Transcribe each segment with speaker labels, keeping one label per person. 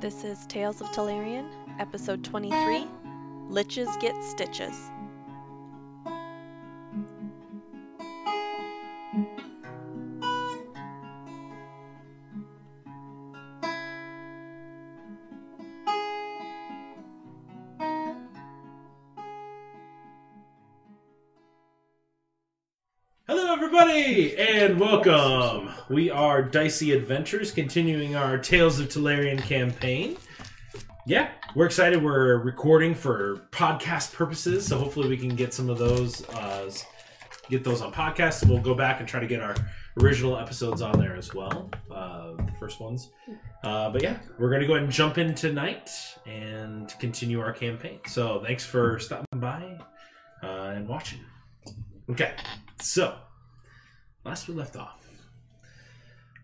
Speaker 1: This is Tales of Telerian, episode 23 Liches Get Stitches.
Speaker 2: Hello, everybody, and welcome. We are Dicey Adventures, continuing our Tales of Telerian campaign. Yeah, we're excited. We're recording for podcast purposes, so hopefully we can get some of those, uh, s- get those on podcast. We'll go back and try to get our original episodes on there as well, uh, the first ones. Uh, but yeah, we're gonna go ahead and jump in tonight and continue our campaign. So thanks for stopping by uh, and watching. Okay, so last we left off,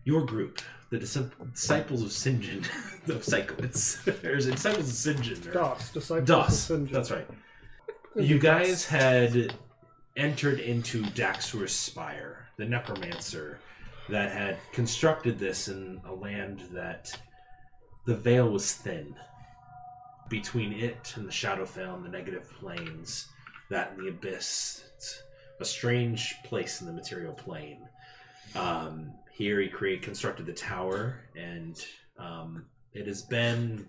Speaker 2: your group, the dis- disciples of Sinjin, of Psychoids, there's disciples of Sinjin. or-
Speaker 3: Das, disciples of
Speaker 2: Das.
Speaker 3: Sinjin.
Speaker 2: That's right. You guys had entered into Daxur's Spire, the necromancer that had constructed this in a land that the veil was thin between it and the Shadowfell and the negative planes, that and the abyss. It's a strange place in the material plane. Um, here he created, constructed the tower, and um, it has been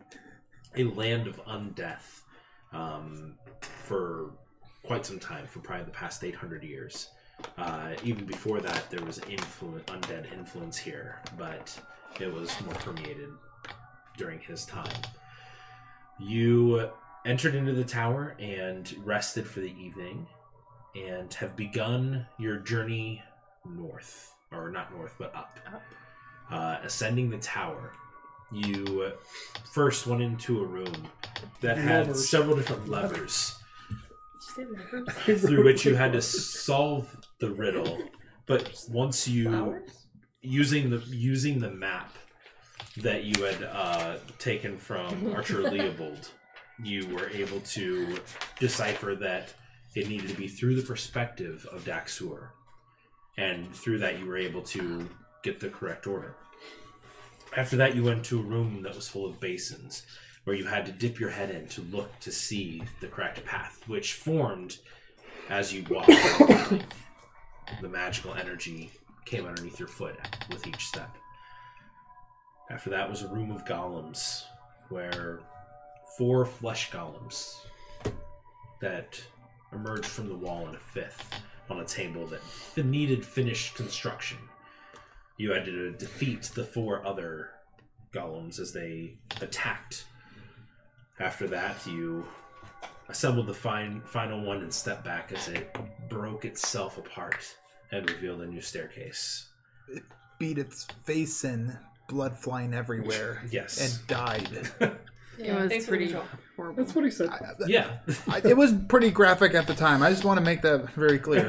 Speaker 2: a land of undeath um, for quite some time, for probably the past 800 years. Uh, even before that, there was influ- undead influence here, but it was more permeated during his time. You entered into the tower and rested for the evening, and have begun your journey north, or not north, but up, Uh, ascending the tower. You first went into a room that had
Speaker 3: Levers.
Speaker 2: several different levers through which you had to solve the riddle. But once you using the using the map that you had uh, taken from Archer Leobold, you were able to decipher that it needed to be through the perspective of Daxur, and through that you were able to get the correct order. After that, you went to a room that was full of basins, where you had to dip your head in to look to see the correct path, which formed as you walked. the magical energy came underneath your foot with each step. After that was a room of golems, where four flesh golems that emerged from the wall in a fifth on a table that f- needed finished construction. You had to defeat the four other golems as they attacked. After that, you assembled the fine, final one and stepped back as it broke itself apart and revealed a new staircase.
Speaker 4: beat its face in, blood flying everywhere,
Speaker 2: Yes.
Speaker 4: and died.
Speaker 5: Yeah,
Speaker 6: it was
Speaker 5: thanks for the
Speaker 6: pretty
Speaker 5: job.
Speaker 6: horrible.
Speaker 3: That's what he said.
Speaker 2: yeah.
Speaker 4: I, it was pretty graphic at the time. I just want to make that very clear.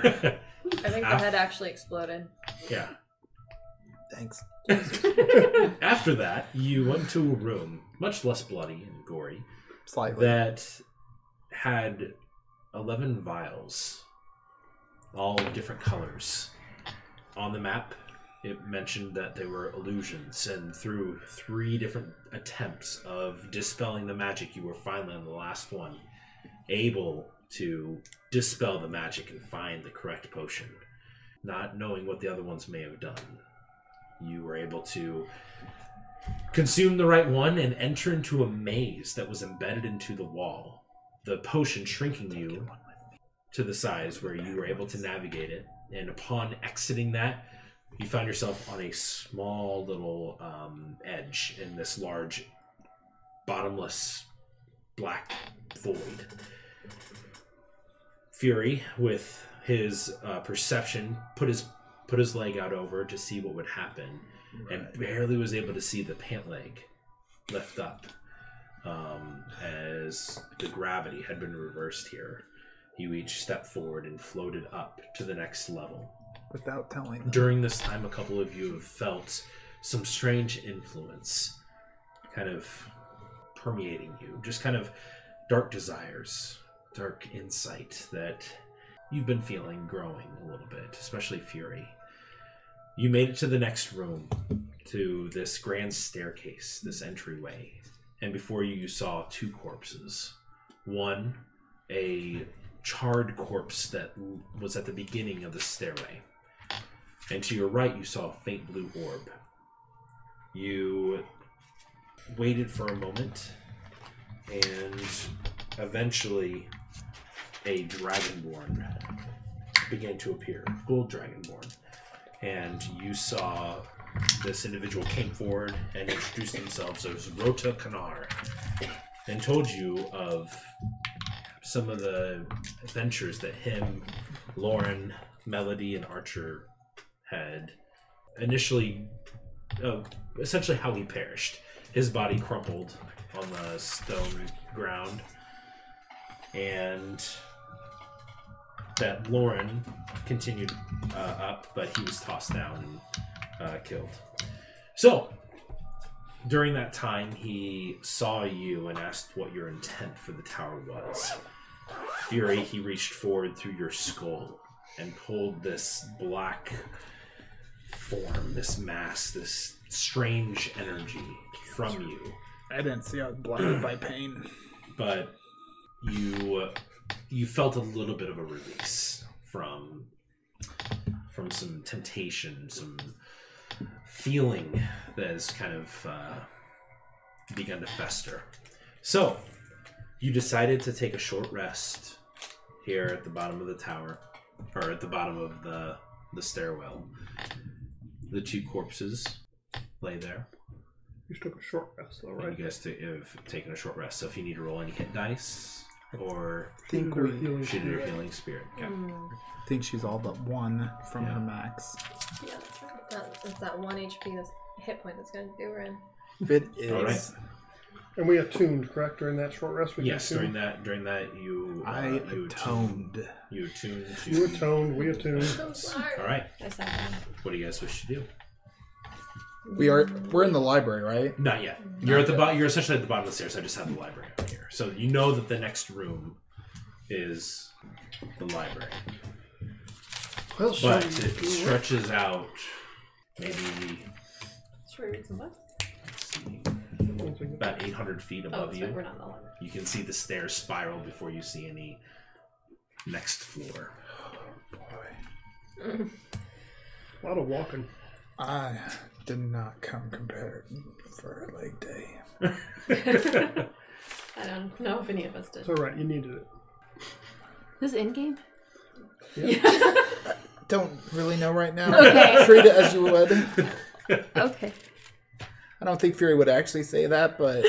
Speaker 5: I think the
Speaker 2: Ah.
Speaker 5: head actually exploded.
Speaker 2: yeah.
Speaker 4: Thanks.
Speaker 2: After that, you went to a room, much less bloody and gory,
Speaker 4: Slightly.
Speaker 2: that had 11 vials, all of different colors. On the map, it mentioned that they were illusions, and through three different attempts of dispelling the magic, you were finally on the last one able to dispel the magic and find the correct potion. Not knowing what the other ones may have done, you were able to consume the right one and enter into a maze that was embedded into the wall. The potion shrinking you to the size where you were able to navigate it, and upon exiting that, you found yourself on a small little um, edge in this large, bottomless black void. Fury, with his uh, perception, put his put his leg out over to see what would happen, and barely was able to see the pant leg lift up, um, as the gravity had been reversed here. You each stepped forward and floated up to the next level.
Speaker 4: Without telling. them.
Speaker 2: During this time, a couple of you have felt some strange influence kind of permeating you, just kind of dark desires, dark insight that you've been feeling growing a little bit, especially Fury. You made it to the next room, to this grand staircase, this entryway, and before you, you saw two corpses. One, a charred corpse that l- was at the beginning of the stairway. And to your right, you saw a faint blue orb. You waited for a moment, and eventually, a dragonborn began to appear, gold dragonborn. And you saw this individual came forward and introduced themselves as Rota Kanar and told you of some of the adventures that him, Lauren, Melody, and Archer had initially, uh, essentially, how he perished. His body crumpled on the stone ground, and that Lauren continued uh, up, but he was tossed down and uh, killed. So, during that time, he saw you and asked what your intent for the tower was. Fury, he reached forward through your skull and pulled this black form, this mass, this strange energy from you.
Speaker 4: I didn't see I was blinded by pain.
Speaker 2: But you you felt a little bit of a release from from some temptation, some feeling that has kind of uh, begun to fester. So you decided to take a short rest here at the bottom of the tower, or at the bottom of the the stairwell. The two corpses lay there.
Speaker 3: You took a short rest, though,
Speaker 2: And
Speaker 3: right?
Speaker 2: you guys t- have taken a short rest, so if you need to roll any hit dice or
Speaker 4: Think
Speaker 3: Shoot her
Speaker 4: we-
Speaker 3: healing
Speaker 2: shoot your
Speaker 3: spirit.
Speaker 2: healing spirit. Okay.
Speaker 1: Mm.
Speaker 4: I think she's all but one from
Speaker 2: Yeah.
Speaker 4: her max.
Speaker 5: Yeah, that's right. That, that's that one HP that's hit point that's going to do her in.
Speaker 4: If it is,
Speaker 2: All right.
Speaker 3: And we attuned, correct? During that short rest, we
Speaker 2: Yes, during
Speaker 3: attuned.
Speaker 2: that during that you uh,
Speaker 4: I
Speaker 2: you
Speaker 4: atoned.
Speaker 2: attune- You attune to
Speaker 3: You atoned, we attuned.
Speaker 5: So sorry.
Speaker 2: All right.
Speaker 1: I sat down.
Speaker 2: What do you guys wish to do?
Speaker 4: We are we're in the library, right?
Speaker 2: Mm. Not yet. You're at the bottom. You're essentially at the bottom of the stairs. I just have the library up here, so you know that the next room is the library,
Speaker 3: Well,
Speaker 2: but
Speaker 3: shall
Speaker 2: it
Speaker 3: we do it?
Speaker 2: stretches out maybe
Speaker 5: Should we read some books?
Speaker 2: let's see,
Speaker 3: I don't think-
Speaker 2: about 800 feet
Speaker 5: Oh,
Speaker 2: above
Speaker 5: that's right.
Speaker 2: you.
Speaker 5: We're not in the library.
Speaker 2: You can see the stairs spiral before you see any next floor.
Speaker 3: A lot of walking.
Speaker 4: I did not come prepared for leg day.
Speaker 5: I don't know if any of us did.
Speaker 3: It's all right. You needed it.
Speaker 6: This is endgame?
Speaker 4: Don't really know right now.
Speaker 6: Okay.
Speaker 4: Treat it as you would. I
Speaker 6: Okay.
Speaker 4: don't think Fury would actually say that, but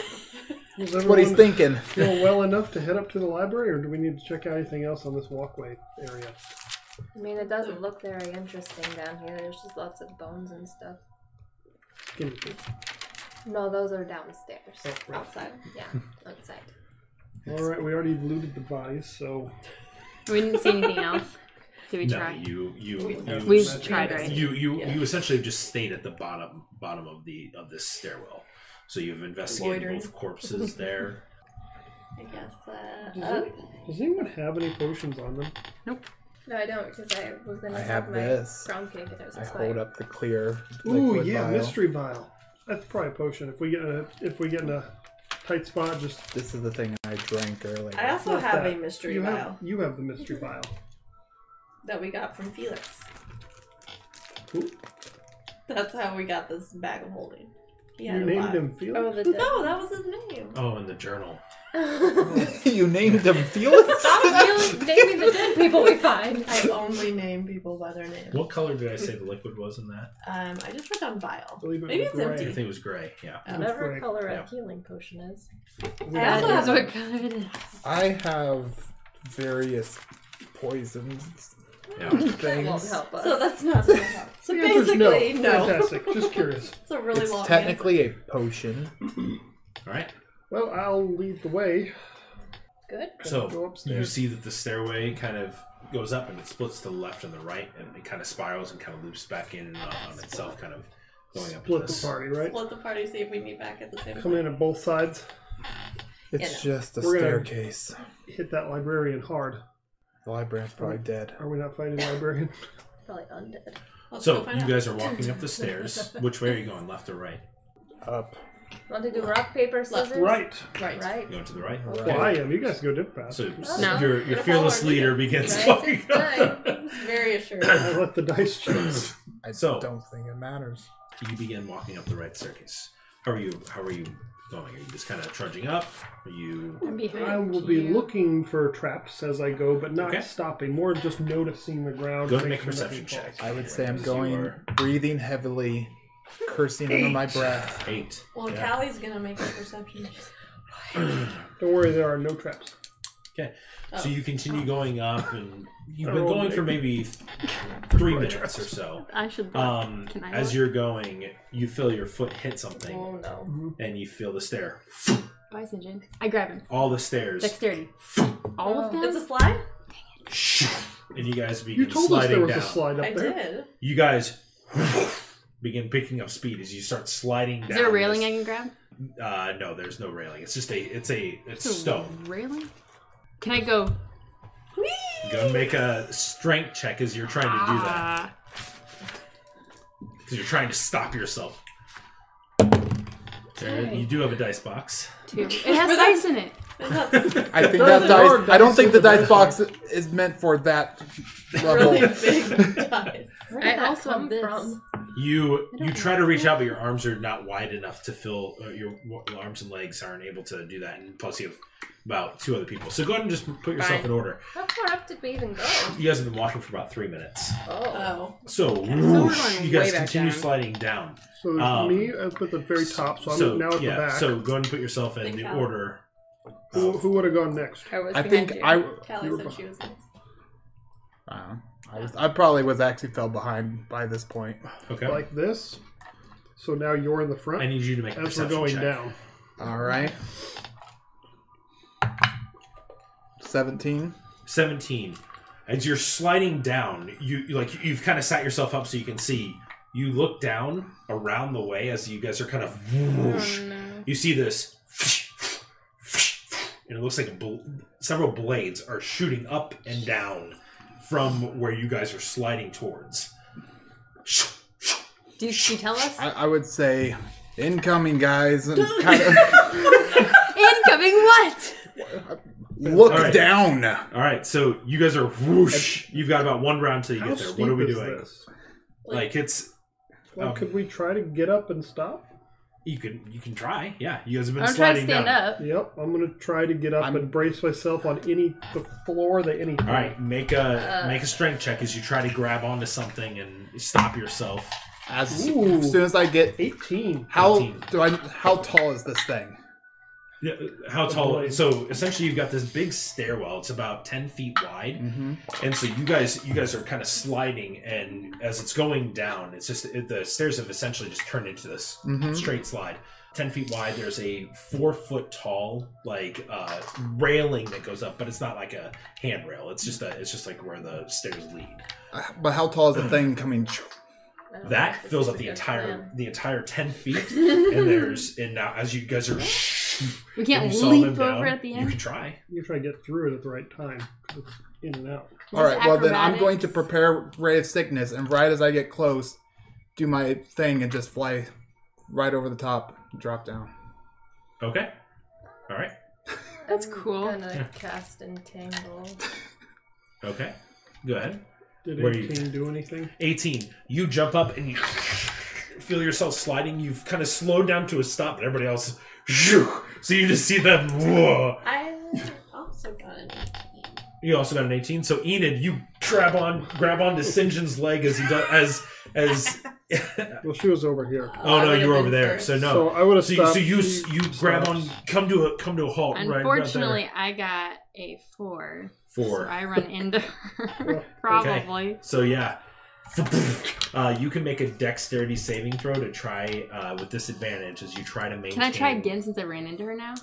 Speaker 3: Does
Speaker 4: that's what he's
Speaker 3: everyone
Speaker 4: thinking.
Speaker 3: Feel well enough to head up to the library, or do we need to check out anything else on this walkway area?
Speaker 6: I mean, it
Speaker 1: Oh.
Speaker 5: doesn't
Speaker 6: look there.
Speaker 5: Very interesting down here. There's just lots of bones and stuff.
Speaker 3: Guinea pig.
Speaker 6: No, those are downstairs.
Speaker 3: Oh, right.
Speaker 5: Outside. Yeah, outside.
Speaker 3: All right, we already looted the bodies, so
Speaker 6: We didn't see anything else. Did we
Speaker 2: no,
Speaker 6: try?
Speaker 2: you you you
Speaker 6: we
Speaker 3: That's-
Speaker 6: tried, right?
Speaker 2: you you
Speaker 5: Yeah.
Speaker 2: you essentially just stayed at the bottom bottom of the of this stairwell. So you've investigated
Speaker 5: Loitering.
Speaker 2: both corpses there.
Speaker 5: I guess. Uh,
Speaker 3: Does,
Speaker 5: uh,
Speaker 3: any- does anyone have any potions on them?
Speaker 5: no, I don't because I was going
Speaker 4: I
Speaker 5: to
Speaker 4: have
Speaker 5: have my
Speaker 4: this.
Speaker 5: crown cake and it was
Speaker 4: I
Speaker 5: expired.
Speaker 4: hold up the clear.
Speaker 3: Ooh,
Speaker 4: liquid
Speaker 3: yeah,
Speaker 4: vial.
Speaker 3: mystery vial. That's probably a potion. If we get in a, if we get in a tight spot, just
Speaker 4: This is the thing I drank earlier.
Speaker 1: I also
Speaker 3: Not
Speaker 1: have
Speaker 3: that.
Speaker 1: a mystery
Speaker 3: you
Speaker 1: vial
Speaker 3: have you have the mystery vial.
Speaker 1: that we got from Felix.
Speaker 3: Who?
Speaker 1: That's how we got this bag of holding. He had
Speaker 3: you
Speaker 1: a
Speaker 3: named
Speaker 1: vial.
Speaker 3: him Felix.
Speaker 6: Oh, the
Speaker 1: No, that was his name.
Speaker 2: Oh, in the journal.
Speaker 4: you named him Felix?
Speaker 6: Stop you naming the dead people we find.
Speaker 1: I only name people by their name.
Speaker 2: What color did I say the liquid was in that?
Speaker 1: Um, I just wrote down vial.
Speaker 3: Believe it
Speaker 1: Maybe
Speaker 3: was
Speaker 1: it's
Speaker 3: gray.
Speaker 2: I
Speaker 1: empty.
Speaker 2: think it was gray. Yeah.
Speaker 1: Oh.
Speaker 3: Whatever
Speaker 5: Whatever
Speaker 3: Right.
Speaker 5: color
Speaker 2: a
Speaker 5: a
Speaker 2: Yeah.
Speaker 5: healing potion is.
Speaker 3: We
Speaker 1: I
Speaker 6: That
Speaker 3: don't
Speaker 1: also
Speaker 3: know.
Speaker 6: is what color it is.
Speaker 4: I have various poisons
Speaker 2: Yeah.
Speaker 4: things.
Speaker 5: won't help us.
Speaker 1: So that's not going to help. So
Speaker 3: The answer's
Speaker 1: basically, no.
Speaker 3: Fantastic. Just curious.
Speaker 1: It's a really
Speaker 4: it's
Speaker 1: long
Speaker 4: technically a potion.
Speaker 2: All right.
Speaker 3: Well, I'll lead the way.
Speaker 5: Good.
Speaker 3: Go
Speaker 2: So
Speaker 3: upstairs.
Speaker 2: you see that the stairway kind of goes up and it splits to the left and the right, and it kind of spirals and kind of loops back in and on, on itself, kind of going up.
Speaker 3: Split the
Speaker 2: this.
Speaker 3: party, right?
Speaker 1: answer. Let the party see if we meet back at the same
Speaker 3: Come in on both sides.
Speaker 4: It's just a
Speaker 3: We're gonna-
Speaker 4: staircase.
Speaker 3: Hit that librarian hard.
Speaker 4: The librarian's probably dead.
Speaker 3: Are we not fighting the librarian?
Speaker 5: Probably undead.
Speaker 1: Let's go
Speaker 2: So
Speaker 1: find
Speaker 2: you
Speaker 1: out.
Speaker 2: guys are walking up the stairs. Which way are you going, left or right?
Speaker 4: Up.
Speaker 5: Want to do rock, paper, scissors?
Speaker 3: Right.
Speaker 7: Right.
Speaker 5: Right.
Speaker 2: Going to the right.
Speaker 4: All
Speaker 3: Well, I
Speaker 4: right.
Speaker 3: am. You guys go dip fast.
Speaker 2: So
Speaker 6: No.
Speaker 2: your, your
Speaker 7: Gonna
Speaker 2: fearless
Speaker 7: follow our
Speaker 2: leader begins
Speaker 5: Right?
Speaker 2: talking.
Speaker 5: It's fine.
Speaker 7: Very assured.
Speaker 3: I let the dice choose.
Speaker 4: I
Speaker 2: So-
Speaker 4: don't think it matters.
Speaker 2: You begin walking up the right staircase. How are you? How are you going? Are you just kind of trudging up? Are you?
Speaker 6: I'm behind
Speaker 3: I will be
Speaker 6: you.
Speaker 3: looking for traps as I go, but not
Speaker 2: Okay.
Speaker 3: stopping. More just noticing the ground.
Speaker 2: Go
Speaker 3: to
Speaker 2: ahead and make a
Speaker 3: sure nothing
Speaker 2: perception check.
Speaker 3: falls.
Speaker 4: I would say I'm
Speaker 2: As you
Speaker 4: going,
Speaker 2: are-
Speaker 4: breathing heavily, cursing under my breath.
Speaker 2: Eight.
Speaker 7: Well,
Speaker 2: Yeah.
Speaker 7: Callie's gonna make a perception.
Speaker 3: Don't worry, there are no traps.
Speaker 2: So you continue going up, and you've
Speaker 3: I
Speaker 2: been
Speaker 6: Oh,
Speaker 3: rolled
Speaker 2: going
Speaker 3: an
Speaker 2: for
Speaker 3: eight.
Speaker 2: maybe three
Speaker 3: Right.
Speaker 2: minutes or so.
Speaker 6: I should. Look.
Speaker 2: Um,
Speaker 6: Can I
Speaker 2: as
Speaker 6: look?
Speaker 2: you're going, you feel your foot hit something,
Speaker 5: Oh no.
Speaker 2: and you feel the stair.
Speaker 6: Poison gin. I grab him.
Speaker 2: All the stairs,
Speaker 6: Dexterity. All of
Speaker 4: Oh,
Speaker 6: them.
Speaker 7: It's a slide?
Speaker 2: and you guys begin
Speaker 3: You told us
Speaker 2: sliding
Speaker 3: there was
Speaker 2: down.
Speaker 3: a slide up
Speaker 7: I
Speaker 3: there.
Speaker 7: did.
Speaker 2: You guys begin picking up speed as you start sliding down.
Speaker 6: Is there a railing I
Speaker 2: this-
Speaker 6: can grab?
Speaker 2: Uh, no, there's no railing. It's just a. It's a. It's
Speaker 6: Is there a
Speaker 2: stone.
Speaker 6: Railing. Can I go?
Speaker 2: Go and make a strength check as you're trying to do that.
Speaker 6: Ah,
Speaker 2: Because you're trying to stop yourself. There-
Speaker 5: Dang.
Speaker 2: you do have a dice box.
Speaker 6: two. It has dice in it.
Speaker 4: I think
Speaker 3: Those
Speaker 4: that
Speaker 3: are
Speaker 4: dice.
Speaker 3: hard
Speaker 4: I don't
Speaker 3: dice
Speaker 4: think the
Speaker 3: with the
Speaker 4: dice box is meant for that level.
Speaker 7: Really big dice.
Speaker 5: Where did
Speaker 6: I
Speaker 5: that
Speaker 6: also
Speaker 5: come
Speaker 6: have this.
Speaker 5: from?
Speaker 2: You
Speaker 6: I don't
Speaker 2: you
Speaker 6: know.
Speaker 2: try to reach out, but your arms are not wide enough to fill. Uh, your w- arms and legs aren't able to do that, and plus you have about two other people. So go ahead and just put yourself
Speaker 6: Fine.
Speaker 2: in order.
Speaker 5: How far up did we even go?
Speaker 2: You guys have been walking for about three minutes.
Speaker 5: Oh.
Speaker 7: Oh.
Speaker 2: So,
Speaker 6: we're
Speaker 2: whoosh,
Speaker 6: going
Speaker 2: you guys
Speaker 6: way back
Speaker 2: continue
Speaker 6: down.
Speaker 2: sliding down.
Speaker 3: So there's
Speaker 2: Um,
Speaker 3: me up at the very top, so I'm now at
Speaker 2: yeah,
Speaker 3: the back.
Speaker 2: So um, go ahead and put yourself in
Speaker 7: Thank
Speaker 2: the
Speaker 7: God.
Speaker 2: order.
Speaker 3: who, who would have gone next?
Speaker 6: I was
Speaker 4: I
Speaker 6: behind
Speaker 4: think
Speaker 6: you.
Speaker 4: I.
Speaker 7: Callie said she was next.
Speaker 4: Uh, I was. I probably was actually fell behind by this point.
Speaker 2: Okay.
Speaker 3: Like this. So now you're in the front
Speaker 2: I need you to make a
Speaker 3: as we're
Speaker 2: perception
Speaker 3: going
Speaker 2: check.
Speaker 3: down.
Speaker 4: All right. Seventeen.
Speaker 2: 17 as you're sliding down you you- like you've kind of sat yourself up so you can see you look down around the way as you guys are kind of
Speaker 6: Oh,
Speaker 2: whoosh. you see this and it looks like a bl- several blades are shooting up and down from where you guys are sliding towards
Speaker 6: Do she tell us?
Speaker 4: I, I would say, incoming guys, and kind of
Speaker 6: Incoming what?
Speaker 4: look
Speaker 2: All right.
Speaker 4: down.
Speaker 2: all right so you guys are whoosh you've got about one round till you
Speaker 3: How
Speaker 2: get there
Speaker 3: steep
Speaker 2: what are we
Speaker 3: is
Speaker 2: doing
Speaker 3: this?
Speaker 2: like it's
Speaker 3: Well,
Speaker 2: Oh.
Speaker 3: Could we try to get up and stop?
Speaker 2: you can you can try yeah you guys have been
Speaker 6: I'm trying to
Speaker 2: sliding
Speaker 6: stand
Speaker 2: down
Speaker 6: up.
Speaker 3: Yep, I'm gonna try to get up
Speaker 4: I'm-
Speaker 3: and brace myself on any the floor that anything.
Speaker 2: All right, make
Speaker 6: Uh,
Speaker 2: a make a strength check as you try to grab onto something and stop yourself.
Speaker 4: As
Speaker 3: Ooh.
Speaker 4: soon as I get,
Speaker 3: 18.
Speaker 4: how
Speaker 2: 18.
Speaker 4: do I? How tall is this thing?
Speaker 2: Yeah,
Speaker 3: uh,
Speaker 2: How tall? So essentially, you've got this big stairwell. It's about ten feet wide,
Speaker 4: Mm-hmm.
Speaker 2: and so you guys you guys are kind of sliding, and as it's going down, it's just it, the stairs have essentially just turned into this
Speaker 4: Mhm.
Speaker 2: straight slide. Ten feet wide. There's a four foot tall like uh, railing that goes up, but it's not like a handrail. It's just a it's just like where the stairs lead.
Speaker 4: But how tall is the thing coming? tr-
Speaker 5: I
Speaker 7: Oh,
Speaker 5: don't know
Speaker 2: that
Speaker 5: if this
Speaker 2: fills
Speaker 5: is
Speaker 2: up
Speaker 5: a
Speaker 2: the
Speaker 5: good
Speaker 2: entire
Speaker 5: plan.
Speaker 2: the entire 10 feet and there's and now as you guys are
Speaker 6: We
Speaker 2: you
Speaker 6: can't
Speaker 2: saw
Speaker 6: leap
Speaker 2: them down,
Speaker 6: over at the
Speaker 2: you
Speaker 6: end.
Speaker 2: can try
Speaker 3: You try to get through it at the right time. 'cause It's in and out.
Speaker 4: All right. Well, then I'm
Speaker 6: acrobatics.
Speaker 4: going to prepare ray of sickness, and right as I get close, do my thing and just fly right over the top, and drop down.
Speaker 2: okay all right
Speaker 6: That's
Speaker 5: I'm
Speaker 6: cool.
Speaker 5: gonna cast entangle.
Speaker 2: okay go ahead
Speaker 3: Did
Speaker 2: Where you-
Speaker 3: 18 do anything?
Speaker 2: 18 you jump up and you feel yourself sliding you've kind of slowed down to a stop and everybody else so you just see them whoa.
Speaker 7: I
Speaker 5: oh,
Speaker 7: also got an 18.
Speaker 2: you also got an 18 so enid you grab on grab onto st john's leg as he does as as
Speaker 3: Well, she was over here.
Speaker 2: oh
Speaker 7: I
Speaker 2: no
Speaker 7: would've
Speaker 2: you were
Speaker 7: been
Speaker 2: over there
Speaker 7: first.
Speaker 2: so no
Speaker 3: So I would have
Speaker 2: So you,
Speaker 3: stopped.
Speaker 2: so you s- you grab on,
Speaker 3: stops.
Speaker 2: come to a come to a halt. right about there.
Speaker 6: Unfortunately, I got a four. So
Speaker 2: four.
Speaker 6: I run into her,
Speaker 3: Okay.
Speaker 6: probably.
Speaker 2: So yeah, uh, you can make a dexterity saving throw to try uh, with disadvantage as you try to maintain.
Speaker 6: Can I try again since I ran into her now?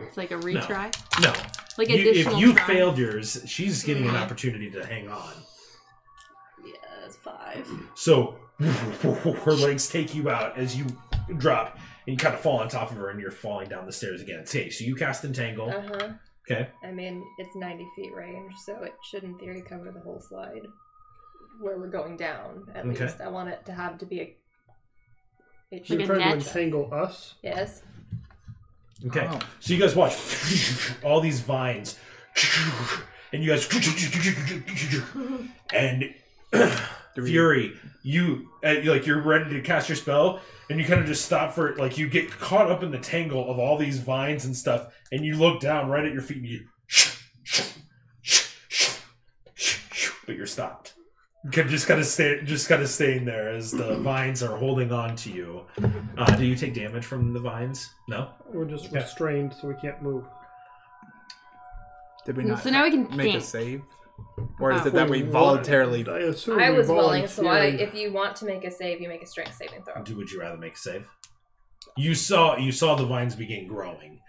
Speaker 6: It's like a retry.
Speaker 2: No,
Speaker 6: Like
Speaker 2: You- if
Speaker 6: additional
Speaker 2: you
Speaker 6: try.
Speaker 2: failed yours, she's getting an
Speaker 7: Mhm.
Speaker 2: opportunity to hang on.
Speaker 7: Yeah, that's five.
Speaker 2: So her legs take you out as you drop and you kind of fall on top of her and you're falling down the stairs again. Okay, so you cast entangle.
Speaker 5: Uh huh.
Speaker 2: Oh. Okay.
Speaker 5: I mean, it's 90 feet range, so it should, in theory, cover the whole slide where we're going down. At
Speaker 2: Okay.
Speaker 5: least I want it to have to be a It should.
Speaker 3: You're
Speaker 6: Like a
Speaker 3: trying to
Speaker 6: net?
Speaker 3: entangle us.
Speaker 5: Yes.
Speaker 2: Okay.
Speaker 4: Oh.
Speaker 2: So you guys watch all these vines, and you guys, and
Speaker 4: Do we-
Speaker 2: Fury, you uh, you- like you're ready to cast your spell, and you kind of just stop for like you get caught up in the tangle of all these vines and stuff, and you look down right at your feet, and you, but you're stopped. You can just kind of stay, just kind of staying there as the vines are holding on to you. Uh, do you take damage from the vines? No.
Speaker 3: We're just
Speaker 2: Okay.
Speaker 3: restrained, so we can't move.
Speaker 4: Did we not
Speaker 6: Mm, so now we can
Speaker 4: make a
Speaker 6: think.
Speaker 4: save? Or is
Speaker 6: Oh.
Speaker 4: it that we voluntarily.
Speaker 3: I assume
Speaker 5: I
Speaker 3: we
Speaker 5: was willing, so I,
Speaker 3: volunteered.
Speaker 5: if you want to make a save, you make a strength saving throw.
Speaker 2: Do would you rather make a save? You saw you saw the vines begin growing.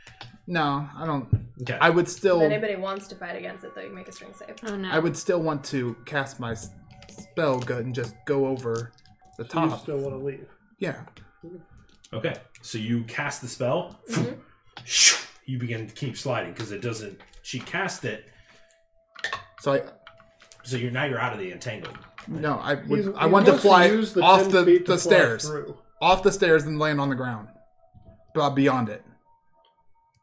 Speaker 4: No, I don't.
Speaker 2: Okay.
Speaker 4: I would
Speaker 5: If
Speaker 4: still.
Speaker 5: anybody wants to fight against it, though, you make a strength save.
Speaker 6: Oh no.
Speaker 4: I would still want to cast my s- spell gun and just go over the
Speaker 3: So you
Speaker 4: top.
Speaker 3: still want to leave.
Speaker 4: Yeah.
Speaker 2: Okay. So you cast the spell.
Speaker 6: Mm-hmm.
Speaker 2: You begin to keep sliding because it doesn't. She cast it,
Speaker 4: So I
Speaker 2: so you're now you're out of the entangled.
Speaker 4: no, I would.
Speaker 3: You-
Speaker 4: I
Speaker 3: you
Speaker 4: want to
Speaker 3: must
Speaker 4: fly
Speaker 3: use
Speaker 4: off
Speaker 3: 10
Speaker 4: the,
Speaker 3: feet to
Speaker 4: the
Speaker 3: fly
Speaker 4: stairs,
Speaker 3: through.
Speaker 4: off the stairs, and land on the ground, but beyond it.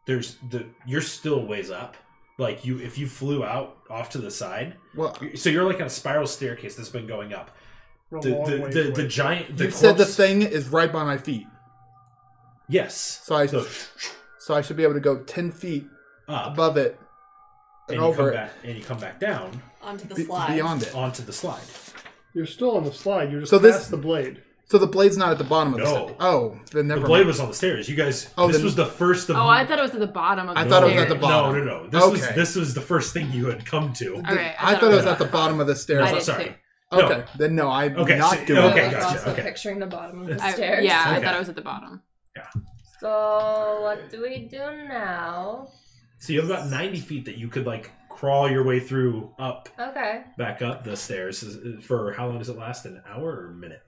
Speaker 2: There's the you're still ways up. Like you, if you flew out off to the side,
Speaker 4: Well,
Speaker 2: so you're like on a spiral staircase that's been going up.
Speaker 3: We're a
Speaker 2: The
Speaker 3: long
Speaker 2: the
Speaker 3: ways
Speaker 2: the,
Speaker 3: away.
Speaker 2: the giant. The
Speaker 4: you said the
Speaker 2: corpse-
Speaker 4: thing is right by my feet,
Speaker 2: Yes.
Speaker 4: so I
Speaker 2: So
Speaker 4: so I should be able to go ten feet
Speaker 2: up
Speaker 4: above it and,
Speaker 2: and you
Speaker 4: over
Speaker 2: come
Speaker 4: it,
Speaker 2: back Oh. and you come back down
Speaker 7: Onto the
Speaker 4: be-
Speaker 7: slide.
Speaker 4: beyond it.
Speaker 2: onto the slide.
Speaker 3: You're still on the slide. You're just
Speaker 4: So this-
Speaker 3: past the blade.
Speaker 4: So the blade's not at the bottom of the.
Speaker 2: No.
Speaker 4: sta- Oh, then never.
Speaker 2: The blade
Speaker 4: mind.
Speaker 2: was on the stairs. You guys.
Speaker 4: Oh,
Speaker 2: this
Speaker 4: then-
Speaker 2: was the first of.
Speaker 6: oh, I thought it was at the bottom of
Speaker 4: I
Speaker 6: the
Speaker 4: thought it was
Speaker 6: stairs.
Speaker 4: at the bottom.
Speaker 2: No, no, no. This was
Speaker 4: Okay.
Speaker 2: this was the first thing you had come to.
Speaker 6: Okay,
Speaker 4: I thought it was at the bottom of the
Speaker 6: I
Speaker 4: stairs.
Speaker 6: did
Speaker 2: sorry.
Speaker 6: too.
Speaker 2: No.
Speaker 4: Okay, then no, I'm
Speaker 2: Okay,
Speaker 4: not
Speaker 2: so-
Speaker 4: doing
Speaker 2: okay,
Speaker 5: I
Speaker 4: it.
Speaker 5: was
Speaker 2: gotcha,
Speaker 5: also
Speaker 2: okay.
Speaker 5: picturing the bottom of the
Speaker 6: I-
Speaker 5: stairs.
Speaker 6: yeah, I
Speaker 2: Okay.
Speaker 6: thought it was at the bottom.
Speaker 5: So what do we do now?
Speaker 2: So you have about ninety feet that you could like crawl your way through up
Speaker 5: Okay.
Speaker 2: back up the stairs Is- uh, for how long does it last? An hour or a minute?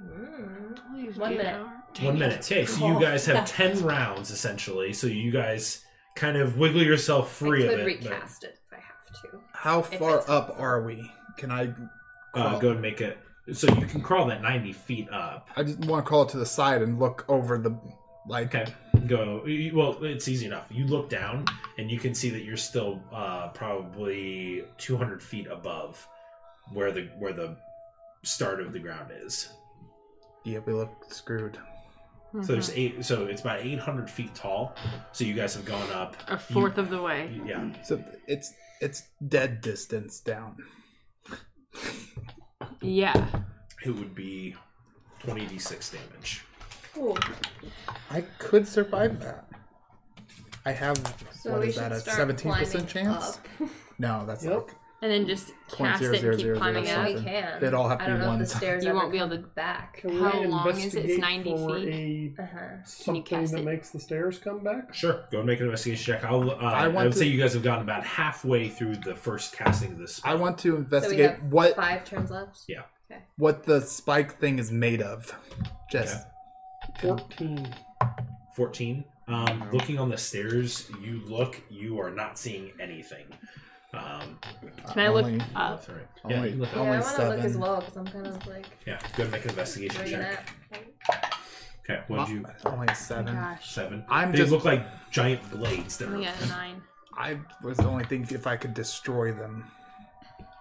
Speaker 5: Hmm. One
Speaker 6: One
Speaker 5: minute.
Speaker 6: minute.
Speaker 2: One minute. Okay, so you guys have ten rounds essentially. So you guys kind of wiggle yourself free
Speaker 5: I
Speaker 2: of
Speaker 5: could
Speaker 2: it. but,
Speaker 5: recast it if I have to.
Speaker 4: How far
Speaker 5: it's-
Speaker 4: up are we? Can I?
Speaker 2: uh,
Speaker 4: crawl-
Speaker 2: go and make it. So you can crawl that ninety feet up.
Speaker 4: I just want to crawl to the side and look over the like.
Speaker 2: Okay. Go. you- Well, it's easy enough. You look down and you can see that you're still uh, probably 200 feet above where the where the start of the ground is.
Speaker 4: Yeah, we look screwed.
Speaker 2: So there's eight. So it's about 800 feet tall. So you guys have gone up.
Speaker 6: a fourth of the way.
Speaker 2: Yeah.
Speaker 4: So it's it's dead distance down.
Speaker 6: Yeah.
Speaker 2: It would be 20d6 damage.
Speaker 5: Cool.
Speaker 4: I could survive that. I have
Speaker 5: So
Speaker 4: what
Speaker 5: we
Speaker 4: is
Speaker 5: should
Speaker 4: that a
Speaker 5: start
Speaker 4: seventeen percent
Speaker 5: climbing
Speaker 4: chance?
Speaker 5: up.
Speaker 4: No, that's
Speaker 3: Yep.
Speaker 4: like
Speaker 6: And then just
Speaker 4: Point
Speaker 6: cast
Speaker 4: zero
Speaker 6: it
Speaker 4: zero
Speaker 6: and keep
Speaker 4: zero
Speaker 6: climbing
Speaker 4: zero
Speaker 5: Yeah,
Speaker 6: out.
Speaker 5: we
Speaker 4: something.
Speaker 5: can.
Speaker 4: They'd all have to
Speaker 5: I don't
Speaker 4: be
Speaker 5: know
Speaker 4: one
Speaker 5: if the
Speaker 4: time.
Speaker 5: stairs
Speaker 6: You
Speaker 5: ever
Speaker 6: won't be able
Speaker 5: come
Speaker 6: to-
Speaker 5: back.
Speaker 3: Can
Speaker 6: How
Speaker 3: we
Speaker 6: long is it? It's
Speaker 3: investigate
Speaker 6: 90
Speaker 3: for
Speaker 6: feet.
Speaker 3: A
Speaker 5: Uh huh.
Speaker 3: something
Speaker 6: cast
Speaker 3: that
Speaker 6: it?
Speaker 3: makes the stairs come back?
Speaker 2: Sure. Go and make an investigation check. I'll, uh, I,
Speaker 4: want
Speaker 2: would
Speaker 4: to-
Speaker 2: say you guys have gotten about halfway through the first casting of this.
Speaker 4: I
Speaker 2: spell.
Speaker 4: want to
Speaker 5: So we
Speaker 4: investigate
Speaker 5: have
Speaker 4: what
Speaker 5: five turns left.
Speaker 2: Yeah.
Speaker 4: what the spike thing is made of. Just
Speaker 2: Okay.
Speaker 3: 14.
Speaker 2: 14 um, looking on the stairs you look you are not seeing anything um,
Speaker 6: Can I look
Speaker 4: Uh, only-
Speaker 6: up?
Speaker 2: that's all right. Oh, yeah,
Speaker 4: only-
Speaker 2: you can look
Speaker 5: Yeah,
Speaker 2: up.
Speaker 4: Only
Speaker 5: I want to look as
Speaker 4: seven.
Speaker 5: well because I'm kind of like
Speaker 2: yeah go and make an investigation
Speaker 5: bringing
Speaker 2: check
Speaker 5: up.
Speaker 2: okay what'd you
Speaker 4: uh, only seven.
Speaker 6: Gosh.
Speaker 2: seven
Speaker 4: I'm
Speaker 2: they
Speaker 4: just-
Speaker 2: look like giant blades that
Speaker 6: I
Speaker 2: are
Speaker 6: got a nine.
Speaker 4: I was only thinking if I could destroy them.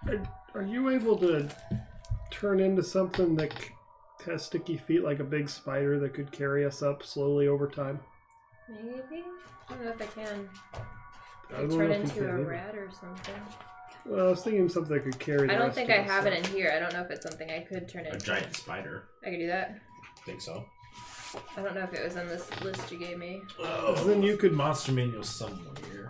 Speaker 3: Are, are you able to turn into something that c- has sticky feet like a big spider that could carry us up slowly over time?
Speaker 5: Maybe. I don't know if I can.
Speaker 3: I
Speaker 5: I
Speaker 3: don't
Speaker 5: turn
Speaker 3: know if you
Speaker 5: into
Speaker 3: can
Speaker 5: a
Speaker 3: either.
Speaker 5: rat or something.
Speaker 3: Well, I was thinking something that could carry.
Speaker 5: I
Speaker 3: the
Speaker 5: don't
Speaker 3: rest
Speaker 5: think
Speaker 3: of
Speaker 5: I
Speaker 3: us
Speaker 5: have it
Speaker 3: up.
Speaker 5: in here. I don't know if it's something I could turn
Speaker 2: a
Speaker 5: into.
Speaker 2: giant spider
Speaker 5: I could do that.
Speaker 2: think so
Speaker 5: I don't know if it was on this list you gave me.
Speaker 2: oh. then you could monster manual somewhere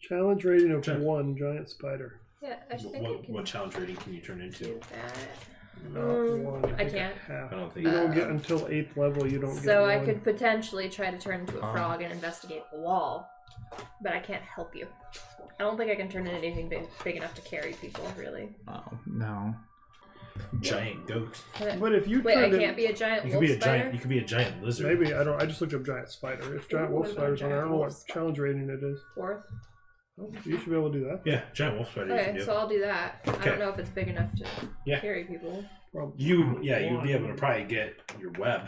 Speaker 3: Challenge rating of
Speaker 2: Check.
Speaker 3: one giant spider.
Speaker 5: Yeah, I
Speaker 2: Wh-
Speaker 5: think I
Speaker 2: what,
Speaker 5: can
Speaker 2: what challenge rating can you turn into
Speaker 5: do that.
Speaker 3: Not
Speaker 5: Mm,
Speaker 3: one.
Speaker 5: I
Speaker 3: think
Speaker 5: can't.
Speaker 2: i
Speaker 3: half.
Speaker 2: don't think
Speaker 3: You
Speaker 5: Uh,
Speaker 3: don't get until eighth level. You don't get.
Speaker 5: So I
Speaker 3: one.
Speaker 5: could potentially try to turn into a
Speaker 4: Oh.
Speaker 5: frog and investigate the wall, but I can't help you. I don't think I can turn into anything big, big enough to carry people, really.
Speaker 4: Oh no!
Speaker 2: giant goat
Speaker 5: But-
Speaker 3: But if you
Speaker 5: Wait, I
Speaker 3: turned in-
Speaker 5: can't be a giant
Speaker 2: you
Speaker 5: wolf
Speaker 2: could be a
Speaker 5: spider?
Speaker 2: giant you could be a giant lizard
Speaker 3: Maybe I don't. I just looked up giant spider. If giant
Speaker 5: Ooh,
Speaker 3: wolf
Speaker 5: what about
Speaker 3: spiders on there, I don't know
Speaker 5: giant
Speaker 3: what
Speaker 5: wolf spider?
Speaker 3: challenge rating it is.
Speaker 5: Fourth?
Speaker 3: Oh, you should be able to do that.
Speaker 2: yeah giant wolf spider you can
Speaker 5: Okay,
Speaker 2: do
Speaker 5: so I'll do that. I
Speaker 2: Okay.
Speaker 5: don't know if it's big enough to
Speaker 2: Yeah.
Speaker 5: carry people.
Speaker 3: Probably.
Speaker 2: you yeah you'd be able to probably get your web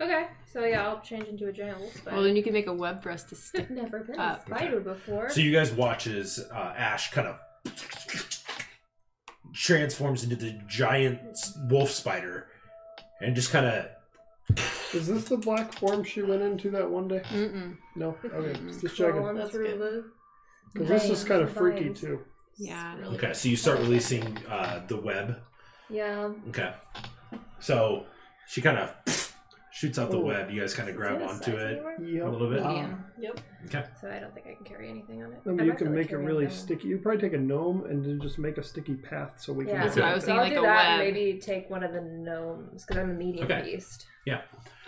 Speaker 5: Okay, so yeah, I'll change into a giant wolf spider.
Speaker 6: Well, uh, then you can make a web for us to stick.
Speaker 5: I've never been
Speaker 6: up.
Speaker 5: a spider before.
Speaker 2: So you guys watch as uh, Ash kind of transforms into the giant s- wolf spider and just kind of
Speaker 3: Is this the black form she went into that one day?
Speaker 6: Mm-mm.
Speaker 3: No. Okay, just
Speaker 5: Crawl
Speaker 3: checking.
Speaker 5: on
Speaker 7: That's
Speaker 5: through
Speaker 7: good.
Speaker 5: the-
Speaker 3: Because this is kind of freaky
Speaker 5: Vines.
Speaker 3: too.
Speaker 6: Yeah.
Speaker 7: Really
Speaker 2: okay. So you start releasing uh, the web.
Speaker 5: Yeah.
Speaker 2: Okay. So she kind of shoots out the
Speaker 3: Oh.
Speaker 2: web. You guys kind of grab
Speaker 5: Is it a
Speaker 2: onto
Speaker 5: size
Speaker 2: it
Speaker 5: anymore?
Speaker 2: a
Speaker 3: Yep.
Speaker 2: little bit.
Speaker 6: Yeah.
Speaker 7: Yep.
Speaker 5: So I don't think I can carry anything on it.
Speaker 3: I mean,
Speaker 5: I
Speaker 3: you
Speaker 5: might
Speaker 3: can
Speaker 5: be able to
Speaker 3: make a
Speaker 5: carry
Speaker 3: really
Speaker 5: anything.
Speaker 3: sticky. You probably take a gnome and then just make a sticky path so we can.
Speaker 5: Yeah.
Speaker 3: get
Speaker 5: That's what
Speaker 6: I
Speaker 3: it.
Speaker 6: was
Speaker 5: So
Speaker 6: thinking,
Speaker 5: I'll
Speaker 6: like
Speaker 5: do
Speaker 6: a
Speaker 5: that.
Speaker 6: web.
Speaker 5: And maybe take one of the gnomes because I'm a medium
Speaker 2: Okay.
Speaker 5: beast.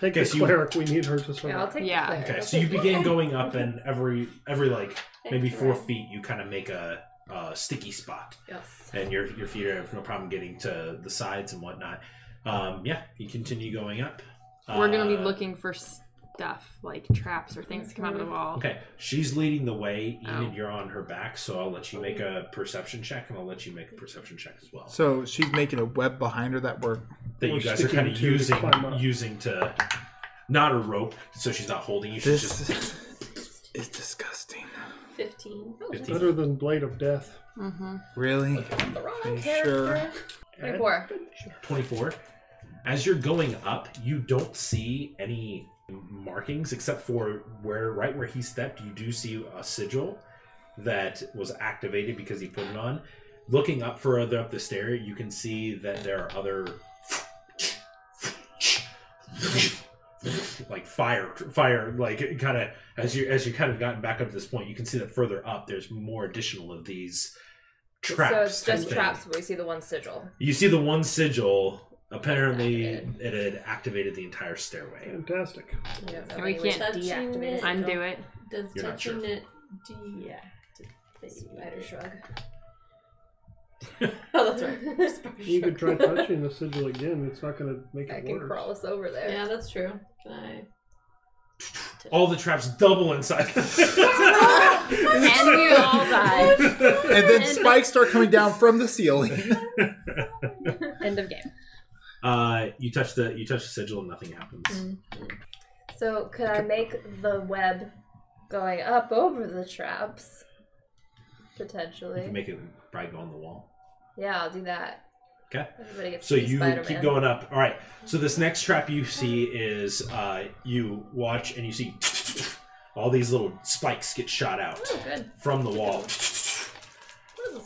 Speaker 3: Take
Speaker 2: Okay,
Speaker 3: the
Speaker 2: so you-
Speaker 3: cleric. We need her just for
Speaker 5: Yeah, I'll
Speaker 3: that.
Speaker 5: take.
Speaker 6: Yeah.
Speaker 5: The flare.
Speaker 2: Okay.
Speaker 5: I'll
Speaker 2: So you
Speaker 5: take the
Speaker 2: begin
Speaker 5: flare.
Speaker 2: going up, and every every like maybe four
Speaker 7: Right.
Speaker 2: feet, you kind of make a, a sticky spot,
Speaker 5: Yes.
Speaker 2: and your your feet have no problem getting to the sides and whatnot. Um, yeah, you continue going up.
Speaker 6: We're gonna be
Speaker 2: Uh,
Speaker 6: looking for stuff like traps or things to come out of the wall.
Speaker 2: Okay, she's leading the way. Enid,
Speaker 6: Oh.
Speaker 2: you're on her back, so I'll let you make a perception check, and I'll let you make a perception check as well.
Speaker 4: So she's making a web behind her that we're
Speaker 2: that
Speaker 3: We're
Speaker 2: you guys are
Speaker 3: sticking
Speaker 2: kind of
Speaker 3: to the
Speaker 2: using
Speaker 3: climb up.
Speaker 2: using to not a rope, so she's not holding you. She's
Speaker 4: This
Speaker 2: just
Speaker 4: is disgusting.
Speaker 7: 15.
Speaker 2: fifteen.
Speaker 3: Better than blade of death.
Speaker 6: Mm-hmm.
Speaker 4: Really?
Speaker 5: The wrong
Speaker 4: Are you
Speaker 5: character.
Speaker 4: sure?
Speaker 5: 24.
Speaker 2: 24. As you're going up, you don't see any markings except for where right where he stepped, you do see a sigil that was activated because he put it on. Looking up further up the stair, you can see that there are other like fire fire like kind of as you as you kind of gotten back up to this point, you can see that further up there's more additional of these traps.
Speaker 5: so it's
Speaker 2: type
Speaker 5: just
Speaker 2: thing.
Speaker 5: traps, but we see the one sigil.
Speaker 2: You see the one sigil. Apparently, it had activated the entire stairway.
Speaker 3: Fantastic.
Speaker 5: We don't know
Speaker 6: And we
Speaker 5: any way
Speaker 6: can't
Speaker 5: to
Speaker 7: touching
Speaker 5: deactivate a
Speaker 7: it.
Speaker 5: sigil.
Speaker 6: Undo it.
Speaker 7: Does
Speaker 2: You're not
Speaker 7: touching
Speaker 2: sure.
Speaker 7: it deactivate?
Speaker 5: Spider shrug.
Speaker 7: Oh, that's right. Spider
Speaker 3: You could try
Speaker 7: shrug.
Speaker 3: touching the sigil again. It's not going to make
Speaker 5: I
Speaker 3: it
Speaker 5: can
Speaker 3: worse.
Speaker 5: crawl us over there.
Speaker 7: Yeah, that's true. Can I?
Speaker 2: All the traps double inside.
Speaker 6: And we all die.
Speaker 4: And then spikes start coming down from the ceiling.
Speaker 5: End of game.
Speaker 2: uh, you touch the you touch the sigil and nothing happens.
Speaker 5: So could I make the web going up over the traps?
Speaker 2: You
Speaker 5: Potentially.
Speaker 2: can make it probably go on the wall.
Speaker 5: yeah, I'll do that.
Speaker 2: Okay.
Speaker 5: Everybody gets
Speaker 2: So
Speaker 5: to be
Speaker 2: you
Speaker 5: Spider-Man.
Speaker 2: keep going up. All right. So this next trap you see is uh, you watch and you see all these little spikes get shot out
Speaker 5: Oh, good.
Speaker 2: from the wall.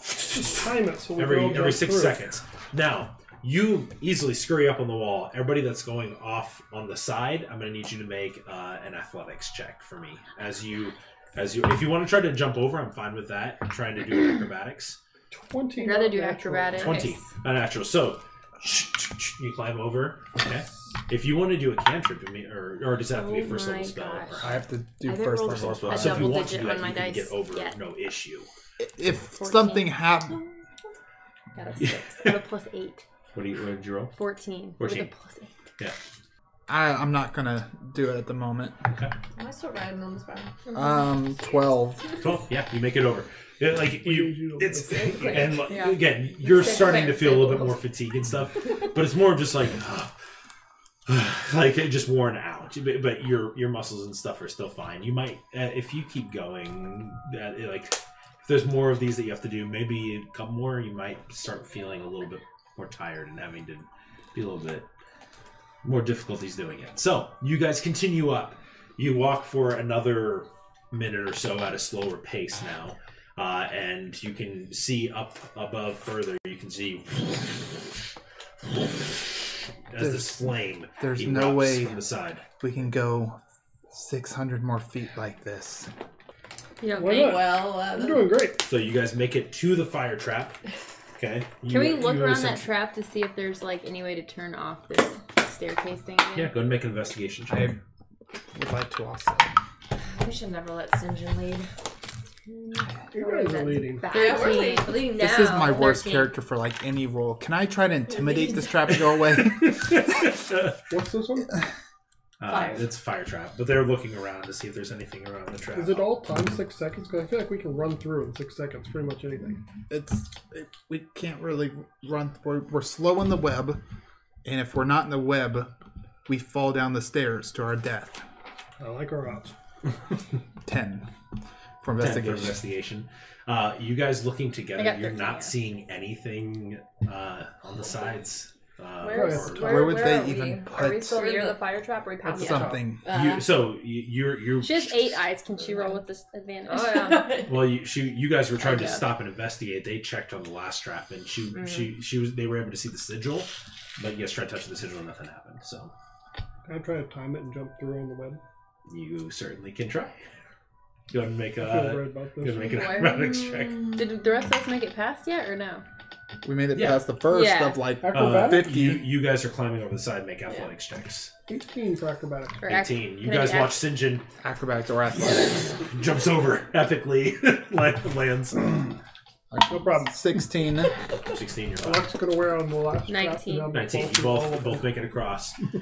Speaker 3: Just time it so we
Speaker 2: every
Speaker 3: all
Speaker 2: every
Speaker 3: jump
Speaker 2: six
Speaker 3: through.
Speaker 2: seconds. Now you easily scurry up on the wall. Everybody that's going off on the side, I'm gonna need you to make uh, an athletics check for me. As you, as you, if you want to try to jump over, I'm fine with that. trying to do acrobatics,
Speaker 3: Twenty.
Speaker 6: I'd rather do
Speaker 3: natural.
Speaker 6: acrobatics.
Speaker 2: twenty, not natural. So you climb over. Okay. If you want to do a cantrip, I mean, or or does that have to be a
Speaker 6: Oh
Speaker 2: first level
Speaker 6: my
Speaker 2: spell?
Speaker 6: gosh.
Speaker 4: I have to do
Speaker 6: I didn't
Speaker 4: first
Speaker 6: roll
Speaker 4: level as
Speaker 6: a
Speaker 4: well.
Speaker 2: So if you
Speaker 6: double
Speaker 2: want to
Speaker 6: digit
Speaker 2: do that,
Speaker 6: on my
Speaker 2: you can get
Speaker 6: dice
Speaker 2: over
Speaker 6: yet.
Speaker 2: no issue.
Speaker 4: If
Speaker 6: 14.
Speaker 4: something happened,
Speaker 5: Got a six.
Speaker 6: I have a plus eight.
Speaker 2: What do you? What did you roll?
Speaker 6: 14.
Speaker 2: Fourteen.
Speaker 6: With a plus eight.
Speaker 4: I, I'm not gonna do it at the moment.
Speaker 7: Am I still riding on this bar?
Speaker 5: Mm-hmm.
Speaker 4: Um, twelve.
Speaker 2: Twelve. Oh, Yeah, you make it over. Yeah, like
Speaker 3: We
Speaker 2: you,
Speaker 3: need you to
Speaker 2: it's
Speaker 3: lift it.
Speaker 2: and like,
Speaker 6: Yeah.
Speaker 2: again, you're
Speaker 5: Stay
Speaker 2: starting to
Speaker 5: clear,
Speaker 2: feel a
Speaker 5: stay
Speaker 2: little bit
Speaker 5: close.
Speaker 2: more fatigue and stuff, but it's more just like, like it just worn out. But, but your your muscles and stuff are still fine. You might uh, if you keep going, uh, it, like if there's more of these that you have to do, maybe a couple more, you might start feeling a little bit more tired and having to be a little bit more difficulties doing it. So you guys continue up. You walk for another minute or so at a slower pace now uh, and you can see up above further. You can see as
Speaker 4: There's-
Speaker 2: this flame
Speaker 4: There's
Speaker 2: erupts
Speaker 4: no way
Speaker 2: from the side.
Speaker 4: we can go 600 more feet like this.
Speaker 6: You don't
Speaker 3: Why
Speaker 6: think?
Speaker 3: not?
Speaker 7: Well, uh,
Speaker 3: You're doing great.
Speaker 2: So you guys make it to the fire trap. Okay.
Speaker 6: Can we
Speaker 2: You-
Speaker 6: look
Speaker 2: you
Speaker 6: around that
Speaker 2: essentially-
Speaker 6: trap to see if there's like any way to turn off this staircase thing? again?
Speaker 2: Yeah, go ahead and make an investigation check.
Speaker 4: I would like to also.
Speaker 5: we should never let Sinjin lead.
Speaker 3: You guys are leading.
Speaker 7: Yeah, we're
Speaker 5: Thirteen.
Speaker 7: leading.
Speaker 5: Leading
Speaker 4: This is
Speaker 5: now.
Speaker 4: my worst
Speaker 6: 13.
Speaker 4: character for like any role. Can I try to intimidate this trap to go away?
Speaker 3: What's this one?
Speaker 2: uh,
Speaker 7: Fire.
Speaker 2: it's a fire trap, but they're looking around to see if there's anything around the trap.
Speaker 3: Is it all time six seconds? Because I feel like we can run through in six seconds, pretty much anything.
Speaker 4: it's it, we can't really run. We're, we're slow in the web, and if we're not in the web, we fall down the stairs to our death.
Speaker 3: I like our odds.
Speaker 4: Ten for
Speaker 2: Ten for
Speaker 4: investigation.
Speaker 2: investigation. Uh, you guys looking together,
Speaker 5: I got
Speaker 2: you're
Speaker 5: 13,
Speaker 2: not
Speaker 5: yeah.
Speaker 2: seeing anything uh, on the sides. Uh,
Speaker 5: Where,
Speaker 3: is-
Speaker 2: or-
Speaker 5: where,
Speaker 4: Where would they
Speaker 5: are
Speaker 4: even
Speaker 5: we? Are we
Speaker 4: put-
Speaker 5: still
Speaker 7: We're in
Speaker 5: near
Speaker 7: the-
Speaker 5: the fire trap? Or we
Speaker 4: It's
Speaker 5: past the top?
Speaker 4: something.
Speaker 2: you, so you- you're you're
Speaker 8: She has eight eyes. Can she roll with this advantage?
Speaker 5: Oh, yeah.
Speaker 2: Well, you, she, you guys were trying to
Speaker 5: Okay.
Speaker 2: stop and investigate. They checked on the last trap, and she,
Speaker 5: Mhm.
Speaker 2: she, she was. They were able to see the sigil, but you guys tried touching the sigil, and nothing happened. So
Speaker 3: Can I try to time it and jump through on the web?
Speaker 2: you certainly can try. Go ahead and make
Speaker 3: I feel
Speaker 2: a,
Speaker 3: right about
Speaker 2: go ahead and
Speaker 3: this.
Speaker 2: Uh, make an acrobatics check.
Speaker 8: Did the rest of us make it past yet, or no?
Speaker 4: We made it
Speaker 2: Yeah.
Speaker 4: past the first
Speaker 8: Yeah.
Speaker 4: of like
Speaker 2: Uh,
Speaker 3: Acrobatics?
Speaker 4: Acrobatic?
Speaker 2: you, you guys are climbing over the side. Make athletics checks.
Speaker 3: 18 for acrobatics.
Speaker 8: Or ac-
Speaker 2: Eighteen. You
Speaker 8: can I
Speaker 2: guys
Speaker 8: do ac-
Speaker 2: watch St. John
Speaker 4: acrobatics or athletics.
Speaker 2: jumps over epically, like lands.
Speaker 3: No problem.
Speaker 4: Sixteen.
Speaker 2: Sixteen. You're fine.
Speaker 3: Alexa's going to wear on the last strap and
Speaker 8: 19.
Speaker 3: on the
Speaker 2: Nineteen. You
Speaker 3: bolts and all
Speaker 2: both
Speaker 3: of
Speaker 2: both
Speaker 3: them.
Speaker 2: make it across.
Speaker 4: Sooner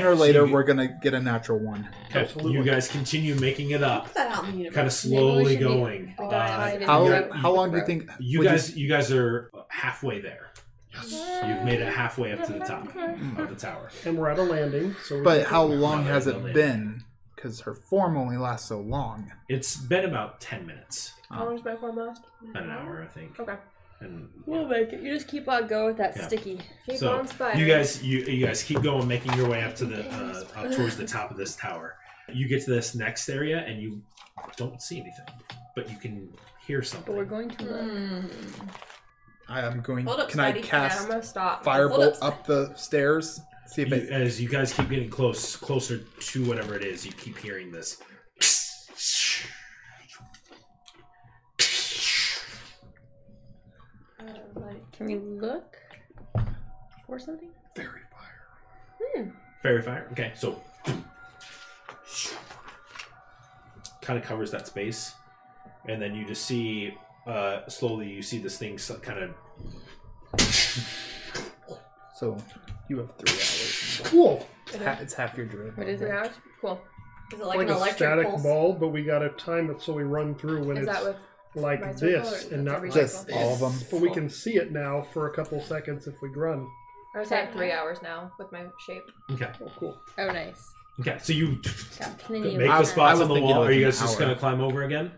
Speaker 2: Okay,
Speaker 4: or
Speaker 2: so
Speaker 4: later,
Speaker 2: you-
Speaker 4: we're gonna get a natural one.
Speaker 2: Okay, You guys continue making it up,
Speaker 7: Put that out in the universe.
Speaker 2: kind of
Speaker 8: Maybe we
Speaker 2: slowly
Speaker 8: should be-
Speaker 2: going.
Speaker 8: we gotta
Speaker 2: Uh,
Speaker 8: hide it.
Speaker 4: How
Speaker 2: Yeah.
Speaker 4: how long do you think?
Speaker 2: You
Speaker 4: would
Speaker 2: guys, you guys are halfway there. You've made it halfway up to the top of the tower.
Speaker 3: And we're at a landing. So we
Speaker 4: But
Speaker 3: can-
Speaker 4: how long has
Speaker 2: no,
Speaker 4: it
Speaker 2: later.
Speaker 4: been? Because her form only lasts so long. Uh,
Speaker 2: It's been about ten minutes,
Speaker 5: How long's my form last?
Speaker 2: about an hour, I think.
Speaker 5: Okay.
Speaker 2: And
Speaker 8: We'll make it. You just keep on going with that
Speaker 2: Yeah.
Speaker 8: sticky.
Speaker 5: Keep
Speaker 2: so
Speaker 5: on spider.
Speaker 2: you guys, you you guys keep going, making your way up to the uh, up towards the top of this tower. You get to this next area, and you don't see anything, but you can hear
Speaker 8: But we're
Speaker 2: something.
Speaker 8: going
Speaker 7: Hmm.
Speaker 8: to look.
Speaker 7: Mm.
Speaker 4: I am going.
Speaker 7: Hold up,
Speaker 4: Can I
Speaker 7: Spidey.
Speaker 5: Hmm. Yeah, I'm
Speaker 4: cast
Speaker 5: gonna stop.
Speaker 7: Hold
Speaker 4: firebolt
Speaker 7: up,
Speaker 4: up the stairs? See if
Speaker 2: You-
Speaker 4: it.
Speaker 2: as you guys keep getting close, closer to whatever it is, you keep hearing this.
Speaker 7: Uh, like,
Speaker 8: Can we look for something?
Speaker 4: Fairy fire.
Speaker 2: Fairy fire. Okay, so kind of covers that space, and then you just see uh, slowly you see this thing kind of
Speaker 4: So you have three hours.
Speaker 3: Cool.
Speaker 4: It's, ha- it's half your druid.
Speaker 8: What is it?
Speaker 5: Hours? Cool.
Speaker 7: Is it like,
Speaker 3: Like
Speaker 7: an
Speaker 3: a
Speaker 7: electric
Speaker 3: static
Speaker 7: pulse?
Speaker 3: ball, but we got to time it so we run through when
Speaker 5: Is
Speaker 3: it's
Speaker 5: that with? my
Speaker 3: like
Speaker 5: circle
Speaker 3: this
Speaker 5: or
Speaker 3: and not
Speaker 5: every
Speaker 3: like
Speaker 4: Just
Speaker 5: circle?
Speaker 4: all of them.
Speaker 3: But we can see it now for a couple seconds if we run.
Speaker 5: I was at three hours now with my shape.
Speaker 2: okay
Speaker 3: Oh, cool.
Speaker 8: Oh, nice.
Speaker 2: okay. So you
Speaker 8: Can
Speaker 2: make
Speaker 8: you
Speaker 4: I
Speaker 2: the
Speaker 4: was- I
Speaker 2: spots
Speaker 4: was
Speaker 2: on the
Speaker 4: thinking
Speaker 2: wall.
Speaker 4: like
Speaker 2: Are you
Speaker 4: an
Speaker 2: guys just
Speaker 4: hour.
Speaker 2: gonna climb over again?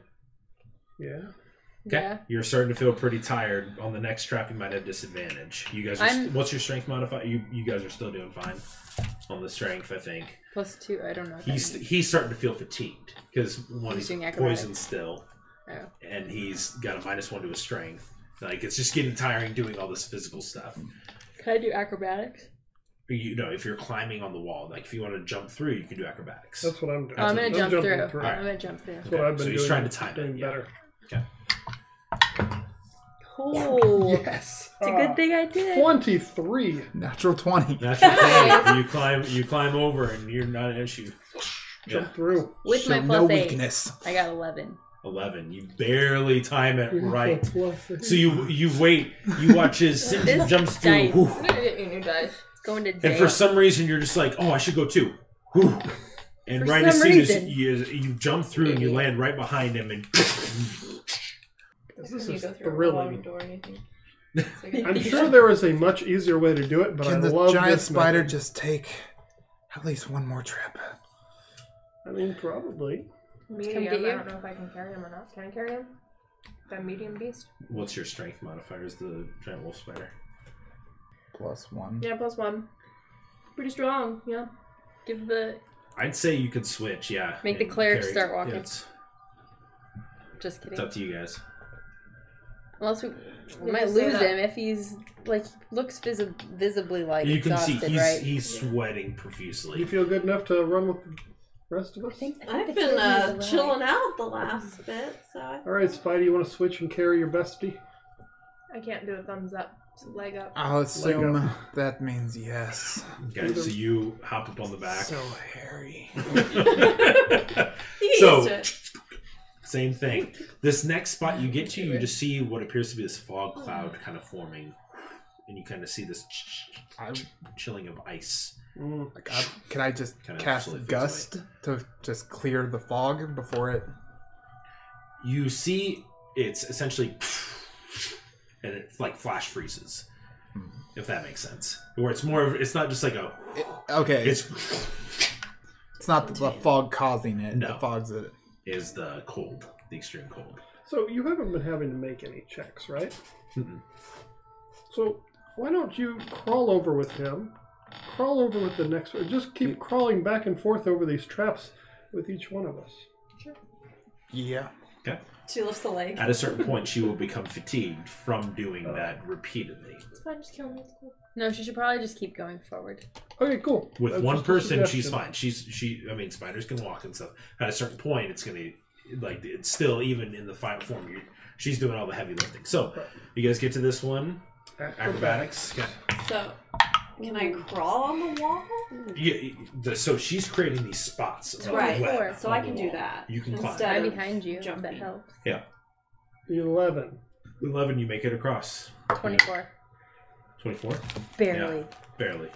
Speaker 3: Yeah.
Speaker 2: Okay.
Speaker 8: Yeah.
Speaker 2: You're starting to feel pretty tired. On the next trap, you might have disadvantage. You guys, are st-
Speaker 8: I'm-
Speaker 2: what's your strength modifier? You you guys are still doing fine on the strength, I think.
Speaker 8: Plus two. I don't know. what that
Speaker 2: He's
Speaker 8: means.
Speaker 2: he's starting to feel fatigued because one
Speaker 8: He's
Speaker 2: he's,
Speaker 8: doing acrobatics.
Speaker 2: poisoned still,
Speaker 8: Oh.
Speaker 2: and he's got a minus one to his strength. Like it's just getting tiring doing all this physical stuff.
Speaker 8: Can I do acrobatics?
Speaker 2: You know, if you're climbing on the wall, like if you want to jump through, you can do acrobatics.
Speaker 3: That's what I'm doing.
Speaker 8: Oh, I'm gonna
Speaker 3: I'm
Speaker 8: jump
Speaker 3: jumping
Speaker 8: through.
Speaker 3: through.
Speaker 8: I'm gonna jump through.
Speaker 3: That's what I've been
Speaker 2: so
Speaker 3: doing.
Speaker 2: he's trying to time it,
Speaker 3: doing
Speaker 2: yeah.
Speaker 3: better.
Speaker 8: Cool.
Speaker 4: Yes.
Speaker 8: It's a
Speaker 3: Ah,
Speaker 8: good thing I did.
Speaker 3: 23.
Speaker 4: Natural twenty.
Speaker 2: Natural thing, you climb you climb over, and you're not an issue.
Speaker 3: Jump
Speaker 2: Yeah,
Speaker 3: through.
Speaker 8: With
Speaker 4: Show
Speaker 8: my
Speaker 4: no
Speaker 8: plus eight,
Speaker 4: weakness.
Speaker 8: I got eleven.
Speaker 2: eleven. You barely time it right. So
Speaker 3: So
Speaker 2: you you wait. You watch as Sinjin jumps through.
Speaker 8: dice.
Speaker 2: whew,
Speaker 5: I'm gonna get you new dice.
Speaker 8: It's going to
Speaker 2: And
Speaker 8: jail.
Speaker 2: for some reason, you're just like, oh, I should go too. Whew. And
Speaker 8: For
Speaker 2: right as
Speaker 8: some
Speaker 2: soon as
Speaker 8: reason.
Speaker 2: you, you jump through and you land right behind him, and
Speaker 3: this
Speaker 7: Can you
Speaker 3: is
Speaker 7: go through a
Speaker 3: thrilling.
Speaker 7: locked door or anything?
Speaker 3: I'm sure there is a much easier way to do it, but
Speaker 4: Can
Speaker 3: I
Speaker 4: the
Speaker 3: love
Speaker 4: giant
Speaker 3: this
Speaker 4: spider
Speaker 3: method.
Speaker 4: just take at least one more trip?
Speaker 3: I mean, probably.
Speaker 5: Medium.
Speaker 8: get you.
Speaker 5: I don't know if I can carry him or not. Can I carry him? The medium beast.
Speaker 2: what's your strength modifier? Is the giant wolf spider?
Speaker 4: Plus one.
Speaker 5: Yeah, plus one. Pretty strong. Yeah.
Speaker 8: Give the
Speaker 2: I'd say you could switch. Yeah.
Speaker 8: Make the
Speaker 2: and
Speaker 8: cleric
Speaker 2: carry-
Speaker 8: start walking.
Speaker 2: yeah, it's,
Speaker 8: Just
Speaker 2: it's
Speaker 8: kidding.
Speaker 2: up to you guys.
Speaker 8: Unless we, we
Speaker 5: We
Speaker 8: might
Speaker 5: just say
Speaker 8: lose
Speaker 5: that.
Speaker 8: him if he's like looks visi- visibly like
Speaker 2: you can see
Speaker 8: exhausted,
Speaker 2: he's
Speaker 8: right?
Speaker 2: he's sweating
Speaker 3: Do you
Speaker 2: profusely.
Speaker 3: feel good enough to run with the rest of us?
Speaker 7: I've been uh, chilling out the last bit, so I
Speaker 3: All right, Spidey, you want to switch and carry your bestie?
Speaker 5: I can't do a thumbs up. It's a leg up.
Speaker 4: I'll assume that means yes.
Speaker 2: Okay, so you hop up on the back.
Speaker 4: So hairy.
Speaker 7: you get
Speaker 2: So-
Speaker 7: used to it.
Speaker 2: Same thing. This next spot you get to, you just see what appears to be this fog
Speaker 7: Hmm.
Speaker 2: cloud kind of forming, and you kind of see this ch- ch-
Speaker 4: I,
Speaker 2: chilling of ice.
Speaker 3: Mm.
Speaker 4: like, I- can I just
Speaker 2: Kinda
Speaker 4: cast
Speaker 2: slowly fades
Speaker 4: gust to just clear the fog before it?
Speaker 2: you see it's essentially and it like flash freezes if that makes sense. Where it's more of it's not just like a
Speaker 4: Okay, it's,
Speaker 2: it's
Speaker 4: not the fog causing it.
Speaker 2: No.
Speaker 4: The fog's it.
Speaker 2: is the cold, the extreme cold.
Speaker 3: So you haven't been having to make any checks, right?
Speaker 2: Mm-mm.
Speaker 3: So why don't you crawl over with him? Crawl over with the next one. Just keep crawling back and forth over these traps with each one of us.
Speaker 4: Yeah.
Speaker 2: Okay.
Speaker 7: She lifts the leg.
Speaker 2: At a certain point, she will become fatigued from doing that repeatedly.
Speaker 5: It's fine, just kill me. It's cool.
Speaker 8: No, she should probably just keep going forward.
Speaker 3: Okay, cool.
Speaker 2: With
Speaker 3: That's
Speaker 2: one
Speaker 3: just a
Speaker 2: person, she's
Speaker 3: suggestion.
Speaker 2: fine. She's she. I mean, spiders can walk and stuff. At a certain point, it's gonna like it's still even in the final form. You, she's doing all the heavy lifting. So you guys get to this one. Acrobatics. Okay.
Speaker 7: So, can I crawl on the wall?
Speaker 2: Yeah, the, so she's creating these spots. of
Speaker 7: Right.
Speaker 2: web
Speaker 7: So I
Speaker 2: on the
Speaker 7: can do
Speaker 2: wall.
Speaker 7: that.
Speaker 2: You can climb.
Speaker 7: Instead
Speaker 8: I'm
Speaker 7: of-
Speaker 8: behind you. If that
Speaker 7: jumping.
Speaker 8: helps.
Speaker 3: Eleven.
Speaker 2: Eleven, you make it across.
Speaker 8: Twenty-four.
Speaker 2: Twenty-four,
Speaker 8: Barely.
Speaker 2: barely.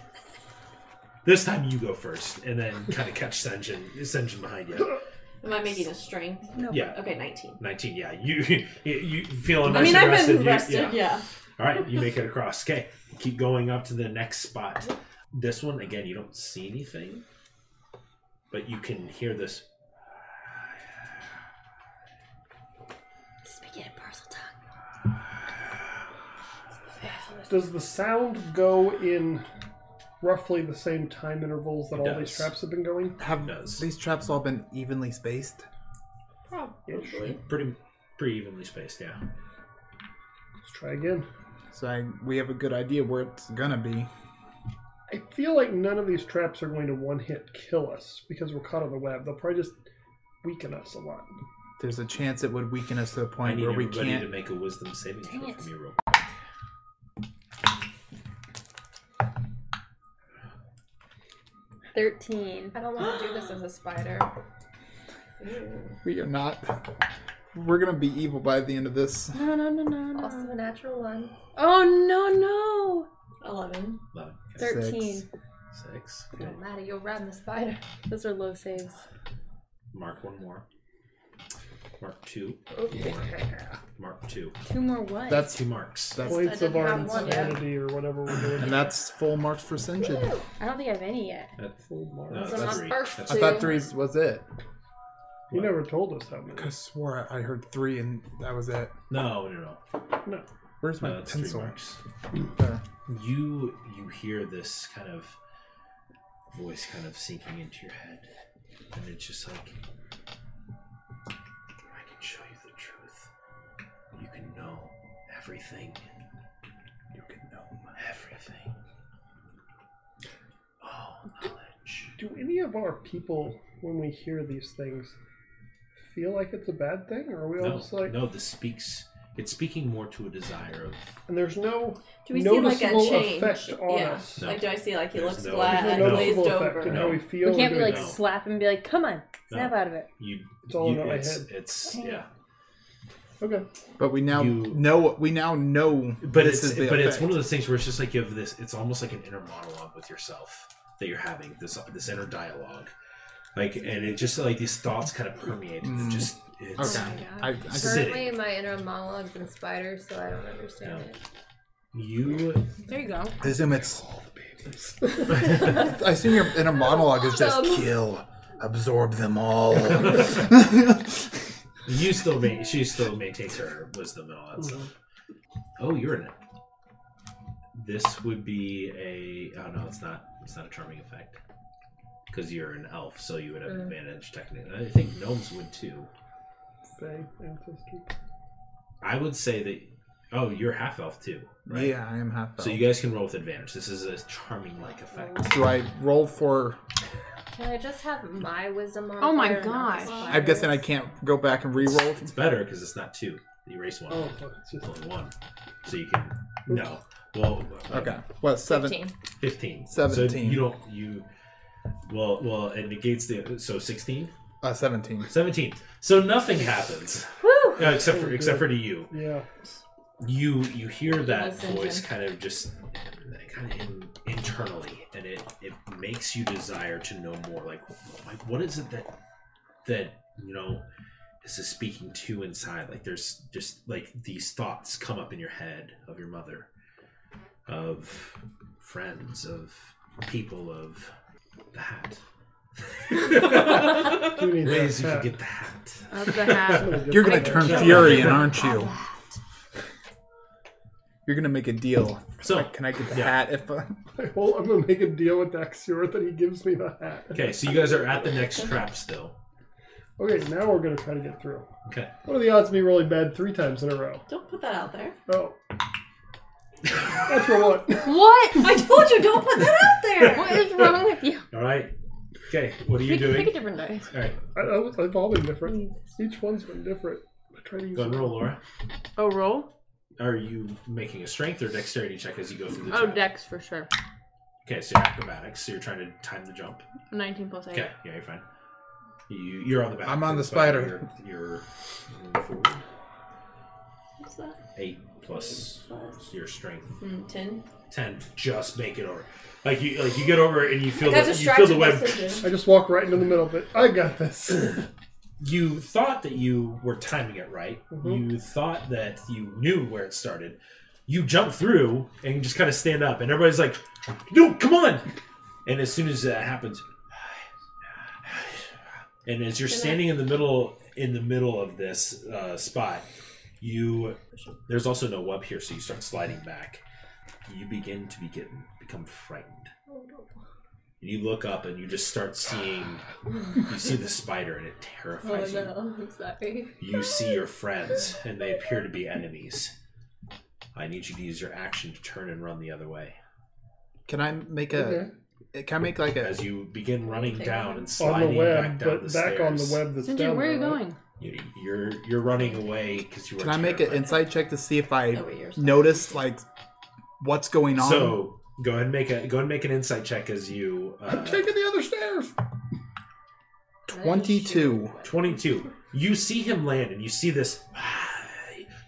Speaker 2: This time you go first, and then kind of catch Senjin, Senjin behind you.
Speaker 7: Am I making a strength?
Speaker 2: Yeah,
Speaker 7: Okay, 19.
Speaker 2: nineteen. Yeah, you you, you feeling
Speaker 7: I
Speaker 2: nice
Speaker 7: mean,
Speaker 2: and
Speaker 7: I've
Speaker 2: rested.
Speaker 7: been
Speaker 2: you-
Speaker 7: rested,
Speaker 2: yeah.
Speaker 7: yeah.
Speaker 2: All right, you make it across. Okay, keep going up to the next spot. This one again, you don't see anything, but you can hear this.
Speaker 7: Speaking of parcel tongue.
Speaker 3: Does the sound go in roughly the same time intervals that
Speaker 2: It
Speaker 3: all
Speaker 2: does.
Speaker 3: these traps have been going?
Speaker 4: Have
Speaker 2: Does.
Speaker 4: these traps all been evenly spaced?
Speaker 7: Probably.
Speaker 2: Pretty pretty evenly spaced. Yeah.
Speaker 3: Let's try again.
Speaker 4: So I, we have a good idea where it's gonna be.
Speaker 3: I feel like none of these traps are going to one hit kill us because we're caught on the web. They'll probably just weaken us a lot.
Speaker 4: There's a chance it would weaken us to the
Speaker 2: I
Speaker 4: point
Speaker 2: need
Speaker 4: where we
Speaker 2: everybody to
Speaker 4: can't.
Speaker 2: make a wisdom saving throw for me real
Speaker 8: Thirteen.
Speaker 5: I don't want to do this as a spider.
Speaker 4: We are not. We're gonna be evil by the end of this.
Speaker 8: No, no, no, no,
Speaker 5: Also,
Speaker 8: no.
Speaker 5: a natural one.
Speaker 8: Oh no,
Speaker 7: 11.
Speaker 2: Eleven.
Speaker 8: no. Thirteen.
Speaker 4: Six.
Speaker 2: Six. Okay.
Speaker 5: Don't matter, you'll ram the spider.
Speaker 8: Those are low saves.
Speaker 2: Mark one more. Mark two.
Speaker 5: Okay.
Speaker 2: Mark two.
Speaker 8: Two more what?
Speaker 4: That's
Speaker 2: Two marks.
Speaker 4: that's
Speaker 3: Points of our
Speaker 5: have one, yeah.
Speaker 3: insanity or whatever we're doing.
Speaker 4: and that's full marks for Sinjin.
Speaker 8: I don't think I have any yet.
Speaker 2: That's,
Speaker 3: Full mark.
Speaker 2: no,
Speaker 5: So
Speaker 2: that's
Speaker 5: my
Speaker 2: three.
Speaker 5: first
Speaker 2: That's
Speaker 4: I thought three was it.
Speaker 3: You never told us how many.
Speaker 4: I swore I I heard three and that was it.
Speaker 2: No, no, no.
Speaker 3: No.
Speaker 4: Where's my
Speaker 2: No, that's three
Speaker 4: pencil?
Speaker 2: marks.
Speaker 4: There.
Speaker 2: You you hear this kind of voice kind of sinking into your head, and it's just like I can show you the truth. You can know everything. You can know everything. Oh, All knowledge.
Speaker 3: Do any of our people, when we hear these things, feel like it's a bad thing? Or are we all
Speaker 2: No,
Speaker 3: just like.
Speaker 2: no, this speaks. It's speaking more to a desire of.
Speaker 3: And there's no
Speaker 7: Do we see like
Speaker 3: noticeable
Speaker 7: a change?
Speaker 3: effect on
Speaker 7: yeah.
Speaker 3: us.
Speaker 2: No.
Speaker 7: Like, do I see like he
Speaker 2: There's
Speaker 7: looks
Speaker 2: no-
Speaker 7: glad
Speaker 3: There's
Speaker 7: and
Speaker 3: no
Speaker 7: glazed
Speaker 3: noticeable effect
Speaker 7: over?
Speaker 3: in how we
Speaker 2: No.
Speaker 3: feel.
Speaker 8: We can't be
Speaker 3: or
Speaker 8: like
Speaker 2: No.
Speaker 8: slap and be like, come on,
Speaker 2: No.
Speaker 8: snap out of it.
Speaker 2: You,
Speaker 3: It's all
Speaker 2: you-
Speaker 3: in my
Speaker 2: it's,
Speaker 3: head.
Speaker 2: It's yeah,
Speaker 3: Okay.
Speaker 4: But we now
Speaker 2: You-
Speaker 4: know we now know
Speaker 2: but
Speaker 4: this
Speaker 2: it's
Speaker 4: is the
Speaker 2: but it's
Speaker 4: effect.
Speaker 2: one of those things where it's just like you have this. It's almost like an inner monologue with yourself that you're having this this inner dialogue, like and it just like these thoughts kind of permeate.
Speaker 4: Mm.
Speaker 2: It's just it's
Speaker 5: Oh my god.
Speaker 4: I, I
Speaker 2: Sit.
Speaker 5: Currently, my inner monologue's in spiders, so I don't understand it.
Speaker 2: you.
Speaker 6: There you go.
Speaker 4: I assume it's I assume your inner monologue is just kill, absorb them all.
Speaker 2: You still ma- she still maintains her wisdom and all that
Speaker 3: Hmm.
Speaker 4: Mm.
Speaker 2: stuff. Oh, you're in it. This would be a oh no, it's not it's not a charming effect because you're an elf, so you would have
Speaker 5: Mm.
Speaker 2: advantage technically. I think gnomes would too.
Speaker 3: Fae, ancestry.
Speaker 2: I would say that. Oh, you're half elf too, right?
Speaker 4: Yeah, I am half.
Speaker 2: So you guys can roll with advantage. This is a charming like effect.
Speaker 4: do I roll for?
Speaker 5: Can I just have my wisdom on?
Speaker 6: Oh my
Speaker 5: fire, not the
Speaker 6: gosh.
Speaker 5: spider's?
Speaker 4: I'm guessing I can't go back and re-roll.
Speaker 2: It's better because it's not two. You erase one.
Speaker 3: Oh, fuck, it's
Speaker 2: It's
Speaker 3: just.
Speaker 2: only one. So you can no. Well, uh,
Speaker 4: Okay, what seven?
Speaker 5: 15.
Speaker 2: 15 so
Speaker 4: Seventeen.
Speaker 2: you don't you well well it negates the so 16
Speaker 4: Uh, Seventeen.
Speaker 2: 17 so nothing happens
Speaker 5: Woo!
Speaker 2: Uh, except for except for to you
Speaker 3: Yeah.
Speaker 2: you you hear that
Speaker 5: Listen,
Speaker 2: voice
Speaker 5: Jim.
Speaker 2: kind of just kind of in, internally and it it makes you desire to know more like like what is it that that you know this is speaking to inside like there's just like these thoughts come up in your head of your mother of friends, of people, of the hat.
Speaker 3: Do need
Speaker 2: Ways you
Speaker 3: that
Speaker 2: can get the hat.
Speaker 6: Of the hat.
Speaker 4: You're gonna turn
Speaker 2: Yeah.
Speaker 4: Furian, aren't you? You're gonna make a deal.
Speaker 2: So,
Speaker 4: Can I get the
Speaker 2: Yeah.
Speaker 4: hat? If uh,
Speaker 3: Well, I'm gonna make a deal with Axior that he gives me the hat.
Speaker 2: okay, so you guys are at the next trap still.
Speaker 3: Okay, now we're gonna try to get through.
Speaker 2: Okay.
Speaker 3: What are the odds of me rolling bad three times in a row?
Speaker 7: Don't put that out there.
Speaker 3: Oh. That's for what?
Speaker 6: what?
Speaker 7: I told you, don't put that out there.
Speaker 8: What is wrong with you?
Speaker 2: All right. Okay, what are you
Speaker 8: pick, pick
Speaker 2: doing?
Speaker 8: a different dice.
Speaker 2: All right,
Speaker 3: I, I, was- they've all been different. Each one's been different. I try to use
Speaker 2: go and roll, Laura.
Speaker 6: Oh, roll?
Speaker 2: Are you making a strength or dexterity check as you go through the
Speaker 6: Oh,
Speaker 2: trap?
Speaker 6: dex for sure.
Speaker 2: Okay, so you're acrobatics, so you're trying to time the jump.
Speaker 6: 19 plus 8.
Speaker 2: Okay, yeah, you're fine. You, you're on the back.
Speaker 4: I'm on the spider.
Speaker 2: You're, you're forward.
Speaker 7: What's that?
Speaker 2: Eight plus your strength.
Speaker 7: Hmm, Tin.
Speaker 2: Ten. Just make it over. Like you, like you get over and you feel
Speaker 7: Got
Speaker 2: the, you feel the
Speaker 7: distracted by
Speaker 2: web.
Speaker 7: Sinjin.
Speaker 3: I just walk right into the middle of it. I got this.
Speaker 2: You thought that you were timing it right.
Speaker 3: Mhm.
Speaker 2: You thought that you knew where it started. You jump through and you just kind of stand up, and everybody's like, "No, come on!" And as soon as that happens, and as you're
Speaker 7: Can I-
Speaker 2: standing in the middle in the middle of this uh, spot, you there's also no web here, so you start sliding back. You begin to be getting become frightened. And you look up and you just start seeing you see the spider and it terrifies you.
Speaker 5: Oh, I'm sorry.
Speaker 2: You see your friends, and they appear to be enemies. I need you to use your action to turn and run the other way.
Speaker 4: can I make a? Can I make like a?
Speaker 2: As you begin running down and
Speaker 3: on the
Speaker 2: sliding
Speaker 3: web,
Speaker 2: back down
Speaker 3: but
Speaker 2: the
Speaker 3: back
Speaker 2: stairs,
Speaker 3: on the web that's
Speaker 6: Sinjin,
Speaker 3: down
Speaker 6: where are you
Speaker 3: there, right?
Speaker 6: going?
Speaker 2: You, you're you're running away because you were.
Speaker 4: Can I make an
Speaker 2: terrified.
Speaker 4: insight check to see if I
Speaker 7: Oh, wait, yours.
Speaker 4: notice like what's going on?
Speaker 2: So go ahead and make a go ahead and make an insight check as you. Uh,
Speaker 4: the other stairs. Twenty-two.
Speaker 2: Twenty-two. You see him land, and you see this.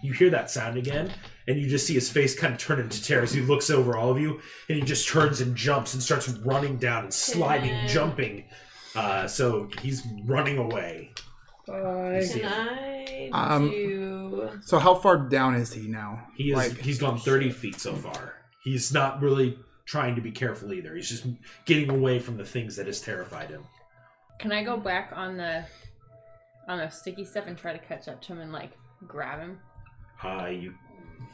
Speaker 2: You hear that sound again, and you just see his face kind of turn into terror as he looks over all of you, and he just turns and jumps and starts running down and sliding,
Speaker 7: Yeah.
Speaker 2: jumping. Uh, so he's running away.
Speaker 3: Bye.
Speaker 7: Can I
Speaker 4: Um,
Speaker 7: do?
Speaker 4: So how far down is he now?
Speaker 2: He is
Speaker 4: Like-
Speaker 2: he's gone thirty feet so far. He's not really trying to be careful either. He's just getting away from the things that has terrified him.
Speaker 8: Can I go back on the on the sticky stuff and try to catch up to him and like grab him
Speaker 2: Uh, you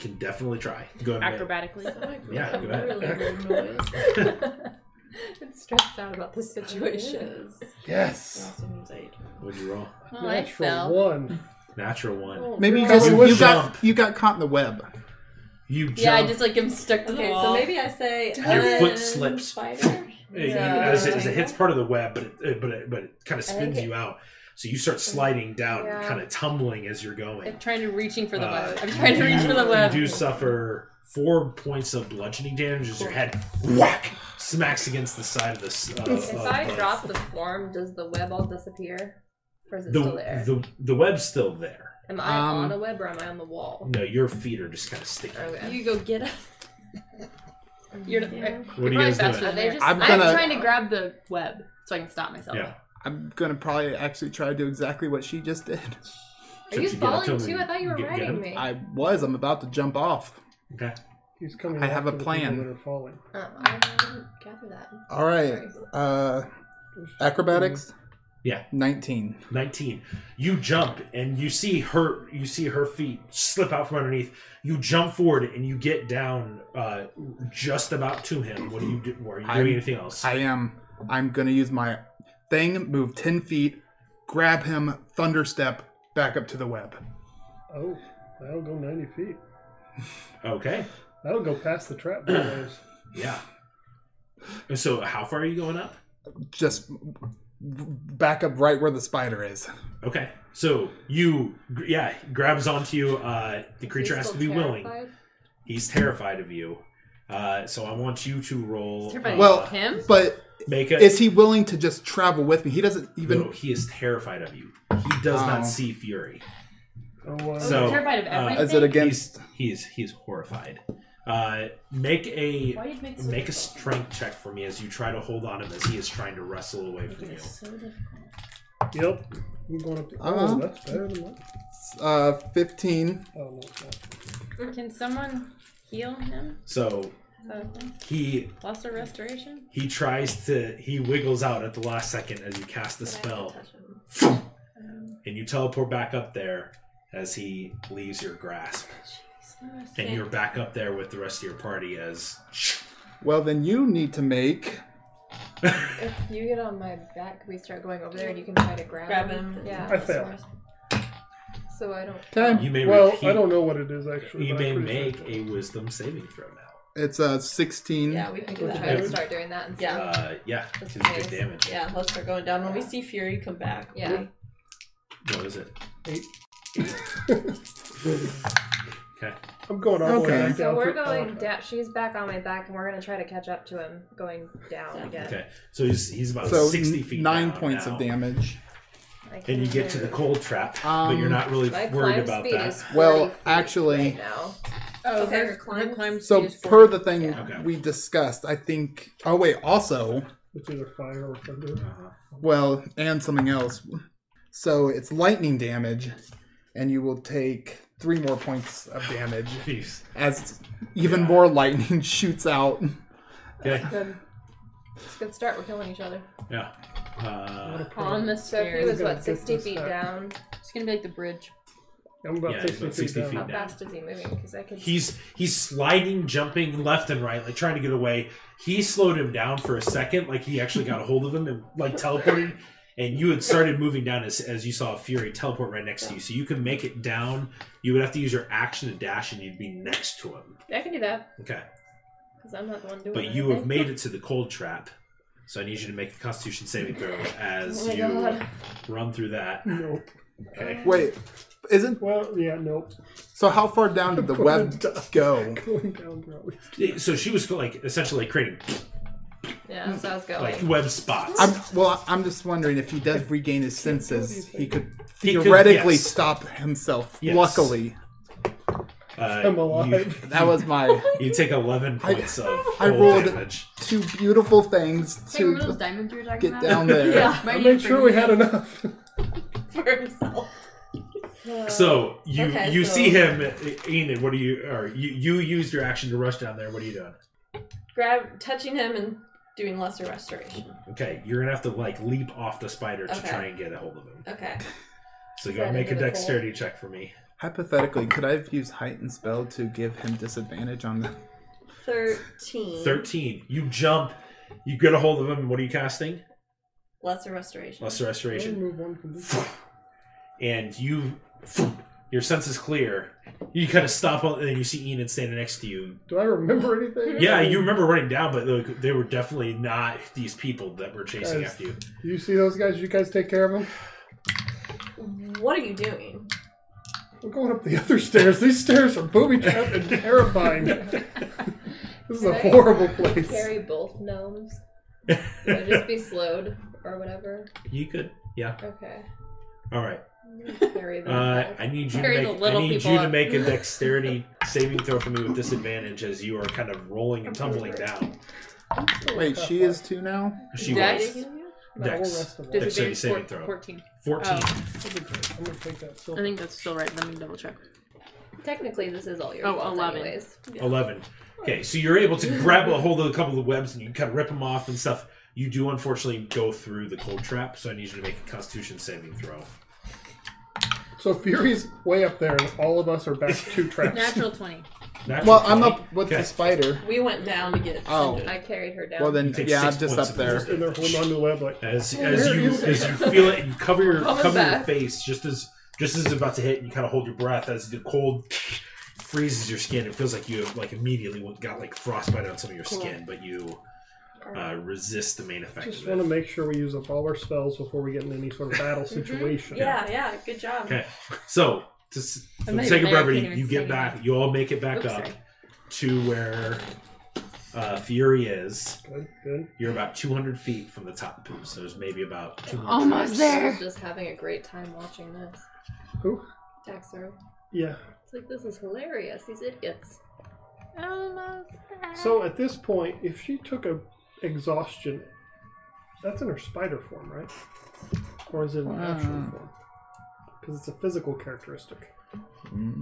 Speaker 2: can definitely try. Go ahead. and make-
Speaker 5: Oh
Speaker 8: acrobatically?
Speaker 2: Yeah, go ahead.
Speaker 7: Really weird noise.
Speaker 5: I'm stressed out about this situation.
Speaker 7: Situation.
Speaker 4: Yes.
Speaker 2: What'd you roll?
Speaker 8: Well, I
Speaker 3: Natural
Speaker 8: fell.
Speaker 3: one.
Speaker 2: Natural one.
Speaker 8: Oh.
Speaker 4: Maybe you
Speaker 2: Cover
Speaker 4: guys you,
Speaker 2: with
Speaker 4: got
Speaker 2: jump.
Speaker 4: you got caught in the web.
Speaker 2: You jump.
Speaker 8: Yeah, I just like am stuck to the
Speaker 7: Okay,
Speaker 8: wall.
Speaker 7: so maybe I say
Speaker 2: Your foot
Speaker 7: um,
Speaker 2: slips.
Speaker 7: Spider.
Speaker 2: It- you-
Speaker 8: Yeah.
Speaker 2: as, it, as it hits part of the web, but it, it- but it, but it kind of spins
Speaker 8: it-
Speaker 2: you out. So you start sliding down,
Speaker 8: Yeah.
Speaker 2: kind of tumbling as you're going.
Speaker 8: I'm trying to reaching for the
Speaker 2: Uh,
Speaker 8: web. I'm trying to
Speaker 2: you-
Speaker 8: reach for the web.
Speaker 2: You do suffer four points of bludgeoning damage as your head whack smacks against the side of this. Uh,
Speaker 5: If
Speaker 2: of
Speaker 5: I
Speaker 2: the-
Speaker 5: drop the form, does the web all disappear? Or is it
Speaker 2: the,
Speaker 5: still there?
Speaker 2: the the web's still there.
Speaker 5: Am I
Speaker 4: Um,
Speaker 5: on the web or am I on the wall?
Speaker 2: No, your feet are just kind of sticking.
Speaker 5: Okay.
Speaker 6: You go get us.
Speaker 8: You're
Speaker 7: Yeah.
Speaker 2: What are you
Speaker 8: probably
Speaker 2: guys
Speaker 8: faster
Speaker 2: doing?
Speaker 8: than they just.
Speaker 4: I'm
Speaker 6: I'm,
Speaker 4: gonna-
Speaker 6: trying to grab the web so I can stop myself.
Speaker 2: Yeah.
Speaker 4: I'm gonna probably actually try to do exactly what she just did.
Speaker 5: Are you
Speaker 2: So did get up to
Speaker 5: falling
Speaker 2: him
Speaker 5: too?
Speaker 2: and
Speaker 5: I thought you were
Speaker 2: get- get him?
Speaker 5: riding me.
Speaker 7: Uh,
Speaker 4: I was. I'm about to jump off.
Speaker 2: Okay.
Speaker 3: He's coming.
Speaker 4: I have
Speaker 3: after
Speaker 4: a
Speaker 3: the
Speaker 4: plan.
Speaker 3: people That are falling.
Speaker 7: Oh,
Speaker 5: Um, I didn't gather that.
Speaker 4: All right. Uh, acrobatics.
Speaker 2: Yeah.
Speaker 4: Nineteen.
Speaker 2: 19 you jump and you see her you see her feet slip out from underneath you jump forward and you get down uh just about to him what do you do or are you
Speaker 4: I'm-
Speaker 2: doing anything else
Speaker 4: I am. I'm gonna use my thing. Move ten feet. Grab him. Thunder step. Back up to the web.
Speaker 3: Oh, that'll go 90 feet.
Speaker 2: okay
Speaker 3: That'll go past the trap doors.
Speaker 2: yeah And so how far are you going up
Speaker 4: Just back up right where the spider is.
Speaker 2: okay so you gr- yeah grabs onto you uh the creature has to be willing he's terrified of you uh so i want you to roll
Speaker 6: Terrified
Speaker 2: uh,
Speaker 6: of
Speaker 4: Well-
Speaker 6: him?
Speaker 4: But
Speaker 2: make a
Speaker 4: is he willing to just travel with me? He doesn't even.
Speaker 2: no, he is terrified of you he does
Speaker 4: Oh.
Speaker 2: not see fury
Speaker 3: Oh, uh,
Speaker 2: So,
Speaker 8: terrified of
Speaker 2: uh,
Speaker 8: everything.
Speaker 4: Is it against?
Speaker 2: He is he is horrified. Uh, make a
Speaker 8: Why did make it so
Speaker 2: make a
Speaker 8: difficult?
Speaker 2: strength check for me as you try to hold on him as he is trying to wrestle away from you.
Speaker 8: It's so difficult.
Speaker 3: yep. I'm going up. To, oh,
Speaker 4: Uh-huh.
Speaker 3: that's better than mine.
Speaker 4: Uh, fifteen.
Speaker 3: Oh, no, it's not.
Speaker 8: Can someone heal him?
Speaker 2: So He
Speaker 8: Lost a restoration?
Speaker 2: he tries to he wiggles out at the last second as you cast the spell, and you teleport back up there as he leaves your grasp, and you're back up there with the rest of your party as
Speaker 4: Well, then you need to make.
Speaker 8: If you get on my back, we start going over there and you can try to grab,
Speaker 7: Grab him.
Speaker 8: Yeah.
Speaker 3: I fail.
Speaker 8: So I don't.
Speaker 4: Okay.
Speaker 2: you may
Speaker 3: Well,
Speaker 2: repeat,
Speaker 3: I don't know what it is actually.
Speaker 2: you
Speaker 3: but
Speaker 2: may
Speaker 3: I'm pretty
Speaker 2: make
Speaker 3: sure
Speaker 2: a wisdom saving throw now.
Speaker 4: It's uh, a 16.
Speaker 7: Yeah, we can do
Speaker 8: We can
Speaker 7: that.
Speaker 8: try to start doing that instead.
Speaker 7: Yeah.
Speaker 2: Uh, yeah, it's
Speaker 7: That's
Speaker 2: good
Speaker 7: nice.
Speaker 2: damage.
Speaker 7: Yeah, let's start going down. When we see Fury come back,
Speaker 8: Yeah.
Speaker 7: we-
Speaker 2: What is it? Okay.
Speaker 3: I'm going all the way
Speaker 4: Okay.
Speaker 3: back
Speaker 8: So
Speaker 3: down.
Speaker 8: we're
Speaker 3: to-
Speaker 8: going
Speaker 3: oh,
Speaker 8: down. She's back on my back, and we're gonna try to catch up to him going down
Speaker 7: Yeah.
Speaker 8: again.
Speaker 2: Okay. So he's he's about
Speaker 4: So
Speaker 2: sixty feet.
Speaker 4: nine
Speaker 2: down
Speaker 4: points
Speaker 2: now.
Speaker 4: of damage.
Speaker 8: I
Speaker 2: And you
Speaker 8: can-
Speaker 2: get to the cold trap, but
Speaker 4: Um,
Speaker 2: you're not really
Speaker 8: My
Speaker 2: worried
Speaker 8: climb
Speaker 2: about
Speaker 8: speed
Speaker 2: that.
Speaker 8: is 40
Speaker 4: Well,
Speaker 8: feet
Speaker 4: actually-
Speaker 8: right now.
Speaker 6: Oh,
Speaker 7: Okay,
Speaker 6: her-
Speaker 7: her
Speaker 6: her
Speaker 7: climb-
Speaker 6: climb
Speaker 4: So
Speaker 6: speed is
Speaker 4: per
Speaker 6: 40.
Speaker 4: the thing
Speaker 8: Yeah.
Speaker 2: Okay.
Speaker 4: we discussed, I think. Oh wait, also,
Speaker 3: It's either fire or thunder.
Speaker 4: well, and something else. So it's lightning damage, and you will take three more points of damage
Speaker 2: Jeez.
Speaker 4: as even more lightning shoots out.
Speaker 2: Okay.
Speaker 8: Good. It's a good start. We're killing each other.
Speaker 2: Yeah. Uh,
Speaker 8: On the
Speaker 5: So if he
Speaker 8: stairs.
Speaker 5: was
Speaker 3: gonna
Speaker 5: what
Speaker 3: get
Speaker 5: sixty
Speaker 3: this
Speaker 5: feet
Speaker 3: out.
Speaker 5: down.
Speaker 6: It's gonna be like the bridge.
Speaker 3: I'm about
Speaker 2: Yeah,
Speaker 3: 60,
Speaker 2: he's about
Speaker 3: feet
Speaker 2: 60
Speaker 3: down.
Speaker 2: feet.
Speaker 8: How
Speaker 2: Yeah.
Speaker 8: fast is he moving? Because I could.
Speaker 2: he's he's sliding, jumping left and right, like trying to get away. He slowed him down for a second, like he actually got a hold of him and like teleported. And you had started moving down as, as you saw Fury teleport right next to you, so you can make it down. You would have to use your action to dash, and you'd be next to him.
Speaker 8: I can do that
Speaker 2: Okay,
Speaker 8: because I'm not the one doing it.
Speaker 2: but you have made it to the cold trap, so I need you to make a Constitution saving throw as
Speaker 8: Oh my
Speaker 2: you
Speaker 8: God.
Speaker 2: run through that.
Speaker 3: Nope.
Speaker 2: Okay,
Speaker 4: Wait, isn't
Speaker 3: Well, yeah, nope.
Speaker 4: so? How far down did the web go?
Speaker 3: Going down probably.
Speaker 2: so she was like essentially creating
Speaker 5: Yeah, so I was going.
Speaker 2: like web spots.
Speaker 4: I'm, well, I'm just wondering if he does regain his senses, he could
Speaker 2: He could,
Speaker 4: theoretically
Speaker 2: yes.
Speaker 4: stop himself.
Speaker 2: Yes.
Speaker 4: Luckily,
Speaker 2: Uh,
Speaker 3: I'm alive.
Speaker 4: that was my
Speaker 2: You, you take eleven
Speaker 4: I-
Speaker 2: points of
Speaker 4: I
Speaker 2: cold
Speaker 4: rolled-
Speaker 2: damage.
Speaker 4: two beautiful things
Speaker 6: Hey, remember those
Speaker 4: to
Speaker 6: diamonds you were talking
Speaker 4: get
Speaker 6: about?
Speaker 4: down there.
Speaker 7: Yeah.
Speaker 6: Right
Speaker 3: I
Speaker 6: in
Speaker 3: made
Speaker 6: front
Speaker 3: sure
Speaker 6: of
Speaker 3: we
Speaker 6: you.
Speaker 3: had enough.
Speaker 7: for himself.
Speaker 2: So you
Speaker 7: Okay,
Speaker 2: you
Speaker 7: so-
Speaker 2: see him, I- Enid. What do you or you you used your action to rush down there? What are you doing?
Speaker 7: Grab, touching him and doing lesser restoration.
Speaker 2: Okay, you're gonna have to like leap off the spider to
Speaker 7: Okay.
Speaker 2: try and get a hold of him.
Speaker 7: Okay.
Speaker 2: So
Speaker 8: Is
Speaker 2: go
Speaker 8: that
Speaker 2: make a
Speaker 8: into the
Speaker 2: dexterity check for me.
Speaker 4: Hypothetically, could I have used heightened spell to give him disadvantage on the?
Speaker 7: Thirteen.
Speaker 2: Thirteen. You jump. You get a hold of him. What are you casting?
Speaker 7: Lesser restoration.
Speaker 2: Lesser restoration.
Speaker 5: Mm.
Speaker 3: Remove one condition.
Speaker 2: and you your senses clear you kind of stop and then you see enid standing next to you
Speaker 3: Do I remember
Speaker 5: Mm.
Speaker 3: anything?
Speaker 2: yeah you remember running down but like, they were definitely not these people that were chasing
Speaker 3: Guys.
Speaker 2: after you
Speaker 3: You see those guys? You guys take care of them.
Speaker 7: What are you doing?
Speaker 3: We're going up the other stairs. These stairs are booby trapped and terrifying. this is a horrible place.
Speaker 5: Carry both gnomes. Would I just be slowed or whatever.
Speaker 2: you could yeah
Speaker 5: Okay.
Speaker 2: all right
Speaker 5: Carry them.
Speaker 2: uh, i need you to
Speaker 6: Carry the
Speaker 2: make, I
Speaker 6: little
Speaker 2: need
Speaker 6: people
Speaker 2: you to
Speaker 6: up.
Speaker 2: make a dexterity saving throw for me with disadvantage as you are kind of rolling and tumbling down
Speaker 4: Wait, she is two now.
Speaker 2: she
Speaker 6: Dex?
Speaker 2: was
Speaker 3: No, we'll
Speaker 2: dex
Speaker 3: rest of them.
Speaker 2: Dex saving
Speaker 6: Disadvantage
Speaker 2: throw.
Speaker 6: 14.
Speaker 2: 14
Speaker 6: Oh,
Speaker 3: I'm gonna take that.
Speaker 6: I think that's still right. Let me double check.
Speaker 5: Technically, this is all your
Speaker 6: Oh,
Speaker 5: fault
Speaker 6: 11.
Speaker 5: anyways.
Speaker 2: 11. Okay, so you're able to grab a hold of a couple of the webs and you can kind of rip them off and stuff. You do unfortunately go through the cold trap, so I need you to make a constitution saving throw.
Speaker 3: So Fury's way up there, and all of us are back two traps.
Speaker 6: Natural 20.
Speaker 2: Natural
Speaker 4: Well, I'm
Speaker 2: 20.
Speaker 4: up with
Speaker 2: Okay.
Speaker 4: the spider.
Speaker 7: We went down to get.
Speaker 4: Oh.
Speaker 7: Cinder.
Speaker 5: I carried her down.
Speaker 4: Well then,
Speaker 2: You take
Speaker 4: yeah,
Speaker 2: six
Speaker 4: I'm just
Speaker 2: points
Speaker 4: up
Speaker 2: of
Speaker 4: there.
Speaker 2: damage.
Speaker 3: And they're holding on to the web like,
Speaker 2: As as
Speaker 3: where
Speaker 2: you
Speaker 3: is it?
Speaker 2: as you feel it, you cover your
Speaker 5: Coming
Speaker 2: cover your
Speaker 5: back.
Speaker 2: face just as just as it's about to hit, and you kind of hold your breath as the cold freezes your skin. It feels like you have like immediately got like frostbite on some of your skin, but you uh, resist the main effect
Speaker 3: just
Speaker 2: of
Speaker 3: want
Speaker 2: it.
Speaker 3: to make sure we use up all our spells before we get in any sort of battle situation.
Speaker 7: Yeah, yeah. Good job.
Speaker 2: Okay. So, to s- for the
Speaker 6: not
Speaker 2: sake
Speaker 6: even
Speaker 2: of
Speaker 6: there, I
Speaker 2: brevity,
Speaker 6: can't even
Speaker 2: you
Speaker 6: see
Speaker 2: get
Speaker 6: anything.
Speaker 2: back, you all make it back
Speaker 6: Oops,
Speaker 2: up
Speaker 6: sorry.
Speaker 2: to where uh, Fury is.
Speaker 3: Good, good.
Speaker 2: You're about 200 feet from the top, so there's maybe about 200
Speaker 6: Almost
Speaker 2: feet.
Speaker 5: I
Speaker 6: there.
Speaker 5: was just having a great time watching this.
Speaker 3: Who?
Speaker 5: Daxo.
Speaker 3: Yeah.
Speaker 5: It's like this is hilarious. These idiots.
Speaker 3: So at this point, if she took a exhaustion,
Speaker 6: Hmm.
Speaker 3: that's in her spider form, right? Or is it an actual
Speaker 4: Wow.
Speaker 3: form? because it's a physical characteristic.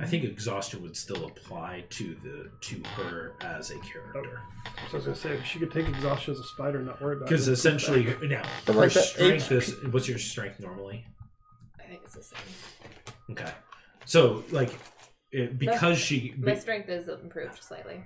Speaker 2: I think exhaustion would still apply to the to her as a character
Speaker 3: So I was gonna say she could take exhaustion as a spider, and not worry about it.
Speaker 2: because essentially now
Speaker 4: But
Speaker 2: her
Speaker 4: like that
Speaker 2: strength is what's your strength normally?
Speaker 5: I think it's the same.
Speaker 2: Okay, so like it, because she
Speaker 5: My strength is improved slightly.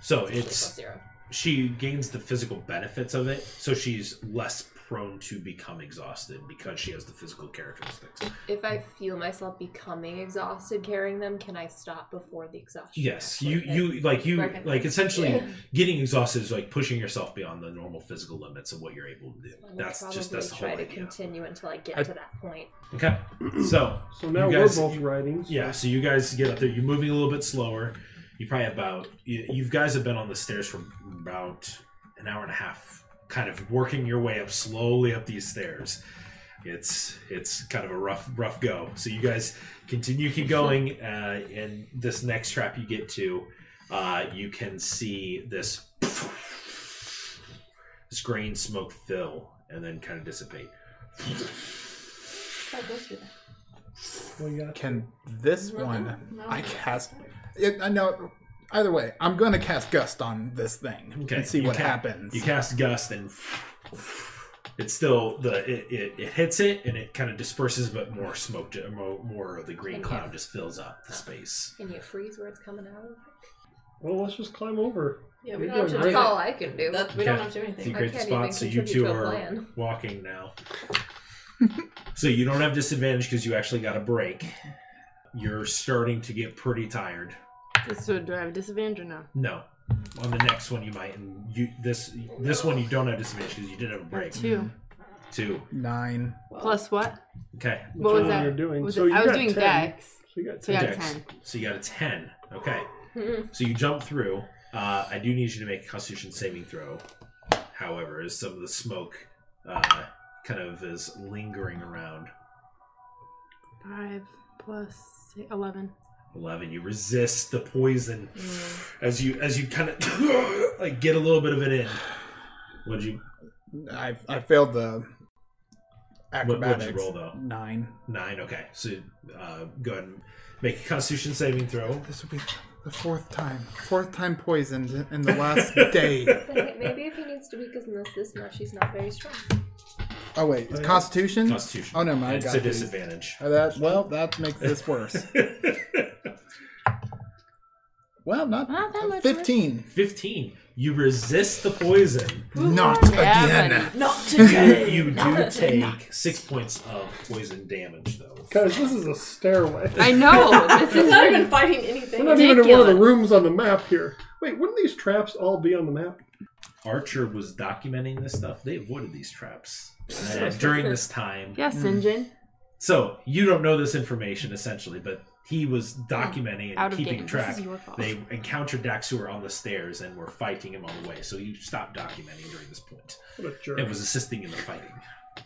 Speaker 2: so
Speaker 5: Usually
Speaker 2: it's
Speaker 5: plus zero.
Speaker 2: she gains the physical benefits of it, so she's less prone to become exhausted because she has the physical characteristics.
Speaker 5: If I feel myself becoming exhausted carrying them, can I stop before the exhaustion?
Speaker 2: Yes,
Speaker 5: actually
Speaker 2: you
Speaker 5: hits?
Speaker 2: you like you
Speaker 5: Reckon.
Speaker 2: like essentially
Speaker 5: Yeah.
Speaker 2: getting exhausted is like pushing yourself beyond the normal physical limits of what you're able to do.
Speaker 5: I will
Speaker 2: That's just
Speaker 5: probably
Speaker 2: that's the whole
Speaker 5: try to
Speaker 2: idea.
Speaker 5: continue until I get
Speaker 4: I-
Speaker 5: to that point.
Speaker 2: Okay, so
Speaker 3: So now
Speaker 2: You guys-
Speaker 3: we're both riding.
Speaker 2: yeah, so you guys get up there. You're moving a little bit slower. You probably have about you, you guys have been on the stairs for about an hour and a half, kind of working your way up slowly up these stairs. It's it's kind of a rough rough go. So you guys continue keep going, uh, and this next trap you get to, uh, you can see this this green smoke fill and then kind of dissipate.
Speaker 7: That goes through that.
Speaker 3: Well, you got
Speaker 4: Can this
Speaker 7: No,
Speaker 4: one
Speaker 7: no,
Speaker 4: I
Speaker 7: no.
Speaker 4: cast? It, I know. Either way, I'm gonna cast gust on this thing
Speaker 2: Okay,
Speaker 4: and see
Speaker 2: you
Speaker 4: what
Speaker 2: ca-
Speaker 4: happens.
Speaker 2: You cast gust and it's still the it, it, it hits it and it kind of disperses, but more smoke, ju- more, more of the green
Speaker 5: And
Speaker 2: cloud
Speaker 5: if-
Speaker 2: just fills up the space.
Speaker 5: Can you freeze where it's coming out of?
Speaker 3: Well, let's just climb over.
Speaker 7: Yeah,
Speaker 3: You're
Speaker 7: we don't have to
Speaker 3: doing
Speaker 7: do
Speaker 5: That's
Speaker 3: great.
Speaker 7: that.
Speaker 5: all I can do.
Speaker 7: That- We don't
Speaker 2: Okay.
Speaker 7: have to do
Speaker 2: You
Speaker 7: anything.
Speaker 5: I
Speaker 2: create the
Speaker 5: can't
Speaker 2: spot,
Speaker 5: even
Speaker 2: so you
Speaker 5: contribute
Speaker 2: two
Speaker 5: to a
Speaker 2: are
Speaker 5: plan.
Speaker 2: walking now. so you don't have disadvantage because you actually got a break. You're starting to get pretty tired.
Speaker 6: So do I have a disadvantage or no?
Speaker 2: No, on the next one you might, and you this this one you don't have disadvantage because you did have a break.
Speaker 6: Two
Speaker 2: Two.
Speaker 4: Nine.
Speaker 6: plus what?
Speaker 2: Okay,
Speaker 3: Which
Speaker 6: What was
Speaker 3: one
Speaker 6: that?
Speaker 3: You're doing.
Speaker 6: Was
Speaker 3: so
Speaker 6: it-
Speaker 3: you
Speaker 6: I was
Speaker 3: got
Speaker 6: doing
Speaker 3: 10.
Speaker 6: dex.
Speaker 3: So you got
Speaker 6: So I got a
Speaker 2: Dex.
Speaker 6: ten.
Speaker 2: so you got a ten. Okay. So you jump through. Uh, I do need you to make a Constitution saving throw. However, as some of the smoke uh, kind of is lingering around.
Speaker 6: Five plus six, eleven.
Speaker 2: Eleven, you resist the poison as you as you kind of like get a little bit of it in. Would you
Speaker 4: I I failed the
Speaker 2: what,
Speaker 4: acrobatics.
Speaker 2: what'd you roll though?
Speaker 4: Nine.
Speaker 2: Nine. Okay, so uh, go ahead and make a Constitution saving throw.
Speaker 4: This will be the fourth time. Fourth time poisoned in the last day.
Speaker 5: But maybe if he needs to weaken this this much, he's not very strong.
Speaker 4: Oh wait, it's Constitution.
Speaker 2: Constitution.
Speaker 4: Oh, no, my
Speaker 2: And It's
Speaker 4: God.
Speaker 2: a disadvantage.
Speaker 4: Uh, that well, that makes this worse. Well, not,
Speaker 6: Not that much
Speaker 4: fifteen.
Speaker 2: Fifteen. You resist the poison.
Speaker 4: Not
Speaker 6: Yeah,
Speaker 4: again.
Speaker 6: buddy.
Speaker 7: Not today.
Speaker 2: You do
Speaker 7: Not today.
Speaker 2: take six points of poison damage, though.
Speaker 3: Guys, this is a stairway.
Speaker 6: I know. This
Speaker 7: It's
Speaker 6: is
Speaker 7: not even fighting
Speaker 3: We're
Speaker 7: anything.
Speaker 3: not even in one of the
Speaker 6: ridiculous.
Speaker 3: rooms on the map here. Wait, wouldn't these traps all be on the map?
Speaker 2: Archer was documenting this stuff. They avoided these traps uh, during this time.
Speaker 6: yeah, Sinjin.
Speaker 2: So you don't know this information essentially, but he was documenting and
Speaker 6: Hmm. Out of
Speaker 2: keeping
Speaker 6: game.
Speaker 2: track.
Speaker 6: This is your fault.
Speaker 2: They encountered Daxur on the stairs and were fighting him on the way. So you stopped documenting during this point.
Speaker 3: What a jerk.
Speaker 2: It was assisting in the fighting.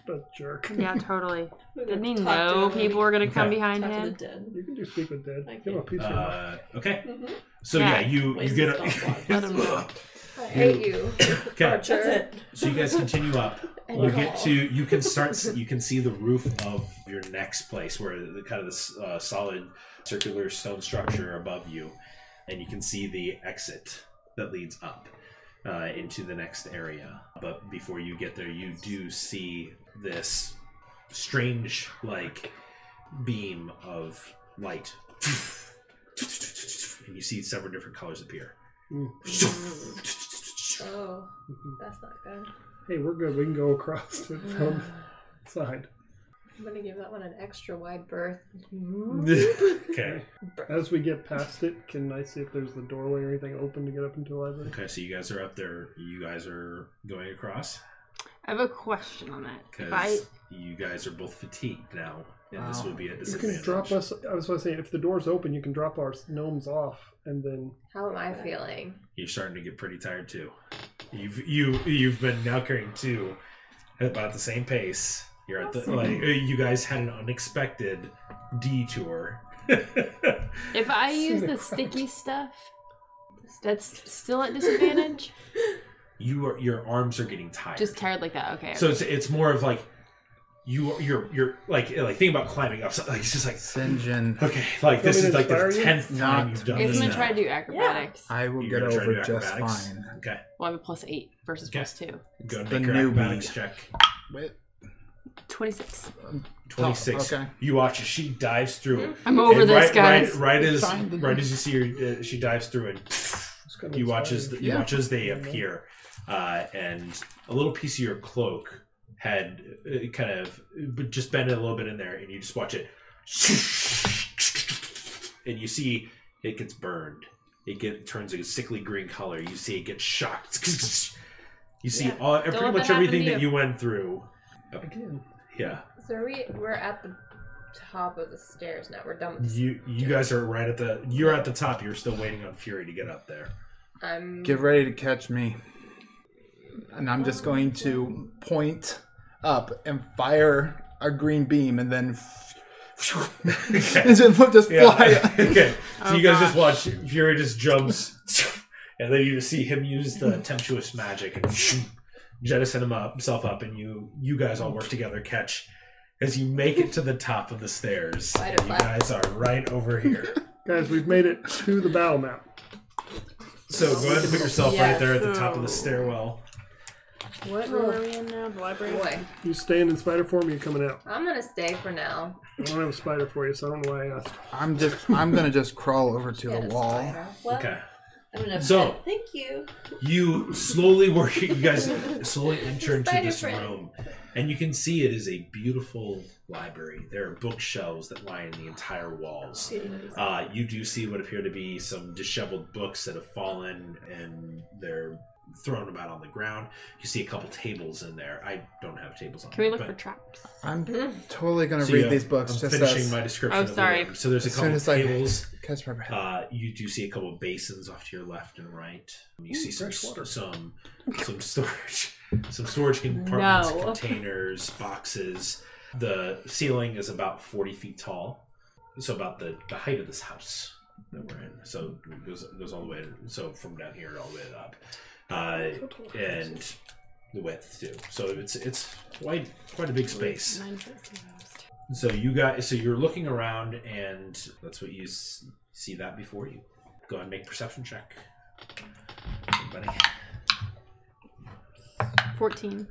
Speaker 3: What a jerk.
Speaker 6: Yeah, totally.
Speaker 7: We're gonna
Speaker 6: Didn't he
Speaker 7: talk to
Speaker 6: know
Speaker 7: him.
Speaker 6: people were gonna come
Speaker 2: Okay.
Speaker 6: behind
Speaker 7: Talk to the
Speaker 6: him?
Speaker 7: dead.
Speaker 3: You can do speak with dead.
Speaker 7: Thank
Speaker 3: Give him a piece of
Speaker 2: Uh, okay,
Speaker 7: Mhm.
Speaker 2: so yeah,
Speaker 6: Mm-hmm. Yeah.
Speaker 2: you you
Speaker 7: Waste
Speaker 2: get
Speaker 7: his
Speaker 2: a,
Speaker 7: spot.
Speaker 6: Let him know.
Speaker 5: I hate you.
Speaker 2: okay.
Speaker 7: That's it.
Speaker 2: So you guys continue up.
Speaker 5: And
Speaker 2: You
Speaker 5: call.
Speaker 2: get to you can start you can see the roof of your next place where the kind of this uh, solid circular stone structure above you, and you can see the exit that leads up uh, into the next area. But before you get there, you do see this strange like beam of light. And you see several different colors appear.
Speaker 5: Oh, that's not good.
Speaker 3: Hey, we're good. We can go across to the front side.
Speaker 5: I'm gonna give that one an extra wide berth.
Speaker 7: Mm-hmm.
Speaker 2: okay.
Speaker 3: As we get past it, can I see if there's the doorway or anything open to get up into the library?
Speaker 2: Okay, so you guys are up there. You guys are going across
Speaker 6: I have a question on that. If I
Speaker 2: because you guys are both fatigued now, and this
Speaker 4: Wow.
Speaker 2: will be a
Speaker 3: You
Speaker 2: disadvantage.
Speaker 3: can drop us. I was going to say, if the door's open, you can drop our gnomes off, and then
Speaker 5: How am I feeling?
Speaker 2: You're starting to get pretty tired too. You've you you've been now carrying two at about the same pace. You're at the like uh, you guys had an unexpected detour.
Speaker 6: if I use the
Speaker 3: Crap.
Speaker 6: sticky stuff, that's still at disadvantage.
Speaker 2: you are your arms are getting tired.
Speaker 6: Just tired like that. Okay.
Speaker 2: So it's it's more of like you are, you're you're like like think about climbing up. something. Like it's just like
Speaker 4: Sinjin,
Speaker 2: okay, like this is
Speaker 3: Want me to
Speaker 2: like
Speaker 3: inspire
Speaker 2: the
Speaker 3: you?
Speaker 2: tenth time
Speaker 4: Not
Speaker 2: you've done
Speaker 6: He's
Speaker 2: this.
Speaker 6: gonna
Speaker 2: now.
Speaker 6: try to do acrobatics.
Speaker 4: I will
Speaker 2: You're
Speaker 4: get
Speaker 2: gonna try to do
Speaker 4: over just
Speaker 2: acrobatics?
Speaker 4: fine.
Speaker 2: Okay,
Speaker 6: Well, I have a plus eight versus
Speaker 2: Okay.
Speaker 6: plus two.
Speaker 2: go
Speaker 4: It's
Speaker 2: and
Speaker 4: the
Speaker 2: make your
Speaker 4: newbie.
Speaker 2: acrobatics check.
Speaker 4: Wait,
Speaker 6: Twenty-six.
Speaker 2: Twenty six.
Speaker 4: okay.
Speaker 2: You watch as she dives through it.
Speaker 6: I'm over
Speaker 2: And
Speaker 6: this,
Speaker 2: right,
Speaker 6: guys.
Speaker 2: Right, right as
Speaker 4: Fine, then.
Speaker 2: right as you see her, uh, she dives through and
Speaker 3: It's kind of
Speaker 2: you watch as
Speaker 3: inspiring.
Speaker 2: you
Speaker 4: Yeah.
Speaker 2: watch as they
Speaker 8: Mm-hmm.
Speaker 2: appear, uh, and a little piece of your cloak had uh, kind of but just bent a little bit in there, and you just watch it, and you see it gets burned. It get turns a sickly green color. You see it gets shocked. You see all pretty
Speaker 8: let
Speaker 2: much
Speaker 8: that happen
Speaker 2: everything
Speaker 8: to
Speaker 2: that
Speaker 8: you.
Speaker 2: you went through.
Speaker 3: again.
Speaker 2: Yeah,
Speaker 5: So are we we're at the top of the stairs now. We're done with this.
Speaker 2: you you guys are right at the you're at the top. You're still waiting on Fury to get up there.
Speaker 5: I'm
Speaker 4: Get ready to catch me. And I'm just going to point up and fire a green beam and then. and just, just fly.
Speaker 2: Yeah. okay. So
Speaker 7: Oh,
Speaker 2: you guys just watch Fury just jumps, and then you just see him use the tempestuous magic and jettison him up, himself up, and you you guys all work together catch as you make it to the top of the stairs. And you guys are right over here.
Speaker 3: Guys, we've made it to the battle map.
Speaker 2: So go ahead and put yourself right
Speaker 7: Yes.
Speaker 2: there at the top of the stairwell.
Speaker 6: What room are we in now? The library.
Speaker 5: boy.
Speaker 3: You staying in spider form? Or you coming out?
Speaker 5: I'm gonna stay for now.
Speaker 3: I don't have a spider for you, so I don't know why I asked.
Speaker 4: I'm just. I'm gonna just crawl over to the wall.
Speaker 7: Well,
Speaker 2: Okay.
Speaker 7: I'm gonna
Speaker 2: So-
Speaker 7: pet- thank you.
Speaker 2: You slowly work. You guys slowly enter into
Speaker 7: Spider
Speaker 2: this
Speaker 7: friend.
Speaker 2: room, and you can see it is a beautiful library. There are bookshelves that line the entire walls. Uh, you do see what appear to be some disheveled books that have fallen and they're thrown about on the ground. You see a couple tables in there. I don't have tables on.
Speaker 6: Can we look
Speaker 2: but-
Speaker 6: for traps?
Speaker 4: I'm totally gonna
Speaker 2: So,
Speaker 4: read
Speaker 2: yeah,
Speaker 4: these books.
Speaker 2: I'm
Speaker 4: just
Speaker 2: finishing
Speaker 4: as,
Speaker 2: my description.
Speaker 6: Oh,
Speaker 2: of the
Speaker 6: sorry.
Speaker 2: room. So there's a
Speaker 4: as soon
Speaker 2: couple
Speaker 4: as I
Speaker 2: tables.
Speaker 4: catch my breath.
Speaker 2: Uh, you do see a couple of basins off to your left and right. You see some
Speaker 3: fresh water.
Speaker 2: some some storage some storage compartments,
Speaker 6: No.
Speaker 2: containers, boxes. The ceiling is about forty feet tall, so about the, the height of this house that we're in. So it goes goes all the way. So from down here all the way up, uh, and the width too. So it's it's quite quite a big space.
Speaker 6: Nine fifty last.
Speaker 2: So you guys, so you're looking around, and that's what you s- see that before you. Go ahead and make perception check. Everybody.
Speaker 6: Fourteen.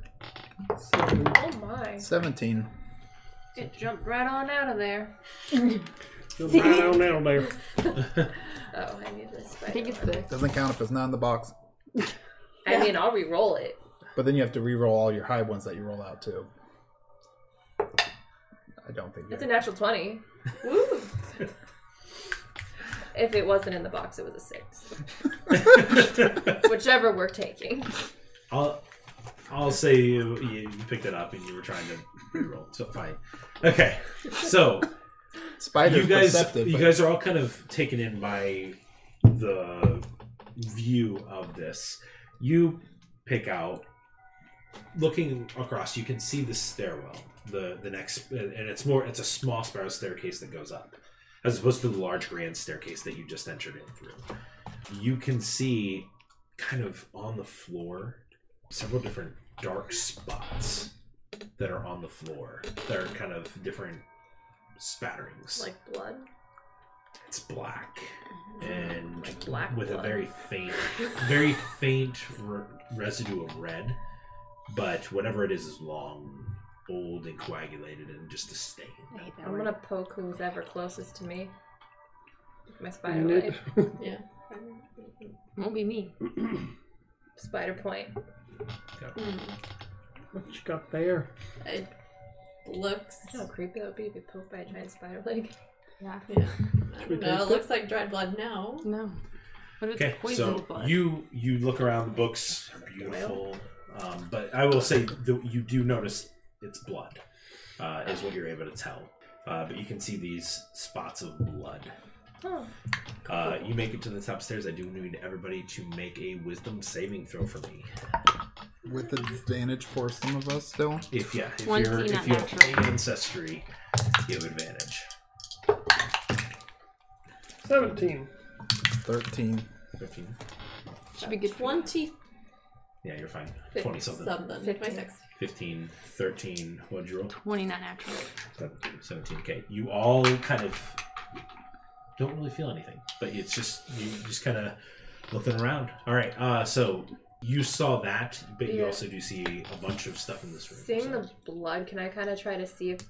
Speaker 5: Oh my.
Speaker 4: Seventeen.
Speaker 5: It jumped right on out of there.
Speaker 3: Just right on down there.
Speaker 5: Oh, I need this spider.
Speaker 6: I think it's
Speaker 5: one.
Speaker 6: the.
Speaker 4: Doesn't count if it's not in the box.
Speaker 5: I mean, I'll re-roll it.
Speaker 4: But then you have to re-roll all your high ones that you roll out too. I don't think.
Speaker 5: It's a
Speaker 4: you-
Speaker 5: natural twenty.
Speaker 7: Woo.
Speaker 5: If it wasn't in the box, it was a six. Whichever we're taking.
Speaker 2: I'll I'll say you, you you picked it up and you were trying to reroll. So fine. Okay. So
Speaker 4: Spiders
Speaker 2: you guys
Speaker 4: perceptive.
Speaker 2: you
Speaker 4: but-
Speaker 2: guys are all kind of taken in by the view of this you pick out looking across you can see the stairwell the the next and it's more it's a small spiral staircase that goes up as opposed to the large grand staircase that you just entered in through you can see kind of on the floor several different dark spots that are on the floor they're kind of different spatterings
Speaker 5: Like blood.
Speaker 2: it's black and
Speaker 5: Like black
Speaker 2: with a
Speaker 5: blood.
Speaker 2: very faint, very faint re- residue of red, but whatever it is is long, old, and coagulated, and just a stain.
Speaker 6: I hate that
Speaker 5: I'm
Speaker 6: word.
Speaker 5: gonna poke who's ever closest to me. With My spider
Speaker 3: And it,
Speaker 5: light.
Speaker 6: Won't be me.
Speaker 5: Spider point.
Speaker 7: Mm,
Speaker 3: what you got there?
Speaker 7: it looks.
Speaker 5: How creepy that would be if you poked by a giant spider leg.
Speaker 6: Yeah.
Speaker 7: Yeah. I
Speaker 3: Should we taste
Speaker 7: don't know. It
Speaker 3: it?
Speaker 7: Uh, looks like dried blood now.
Speaker 6: No. What if
Speaker 2: Okay,
Speaker 6: it's poison
Speaker 2: so
Speaker 6: blood?
Speaker 2: you you look around. The books are beautiful, um, but I will say that you do notice it's blood, uh, is what you're able to tell. Uh, but you can see these spots of blood.
Speaker 5: Oh.
Speaker 2: Uh, you make it to the top stairs. I do need everybody to make a wisdom saving throw for me.
Speaker 4: with advantage for some of us still.
Speaker 2: If yeah, if
Speaker 6: One
Speaker 2: you're
Speaker 6: scene
Speaker 2: if
Speaker 6: at
Speaker 2: you have
Speaker 6: natural.
Speaker 2: ancestry, you have advantage.
Speaker 3: 17.
Speaker 4: Thirteen.
Speaker 2: Fifteen.
Speaker 6: Should be good. for you.
Speaker 7: Twenty
Speaker 2: Yeah, you're fine.
Speaker 5: Fifty
Speaker 2: Twenty something.
Speaker 7: something. My
Speaker 5: Fifteen.
Speaker 7: six.
Speaker 2: 15, 13. What'd you roll?
Speaker 6: 29 actually.
Speaker 2: 17. Okay. You all kind of don't really feel anything, but it's just, you just kind of looking around. All right. Uh, so you saw that, but you
Speaker 5: Yeah.
Speaker 2: also do see a bunch of stuff in this room.
Speaker 5: Seeing
Speaker 2: so-
Speaker 5: the blood, can I kind of try to see if,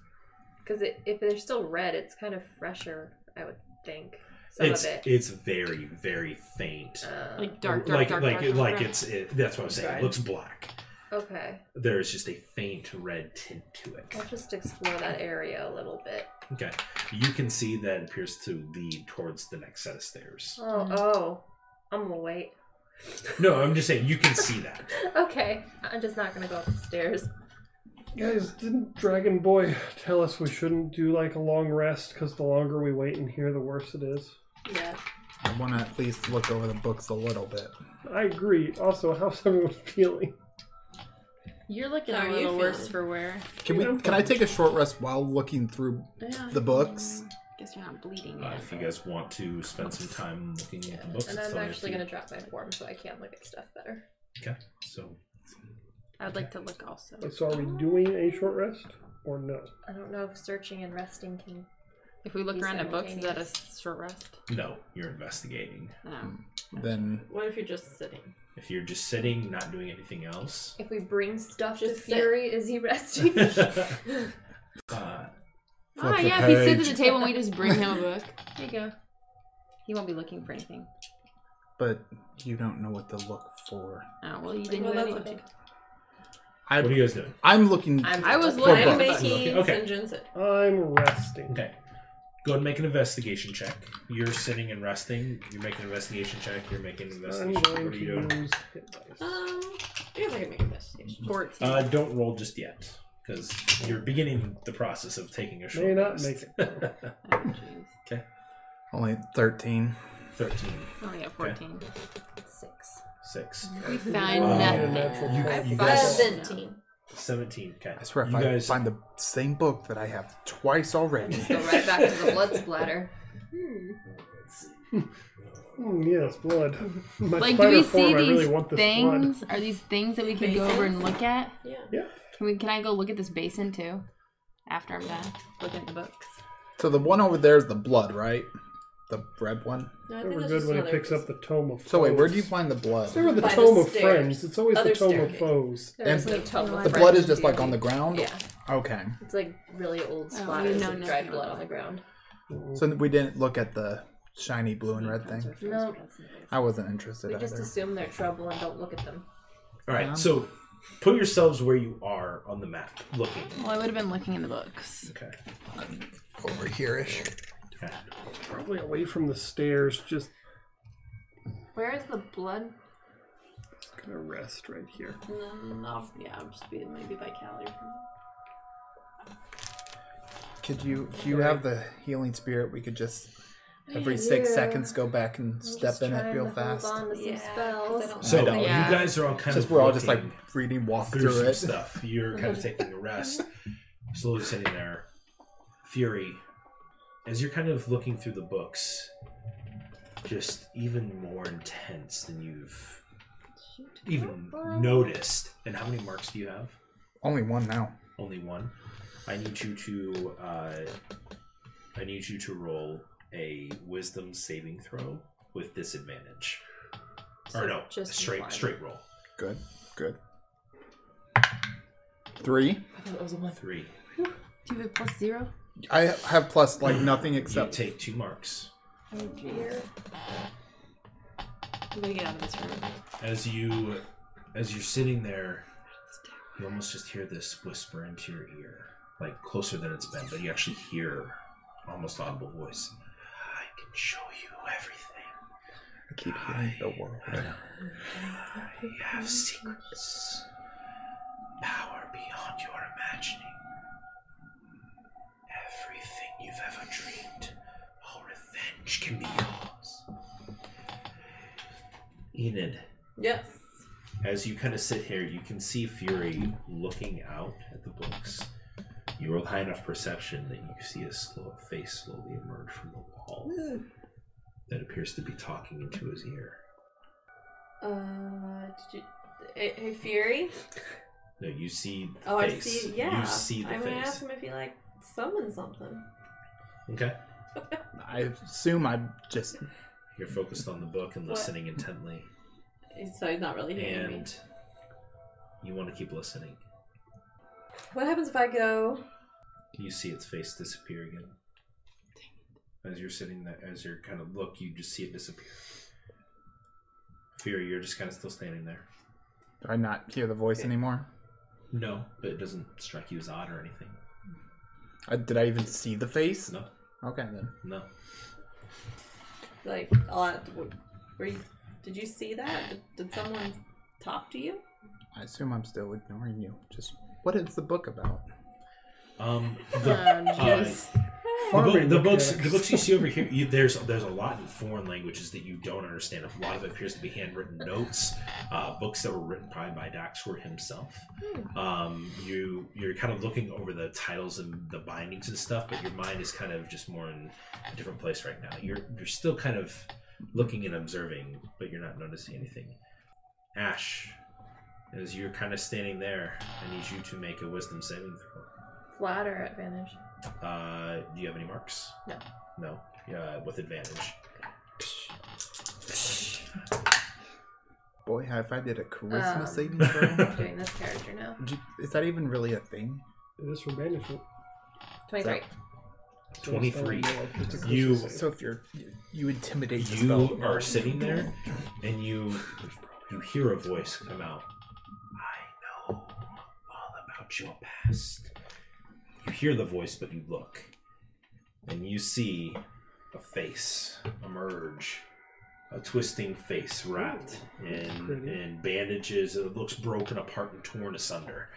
Speaker 5: because if they're still red, it's kind of fresher, I would think. Some
Speaker 2: it's,
Speaker 5: of it.
Speaker 2: it's very, very faint.
Speaker 5: Uh,
Speaker 6: Like dark, dark,
Speaker 2: like
Speaker 6: dark,
Speaker 2: like
Speaker 6: dark,
Speaker 2: like
Speaker 6: dark.
Speaker 2: it's it, that's what I'm saying. It
Speaker 7: Right.
Speaker 2: looks black.
Speaker 5: okay,
Speaker 2: There is just a faint red tint to it.
Speaker 5: I'll just explore that area a little bit.
Speaker 2: Okay, you can see that it appears to lead towards the next set of
Speaker 3: Hmm.
Speaker 2: stairs.
Speaker 5: Oh, oh, I'm gonna wait.
Speaker 2: No, I'm just saying you can see that.
Speaker 5: Okay, I'm just not gonna go up the stairs.
Speaker 3: Guys, didn't Dragon Boy tell us we shouldn't do like a long rest because the longer we wait in here, the worse it is?
Speaker 7: Yeah.
Speaker 4: I want to at least look over the books a little bit.
Speaker 3: I agree. Also, how's everyone feeling?
Speaker 6: You're looking
Speaker 7: How
Speaker 6: a
Speaker 7: are you
Speaker 6: little worse
Speaker 7: feeling?
Speaker 6: for wear.
Speaker 4: Can we? Can I take a short rest while looking through?
Speaker 6: Yeah.
Speaker 4: The books?
Speaker 6: Guess you're not bleeding
Speaker 2: Uh,
Speaker 6: yet.
Speaker 2: if you guys want to spend some time looking at the books,
Speaker 5: And
Speaker 2: it's
Speaker 5: I'm
Speaker 2: on your
Speaker 5: actually
Speaker 2: feet.
Speaker 5: gonna drop my form so I can look at stuff better.
Speaker 2: Okay, so
Speaker 6: I would like to look also.
Speaker 3: So, are we doing a short rest or no?
Speaker 5: I don't know if searching and resting can.
Speaker 6: If we look
Speaker 5: Be
Speaker 6: around at books, is that a
Speaker 5: simultaneous.
Speaker 6: short rest?
Speaker 2: no, you're investigating.
Speaker 6: No.
Speaker 4: Hmm. Then
Speaker 7: What if you're just sitting?
Speaker 2: If you're just sitting, not doing anything else,
Speaker 5: If we bring stuff
Speaker 7: Just
Speaker 5: to
Speaker 7: sit.
Speaker 5: Fury, is he resting?
Speaker 2: uh,
Speaker 4: Flip
Speaker 6: Ah,
Speaker 4: the
Speaker 6: yeah, if he sits
Speaker 4: page.
Speaker 6: at the table and we just bring him a book. There you go. He won't be looking for anything.
Speaker 4: but you don't know what to look for.
Speaker 6: Oh, well, you didn't
Speaker 7: Well,
Speaker 6: do
Speaker 7: that's
Speaker 6: anything.
Speaker 7: okay.
Speaker 4: I,
Speaker 2: what are you guys doing?
Speaker 4: I'm looking.
Speaker 5: I'm-
Speaker 6: I was
Speaker 5: I'm
Speaker 7: I'm
Speaker 6: looking at
Speaker 4: books.
Speaker 6: the book.
Speaker 7: making
Speaker 2: Okay.
Speaker 7: St. John's.
Speaker 3: I'm resting.
Speaker 2: Okay. Go ahead and make an investigation check. You're sitting and resting. You're making an investigation check. You're making an
Speaker 3: I'm
Speaker 2: investigation. What
Speaker 3: going
Speaker 2: are
Speaker 3: to
Speaker 2: you doing?
Speaker 3: use hit dice.
Speaker 7: Um, I guess I can make a investigation.
Speaker 6: 14.
Speaker 2: Uh, don't roll just yet, because you're beginning the process of taking a short
Speaker 3: May not
Speaker 2: rest.
Speaker 3: make it.
Speaker 6: oh, jeez.
Speaker 4: Only thirteen.
Speaker 2: 13,
Speaker 6: I only got 14.
Speaker 5: Six.
Speaker 2: 6.
Speaker 5: Mm-hmm.
Speaker 6: We found
Speaker 2: Wow.
Speaker 6: nothing.
Speaker 2: You-
Speaker 5: I
Speaker 2: you guys-
Speaker 5: guys-
Speaker 7: Seventeen.
Speaker 2: 17, okay.
Speaker 4: I swear, if
Speaker 2: you
Speaker 4: I
Speaker 2: guys,
Speaker 4: find the same book that I have twice already,
Speaker 5: Go right back to the blood splatter. Hmm.
Speaker 3: Mm, yes, blood. My
Speaker 6: Like, do
Speaker 3: spider
Speaker 6: we
Speaker 3: form,
Speaker 6: see
Speaker 3: I really
Speaker 6: these
Speaker 3: want this blood.
Speaker 6: things? Are these things that we can go over and look at?
Speaker 7: Yeah.
Speaker 6: Can we? Can I go look at this basin too? After I'm done looking at the books.
Speaker 4: so the one over there is the blood, right? The red one.
Speaker 7: No, I
Speaker 3: They
Speaker 7: think
Speaker 3: were
Speaker 7: that's
Speaker 3: good
Speaker 7: just
Speaker 3: when he
Speaker 7: another-
Speaker 3: picks up the tome of.
Speaker 4: So wait, where do you
Speaker 3: foes.
Speaker 4: find the blood?
Speaker 3: They were the
Speaker 7: By the
Speaker 3: tome of
Speaker 7: stairs.
Speaker 3: friends. It's always
Speaker 7: Other
Speaker 3: the tome of
Speaker 7: staircase.
Speaker 3: foes.
Speaker 5: There's
Speaker 4: And
Speaker 5: no tub of
Speaker 4: The
Speaker 5: fresh
Speaker 4: blood is just
Speaker 5: dew.
Speaker 4: like on the ground.
Speaker 5: Yeah,
Speaker 4: Okay.
Speaker 5: it's like really old
Speaker 6: Oh, you
Speaker 5: splatters
Speaker 6: know
Speaker 5: of
Speaker 6: nothing
Speaker 5: dried blood
Speaker 6: about
Speaker 5: on the
Speaker 6: it.
Speaker 5: ground.
Speaker 4: So we didn't look at the shiny blue and red thing.
Speaker 5: No,
Speaker 4: I wasn't interested
Speaker 5: we
Speaker 4: either.
Speaker 5: just assume they're trouble and don't look at them.
Speaker 2: all right, so put yourselves where you are on the map, looking.
Speaker 6: Well, I would have been looking in the books.
Speaker 2: Okay.
Speaker 4: Over here-ish.
Speaker 2: okay.
Speaker 3: Probably away from the stairs. Just
Speaker 5: Where is the blood?
Speaker 3: gonna rest right here.
Speaker 7: And then I'll, yeah, I'll just be maybe by Callie.
Speaker 4: Could you? If you have the healing spirit, we could just every six
Speaker 5: Yeah.
Speaker 4: seconds go back and
Speaker 5: I'm
Speaker 4: step
Speaker 5: just
Speaker 4: in it
Speaker 5: trying
Speaker 4: real
Speaker 5: to
Speaker 4: fast.
Speaker 5: Hold on to some
Speaker 7: Yeah, 'cause I
Speaker 5: spells.
Speaker 7: don't
Speaker 2: So
Speaker 4: know.
Speaker 6: Yeah.
Speaker 2: you guys are all kind
Speaker 4: Just
Speaker 2: of
Speaker 4: we're all just like
Speaker 2: looking
Speaker 4: reading, walk
Speaker 2: through
Speaker 4: through
Speaker 2: some
Speaker 4: it.
Speaker 2: stuff. You're kind of taking a rest, slowly sitting there. Fury, as you're kind of looking through the books, just even more intense than you've even noticed. And how many marks do you have?
Speaker 4: Only one now.
Speaker 2: Only one. I need you to. Uh, I need you to roll a Wisdom saving throw with disadvantage.
Speaker 5: So
Speaker 2: or no,
Speaker 5: just
Speaker 2: straight
Speaker 5: one.
Speaker 2: straight roll.
Speaker 4: Good. Good.
Speaker 2: Three.
Speaker 4: Three.
Speaker 6: Do you have a plus zero?
Speaker 4: I have plus like nothing except
Speaker 2: you take two marks.
Speaker 6: Oh, jeez. I'm gonna get out of this room.
Speaker 2: As you as you're sitting there, you almost just hear this whisper into your ear, like closer than it's been, but you actually hear almost audible voice. I can show you everything.
Speaker 4: I keep hearing the world.
Speaker 2: I have secrets. Power beyond your imagining. Everything you've ever dreamed. All revenge can be yours. Enid.
Speaker 7: Yes.
Speaker 2: As you kind of sit here, you can see Fury looking out at the books. You roll high enough perception that you see a slow face slowly emerge from the wall that appears to be talking into his ear.
Speaker 7: Uh, did you, hey, hey, Fury?
Speaker 2: No, you see the
Speaker 7: Oh,
Speaker 2: face.
Speaker 7: I see. Yeah.
Speaker 2: You see the
Speaker 7: I'm gonna
Speaker 2: face.
Speaker 7: ask him if he like summoned something.
Speaker 2: Okay.
Speaker 4: I assume I just
Speaker 2: You're focused on the book and
Speaker 7: What?
Speaker 2: listening intently.
Speaker 7: So he's not really hearing me.
Speaker 2: And you want to keep listening.
Speaker 7: What happens if I go?
Speaker 2: You see its face disappear again. As you're sitting there, as you're kind of look, you just see it disappear. Fear, you're just kind of still standing there.
Speaker 4: do I not hear the voice anymore.
Speaker 2: No, but it doesn't strike you as odd or anything.
Speaker 4: I, Uh, did I even see the face?
Speaker 2: No,
Speaker 4: Okay then.
Speaker 2: no.
Speaker 7: Like a lot. Were you, did you see that? Did, did someone talk to you?
Speaker 4: I assume I'm still ignoring you. Just what is the book about?
Speaker 2: Um,
Speaker 8: Oh,
Speaker 2: the, uh,
Speaker 8: jeez.
Speaker 2: the, book-
Speaker 3: Farming
Speaker 2: the books, the
Speaker 3: mechanics.
Speaker 2: books you see over here, you, there's there's a lot in foreign languages that you don't understand. A lot of it appears to be handwritten notes, uh, books that were written probably by Daxford himself. Um, you you're kind of looking over the titles and the bindings and stuff, but your mind is kind of just more in a different place right now. You're you're still kind of looking and observing, but you're not noticing anything. Ash, as you're kind of standing there, I need you to make a wisdom saving throw.
Speaker 8: Flat or advantage?
Speaker 2: Uh, do you have any marks?
Speaker 8: No.
Speaker 2: No. Uh, with advantage.
Speaker 4: Boy, if I did a charisma
Speaker 8: Um.
Speaker 4: saving throw.
Speaker 8: I'm doing this character now.
Speaker 4: J- Is that even really a thing?
Speaker 3: It is for banishment.
Speaker 8: 23.
Speaker 3: So
Speaker 2: 23.
Speaker 3: it's not like it's a Christmas
Speaker 2: You-
Speaker 3: sale.
Speaker 4: So if you're you, you intimidate the
Speaker 2: You
Speaker 4: spell.
Speaker 2: are sitting there, and you you hear a voice come out. I know all about your past. You hear the voice, but you look, and you see a face emerge. A twisting face wrapped in,
Speaker 3: pretty.
Speaker 2: in bandages. It looks broken apart and torn asunder.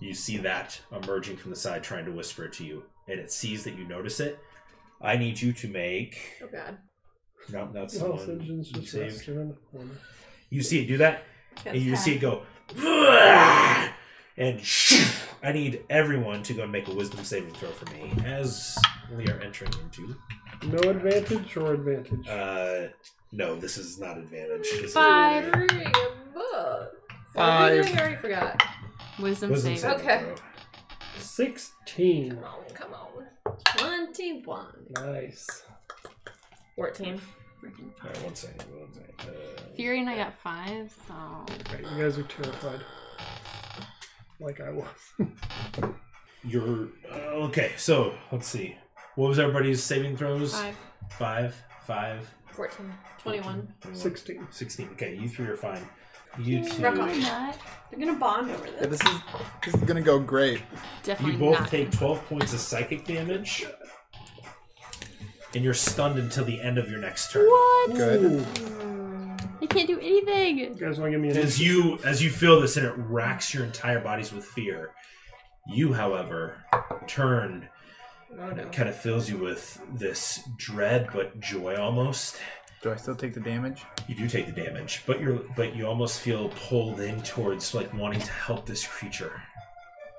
Speaker 2: You see that emerging from the side, trying to whisper to you, and it sees that you notice it. I need you to make.
Speaker 5: Oh god.
Speaker 2: No, that's the
Speaker 3: Well,
Speaker 2: one
Speaker 3: Surgeon's
Speaker 2: you
Speaker 3: Oh, just
Speaker 2: saved.
Speaker 3: resting in the corner.
Speaker 2: You see it do that, and you see it go, and I need everyone to go and make a wisdom saving throw for me as we are entering into.
Speaker 3: No advantage or advantage.
Speaker 2: Uh, no, this is not advantage. This is-
Speaker 6: Five.
Speaker 5: Reading a book.
Speaker 4: Five.
Speaker 5: I already forgot.
Speaker 6: Wisdom
Speaker 2: wisdom
Speaker 6: save.
Speaker 2: saving
Speaker 5: Okay.
Speaker 2: throw.
Speaker 3: Sixteen.
Speaker 5: Come on, come on.
Speaker 7: Twenty one.
Speaker 3: Nice.
Speaker 5: 14.
Speaker 6: Freaking
Speaker 2: All right, one second. One second. Uh,
Speaker 6: Fury and I got five, so
Speaker 3: Right, you guys are terrified. Like I was.
Speaker 2: you're uh, okay. So let's see. What was everybody's saving throws?
Speaker 6: five.
Speaker 2: Five. Five.
Speaker 5: 14.
Speaker 7: 21.
Speaker 3: Sixteen.
Speaker 2: Sixteen. Okay, you three are fine. You two.
Speaker 7: Rock
Speaker 6: Probably not.
Speaker 7: They're gonna bond over
Speaker 4: Yeah,
Speaker 7: this.
Speaker 4: this is this is gonna go great.
Speaker 6: Definitely
Speaker 2: You both
Speaker 6: not.
Speaker 2: take 12 points of psychic damage, and you're stunned until the end of your next turn.
Speaker 6: What?
Speaker 4: Good.
Speaker 3: Ooh.
Speaker 6: I can't do anything.
Speaker 3: You guys want to give me an
Speaker 2: As you as you feel this, and it racks your entire bodies with fear. You, however, turn, and it kind of fills you with this dread, but joy almost.
Speaker 4: Do I still take the damage?
Speaker 2: You do take the damage, but you're but you almost feel pulled in towards like wanting to help this creature.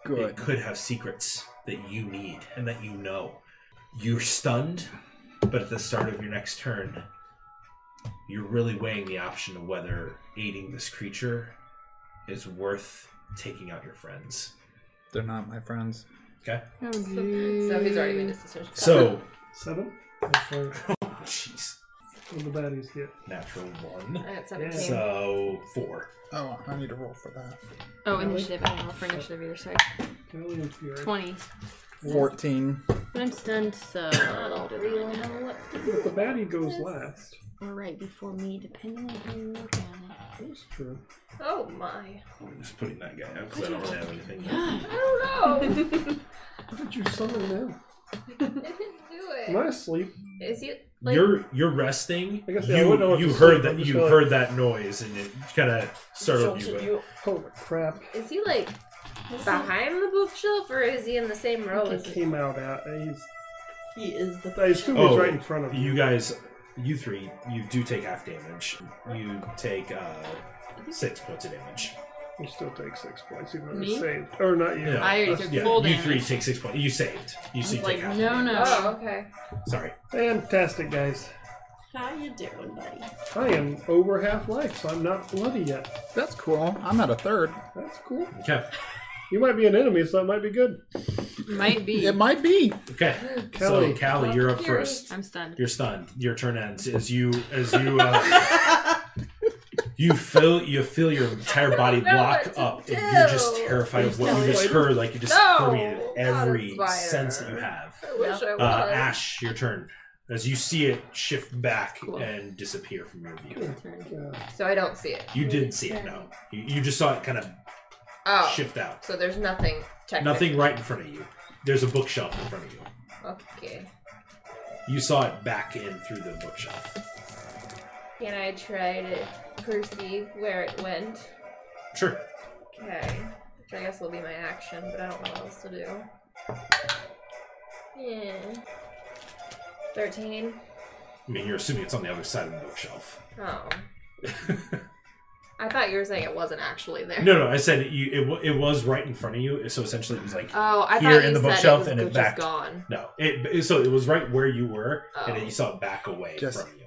Speaker 2: It
Speaker 4: Good.
Speaker 2: could have secrets that you need and that you know. You're stunned, but at the start of your next turn, you're really weighing the option of whether aiding this creature is worth taking out your friends.
Speaker 4: They're not my friends.
Speaker 2: Okay?
Speaker 6: Oh,
Speaker 5: So he's already made
Speaker 6: dude.
Speaker 5: his decision.
Speaker 2: So,
Speaker 3: seven? That's fine.
Speaker 2: jeez,
Speaker 3: What the baddies get?
Speaker 2: natural one.
Speaker 5: I got 17.
Speaker 2: So, four.
Speaker 4: Oh, I need to roll for that.
Speaker 6: Oh, initiative. I don't know for initiative either. Sorry.
Speaker 3: Kelly and Fury.
Speaker 6: Twenty.
Speaker 4: Fourteen.
Speaker 6: But I'm stunned, so I don't really know what to
Speaker 3: But the
Speaker 6: do.
Speaker 3: baddie goes last.
Speaker 6: Or right before me, depending on how you look at
Speaker 3: That's true.
Speaker 5: Oh my.
Speaker 2: I'm just putting that guy out because I don't really have anything.
Speaker 6: it.
Speaker 5: I don't know.
Speaker 3: What did you summon them?
Speaker 5: I didn't do it.
Speaker 3: Am I asleep?
Speaker 5: Is he like
Speaker 2: You're you're resting.
Speaker 3: I guess, yeah, I wouldn't know
Speaker 2: You you
Speaker 3: what to
Speaker 2: heard
Speaker 3: say,
Speaker 2: that
Speaker 3: I'm just
Speaker 2: you
Speaker 3: gonna-
Speaker 2: heard that noise and it kind of startled you.
Speaker 5: jolted
Speaker 2: but-
Speaker 5: you?
Speaker 3: Oh crap!
Speaker 5: Is he like behind the bookshelf or is he in the same
Speaker 3: I
Speaker 5: row
Speaker 3: think
Speaker 5: as
Speaker 3: he
Speaker 5: me?
Speaker 3: came out at. He's.
Speaker 7: He is the.
Speaker 3: I assume
Speaker 2: Oh,
Speaker 3: he's right in front of you.
Speaker 2: You guys, you three, you do take half damage. You take uh, six points of damage.
Speaker 3: You still take six points, even though
Speaker 6: Me?
Speaker 3: you saved. Or not you.
Speaker 2: Yeah.
Speaker 6: I already
Speaker 3: Us-
Speaker 6: took
Speaker 2: Yeah,
Speaker 6: full
Speaker 2: you
Speaker 6: damage.
Speaker 2: three take six points. You saved. You see,
Speaker 6: like,
Speaker 2: take half
Speaker 6: no,
Speaker 2: damage.
Speaker 6: no.
Speaker 5: Oh, okay.
Speaker 2: Sorry.
Speaker 3: Fantastic, guys.
Speaker 7: How you doing, buddy?
Speaker 3: I am over half life, so I'm not bloody yet.
Speaker 4: That's cool. I'm at a third.
Speaker 3: That's cool.
Speaker 2: Okay.
Speaker 3: You might be an enemy, so that might be good.
Speaker 6: Might be.
Speaker 4: It might be.
Speaker 2: Okay.
Speaker 3: Kelly.
Speaker 2: So Callie, you're up first.
Speaker 6: I'm stunned.
Speaker 2: You're stunned. Your turn ends as you as you uh, you feel you feel your entire body
Speaker 8: know
Speaker 2: block
Speaker 8: what to
Speaker 2: up, and
Speaker 8: do.
Speaker 2: you're just terrified of what you just heard. Like you just
Speaker 8: No,
Speaker 2: permeated
Speaker 8: not a
Speaker 2: every
Speaker 8: spider.
Speaker 2: sense that you have.
Speaker 8: I wish I was.
Speaker 2: Uh, Ash, your turn. As you see it shift back
Speaker 6: Cool.
Speaker 2: and disappear from your view.
Speaker 3: Yeah.
Speaker 8: So I don't see it.
Speaker 2: You didn't see it, no. You, you just saw it kind of
Speaker 8: Oh.
Speaker 2: shift out.
Speaker 8: So there's nothing technical.
Speaker 2: Nothing right in front of you. There's a bookshelf in front of you.
Speaker 8: Okay.
Speaker 2: You saw it back in through the bookshelf.
Speaker 8: Can I try to perceive where it went?
Speaker 2: Sure.
Speaker 8: Okay. Which I guess will be my action, but I don't know what else to do. Yeah. 13.
Speaker 2: I mean, you're assuming it's on the other side of the bookshelf.
Speaker 8: Oh. I thought you were saying it wasn't actually there.
Speaker 2: No, no, I said you, it, wa- it was right in front of you, so essentially it was like,
Speaker 8: Oh, I
Speaker 2: Here
Speaker 8: thought
Speaker 2: in
Speaker 8: you
Speaker 2: the
Speaker 8: said
Speaker 2: bookshelf
Speaker 8: it was
Speaker 2: and it
Speaker 8: just
Speaker 2: backed.
Speaker 8: gone.
Speaker 2: no. It, so it was right where you were, and then
Speaker 8: Oh.
Speaker 2: you saw it back away
Speaker 4: Just-
Speaker 2: from you.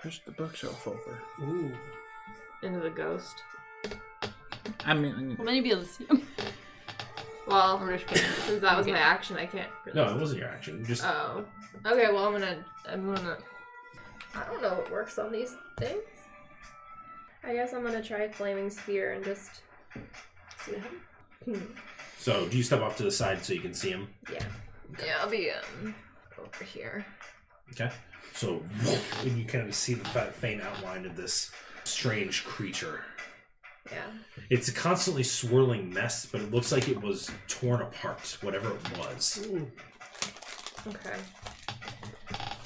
Speaker 4: Push the bookshelf over.
Speaker 3: Ooh.
Speaker 8: Into the ghost.
Speaker 4: I mean,
Speaker 6: Well, then you'd be able to see him.
Speaker 8: Well,
Speaker 6: I'm just kidding.
Speaker 8: since that was
Speaker 6: Okay.
Speaker 8: my action, I can't really
Speaker 2: No, it wasn't your action. Just
Speaker 8: Oh. Okay, well I'm gonna I'm gonna I don't know what works on these things. I guess I'm gonna try flaming spear and just see what happens. Hmm.
Speaker 2: so. Do you step off to the side so you can see him?
Speaker 8: Yeah. Yeah, I'll be um over here.
Speaker 2: Okay. So and you kind of see the fa- faint outline of this strange creature.
Speaker 8: Yeah.
Speaker 2: It's a constantly swirling mess, but it looks like it was torn apart, whatever it was.
Speaker 3: Ooh.
Speaker 8: Okay.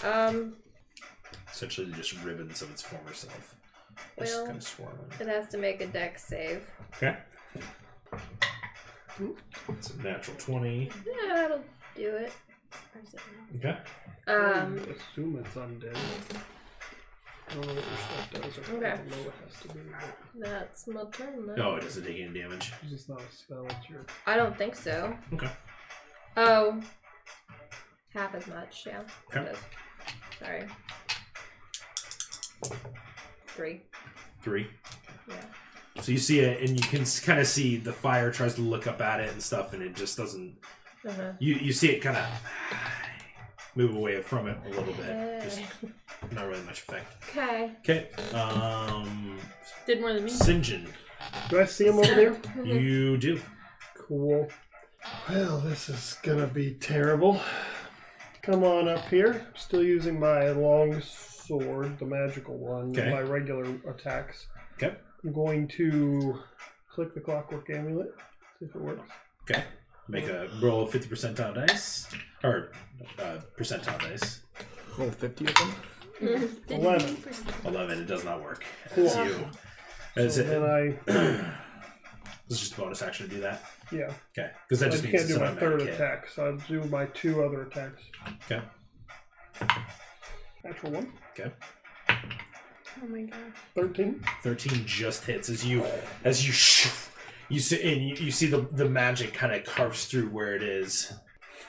Speaker 8: Um
Speaker 2: Essentially, just ribbons of its former self. Just
Speaker 8: Well-
Speaker 2: kind of swirling.
Speaker 8: it has to make a deck save.
Speaker 2: Okay. It's a natural 20.
Speaker 8: Yeah, that'll do it. Or is it
Speaker 2: Okay.
Speaker 8: not? Um
Speaker 3: I assume it's undead. I don't know what your stuff does. Or
Speaker 8: Okay.
Speaker 3: I don't know what has to be. but
Speaker 8: that's my turn then.
Speaker 2: No, Oh, it doesn't take any damage.
Speaker 3: It's just not a spell. It's your.
Speaker 8: I don't think so.
Speaker 2: Okay.
Speaker 8: Oh. Half as much, yeah.
Speaker 2: Okay.
Speaker 8: It is. Sorry. Three.
Speaker 2: Three.
Speaker 8: Yeah.
Speaker 2: So you see it, and you can kind of see the fire tries to look up at it and stuff, and it just doesn't.
Speaker 8: Uh-huh.
Speaker 2: You you see it kind of move away from it a little bit. Just not really much effect.
Speaker 8: Okay.
Speaker 2: Okay. Um,
Speaker 6: Did more than me.
Speaker 2: Sinjin,
Speaker 3: Do I see him over there?
Speaker 2: you do.
Speaker 3: Cool. Well, this is gonna be terrible. Come on up here. I'm still using my long sword, the magical one,
Speaker 2: Okay.
Speaker 3: my regular attacks.
Speaker 2: Okay.
Speaker 3: I'm going to click the clockwork amulet, see if it works.
Speaker 2: Okay. Make a roll of 50 percentile dice. Or uh, percentile dice.
Speaker 4: roll 50 of them.
Speaker 3: 11.
Speaker 2: 11. It does not work.
Speaker 3: Cool.
Speaker 2: As you. As
Speaker 3: So then
Speaker 2: it,
Speaker 3: I,
Speaker 2: it's just a bonus action to do that.
Speaker 3: yeah,
Speaker 2: Okay. Because that
Speaker 3: I
Speaker 2: just means
Speaker 3: can't
Speaker 2: it's
Speaker 3: do
Speaker 2: an
Speaker 3: my third
Speaker 2: automatic hit.
Speaker 3: attack, so I'll do my two other attacks.
Speaker 2: Okay.
Speaker 3: Natural one,
Speaker 2: Okay.
Speaker 3: 13.
Speaker 2: 13 just hits as you as you sh- you see and you, you see the the magic kind of carves through where it is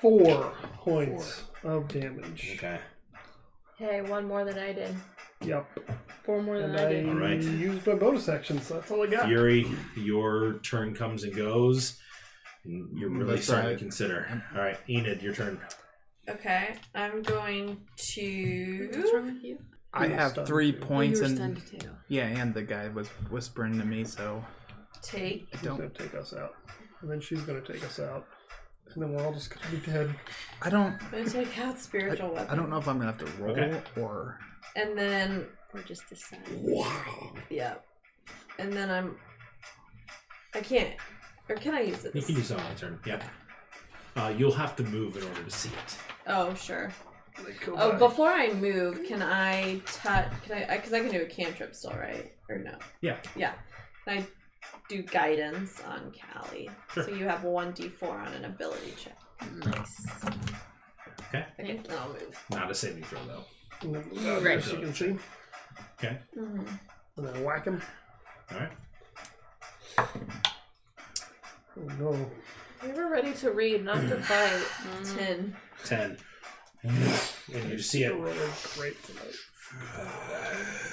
Speaker 3: Four points of damage.
Speaker 2: okay
Speaker 8: Hey, one more than I did.
Speaker 3: Yep.
Speaker 6: Four more than
Speaker 3: And
Speaker 6: I,
Speaker 3: I
Speaker 6: did.
Speaker 2: Alright.
Speaker 3: used my bonus action, so that's all I got.
Speaker 2: fury your turn comes and goes and you're really
Speaker 4: That's
Speaker 2: starting
Speaker 4: right.
Speaker 2: to consider all right enid your turn
Speaker 7: Okay, I'm going
Speaker 1: What's
Speaker 7: to.
Speaker 1: wrong with you?
Speaker 4: I
Speaker 3: You were
Speaker 4: have
Speaker 3: stunned.
Speaker 4: three
Speaker 3: You
Speaker 4: points,
Speaker 1: you were
Speaker 4: and
Speaker 1: stunned too.
Speaker 4: yeah, and the guy was whispering to me, so
Speaker 7: Take
Speaker 4: I
Speaker 3: She's
Speaker 4: don't,
Speaker 3: gonna take us out, and then she's gonna take us out, and then we're all just gonna be dead.
Speaker 4: I don't,
Speaker 7: I'm gonna take out
Speaker 4: I,
Speaker 7: spiritual weapon.
Speaker 4: I don't know if I'm gonna have to roll
Speaker 2: Okay.
Speaker 4: or
Speaker 7: And then
Speaker 1: Or just the sun.
Speaker 7: yeah, and then I'm. I can't. Or can I use it?
Speaker 2: you can use that on your turn yeah uh, you'll have to move in order to see it
Speaker 7: Oh sure.
Speaker 3: Oh,
Speaker 7: Oh, before I move, can I touch? Can I? Because I can do a cantrip still, right? Or no?
Speaker 2: Yeah.
Speaker 7: Yeah. Can I do guidance on Callie?
Speaker 2: Sure.
Speaker 7: So you have one d4 on an ability check.
Speaker 6: Nice.
Speaker 2: okay
Speaker 7: Okay, then I'll move.
Speaker 2: not a saving throw though
Speaker 3: right. She uh, can see,
Speaker 2: okay
Speaker 5: Mm-hmm.
Speaker 3: and then whack him.
Speaker 2: all right
Speaker 3: Oh no!
Speaker 8: We were ready to read, not to fight.
Speaker 7: Ten.
Speaker 2: 10 and you see it
Speaker 3: Rolling great tonight.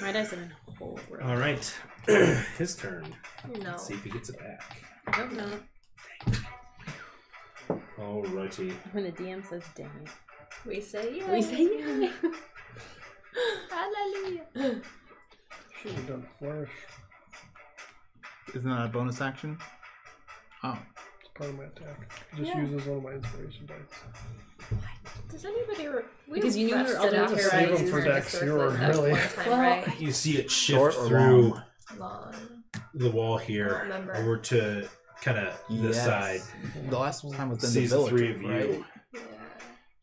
Speaker 6: My dice have been horrible.
Speaker 2: All right, his turn.
Speaker 5: No.
Speaker 2: Let's see if he gets it back.
Speaker 6: Nope, no.
Speaker 2: Alrighty.
Speaker 6: When the DM says dang it.
Speaker 5: We say yeah.
Speaker 6: We say yeah.
Speaker 5: Hallelujah.
Speaker 3: Should have done flourish.
Speaker 4: Isn't that a bonus action? Oh.
Speaker 3: It's part of my attack. It just uses one of my inspiration dice.
Speaker 5: Does anybody? Re- we
Speaker 6: Because you knew
Speaker 5: pressed
Speaker 6: your
Speaker 5: it up
Speaker 6: alternate
Speaker 5: here,
Speaker 6: save
Speaker 5: right?
Speaker 6: them for
Speaker 3: Daxura,
Speaker 5: At
Speaker 3: really.
Speaker 5: one time,
Speaker 6: Well,
Speaker 5: right?
Speaker 2: You see it
Speaker 4: Short
Speaker 2: shift
Speaker 4: or
Speaker 2: through
Speaker 4: long?
Speaker 5: Long.
Speaker 2: the wall
Speaker 5: I don't
Speaker 2: here
Speaker 5: remember.
Speaker 2: over to kind of this
Speaker 4: Yes.
Speaker 2: side.
Speaker 4: The last time was in
Speaker 2: Sees
Speaker 4: the
Speaker 2: the
Speaker 4: village,
Speaker 2: three of you.
Speaker 4: right?
Speaker 5: Yeah.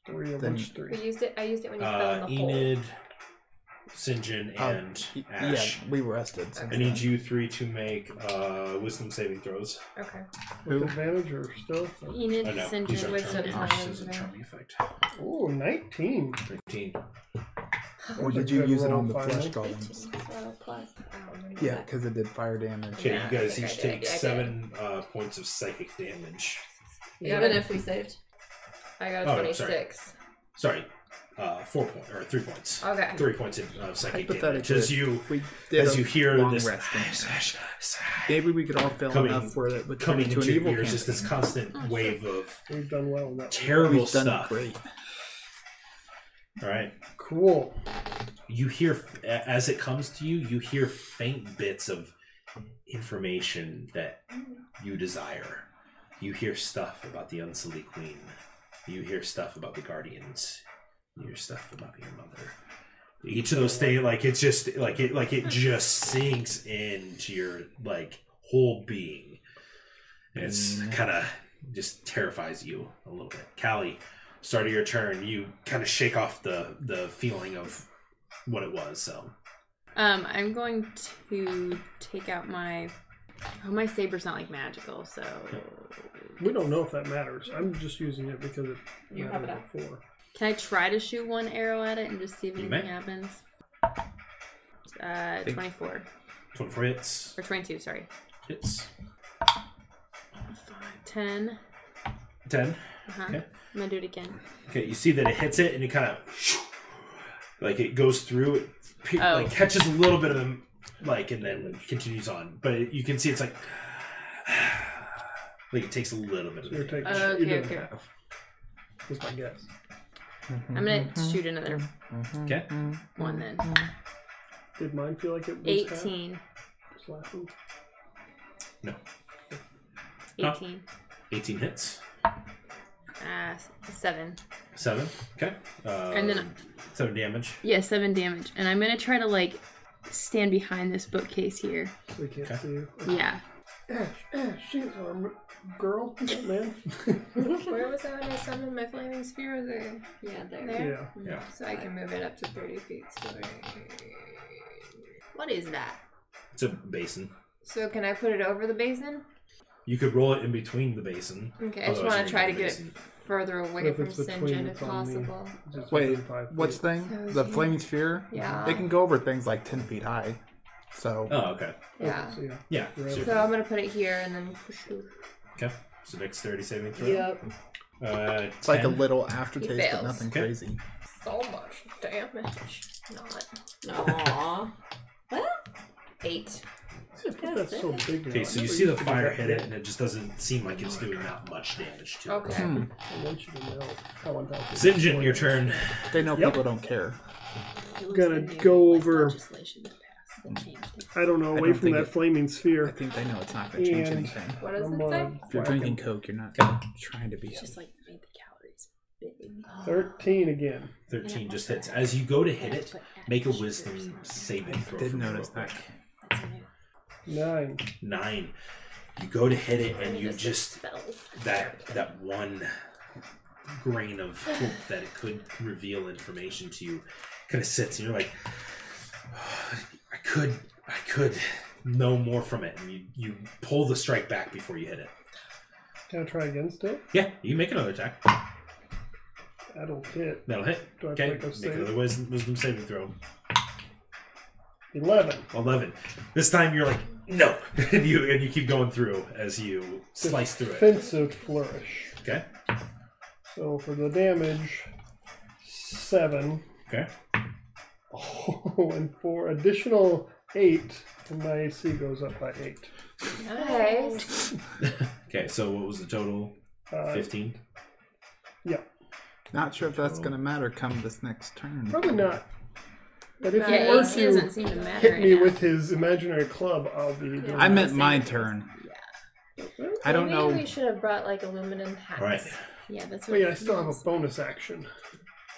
Speaker 3: Three of
Speaker 4: Then-
Speaker 3: which
Speaker 5: We
Speaker 3: three.
Speaker 5: used it. I used it when you fell in
Speaker 2: Uh,
Speaker 5: the hole.
Speaker 2: Enid, Sinjin,
Speaker 4: Oh,
Speaker 2: and
Speaker 4: y-
Speaker 2: Ash.
Speaker 4: Yeah, we rested.
Speaker 2: I need you three to make uh, wisdom saving throws.
Speaker 5: Okay.
Speaker 3: With advantage or stealth? or-
Speaker 2: Oh,
Speaker 6: Enid,
Speaker 2: no,
Speaker 6: Sinjin,
Speaker 2: these aren't
Speaker 6: Wisdom,
Speaker 2: charming. This
Speaker 6: and
Speaker 2: is a
Speaker 6: Wisdom.
Speaker 2: charming effect.
Speaker 3: Ooh, 19.
Speaker 2: 13.
Speaker 4: Or did you use it on the flesh golems?
Speaker 5: So plus. I don't remember
Speaker 4: Yeah,
Speaker 5: that.
Speaker 4: because it did fire damage.
Speaker 2: Okay,
Speaker 5: Yeah,
Speaker 2: you
Speaker 5: I
Speaker 2: guys
Speaker 5: think I
Speaker 2: each
Speaker 5: did, I
Speaker 2: take
Speaker 5: did, I did.
Speaker 2: seven uh, points of psychic damage.
Speaker 5: Yeah.
Speaker 7: Even if we saved.
Speaker 5: I got
Speaker 2: Oh,
Speaker 5: a
Speaker 2: no, sorry.
Speaker 5: 26.
Speaker 2: Sorry, uh, four points or three points.
Speaker 5: Okay.
Speaker 2: Three points of uh, psychic damage.
Speaker 4: Hypothetically,
Speaker 2: As you
Speaker 4: if we did
Speaker 2: as
Speaker 4: a
Speaker 2: you hear
Speaker 4: long
Speaker 2: this
Speaker 4: rest and- maybe we could all fail
Speaker 2: Coming-
Speaker 4: enough where it would turn
Speaker 2: coming
Speaker 4: into an
Speaker 2: into your
Speaker 4: evil
Speaker 2: ears, is
Speaker 4: campaign.
Speaker 2: this constant wave of
Speaker 3: We've done well with that.
Speaker 2: terrible
Speaker 4: We've done
Speaker 2: stuff.
Speaker 4: great.
Speaker 2: All right.
Speaker 3: Cool.
Speaker 2: you hear a- as it comes to you you hear faint bits of information that you desire you hear stuff about the unsullied queen you hear stuff about the guardians you hear stuff about your mother each of those things like it's just like it like it just sinks into your like whole being and it's
Speaker 4: Mm.
Speaker 2: kind of just terrifies you a little bit callie start of your turn you kind of shake off the the feeling of what it was. So
Speaker 6: Um, I'm going to take out my. Oh, my saber's not like magical, so.
Speaker 3: We don't know if that matters. I'm just using it because it
Speaker 7: You have
Speaker 3: mattered
Speaker 7: it up.
Speaker 3: before.
Speaker 6: Can I try to shoot one arrow at it and just see if
Speaker 2: You
Speaker 6: anything
Speaker 2: may.
Speaker 6: happens? Uh,
Speaker 4: Think-
Speaker 6: 24.
Speaker 2: twenty four hits,
Speaker 6: Or 22, sorry.
Speaker 2: hits
Speaker 6: 10.
Speaker 2: ten.
Speaker 6: Uh-huh.
Speaker 2: Okay.
Speaker 6: I'm gonna do it again.
Speaker 2: Okay, you see that it hits it, and it kind of like it goes through. It pe-
Speaker 6: Oh.
Speaker 2: like catches a little bit of them, like, and then continues on. But it, you can see it's like like it takes a little bit of
Speaker 3: You're
Speaker 2: it.
Speaker 3: taking
Speaker 6: Uh, Okay,
Speaker 3: shit you didn't
Speaker 6: okay.
Speaker 3: have. Was my guess.
Speaker 6: I'm gonna shoot another
Speaker 2: Okay.
Speaker 5: Mm-hmm.
Speaker 6: one then.
Speaker 3: Did mine feel like it was
Speaker 6: 18.
Speaker 3: half? Slapping?
Speaker 2: No,
Speaker 6: 18.
Speaker 2: eighteen hits,
Speaker 6: Uh, 7.
Speaker 2: seven. Okay, uh,
Speaker 6: And then-
Speaker 2: seven damage.
Speaker 6: Yeah, 7 damage. And I'm gonna try to, like, stand behind this bookcase here.
Speaker 3: We can't
Speaker 2: Okay.
Speaker 3: see you.
Speaker 6: Yeah.
Speaker 3: Ash, Ash, she's our girl, man.
Speaker 5: Where was I when I summoned my flaming sphere? Was it
Speaker 7: Yeah, there.
Speaker 5: there?
Speaker 3: yeah.
Speaker 2: Yeah.
Speaker 5: So I can move it up to 30 feet. So
Speaker 6: What is that?
Speaker 2: It's a basin.
Speaker 5: So can I put it over the basin?
Speaker 2: You could roll it in between the basin.
Speaker 5: Okay, I just
Speaker 2: Otherwise
Speaker 5: want
Speaker 2: you're
Speaker 5: to try to
Speaker 2: gonna
Speaker 5: get
Speaker 2: miss
Speaker 5: it
Speaker 2: it.
Speaker 5: further away
Speaker 3: If
Speaker 5: from
Speaker 3: it's
Speaker 5: St.
Speaker 3: between,
Speaker 5: Jen if
Speaker 3: it's on me.
Speaker 5: possible.
Speaker 3: Just
Speaker 4: Wait,
Speaker 3: within five
Speaker 4: what's
Speaker 3: feet.
Speaker 4: thing? The flaming sphere?
Speaker 5: Yeah.
Speaker 4: It can go over things like 10 feet high. So,
Speaker 2: Oh, okay.
Speaker 5: Yeah.
Speaker 3: Okay, so yeah.
Speaker 2: Yeah.
Speaker 3: Right.
Speaker 2: so-
Speaker 5: So I'm going to put it here and then
Speaker 2: Okay. So dexterity saving throw.
Speaker 7: Yep.
Speaker 2: Uh,
Speaker 4: it's like a
Speaker 2: 10.
Speaker 4: little aftertaste, but
Speaker 5: fails.
Speaker 4: nothing
Speaker 2: Okay.
Speaker 4: crazy.
Speaker 5: so much damage. Not
Speaker 7: Aww. Well,
Speaker 5: eight.
Speaker 3: That's so big.
Speaker 2: Okay, so you
Speaker 3: now. I never
Speaker 2: see the
Speaker 3: used to do
Speaker 2: fire
Speaker 3: that
Speaker 2: hit
Speaker 3: yet.
Speaker 2: it, and it just doesn't seem like it's doing that much damage to it.
Speaker 5: Okay.
Speaker 4: Hmm.
Speaker 3: I want you to know how unhealthy.
Speaker 2: Sinjin, your turn.
Speaker 4: They know
Speaker 3: Yep.
Speaker 4: people don't care.
Speaker 3: Gonna go over-
Speaker 6: Legislation that passed that changed it.
Speaker 3: I don't know,
Speaker 4: I
Speaker 3: away
Speaker 4: don't
Speaker 3: from
Speaker 4: think
Speaker 3: that
Speaker 4: it-
Speaker 3: flaming
Speaker 4: I
Speaker 3: sphere.
Speaker 4: think they know it's not going to change
Speaker 3: And-
Speaker 4: anything.
Speaker 5: What does
Speaker 3: I'm
Speaker 5: it say?
Speaker 3: on
Speaker 4: If you're
Speaker 3: whack 'em.
Speaker 4: drinking Coke, you're not gonna, trying to be
Speaker 6: It's just like made the calories big.
Speaker 3: 13 again.
Speaker 2: 13 just hits. As you go to hit it, make a wisdom saving
Speaker 4: I
Speaker 2: throw.
Speaker 4: did
Speaker 2: for me
Speaker 4: notice
Speaker 2: real
Speaker 4: that.
Speaker 2: quick.
Speaker 3: Nine.
Speaker 2: Nine. You go to hit it, and you just that that one grain of hope that it could reveal information to you kind of sits, and you're like, I could, I could know more from it, and you you pull the strike back before you hit it.
Speaker 3: Can I try again still?
Speaker 2: Yeah, you make another attack.
Speaker 3: I don't hit.
Speaker 2: That'll hit.
Speaker 3: Do I
Speaker 2: Okay,
Speaker 3: make a
Speaker 2: make
Speaker 3: save?
Speaker 2: another wisdom, wisdom saving throw.
Speaker 3: 11.
Speaker 2: Eleven. This time you're like, no, and you and you keep going through as you slice through it.
Speaker 3: Defensive flourish.
Speaker 2: Okay.
Speaker 3: So for the damage, 7.
Speaker 2: Okay.
Speaker 3: Oh, and for additional eight, and my AC goes up by eight.
Speaker 5: Okay.
Speaker 2: Okay, so what was the total?
Speaker 3: Uh,
Speaker 2: 15?
Speaker 4: Not sure if that's going to matter come this next turn.
Speaker 3: probably not. But if
Speaker 6: yeah,
Speaker 3: you were
Speaker 6: AC doesn't
Speaker 3: to
Speaker 6: seem to matter.
Speaker 3: hit
Speaker 6: right
Speaker 3: me
Speaker 6: now.
Speaker 3: with his imaginary club, I'll be. doing
Speaker 4: I meant
Speaker 3: that.
Speaker 4: my turn. I don't
Speaker 5: Maybe
Speaker 4: know.
Speaker 5: we should have brought like aluminum hats.
Speaker 2: All right.
Speaker 6: Yeah, that's
Speaker 3: But
Speaker 6: what.
Speaker 3: yeah, I still have a bonus action.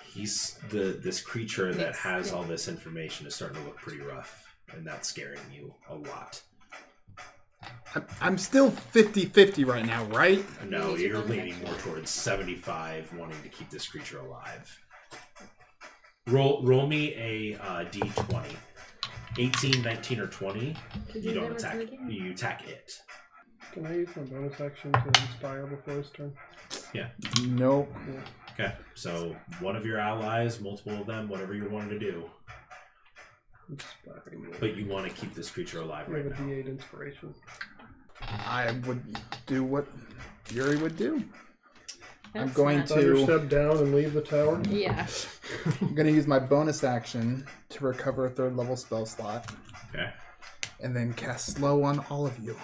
Speaker 2: He's the this creature that
Speaker 5: Yes.
Speaker 2: has all this information is starting to look pretty rough, and that's scaring you a lot.
Speaker 4: I'm- I'm still 50 50 right now, right?
Speaker 2: No,
Speaker 6: Maybe
Speaker 2: you're
Speaker 6: it's a
Speaker 2: leaning more towards 75, wanting to keep this creature alive. Roll, roll me a uh, d20. 18, 19, or 20. You don't attack. You attack it.
Speaker 3: Can I use my bonus action to inspire before his turn?
Speaker 4: Nope.
Speaker 2: Okay, so one of your allies, multiple of them, whatever you're wanting to do,
Speaker 3: Inspiring.
Speaker 2: but you want to keep this creature alive
Speaker 3: I have
Speaker 2: right
Speaker 3: a
Speaker 2: now.
Speaker 3: D8 inspiration.
Speaker 4: I would do what Yuri would do. I'm
Speaker 6: That's
Speaker 4: going
Speaker 6: not-
Speaker 3: Thunder
Speaker 4: to
Speaker 3: step down and leave the tower.
Speaker 6: Yeah.
Speaker 4: I'm going to use my bonus action to recover a third level spell slot
Speaker 2: Okay,
Speaker 4: and then cast slow on all of you.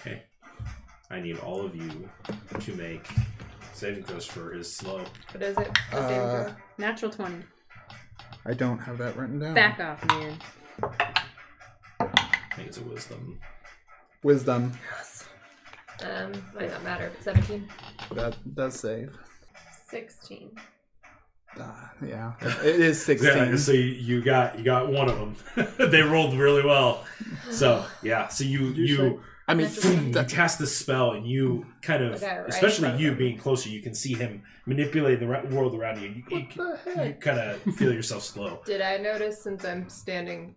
Speaker 2: okay. I need all of you to make saving throws for his slow.
Speaker 5: What is it? The
Speaker 4: Uh,
Speaker 5: same
Speaker 6: Natural twenty.
Speaker 4: I don't have that written down.
Speaker 6: Back off, man.
Speaker 2: I think it's a wisdom.
Speaker 4: Wisdom.
Speaker 5: throw? Um, might not matter. but 17.
Speaker 4: That does save.
Speaker 8: 16.
Speaker 4: Uh, yeah, it is 16.
Speaker 2: Yeah, so you- you got you got one of them. they rolled really well. So yeah, so you
Speaker 3: You
Speaker 2: you
Speaker 4: I mean,
Speaker 2: you
Speaker 4: that's
Speaker 2: cast the spell and you kind of,
Speaker 5: Okay, right,
Speaker 2: especially
Speaker 5: right.
Speaker 2: you being closer, you can see him manipulate the re- world around you. You,
Speaker 3: What the
Speaker 2: you
Speaker 3: heck?
Speaker 2: kind of feel yourself slow.
Speaker 5: Did I notice since I'm standing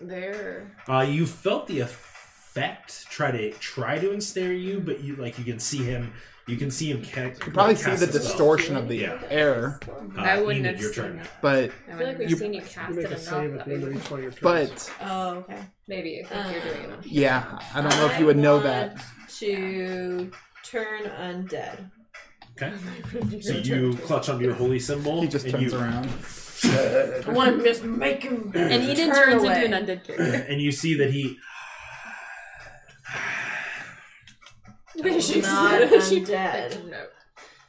Speaker 5: there?
Speaker 2: Uh, you felt the effect try to try to ensnare you, but you like you can see him. You can see him. Ca-
Speaker 4: you probably see the
Speaker 2: distortion.
Speaker 4: distortion of the
Speaker 2: Yeah.
Speaker 4: air,
Speaker 6: I wouldn't have
Speaker 2: Uh, your
Speaker 6: seen
Speaker 2: turn.
Speaker 6: that.
Speaker 4: but
Speaker 6: I
Speaker 5: I feel like we've
Speaker 4: You-
Speaker 5: seen you
Speaker 3: You
Speaker 5: cast
Speaker 3: make
Speaker 5: it
Speaker 3: a save at
Speaker 5: enough.
Speaker 3: the end of
Speaker 5: Maybe,
Speaker 3: each one of your turns.
Speaker 4: but
Speaker 7: Oh, okay.
Speaker 5: maybe I think you're doing enough.
Speaker 4: yeah, I don't know if you would know that.
Speaker 7: want Um, To turn undead.
Speaker 2: Okay. So you clutch onto your holy symbol.
Speaker 4: He just
Speaker 2: and
Speaker 4: turns
Speaker 2: you,
Speaker 4: around.
Speaker 7: I want to just make him.
Speaker 6: And he then
Speaker 7: turn
Speaker 6: turns
Speaker 7: away.
Speaker 6: into an undead character.
Speaker 2: and you see that he
Speaker 7: She's not undead.
Speaker 5: Oh, No.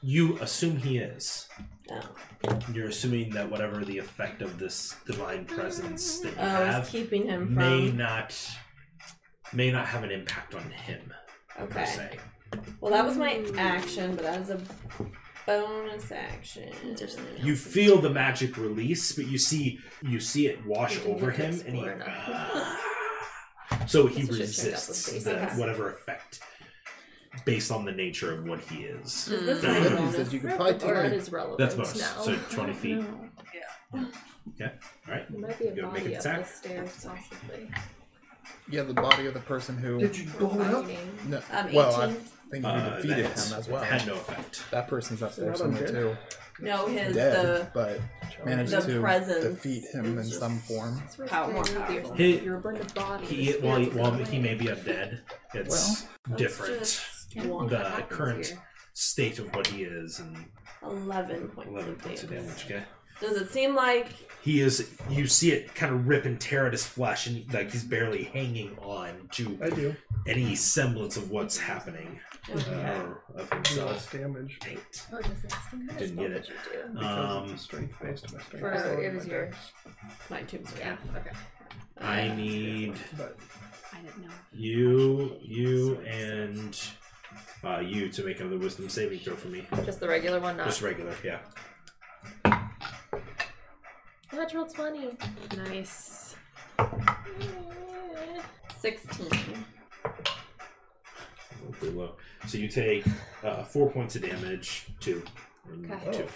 Speaker 2: you assume he is.
Speaker 6: Oh.
Speaker 7: No.
Speaker 2: You're assuming that whatever the effect of this divine presence that you
Speaker 7: Oh, it's
Speaker 2: have
Speaker 7: keeping him
Speaker 2: may
Speaker 7: from.
Speaker 2: not may not have an impact on him per
Speaker 7: Okay.
Speaker 2: se.
Speaker 7: Well, that was my action, but that was a bonus action.
Speaker 2: You feel the magic release, but you see you see it wash over him and he So he
Speaker 5: This is just straight up
Speaker 2: resists
Speaker 5: with
Speaker 2: the,
Speaker 5: basic.
Speaker 2: whatever effect based on the nature of what he is.
Speaker 7: Is this
Speaker 2: Mm.
Speaker 7: my
Speaker 2: He
Speaker 7: bonus?
Speaker 4: says you could probably take
Speaker 5: Or it
Speaker 4: my-
Speaker 5: is relevant
Speaker 2: That's bonus.
Speaker 5: now.
Speaker 2: So twenty feet. Alright.
Speaker 5: There might be a
Speaker 2: You wanna make
Speaker 5: body
Speaker 2: an
Speaker 5: up
Speaker 2: attack?
Speaker 5: the stairs, possibly.
Speaker 4: Yeah, the body of the person who.
Speaker 3: you
Speaker 5: Fighting.
Speaker 4: No,
Speaker 7: Um,
Speaker 4: well, I
Speaker 7: 18.
Speaker 4: think you
Speaker 2: Uh,
Speaker 4: defeated
Speaker 2: that
Speaker 4: him as well.
Speaker 2: Had no effect.
Speaker 4: That person's up there
Speaker 3: Not
Speaker 4: somewhere
Speaker 3: undead.
Speaker 4: too,
Speaker 7: No, his
Speaker 4: dead, but managed
Speaker 7: the
Speaker 4: to
Speaker 7: presence
Speaker 4: defeat him in
Speaker 7: is
Speaker 4: some
Speaker 7: just-
Speaker 4: form.
Speaker 5: That's where
Speaker 7: Power,
Speaker 5: it's
Speaker 7: more
Speaker 5: gonna be.
Speaker 7: powerful.
Speaker 2: He-
Speaker 5: You're born to body.
Speaker 2: He
Speaker 5: the
Speaker 2: well,
Speaker 5: spirit's
Speaker 2: well
Speaker 5: gonna
Speaker 2: he may be undead. It's different the current state of what he is and
Speaker 7: Eleven points.
Speaker 2: eleven
Speaker 7: of
Speaker 2: points of
Speaker 7: damage.
Speaker 2: damage, okay?
Speaker 7: Does it seem like
Speaker 2: He is you see it kind of rip and tear at his flesh and like he's barely hanging on to
Speaker 3: I do.
Speaker 2: any semblance of what's happening uh, or of
Speaker 3: Do
Speaker 2: himself.
Speaker 3: less damage
Speaker 2: Dang it.
Speaker 5: Oh, does this thing have a
Speaker 2: Didn't
Speaker 5: spell
Speaker 2: get it.
Speaker 5: that you do?
Speaker 3: because
Speaker 2: Um,
Speaker 3: it's a strength based. My strength
Speaker 5: For-
Speaker 3: is
Speaker 5: it
Speaker 3: lower than
Speaker 5: was
Speaker 3: my
Speaker 5: your-
Speaker 3: dex,
Speaker 7: my tombstone?
Speaker 5: Yeah, okay.
Speaker 2: I need
Speaker 3: But
Speaker 6: I didn't know.
Speaker 2: you, you, and uh, you to make another wisdom saving throw for me.
Speaker 5: Just the regular one,
Speaker 2: Just
Speaker 5: not
Speaker 2: regular, yeah.
Speaker 5: natural twenty.
Speaker 6: Nice.
Speaker 7: Sixteen.
Speaker 2: Pretty low. So you take uh, four points of damage, two. and
Speaker 5: Okay.
Speaker 2: two.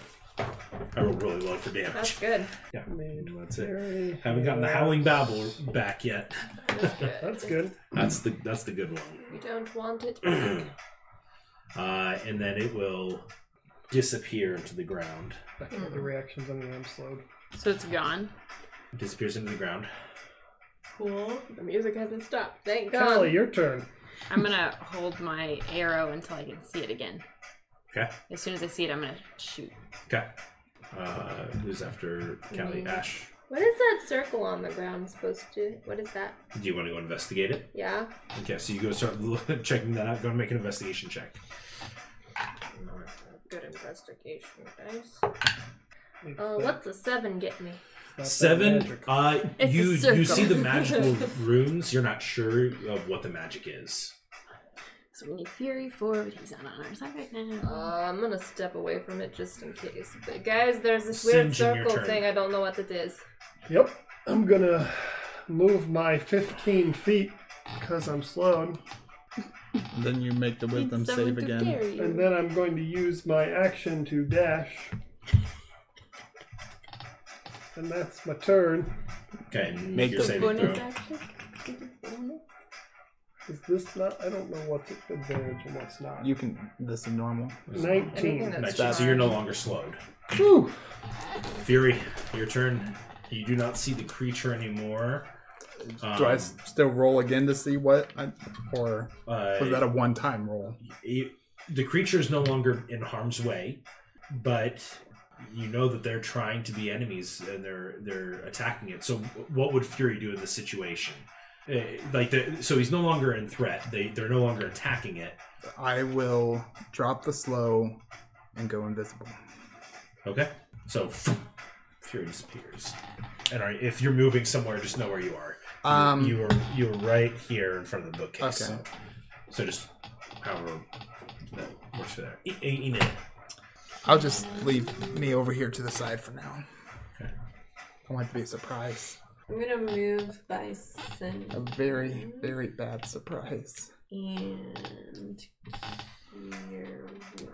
Speaker 2: I rolled really low for
Speaker 5: That's
Speaker 2: damage.
Speaker 5: good.
Speaker 2: Yeah,
Speaker 3: made
Speaker 2: that's it.
Speaker 3: very-
Speaker 2: Haven't gotten the howling babble back yet.
Speaker 5: That's good.
Speaker 3: That's good.
Speaker 2: That's the that's the good one.
Speaker 5: You don't want it. back.
Speaker 2: uh, and then it will disappear into the ground.
Speaker 3: I can't the reactions on the am slowed.
Speaker 6: So it's gone.
Speaker 2: It disappears into the ground.
Speaker 7: Cool.
Speaker 5: the music hasn't stopped. Thank
Speaker 3: Callie,
Speaker 5: God.
Speaker 3: your turn.
Speaker 6: I'm gonna hold my arrow until I can see it again.
Speaker 2: Okay.
Speaker 6: As soon as I see it, I'm gonna shoot. Mm.
Speaker 2: Okay. Uh, who's after Callie? Ash.
Speaker 5: What is that circle on the ground supposed to? What is that?
Speaker 2: Do you want to go investigate it?
Speaker 5: Yeah.
Speaker 2: Okay, so you go start checking that out. Go and make an investigation check.
Speaker 5: Not a good investigation, guys. Uh, what's a seven get me?
Speaker 3: Not that
Speaker 2: Seven.
Speaker 3: magic.
Speaker 2: Uh,
Speaker 6: It's a
Speaker 2: you you
Speaker 6: circle.
Speaker 2: see the magical runes. You're not sure of what the magic is.
Speaker 6: So we need Fury forward. He's not on our side right now.
Speaker 5: Uh, I'm gonna step away from it just in case. But guys, there's this weird
Speaker 2: Singe, in your
Speaker 5: circle
Speaker 2: turn.
Speaker 5: thing. I don't know what it is.
Speaker 3: Yep. I'm gonna move my 15 feet because I'm slowed,
Speaker 4: Then you make the wisdom save again.
Speaker 3: and then I'm going to use my action to dash. And that's my turn.
Speaker 2: Okay, and
Speaker 4: Make
Speaker 2: make your
Speaker 4: the
Speaker 2: saving
Speaker 6: bonus
Speaker 2: throw.
Speaker 3: Is this not? I don't know what's at advantage and what's not.
Speaker 4: You can. This is normal.
Speaker 5: Anything
Speaker 3: 19.
Speaker 5: that's
Speaker 2: Nice. So you're no longer slowed.
Speaker 3: Whew.
Speaker 2: Fury, your turn. You do not see the creature anymore. Um,
Speaker 4: Do I s- still roll again to see what? I, or
Speaker 2: uh,
Speaker 4: was that a one-time roll?
Speaker 2: you- the creature is no longer in harm's way, but you know that they're trying to be enemies and they're they're attacking it. So what would Fury do in this situation? Uh, like the, so he's no longer in threat. They they're no longer attacking it.
Speaker 4: I will drop the slow and go invisible.
Speaker 2: Okay. So Fury disappears. And are, if you're moving somewhere, just know where you are. You-
Speaker 4: Um,
Speaker 2: you were you were right here in front of the bookcase.
Speaker 4: Okay.
Speaker 2: So, so just however that works for there. E- e- email.
Speaker 4: I'll just leave me over here to the side for now.
Speaker 2: Okay.
Speaker 4: I want it to be a surprise.
Speaker 7: I'm gonna move by center.
Speaker 4: A very, very bad surprise.
Speaker 7: And here we are.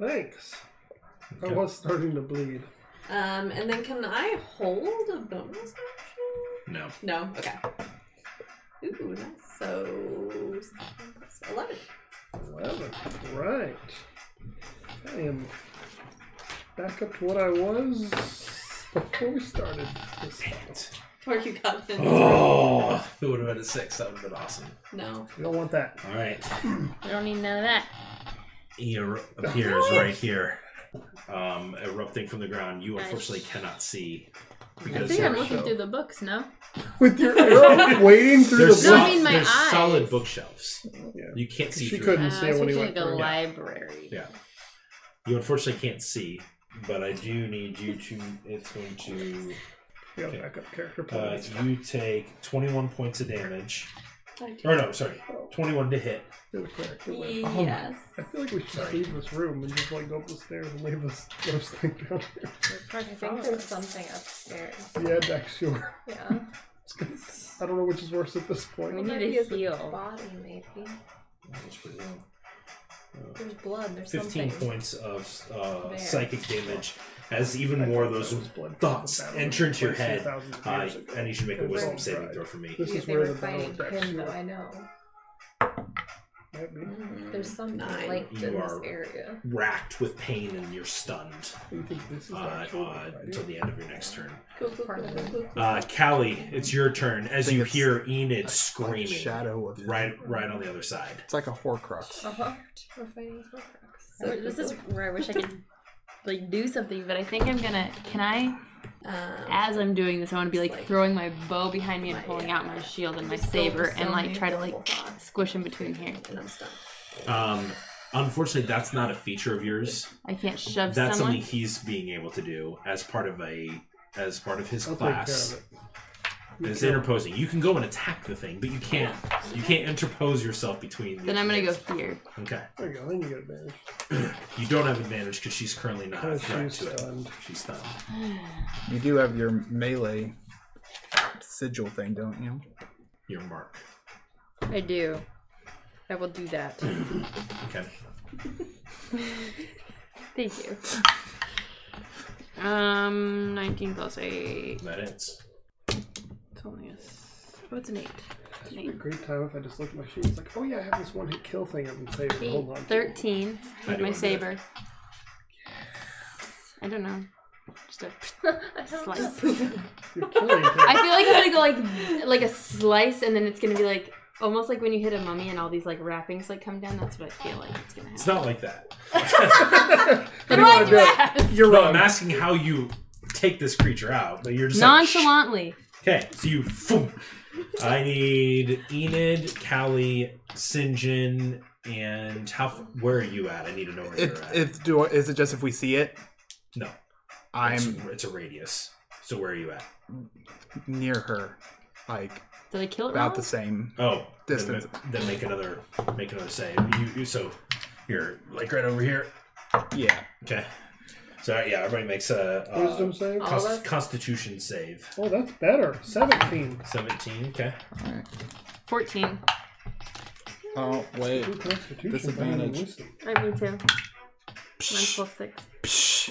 Speaker 3: Thanks. I
Speaker 2: Okay.
Speaker 3: was starting to bleed.
Speaker 7: Um, and then can I hold a bonus action?
Speaker 2: No.
Speaker 7: No. Okay. Ooh, that's so eleven.
Speaker 3: 11. Right. I am back up to what I was before we started. This
Speaker 7: Or you got the
Speaker 2: Oh, if it would have been a six, that would have been awesome.
Speaker 7: no.
Speaker 3: you don't want that.
Speaker 2: All right,
Speaker 6: We don't need none of that.
Speaker 2: he er- appears right here, um, erupting from the ground. You unfortunately cannot see
Speaker 6: I
Speaker 2: because
Speaker 6: think I'm
Speaker 2: there's,
Speaker 6: looking
Speaker 4: show.
Speaker 6: through the books, no?
Speaker 4: With your arrow wading through
Speaker 2: there's,
Speaker 4: the
Speaker 6: No, I
Speaker 2: sol-
Speaker 6: mean my
Speaker 2: there's
Speaker 6: eyes.
Speaker 2: solid bookshelves.
Speaker 3: Yeah.
Speaker 2: You can't see.
Speaker 3: She
Speaker 2: through
Speaker 3: couldn't
Speaker 2: them.
Speaker 6: Uh,
Speaker 3: see it
Speaker 6: it's
Speaker 3: when he
Speaker 6: usually
Speaker 3: went
Speaker 6: like a
Speaker 3: through.
Speaker 2: Yeah.
Speaker 6: library.
Speaker 2: Yeah. You unfortunately can't see, but I do need you to. It's going to.
Speaker 3: Yeah, back up character
Speaker 2: Uh,
Speaker 3: points.
Speaker 2: you take 21 points of damage. Or no, sorry, 21 to hit.
Speaker 3: You're the character left.
Speaker 2: Oh.
Speaker 7: Yes.
Speaker 3: I feel like we should just leave this room and just like go up the stairs and leave this ghost thing down here.
Speaker 5: I think there's something upstairs.
Speaker 3: Yeah, Dex, sure.
Speaker 5: Yeah.
Speaker 3: I don't know which is worse at this
Speaker 6: We
Speaker 3: point.
Speaker 6: need
Speaker 5: Maybe
Speaker 6: a
Speaker 5: it's the
Speaker 6: heal.
Speaker 5: Body, maybe.
Speaker 2: That's pretty low.
Speaker 5: There's blood. There's
Speaker 2: 15
Speaker 5: something.
Speaker 2: points of uh,
Speaker 5: There.
Speaker 2: psychic damage as even more of those thoughts enter into your head. Uh, and you should make a wisdom saving throw for me.
Speaker 3: This
Speaker 5: They-
Speaker 3: is
Speaker 5: they
Speaker 3: where
Speaker 5: were
Speaker 3: the
Speaker 5: fighting
Speaker 3: battle decks
Speaker 5: him, though.
Speaker 3: were.
Speaker 5: I know.
Speaker 3: Might be.
Speaker 5: There's something
Speaker 7: Nine.
Speaker 5: linked in
Speaker 2: You
Speaker 5: this
Speaker 2: are-
Speaker 5: area.
Speaker 2: Racked with pain and you're stunned
Speaker 3: You think this is
Speaker 2: uh,
Speaker 3: actually
Speaker 2: uh,
Speaker 3: fighting?
Speaker 2: until the end of your next turn.
Speaker 7: Go, go, go, go, go, go.
Speaker 2: Uh, Callie, it's your turn as
Speaker 4: think
Speaker 2: you
Speaker 4: it's
Speaker 2: hear Enid
Speaker 4: Like a
Speaker 2: screaming
Speaker 4: shadow of
Speaker 2: right, right on the other side.
Speaker 4: It's like a horcrux.
Speaker 7: Oh.
Speaker 5: Uh huh. We're fighting Horcrux.
Speaker 7: So
Speaker 6: This is
Speaker 7: good.
Speaker 6: where I wish I could like do something, but I think I'm gonna. Can I?
Speaker 7: Um,
Speaker 6: As I'm doing this, I want to be like
Speaker 7: Like-
Speaker 6: throwing my bow behind me and
Speaker 7: Right,
Speaker 6: pulling
Speaker 7: yeah.
Speaker 6: out my shield and my
Speaker 7: Just go
Speaker 6: saber
Speaker 7: to
Speaker 6: and
Speaker 7: so
Speaker 6: like
Speaker 7: many
Speaker 6: try to like
Speaker 7: horrible thoughts.
Speaker 6: squish in between here.
Speaker 7: and I'm stunned.
Speaker 2: Um, unfortunately, that's not a feature of yours.
Speaker 6: I can't shove
Speaker 2: That's something
Speaker 6: someone.
Speaker 2: he's being able to do as part of a as part of his
Speaker 3: I'll
Speaker 2: class.
Speaker 3: take care of it.
Speaker 2: It's interposing. You can go and attack the thing, but you can't. You can't interpose yourself between. The
Speaker 6: Then I'm gonna go here.
Speaker 2: Okay.
Speaker 3: There you go. Then you get advantage.
Speaker 2: You don't have advantage because she's currently not a
Speaker 3: Because
Speaker 2: threat
Speaker 3: she's uh,
Speaker 2: to it.
Speaker 3: stunned.
Speaker 2: She's stunned.
Speaker 4: You do have your melee sigil thing, don't you?
Speaker 2: Your mark.
Speaker 6: I do. I will do that.
Speaker 2: Okay.
Speaker 6: Thank you. Um, 19 plus 8.
Speaker 2: That ends.
Speaker 6: It's only a. s- Oh, it's an 8. It's an
Speaker 3: It'd be a great time if I just looked at my sheet. It's like, oh yeah, I have this one hit kill thing I've been saving.
Speaker 6: 8.
Speaker 3: Hold on.
Speaker 6: 13
Speaker 2: How
Speaker 6: with
Speaker 2: do you
Speaker 6: my
Speaker 2: wanna do it?
Speaker 6: saber. I don't know. Just a slice.
Speaker 3: You're killing me.
Speaker 6: I feel like I'm gonna go like like a slice, and then it's gonna be like almost like when you hit a mummy and all these like wrappings like come down. That's what I feel like it's gonna
Speaker 2: It's
Speaker 6: happen.
Speaker 2: not like that.
Speaker 3: do
Speaker 6: Then
Speaker 3: you
Speaker 6: why'd
Speaker 3: wanna
Speaker 6: you
Speaker 3: do?
Speaker 6: ask?
Speaker 3: You're
Speaker 2: No, I'm
Speaker 3: wrong.
Speaker 2: asking how you take this creature out, but you're just like,
Speaker 6: Nonchalantly.
Speaker 2: Okay, so you. Foom. I need Enid, Callie, Sinjin, and how? f- Where are you at? I need to know where
Speaker 4: It,
Speaker 2: you're at.
Speaker 4: if do I- is it just if we see it?
Speaker 2: no, it's,
Speaker 4: I'm
Speaker 2: it's a radius. So where are you at?
Speaker 4: near her, like
Speaker 6: Did I kill it
Speaker 4: about
Speaker 6: wrong?
Speaker 4: the same.
Speaker 2: Oh, then
Speaker 4: Distance.
Speaker 2: ma- Then, make another, make another save. You, you so you're like right over here.
Speaker 4: Yeah.
Speaker 2: Okay. So yeah, everybody makes a, a
Speaker 3: Wisdom save.
Speaker 5: All of
Speaker 2: cons-
Speaker 5: us?
Speaker 2: Constitution save.
Speaker 3: Oh, that's better. 17.
Speaker 2: Seventeen. Okay.
Speaker 6: 14.
Speaker 4: Oh wait.
Speaker 3: Ooh, Constitution
Speaker 4: Disadvantage.
Speaker 3: better than
Speaker 6: I me too. Mine's plus 6.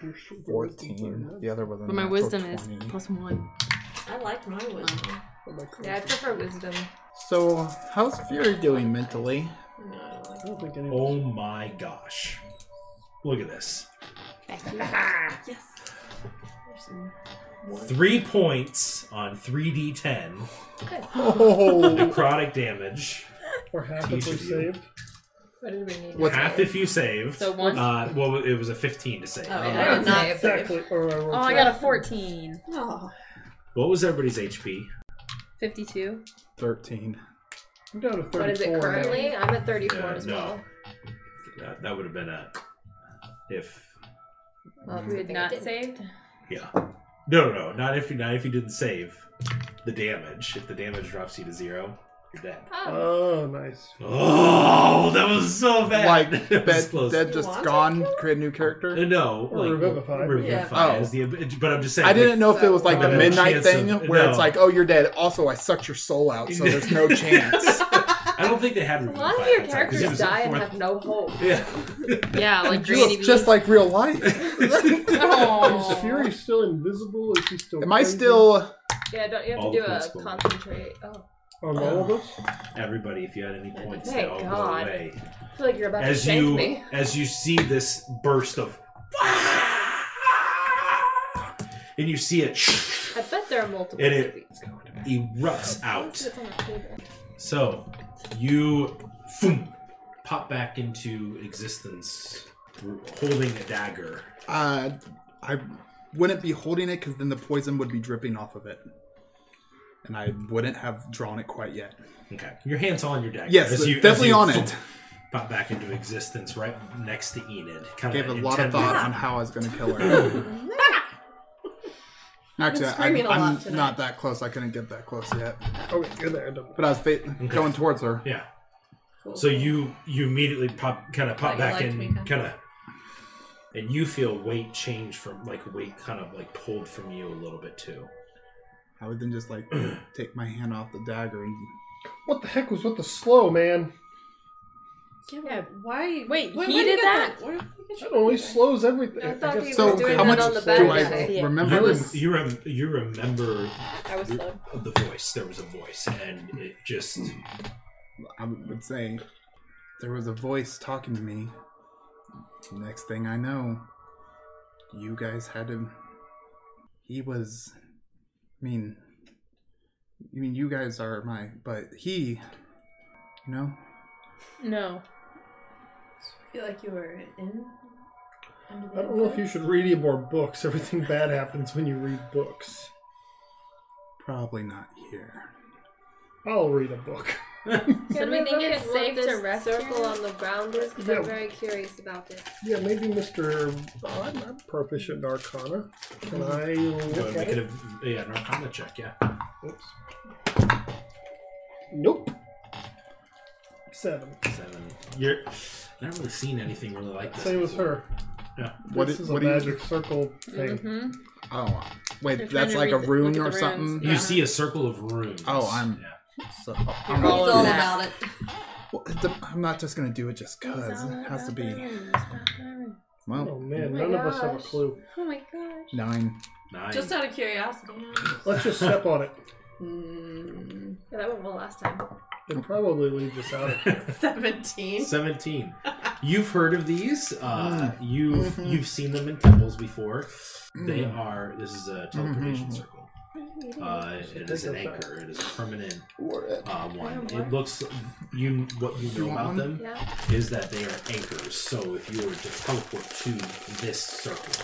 Speaker 3: wisdom.
Speaker 4: Fourteen. The other was a
Speaker 6: But my
Speaker 4: natural
Speaker 6: wisdom
Speaker 4: 20.
Speaker 6: is plus 1.
Speaker 7: I like my wisdom.
Speaker 3: Oh my God.
Speaker 5: Uh-huh. Yeah, I prefer wisdom.
Speaker 4: So how's Fury doing mentally?
Speaker 7: No, I don't like
Speaker 3: I don't think anyone.
Speaker 2: Oh my gosh! Look at this.
Speaker 7: Yes. There's some
Speaker 2: Three points on three d10
Speaker 4: Oh.
Speaker 2: necrotic damage.
Speaker 3: Or half if we
Speaker 2: Teaches you.
Speaker 3: saved.
Speaker 5: What did we need?
Speaker 4: What's-
Speaker 2: Half if you saved.
Speaker 6: So one.
Speaker 2: Uh, well, it was a 15 to save.
Speaker 7: Oh,
Speaker 5: I
Speaker 7: yeah.
Speaker 5: did not
Speaker 3: Exactly. Or I rolled
Speaker 6: oh, I got a
Speaker 3: flat.
Speaker 6: 14.
Speaker 5: Ah.
Speaker 7: Oh,
Speaker 2: What was everybody's HP?
Speaker 6: 52.
Speaker 4: Thirteen.
Speaker 3: I'm down to 34.
Speaker 5: What is it
Speaker 3: now.
Speaker 5: currently? I'm at 34
Speaker 2: Yeah,
Speaker 5: as
Speaker 2: Uh, no.
Speaker 5: well.
Speaker 2: That, that would have been a. If.
Speaker 5: well
Speaker 6: You had not saved?
Speaker 2: Yeah. No, no, no. Not if you, not if you didn't save the damage. If the damage drops you to zero, you're dead.
Speaker 5: Oh,
Speaker 3: Oh, nice.
Speaker 2: Oh, that was so bad.
Speaker 4: Like
Speaker 2: It was
Speaker 4: that,
Speaker 2: close.
Speaker 4: that
Speaker 7: You
Speaker 4: just
Speaker 7: want
Speaker 4: gone. Create a new
Speaker 2: Uh,
Speaker 4: character.
Speaker 2: no,
Speaker 3: Or
Speaker 2: like,
Speaker 3: revivify.
Speaker 2: revivify
Speaker 4: Yeah.
Speaker 2: is the ab- but I'm just saying.
Speaker 4: Oh. I didn't know if it was like the
Speaker 2: Not a
Speaker 4: midnight
Speaker 2: chance of-
Speaker 4: thing where it's
Speaker 2: no.
Speaker 4: like, oh, you're dead. Also, I sucked your soul out, so there's no chance.
Speaker 2: I don't think they had
Speaker 5: a
Speaker 2: revivify.
Speaker 5: lot of your
Speaker 2: at the time, 'cause it
Speaker 5: characters
Speaker 2: was the
Speaker 5: die and
Speaker 2: fourth-
Speaker 5: have no hope.
Speaker 2: Yeah.
Speaker 6: Yeah, like
Speaker 4: just, just like real life.
Speaker 3: Is Fury still invisible? Is he still.
Speaker 4: Am I
Speaker 3: crazy?
Speaker 4: still?
Speaker 5: Yeah, don't you have
Speaker 2: All
Speaker 5: to
Speaker 2: the
Speaker 5: do
Speaker 2: points
Speaker 5: a
Speaker 2: go away.
Speaker 5: concentrate? Oh,
Speaker 3: On all of us?
Speaker 2: Everybody, if you had any points, they
Speaker 5: Thank
Speaker 2: all
Speaker 5: God.
Speaker 2: go away.
Speaker 5: I feel like you're about to
Speaker 2: as
Speaker 5: shank
Speaker 2: you
Speaker 5: me.
Speaker 2: as you see this burst of and you see it
Speaker 5: I bet there are multiple
Speaker 2: And it-
Speaker 5: zombies going around.
Speaker 2: erupts out
Speaker 5: It's on that table.
Speaker 2: so you boom, pop back into existence holding a dagger
Speaker 4: Uh, I wouldn't be holding it because then the poison would be dripping off of it, and I wouldn't have drawn it quite yet.
Speaker 2: okay your hands on your dagger
Speaker 4: Yes,
Speaker 2: as you- as
Speaker 4: definitely
Speaker 2: you
Speaker 4: on it.
Speaker 2: pop back into existence right next to enid kind
Speaker 4: Gave a lot of thought on how I was going to kill her. Actually, I,
Speaker 7: screaming a lot
Speaker 4: I'm
Speaker 7: tonight.
Speaker 4: not that close. I couldn't get that close yet.
Speaker 3: Okay, Oh, you're there. double.
Speaker 4: But I was fa- going towards her.
Speaker 2: yeah so you you immediately pop kind of pop
Speaker 7: Like,
Speaker 2: back
Speaker 7: like
Speaker 2: in
Speaker 7: me, huh?
Speaker 2: kind of and you feel weight change from like weight kind of like pulled from you a little bit too
Speaker 4: I would then just like take my hand off the dagger and
Speaker 3: What the heck was with the slow, man?
Speaker 7: yeah. Why?
Speaker 6: Wait,
Speaker 7: why-
Speaker 6: he
Speaker 7: why do you
Speaker 6: did
Speaker 7: get Why do you get
Speaker 3: That
Speaker 7: your-
Speaker 3: always slows everything.
Speaker 5: I thought
Speaker 3: guess
Speaker 5: we
Speaker 4: so.
Speaker 5: were doing
Speaker 4: How
Speaker 5: that
Speaker 4: much
Speaker 5: on the
Speaker 4: do
Speaker 5: back
Speaker 4: I
Speaker 5: today.
Speaker 4: remember
Speaker 2: you,
Speaker 4: this?
Speaker 2: rem- you, rem- you remember
Speaker 5: I was slow.
Speaker 2: the voice there was a voice and it just
Speaker 4: I would say there was a voice talking to me. Next thing I know, you guys had him. He was. I mean, I mean, you guys are my, but he. You know,
Speaker 6: No.
Speaker 7: I feel like you were in. under the
Speaker 3: I don't know if you
Speaker 7: influence.
Speaker 3: should read any more books. Everything bad happens when you read books.
Speaker 4: probably not here.
Speaker 3: I'll read a book.
Speaker 5: So do we think it's safe to rest circle
Speaker 6: circle
Speaker 5: on the ground is? Because
Speaker 3: No.
Speaker 5: I'm very curious about this.
Speaker 3: Yeah, maybe Mr. Oh, I'm not proficient in Arcana. Can I
Speaker 2: go
Speaker 3: look
Speaker 2: and make
Speaker 3: at
Speaker 2: it
Speaker 3: it?
Speaker 2: a yeah an arcana check yeah
Speaker 3: Oops. Nope. Seven.
Speaker 2: seven you're I haven't really seen anything really like this
Speaker 3: Same as her.
Speaker 4: What
Speaker 3: this
Speaker 4: it-
Speaker 3: is a
Speaker 4: what do you-
Speaker 3: magic circle thing.
Speaker 6: Mm-hmm.
Speaker 4: Oh,
Speaker 6: They're
Speaker 4: wait,
Speaker 6: trying
Speaker 4: that's
Speaker 6: to
Speaker 4: like a
Speaker 6: read the- look
Speaker 4: rune
Speaker 6: at the
Speaker 4: or
Speaker 6: runes.
Speaker 4: something.
Speaker 2: you
Speaker 6: Yeah.
Speaker 2: see a circle of runes
Speaker 4: Oh, I'm-
Speaker 2: yeah.
Speaker 4: So,
Speaker 6: You're
Speaker 4: I'm, not,
Speaker 6: all
Speaker 7: It's all
Speaker 6: that.
Speaker 7: about it.
Speaker 4: well, it de- I'm not just gonna do it just cause. It has to be.
Speaker 3: Oh
Speaker 4: Well,
Speaker 3: man,
Speaker 5: my
Speaker 3: none of us have a
Speaker 5: gosh.
Speaker 3: clue.
Speaker 5: Oh my gosh.
Speaker 4: nine.
Speaker 2: nine
Speaker 7: Just out of curiosity.
Speaker 3: Let's just step on it.
Speaker 7: Mm,
Speaker 5: Yeah, that went well last time.
Speaker 3: It probably leaves us out. of it.
Speaker 7: Seventeen.
Speaker 2: 17 you've heard of these uh,
Speaker 4: Mm-hmm.
Speaker 2: you've you've seen them in temples before they
Speaker 4: Mm.
Speaker 2: are this is a teleportation
Speaker 4: Mhm.
Speaker 2: circle Uh, it is an anchor. It is a permanent
Speaker 4: Or it.
Speaker 2: uh, one. It looks you what you
Speaker 4: You
Speaker 2: know
Speaker 4: want
Speaker 2: about
Speaker 4: one?
Speaker 2: them
Speaker 5: Yeah.
Speaker 2: is that they are anchors. So if you were to teleport to this circle,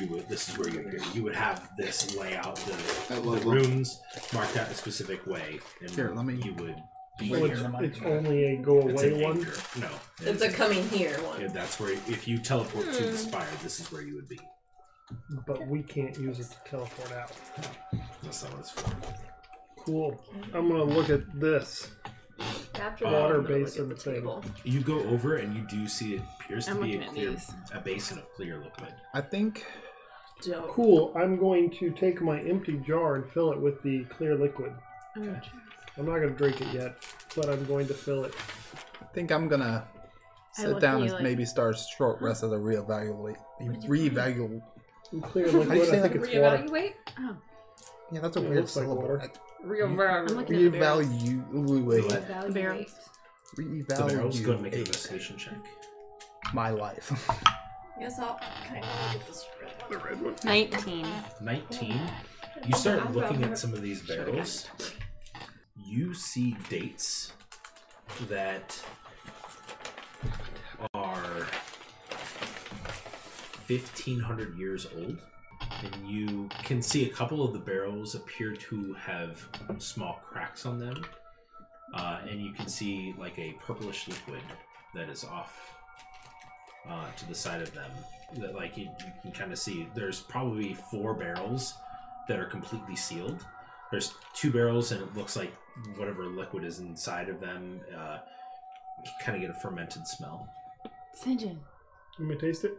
Speaker 2: you would. This is where you would go. You would have this layout, the,
Speaker 4: That
Speaker 2: the
Speaker 4: level.
Speaker 2: rooms marked out in a specific way, and
Speaker 4: Here, let me-
Speaker 2: you would be
Speaker 3: So
Speaker 4: Wait,
Speaker 3: it's,
Speaker 2: here.
Speaker 3: it's only a go
Speaker 2: It's
Speaker 3: away
Speaker 2: an
Speaker 3: one.
Speaker 2: anchor. No,
Speaker 7: It's a coming here one. Hmm.
Speaker 2: Yeah, that's where if you teleport to the spire, this is where you would be.
Speaker 3: But we can't use it to teleport out.
Speaker 2: That's not what it's for.
Speaker 3: Cool. I'm gonna look at this.
Speaker 5: After
Speaker 2: Oh,
Speaker 5: that,
Speaker 3: Water
Speaker 5: I'm gonna look
Speaker 3: basin
Speaker 5: at the
Speaker 3: thing.
Speaker 5: table.
Speaker 2: You go over and you do see it appears to
Speaker 6: I'm
Speaker 2: be
Speaker 6: looking
Speaker 2: a
Speaker 6: at
Speaker 2: clear,
Speaker 6: these.
Speaker 2: a basin of clear liquid.
Speaker 4: I think
Speaker 7: Dope.
Speaker 3: Cool. I'm going to take my empty jar and fill it with the clear liquid.
Speaker 5: Oh,
Speaker 3: I'm not gonna drink it yet, but I'm going to fill it.
Speaker 4: I think I'm gonna
Speaker 6: I
Speaker 4: sit
Speaker 6: look at
Speaker 4: down
Speaker 6: you
Speaker 4: and
Speaker 6: like-
Speaker 4: maybe start a short rest of the reevaluate. Reevaluate.
Speaker 3: And clear
Speaker 4: How do you
Speaker 3: liquid.
Speaker 4: say
Speaker 3: I think
Speaker 4: that?
Speaker 3: it's water.
Speaker 5: Reevaluate?
Speaker 4: Yeah, that's a
Speaker 3: It
Speaker 4: weird
Speaker 3: looks like
Speaker 4: syllable.
Speaker 3: water.
Speaker 4: Like,
Speaker 6: I'm
Speaker 5: Reevaluate.
Speaker 6: looking at the barrels.
Speaker 4: Reevaluate.
Speaker 5: Reevaluate.
Speaker 6: Barrels.
Speaker 2: The barrel's good. Make an
Speaker 4: Reevaluate
Speaker 2: investigation check.
Speaker 4: my life.
Speaker 7: Yes, I'll kind of look at this red one.
Speaker 6: 19.
Speaker 2: 19. You start looking at some of these barrels. You see dates that are 1500 years old. And you can see a couple of the barrels appear to have small cracks on them. Uh, and you can see like a purplish liquid that is off uh, to the side of them. That like you, you can kind of see. There's probably four barrels that are completely sealed. There's two barrels, and it looks like whatever liquid is inside of them. Uh, you kind of get a fermented smell.
Speaker 6: Sinjin.
Speaker 3: Let me taste it.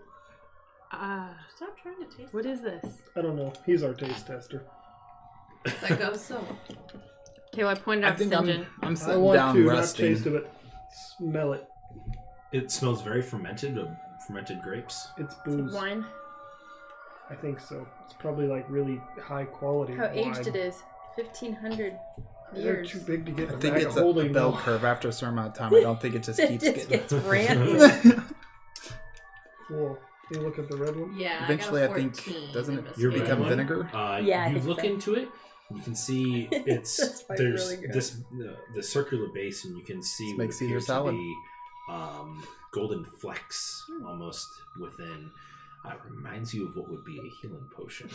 Speaker 6: Uh,
Speaker 7: Stop trying to taste
Speaker 6: what is this?
Speaker 3: I don't know. He's our taste tester.
Speaker 7: it. That goes so.
Speaker 6: Okay, well, I pointed
Speaker 4: I
Speaker 6: out
Speaker 4: think I'm,
Speaker 6: Sinjin.
Speaker 4: I'm
Speaker 3: I
Speaker 4: sitting
Speaker 3: want
Speaker 4: down
Speaker 3: to not
Speaker 4: resting.
Speaker 3: taste of it. Smell it.
Speaker 2: It smells very fermented, of fermented grapes.
Speaker 3: It's booze.
Speaker 5: Wine.
Speaker 3: I think so. It's probably like really high quality.
Speaker 5: How
Speaker 3: wine.
Speaker 5: aged it is. 1500
Speaker 3: They're
Speaker 5: years.
Speaker 3: too big to get.
Speaker 4: I
Speaker 3: in a
Speaker 4: think
Speaker 3: bag
Speaker 4: it's
Speaker 3: of
Speaker 4: a, a
Speaker 3: holding
Speaker 4: bell
Speaker 3: though.
Speaker 4: curve after a certain amount of time. I don't think it just keeps getting.
Speaker 7: gets rancid.
Speaker 3: Cool. Can you look at the red one?
Speaker 7: Yeah.
Speaker 4: Eventually, I
Speaker 7: I, got
Speaker 4: think
Speaker 7: 14
Speaker 4: doesn't it
Speaker 7: in
Speaker 2: Your
Speaker 4: become
Speaker 2: red one?
Speaker 4: vinegar?
Speaker 2: Uh,
Speaker 5: Yeah, I
Speaker 2: you
Speaker 5: think
Speaker 2: look
Speaker 5: so.
Speaker 2: into it. You can see it's
Speaker 5: That's probably
Speaker 2: there's
Speaker 5: really good.
Speaker 2: this uh, the circular base, and you can see
Speaker 4: Let's
Speaker 2: what
Speaker 4: make Caesar
Speaker 2: appears to
Speaker 4: salad.
Speaker 2: be um, golden flecks almost within. Uh, it reminds you of what would be a healing potion.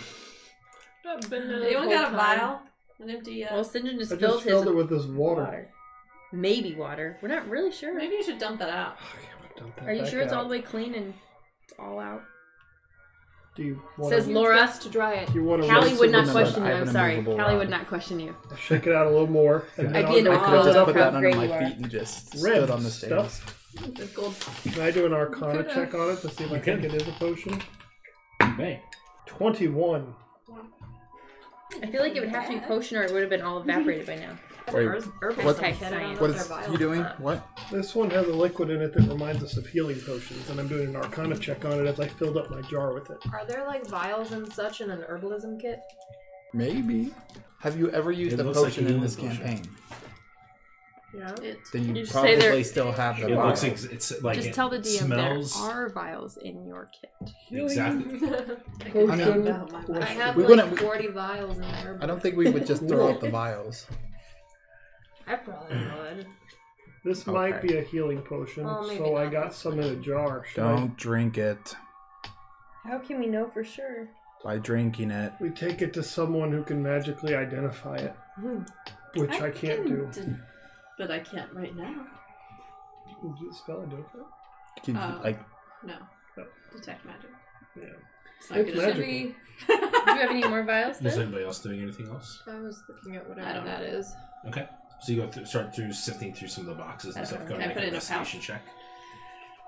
Speaker 7: Anyone got a vial? An empty. Uh,
Speaker 5: Well, Sinjin just
Speaker 3: I
Speaker 5: filled
Speaker 3: just
Speaker 5: his
Speaker 3: filled it with this water.
Speaker 5: Maybe water. We're not really sure.
Speaker 7: maybe you should dump that out.
Speaker 3: Ugh, yeah, but dump that
Speaker 5: Are you
Speaker 3: back
Speaker 5: sure it's
Speaker 3: out.
Speaker 5: all the way clean and it's all out?
Speaker 3: Do you want
Speaker 6: Says
Speaker 3: to,
Speaker 6: Laura to dry it.
Speaker 3: You want to
Speaker 6: Callie
Speaker 3: rinse
Speaker 6: would
Speaker 3: it
Speaker 6: not
Speaker 3: with
Speaker 6: question
Speaker 4: I
Speaker 6: you.
Speaker 4: have
Speaker 6: I'm
Speaker 4: an
Speaker 6: sorry.
Speaker 4: immovable
Speaker 6: Callie
Speaker 4: eye.
Speaker 6: would not question you.
Speaker 3: some- Shake it out a little more. And then
Speaker 6: I'd be
Speaker 3: I'll
Speaker 6: in
Speaker 4: I
Speaker 3: drink
Speaker 4: could have
Speaker 6: awe
Speaker 4: just
Speaker 6: of
Speaker 4: put
Speaker 6: how
Speaker 4: that under
Speaker 6: great
Speaker 4: my
Speaker 6: you are.
Speaker 4: feet and just
Speaker 3: Red
Speaker 4: stood on the stairs.
Speaker 3: stuff.
Speaker 7: The gold.
Speaker 3: Can I do an Arcana
Speaker 7: Could've.
Speaker 3: check on it to see if I
Speaker 2: You can.
Speaker 3: think it is a potion?
Speaker 2: Bang.
Speaker 3: Twenty-one.
Speaker 5: I feel like it would have to be potion or it would have been all evaporated by now.
Speaker 4: Wait,
Speaker 7: Herbal
Speaker 4: what-
Speaker 7: type science.
Speaker 4: what is you doing? What?
Speaker 3: This one has a liquid in it that reminds us of healing potions, and I'm doing an Arcana check on it as I filled up my jar with it.
Speaker 8: Are there like vials and such in an herbalism kit?
Speaker 4: Maybe. Have you ever used
Speaker 2: It
Speaker 4: a
Speaker 2: looks like
Speaker 4: potion
Speaker 2: a
Speaker 4: in
Speaker 2: healing
Speaker 4: this
Speaker 2: potion.
Speaker 4: campaign?
Speaker 8: Yeah.
Speaker 7: It.
Speaker 4: Then you,
Speaker 6: You just say
Speaker 4: probably
Speaker 6: they're-
Speaker 4: still have the
Speaker 2: It looks
Speaker 4: vial.
Speaker 2: ex- it's like
Speaker 6: Just
Speaker 2: it
Speaker 6: tell the DM
Speaker 2: smells
Speaker 6: there are vials in your kit.
Speaker 2: exactly.
Speaker 7: I
Speaker 4: I mean-
Speaker 7: mean,
Speaker 8: I have
Speaker 4: We
Speaker 8: like
Speaker 4: wouldn't-
Speaker 8: 40 vials in there.
Speaker 4: I don't think we would just throw out the vials.
Speaker 8: I probably would.
Speaker 3: This might
Speaker 4: Okay.
Speaker 3: be a healing potion,
Speaker 8: Oh, maybe
Speaker 3: so I
Speaker 8: not.
Speaker 3: got some in a jar. Should I-
Speaker 4: Don't drink it
Speaker 5: How can we know for sure?
Speaker 4: by drinking it.
Speaker 3: We take it to someone who can magically identify it, which I, can't do.
Speaker 7: Hmm. can- But I can't right now.
Speaker 3: Did you spell identify?
Speaker 4: Can you,
Speaker 7: Uh,
Speaker 4: like
Speaker 7: No.
Speaker 3: No.
Speaker 7: Detect magic.
Speaker 3: Yeah.
Speaker 7: It's not
Speaker 3: It's
Speaker 7: gonna
Speaker 3: magical.
Speaker 7: be.
Speaker 5: Do you have any more vials
Speaker 2: Is
Speaker 5: then?
Speaker 2: anybody else doing anything else?
Speaker 8: I was looking at whatever
Speaker 7: I don't know what it is.
Speaker 2: Okay. So you go through, start through sifting through some of the boxes and
Speaker 7: Okay.
Speaker 2: stuff. Go
Speaker 7: Can I
Speaker 2: and make
Speaker 7: put
Speaker 2: an
Speaker 7: it in a pouch?
Speaker 2: investigation check.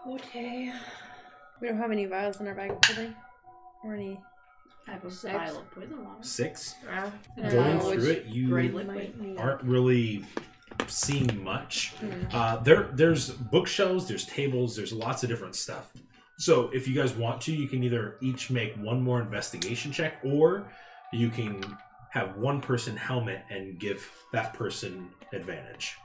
Speaker 5: Okay. We don't have any vials in our bag, do they? Or any.
Speaker 7: I have a
Speaker 5: Six.
Speaker 7: vial of poison water.
Speaker 2: Six.
Speaker 5: Uh,
Speaker 2: Going
Speaker 7: Uh,
Speaker 2: through
Speaker 7: which
Speaker 2: it, you
Speaker 7: Gray liquid.
Speaker 2: aren't really seeing much. Uh, there, there's bookshelves, there's tables, there's lots of different stuff. So if you guys want to, you can either each make one more investigation check, or you can have one person helmet and give that person advantage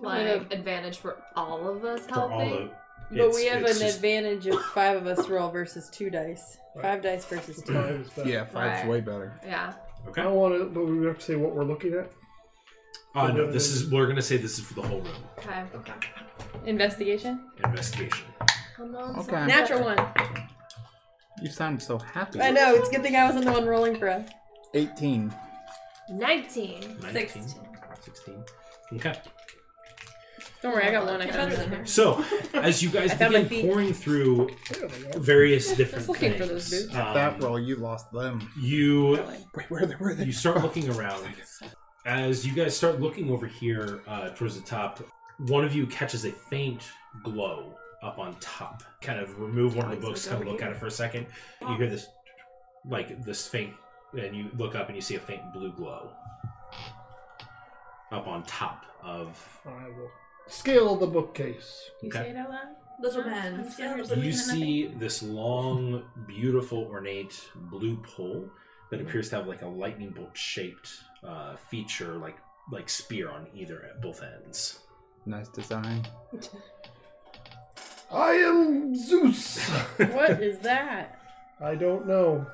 Speaker 8: Like advantage for all of us
Speaker 2: for all
Speaker 8: helping.
Speaker 2: the.
Speaker 7: But we
Speaker 2: it's-
Speaker 7: have
Speaker 2: it's
Speaker 7: an
Speaker 2: just-
Speaker 7: advantage if five of us roll versus two dice.
Speaker 3: Right.
Speaker 7: Five dice versus two.
Speaker 3: Five is better.
Speaker 4: yeah, five's
Speaker 8: Right.
Speaker 4: way better.
Speaker 8: yeah.
Speaker 2: Okay.
Speaker 3: I want to, but we would have to say what we're looking at.
Speaker 2: Uh, no, this is we're gonna say this is for the whole room.
Speaker 5: Okay.
Speaker 7: Okay.
Speaker 6: Investigation?
Speaker 2: Investigation.
Speaker 5: Come on.
Speaker 4: Okay.
Speaker 8: Natural one.
Speaker 4: You sound so happy.
Speaker 7: I know. It's a good thing I wasn't the one rolling for us.
Speaker 4: 18.
Speaker 5: 19.
Speaker 2: 19? 16. Okay.
Speaker 8: Don't worry, I got one. I
Speaker 7: Better than her.
Speaker 2: So, as you guys
Speaker 8: I found my
Speaker 2: begin
Speaker 8: feet.
Speaker 2: pouring through
Speaker 3: There we go.
Speaker 2: various different
Speaker 8: looking
Speaker 2: things,
Speaker 8: for those boots.
Speaker 2: um,
Speaker 4: that roll, you lost them.
Speaker 2: you
Speaker 4: Wait, where are they? Where are they?
Speaker 2: you start looking around. As you guys start looking over here uh, towards the top, one of you catches a faint glow up on top. Kind of remove one of the books, kind of look at it for a second. You hear this, like this faint, and you look up and you see a faint blue glow up on top of.
Speaker 3: I will scale the bookcase.
Speaker 8: You
Speaker 2: Okay.
Speaker 8: say it out loud?
Speaker 7: Little
Speaker 8: No,
Speaker 7: man.
Speaker 8: I'm scared.
Speaker 7: Yeah, little
Speaker 2: You see this long, beautiful, ornate blue pole that
Speaker 8: Mm-hmm.
Speaker 2: appears to have like a lightning bolt shaped uh, feature, like like spear on either both ends.
Speaker 4: Nice design.
Speaker 3: I am Zeus.
Speaker 8: What is that?
Speaker 3: I don't know,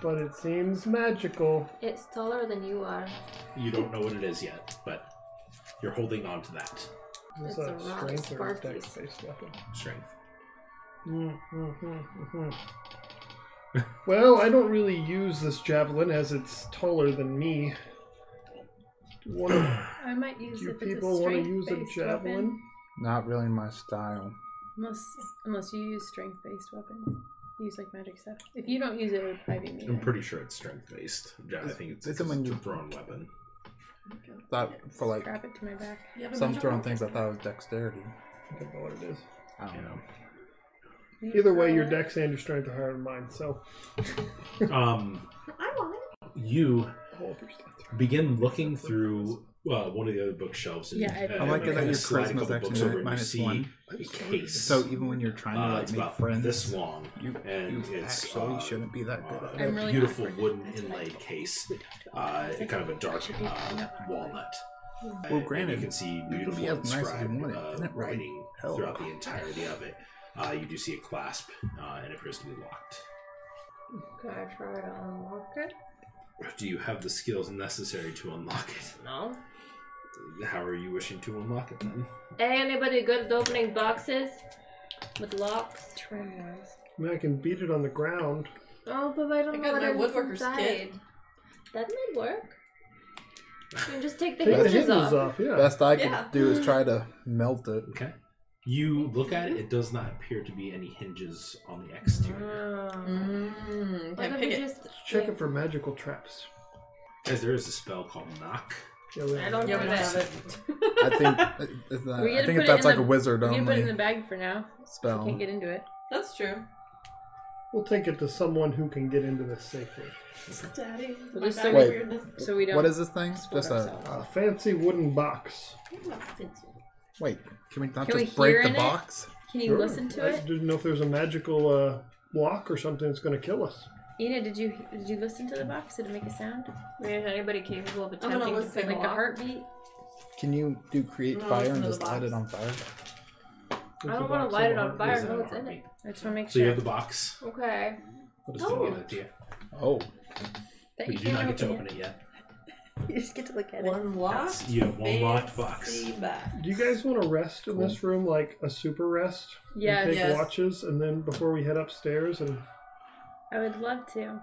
Speaker 3: but it seems magical.
Speaker 6: It's taller than you are.
Speaker 2: You don't know what it is yet, but you're holding on to that
Speaker 3: Is
Speaker 6: It's a rock
Speaker 3: strength or
Speaker 6: spark.
Speaker 3: dex-based weapon?
Speaker 2: strength.
Speaker 3: Mm, mm, mm, mm, mm. well, I don't really use this javelin as it's taller than me. One of
Speaker 8: I might use
Speaker 3: you
Speaker 8: if it's
Speaker 3: people
Speaker 8: a
Speaker 3: want
Speaker 8: strength
Speaker 3: to use a javelin?
Speaker 4: Not really my style.
Speaker 8: Unless, unless you use strength based weapon. Use like magic stuff. If you don't use it, it would probably be me.
Speaker 2: I'm pretty sure it's strength based. Yeah, I think it's,
Speaker 4: It's
Speaker 2: it's,
Speaker 4: a menu.
Speaker 2: a thrown weapon.
Speaker 4: Thought for like
Speaker 8: Strap it to my back.
Speaker 7: You have a
Speaker 4: some
Speaker 7: magic
Speaker 4: throwing
Speaker 7: one?
Speaker 4: things, I thought it was dexterity.
Speaker 3: I don't know what it is.
Speaker 4: I don't know.
Speaker 3: Either way, your dex and your strength are higher than mine, so
Speaker 2: Um,
Speaker 7: I want it.
Speaker 2: you
Speaker 3: all of your stats.
Speaker 2: begin looking through uh, one of the other bookshelves. And,
Speaker 8: Yeah, I-
Speaker 2: and
Speaker 4: I like
Speaker 2: kind
Speaker 4: it that
Speaker 2: of
Speaker 4: your
Speaker 2: slide a
Speaker 4: charisma is
Speaker 2: couple books over and
Speaker 4: actually
Speaker 2: you
Speaker 4: minus
Speaker 2: see
Speaker 4: one.
Speaker 2: a case.
Speaker 4: So even when you're trying to
Speaker 2: uh,
Speaker 4: like,
Speaker 2: it's
Speaker 4: make
Speaker 2: about
Speaker 4: friends,
Speaker 2: this long.
Speaker 4: you,
Speaker 2: and
Speaker 4: you
Speaker 2: it's,
Speaker 4: actually
Speaker 2: uh,
Speaker 4: shouldn't be that good
Speaker 2: Uh,
Speaker 4: at
Speaker 8: I'm
Speaker 4: it.
Speaker 8: really
Speaker 2: beautiful
Speaker 8: awkward.
Speaker 2: wooden inlaid case, uh, kind of a dark uh, walnut.
Speaker 4: Well,
Speaker 2: And
Speaker 4: granted,
Speaker 2: you can see
Speaker 4: can
Speaker 2: beautiful
Speaker 4: be as nice as you
Speaker 2: inscribed
Speaker 4: want it,
Speaker 2: uh,
Speaker 4: isn't it? Right.
Speaker 2: writing
Speaker 4: Hell.
Speaker 2: throughout the entirety of it. Uh, you do see a clasp, uh, and it appears to be locked.
Speaker 5: Can I try to unlock it?
Speaker 2: Do you have the skills necessary to unlock it?
Speaker 5: No.
Speaker 2: How are you wishing to unlock it then?
Speaker 6: Hey, anybody good at opening boxes? With locks?
Speaker 3: I mean, I can beat it on the ground.
Speaker 6: Oh, but I don't
Speaker 7: I
Speaker 6: know
Speaker 7: got
Speaker 6: what
Speaker 7: my
Speaker 6: I
Speaker 7: woodworker's kit.
Speaker 6: That might work. You can just take the
Speaker 3: Take the
Speaker 6: hinges
Speaker 3: hinges
Speaker 6: off.
Speaker 3: off, yeah.
Speaker 4: Best I could
Speaker 7: Yeah.
Speaker 4: do is try to melt it.
Speaker 2: Okay. You look at it, it does not appear to be any hinges on the exterior,
Speaker 7: Mm, can
Speaker 6: Why
Speaker 7: I
Speaker 6: don't
Speaker 7: pick
Speaker 6: we
Speaker 7: it?
Speaker 6: just
Speaker 3: Check it for magical traps.
Speaker 6: Mm.
Speaker 2: as there is a spell called Knock.
Speaker 3: Yeah, we-
Speaker 6: I don't
Speaker 7: Yeah,
Speaker 6: know
Speaker 7: we
Speaker 6: that.
Speaker 7: have it.
Speaker 4: I think it's not-
Speaker 8: We
Speaker 4: I
Speaker 8: gotta
Speaker 4: think
Speaker 8: put it
Speaker 4: that's
Speaker 8: in
Speaker 4: like a
Speaker 8: the-
Speaker 4: wizard
Speaker 8: You can put it in the
Speaker 4: only
Speaker 8: bag for now. I
Speaker 4: spell.
Speaker 8: can't get into it.
Speaker 7: That's true.
Speaker 3: We'll take it to someone who can get into this safely.
Speaker 7: Daddy.
Speaker 8: So
Speaker 7: my
Speaker 8: there's
Speaker 7: bad
Speaker 8: some-
Speaker 4: Wait.
Speaker 7: weirdness.
Speaker 8: So we don't.
Speaker 4: What is this thing?
Speaker 8: split
Speaker 4: Just a
Speaker 8: ourselves.
Speaker 3: A Uh, fancy wooden box.
Speaker 4: wait. Can we not
Speaker 8: Can we
Speaker 4: just
Speaker 8: hear
Speaker 4: break the
Speaker 8: in it?
Speaker 4: box?
Speaker 8: Can you
Speaker 3: Sure.
Speaker 8: listen to
Speaker 3: I
Speaker 8: it?
Speaker 3: didn't know if there was a magical uh, block or something that's going to kill us.
Speaker 8: Ina, did you did you listen to the box? Did it make a sound?
Speaker 6: Is anybody capable of
Speaker 7: gonna
Speaker 6: attempting to
Speaker 7: listen
Speaker 6: fit
Speaker 7: a
Speaker 6: like a
Speaker 7: lot.
Speaker 6: heartbeat?
Speaker 4: Can you do create
Speaker 7: No,
Speaker 4: fire
Speaker 7: it's
Speaker 4: and
Speaker 7: another
Speaker 4: just light
Speaker 7: box.
Speaker 4: it on fire?
Speaker 3: There's
Speaker 6: I
Speaker 3: a
Speaker 6: don't wanna
Speaker 3: box
Speaker 6: light it
Speaker 3: over
Speaker 6: on
Speaker 3: here.
Speaker 6: fire.
Speaker 2: Is that
Speaker 6: no,
Speaker 2: a
Speaker 6: it's in
Speaker 2: heartbeat?
Speaker 8: I just want to make
Speaker 2: So you
Speaker 8: sure.
Speaker 2: have the box.
Speaker 6: Okay.
Speaker 2: What is the
Speaker 6: Oh.
Speaker 2: one idea?
Speaker 4: Oh,
Speaker 8: that
Speaker 2: We
Speaker 8: you
Speaker 2: do
Speaker 8: can't
Speaker 2: not get to
Speaker 8: it.
Speaker 2: open it yet.
Speaker 8: You just get to look at it.
Speaker 7: One locked.
Speaker 2: That's- you have one locked box.
Speaker 7: fancy box.
Speaker 3: Do you guys want to rest in this room, like a super rest? And
Speaker 8: Yes.
Speaker 3: take
Speaker 7: Yes.
Speaker 3: watches, and then before we head upstairs, and
Speaker 8: I would love to.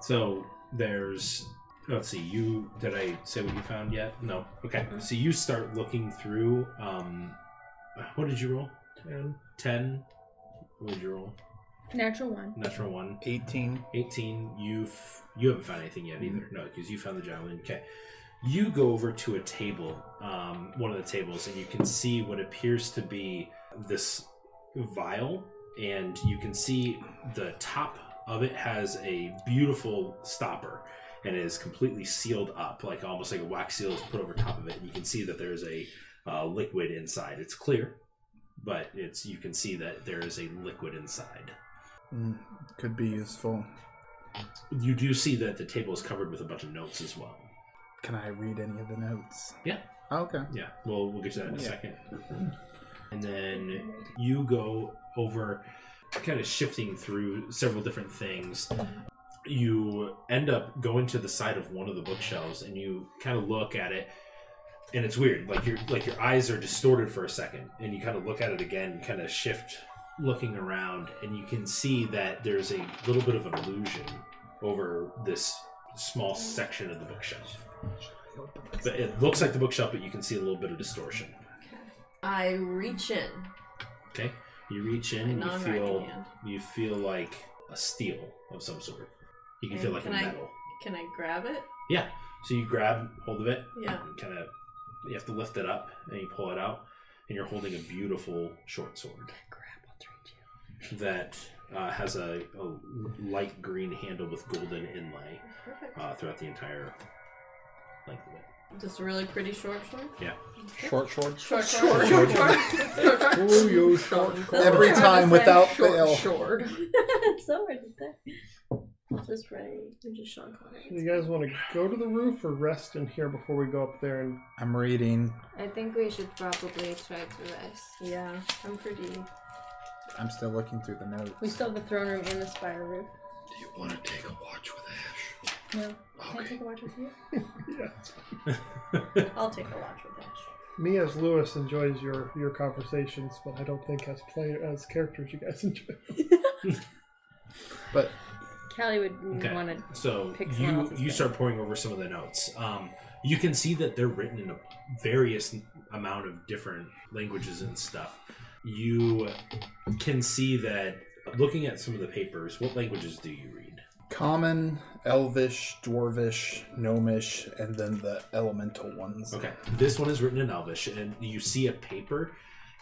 Speaker 2: So there's let's see, you did I say what you found yet? No. Okay.
Speaker 8: Mm-hmm.
Speaker 2: So you start looking through um what did you roll?
Speaker 3: and
Speaker 2: Ten? What did you roll?
Speaker 8: Natural one.
Speaker 2: Natural one.
Speaker 4: 18.
Speaker 2: 18 you've you haven't found anything yet either no because you found the javelin okay you go over to a table um, one of the tables and you can see what appears to be this vial and you can see the top of it has a beautiful stopper and it is completely sealed up like almost like a wax seal is put over top of it and you can see that there's a uh, liquid inside it's clear but it's you can see that there is a liquid inside
Speaker 4: Mm, could be useful.
Speaker 2: You do see that the table is covered with a bunch of notes as well.
Speaker 4: Can I read any of the notes?
Speaker 2: Yeah.
Speaker 4: Oh, okay.
Speaker 2: Yeah, well, we'll get to that in a
Speaker 4: Yeah.
Speaker 2: second. And then you go over, kind of shifting through several different things. you end up going to the side of one of the bookshelves and you kind of look at it and it's weird like your like your eyes are distorted for a second and you kind of look at it again kind of shift looking around and you can see that there's a little bit of an illusion over this small section of the bookshelf but it looks like the bookshelf but you can see a little bit of distortion
Speaker 7: I reach in.
Speaker 2: okay you reach
Speaker 7: my
Speaker 2: in you
Speaker 7: non-writing
Speaker 2: feel
Speaker 7: hand.
Speaker 2: you feel like a steel of some sort you can
Speaker 7: Okay,
Speaker 2: feel like
Speaker 7: can
Speaker 2: a
Speaker 7: I-
Speaker 2: metal
Speaker 7: Can I grab it?
Speaker 2: So you grab hold of it.
Speaker 7: Yeah.
Speaker 2: Kind of, you have to lift it up and you pull it out, and you're holding a beautiful short sword that uh, has a, a light green handle with golden inlay
Speaker 7: Perfect.
Speaker 2: uh, throughout the entire length of it.
Speaker 7: Just a really pretty short sword.
Speaker 9: Short shorts. Short
Speaker 7: Short
Speaker 9: sword.
Speaker 7: sword. Short sword.
Speaker 3: Oh, you short.
Speaker 7: That's
Speaker 9: Every
Speaker 7: what I
Speaker 9: time
Speaker 7: was
Speaker 9: without fail.
Speaker 7: saying. Short Sword. it's over just there. Just ready. You're just Sean
Speaker 3: You
Speaker 7: Connery.
Speaker 3: guys want to go to the roof or rest in here before we go up there? And
Speaker 4: I'm reading.
Speaker 6: I think we should probably try to rest.
Speaker 7: Yeah, I'm pretty.
Speaker 4: I'm still looking through the notes.
Speaker 5: We still have the throne room and the spire roof.
Speaker 9: Do you want to take a watch with Ash?
Speaker 5: No. Can I
Speaker 9: Okay.
Speaker 5: take a watch with you?
Speaker 7: I'll take a watch with Ash.
Speaker 3: me as Lewis enjoys your your conversations, but I don't think as play as characters you guys enjoy.
Speaker 4: But
Speaker 5: Callie would
Speaker 2: Okay.
Speaker 5: want to.
Speaker 2: So
Speaker 5: Pick someone
Speaker 2: you
Speaker 5: else's
Speaker 2: you
Speaker 5: thing.
Speaker 2: start pouring over some of the notes. Um, you can see that they're written in a various amount of different languages and stuff. You can see that looking at some of the papers. What languages do you read?
Speaker 4: common, elvish, dwarvish, gnomish, and then the elemental ones.
Speaker 2: Okay. This one is written in Elvish, and you see a paper,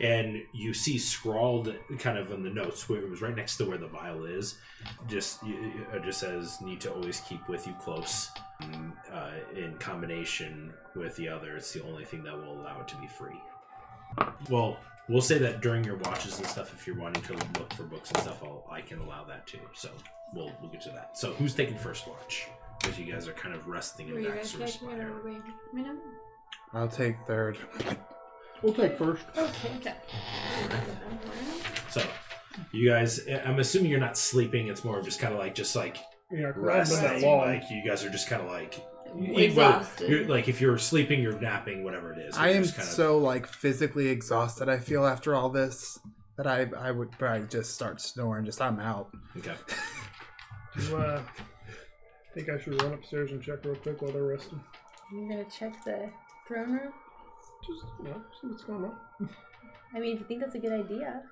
Speaker 2: and you see scrawled kind of in the notes where it was right next to where the vial is. Just it just says need to always keep with you close, mm, uh, in combination with the other. It's the only thing that will allow it to be free. Well, we'll say that during your watches and stuff, if you're wanting to look for books and stuff, I'll, I can allow that too. So we'll we'll get to that. So who's taking first watch? Because you guys are kind of resting in Dax or Spire.
Speaker 4: I'll take third.
Speaker 3: We'll take first.
Speaker 2: So, you guys, I- I'm assuming you're not sleeping. It's more of just kind of like just like
Speaker 3: Yeah,
Speaker 2: rest.
Speaker 3: grab that
Speaker 2: and,
Speaker 3: wall.
Speaker 2: Like you guys are just kind of like you-
Speaker 7: Exhausted.
Speaker 2: You're, like if you're sleeping, you're napping, whatever it is.
Speaker 4: I
Speaker 2: you're
Speaker 4: am
Speaker 2: just kind of-
Speaker 4: so like physically exhausted. I feel after all this that I I would probably just start snoring. Just I'm out.
Speaker 2: okay.
Speaker 3: Do, uh, I think I should run upstairs and check real quick while they're resting.
Speaker 5: You're going to check the throne room?
Speaker 3: Just you know, see what's going on.
Speaker 5: I mean, if you think that's a good idea.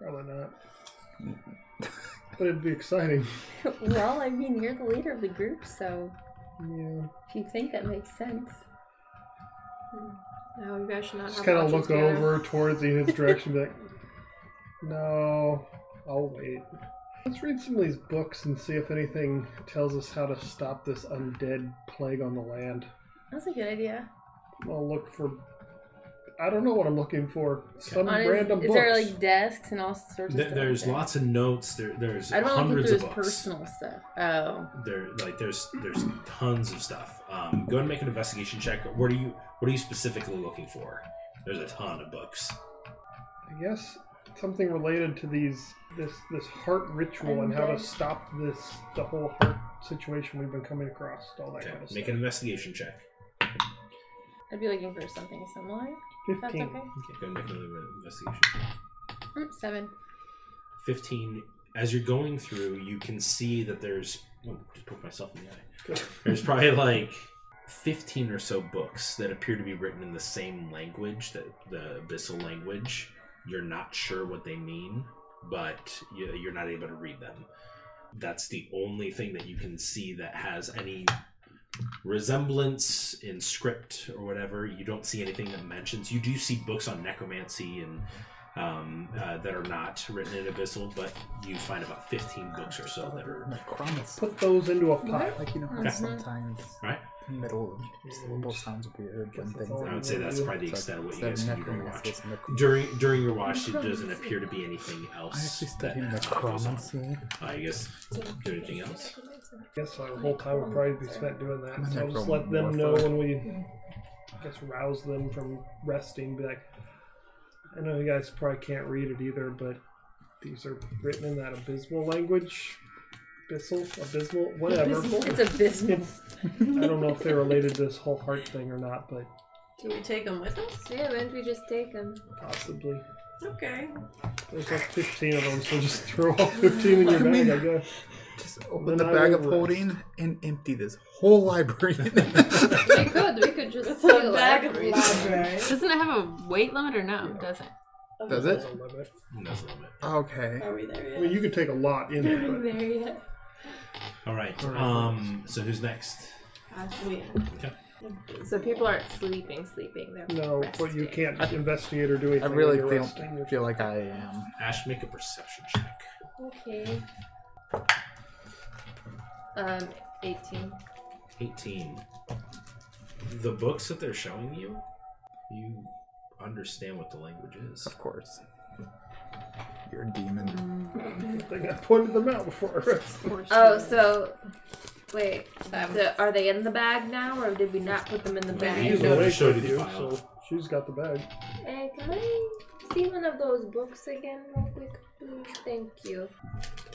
Speaker 3: Probably not. But it'd be exciting.
Speaker 5: well, I mean, you're the leader of the group, so
Speaker 3: Yeah.
Speaker 5: if you think that makes sense.
Speaker 8: No, you guys should not
Speaker 3: Just
Speaker 8: have
Speaker 3: kind of
Speaker 8: watches
Speaker 3: look
Speaker 8: together.
Speaker 3: over towards Enid's direction, be like, "No, I'll wait. Let's read some of these books and see if anything tells us how to stop this undead plague on the land.
Speaker 5: That's a good idea.
Speaker 3: I'll look for. I don't know what I'm looking for. Some
Speaker 5: Honest-
Speaker 3: random
Speaker 5: is
Speaker 3: books.
Speaker 5: there like desks and all sorts of
Speaker 2: Th-
Speaker 5: stuff?
Speaker 2: there's
Speaker 5: like that?
Speaker 2: lots of notes. There, there's
Speaker 5: I don't want to look
Speaker 2: hundreds
Speaker 5: through
Speaker 2: of
Speaker 5: his
Speaker 2: books.
Speaker 5: personal stuff. Oh.
Speaker 2: There, like there's there's tons of stuff. Um, go and make an investigation check. What are you What are you specifically looking for? There's a ton of books.
Speaker 3: I guess something related to these this this heart ritual and how to
Speaker 5: Undead.
Speaker 3: stop this the whole heart situation we've been coming across. All that
Speaker 2: Okay,
Speaker 3: kind of
Speaker 2: make
Speaker 3: stuff.
Speaker 2: an investigation check.
Speaker 5: I'd be looking for something similar. if That's
Speaker 3: Fifteen.
Speaker 5: okay.
Speaker 2: Okay, go and make another investigation.
Speaker 5: Mm, seven.
Speaker 2: 15 as you're going through you can see that there's oh, just poke myself in the eye there's probably like 15 or so books that appear to be written in the same language that the abyssal language you're not sure what they mean but you- you're not able to read them that's the only thing that you can see that has any resemblance in script or whatever you don't see anything that mentions you do see books on necromancy and um, uh, that are not written in Abyssal, but you find about 15 books or so that are.
Speaker 4: Necronis.
Speaker 3: Put those into a pile.
Speaker 4: Like you know how
Speaker 2: Okay.
Speaker 4: sometimes
Speaker 2: Right.
Speaker 4: middle syllable sounds weird when things.
Speaker 2: I would say that's probably the extent of what you guys can
Speaker 4: Instead of
Speaker 2: do during your watch.
Speaker 4: necromancy, it's necro-
Speaker 2: During during your watch, it doesn't appear to be anything
Speaker 4: I
Speaker 2: else.
Speaker 4: actually
Speaker 2: that
Speaker 4: studied
Speaker 2: goes on.
Speaker 4: necromancy.
Speaker 2: Uh, you guys do anything else?
Speaker 3: I guess our whole time would probably be spent doing
Speaker 4: I'm a
Speaker 3: that. So I'll just let them know when we, I guess, rouse them from resting. Be like, I know you guys probably can't read it either, but these are written in that abysmal language. Bissell, abysmal, whatever.
Speaker 8: It's abysmal.
Speaker 3: It's, I don't know if they related to this whole heart thing or not, but
Speaker 7: Can we take them with us?
Speaker 8: yeah, why don't we just take them?
Speaker 3: possibly.
Speaker 7: Okay.
Speaker 3: There's like 15 of them, so just throw all 15 in your bag, I guess.
Speaker 4: Just open the
Speaker 3: Then I
Speaker 4: bag of
Speaker 3: will-
Speaker 4: holding and empty this whole library.
Speaker 8: We could. We could just
Speaker 7: It's
Speaker 8: steal
Speaker 7: a
Speaker 8: it.
Speaker 7: bag of library.
Speaker 6: Doesn't it have a weight limit or no? Doesn't.
Speaker 4: Does it?
Speaker 3: I love it.
Speaker 2: No limit.
Speaker 4: okay.
Speaker 7: Are we there
Speaker 3: I
Speaker 7: yet?
Speaker 3: mean, you could take a lot in it, but
Speaker 2: All right. Um. So who's next?
Speaker 7: we
Speaker 8: So people aren't sleeping, sleeping. They're
Speaker 3: no, but you can't investigate or do
Speaker 4: I
Speaker 3: anything. when
Speaker 4: really
Speaker 3: you're
Speaker 4: feel,
Speaker 3: resting. You're-
Speaker 4: feel like I am.
Speaker 2: Ash, make a perception check.
Speaker 8: Okay. Um, 18.
Speaker 2: 18. The books that they're showing you, you understand what the language is.
Speaker 4: Of course. You're a demon.
Speaker 3: I think I pointed them out before. I rested.
Speaker 8: Oh, so wait.
Speaker 7: Um,
Speaker 8: so are they in the bag now, or did we not put them in the
Speaker 2: No,
Speaker 8: bag?
Speaker 2: he's
Speaker 3: She's
Speaker 2: Yeah, they
Speaker 3: awake
Speaker 2: showed
Speaker 3: with
Speaker 2: you
Speaker 3: you,
Speaker 2: the file.
Speaker 3: so she's got the bag.
Speaker 8: Hey, can I see one of those books again, real quick, please? Thank you.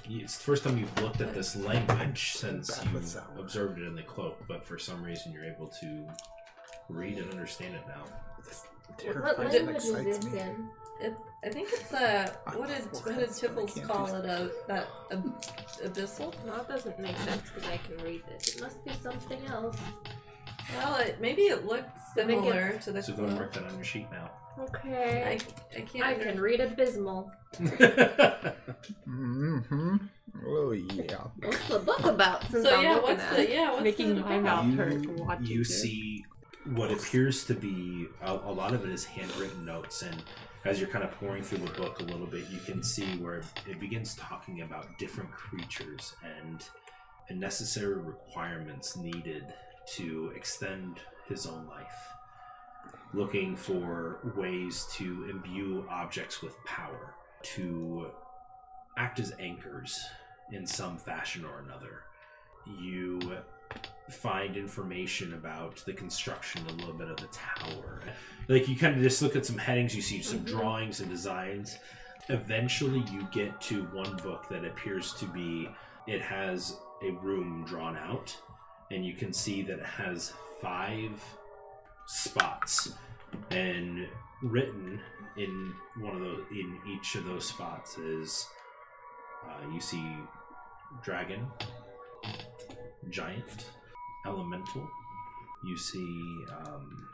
Speaker 2: It's the first time you've looked at this language since
Speaker 4: Bad
Speaker 2: you
Speaker 4: with sour.
Speaker 2: observed it in the cloak, but for some reason you're able to read and understand it now.
Speaker 4: This
Speaker 8: What
Speaker 4: terrifies and
Speaker 8: language is
Speaker 4: excites
Speaker 8: this
Speaker 4: me.
Speaker 8: in?
Speaker 7: It, I think it's a what did what did Tibbles call it a that ab- abyssal?
Speaker 8: Well, it doesn't make sense because I can read this. It must be something else.
Speaker 7: Well, it, maybe it looked similar to the
Speaker 2: So go and
Speaker 7: cloak.
Speaker 2: mark that on your sheet now.
Speaker 8: Okay.
Speaker 7: I, I can't.
Speaker 8: I can read abysmal.
Speaker 4: Mm-hmm. Oh yeah.
Speaker 8: What's the book about?
Speaker 7: So
Speaker 8: Since I'm
Speaker 7: yeah,
Speaker 8: looking
Speaker 7: what's
Speaker 8: at it?
Speaker 7: the yeah? What's
Speaker 6: Making
Speaker 7: the,
Speaker 6: my mouth hurt
Speaker 2: You-
Speaker 6: watching
Speaker 2: you
Speaker 6: this.
Speaker 2: see what appears to be a, a lot of it is handwritten notes and as you're kind of pouring through the book a little bit you can see where it begins talking about different creatures and the necessary requirements needed to extend his own life looking for ways to imbue objects with power to act as anchors in some fashion or another you find information about the construction a little bit of the tower like you kind of just look at some headings you see some drawings and designs eventually you get to one book that appears to be it has a room drawn out and you can see that it has five spots and written in one of those in each of those spots is uh, you see dragon giant elemental you see um,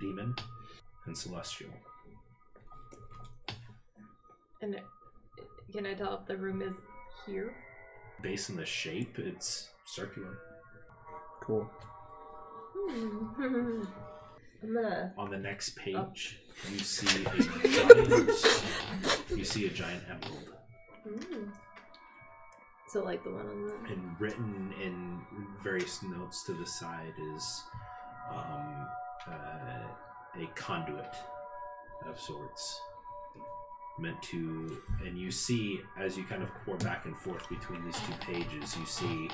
Speaker 2: demon and celestial
Speaker 8: And it, can I tell if the room is here?
Speaker 2: based on the shape it's circular
Speaker 4: Cool.
Speaker 8: Hmm. I'm gonna.
Speaker 2: on the next page you see a giant you see a giant emerald
Speaker 7: hmm.
Speaker 8: Mm. So like the one on the.
Speaker 2: and written in various notes to the side is um, uh, a conduit of sorts meant to and you see as you kind of pour back and forth between these two pages you see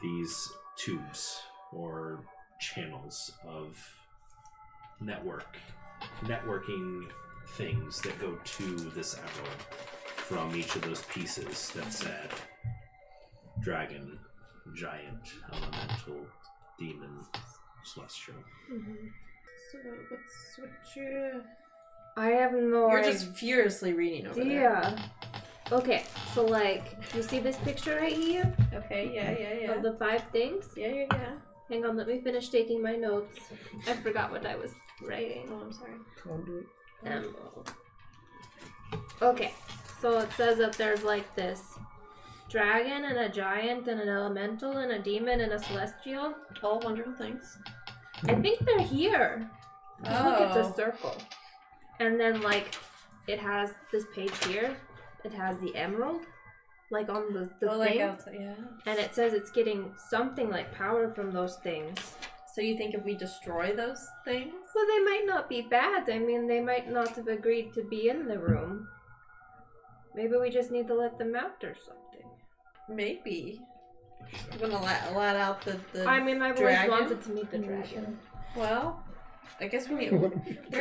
Speaker 2: these tubes or channels of network networking things that go to this emerald from each of those pieces that said dragon, giant, elemental, demon, celestial.
Speaker 7: So what's what you?
Speaker 8: I have no
Speaker 7: You're just furiously reading over there.
Speaker 8: idea. Okay, so like, you see this picture right here
Speaker 7: Okay. Yeah. Yeah. Yeah.
Speaker 8: of the five things?
Speaker 7: yeah. Yeah. Yeah.
Speaker 8: Hang on, let me finish taking my notes. I forgot what I was writing.
Speaker 7: Oh, I'm sorry.
Speaker 3: Conduit.
Speaker 8: Um, okay, so it says that there's like this dragon and a giant and an elemental and a demon and a celestial.
Speaker 7: All wonderful things.
Speaker 8: I think they're here. Just Look, it's
Speaker 7: Oh.
Speaker 8: a circle. And then, like, it has this page here. It has the emerald, like on the, the
Speaker 7: oh, like
Speaker 8: thing.
Speaker 7: outside. Yeah.
Speaker 8: and it says it's getting something like power from those things.
Speaker 7: So you think if we destroy those things?
Speaker 8: Well, they might not be bad. I mean, they might not have agreed to be in the room. Maybe we just need to let them out or something.
Speaker 7: Maybe. You want to let, let out the, the.
Speaker 8: I mean, I've always
Speaker 7: dragon?
Speaker 8: wanted to meet the dragon.
Speaker 7: Well, I guess we. where,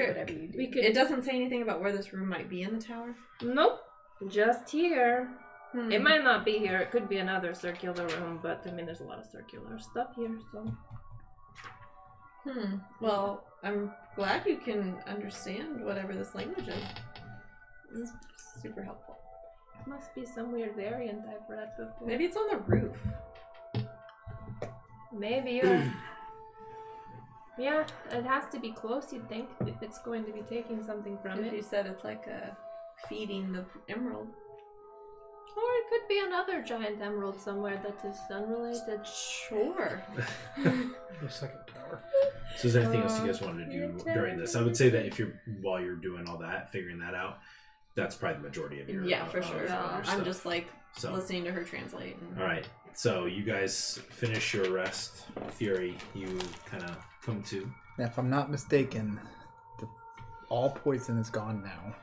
Speaker 8: Whatever you do. We
Speaker 7: it
Speaker 8: could.
Speaker 7: doesn't say anything about where this room might be in the tower.
Speaker 8: Nope. Just here.
Speaker 7: Hmm.
Speaker 5: It might not be here. It could be another circular room, but I mean, there's a lot of circular stuff here, so.
Speaker 7: Hmm. Well, I'm glad you can understand whatever this language is. This is super helpful.
Speaker 5: Must be some weird variant I've read before.
Speaker 7: Maybe it's on the roof.
Speaker 5: Maybe. Or... yeah, it has to be close, you'd think, if it's going to be taking something from
Speaker 7: If you
Speaker 5: it.
Speaker 7: said it's like a feeding the emerald.
Speaker 5: Or it could be another giant emerald somewhere that is unrelated.
Speaker 7: Sure.
Speaker 3: The second tower.
Speaker 2: So is there anything else you guys wanted to do during this? I would say that if you're while you're doing all that, figuring that out, that's probably the majority of your
Speaker 7: yeah,
Speaker 2: uh,
Speaker 7: for sure.
Speaker 2: of your
Speaker 7: I'm
Speaker 2: stuff.
Speaker 7: just like
Speaker 2: so.
Speaker 7: listening to her translate. And...
Speaker 2: All right. So you guys finish your rest. Fury, you kind of come to.
Speaker 4: Now, if I'm not mistaken, the, all poison is gone now.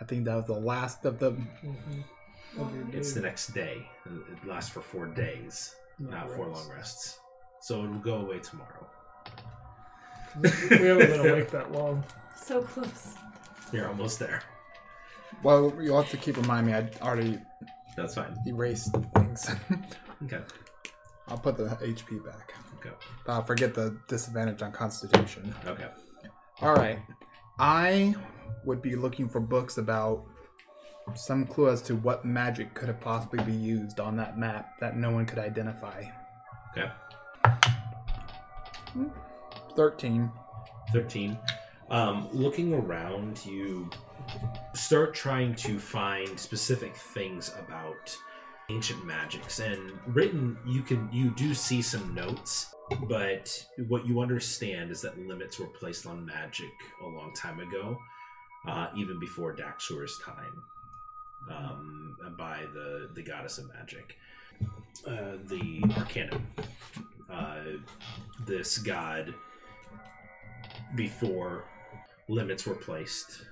Speaker 4: I think that was the last of the.
Speaker 3: Mm-hmm. Of your
Speaker 2: It's the
Speaker 3: day.
Speaker 2: next day. It lasts for four days, not four
Speaker 3: rest.
Speaker 2: long rests. So it'll go away tomorrow.
Speaker 3: we haven't been awake that long.
Speaker 7: So close.
Speaker 2: You're almost there.
Speaker 4: Well, you'll have to keep reminding me. I already
Speaker 2: That's fine.
Speaker 4: erased things.
Speaker 2: Okay.
Speaker 4: I'll put the HP back.
Speaker 2: Okay.
Speaker 4: But I'll forget the disadvantage on Constitution.
Speaker 2: Okay.
Speaker 4: All right. I would be looking for books about some clue as to what magic could have possibly be used on that map that no one could identify.
Speaker 2: Okay.
Speaker 4: 13.
Speaker 2: 13 um, looking around you start trying to find specific things about ancient magics and written you can you do see some notes but what you understand is that limits were placed on magic a long time ago uh, even before daxur's time um, by the the goddess of magic uh, the arcanum uh, this god before limits were placed.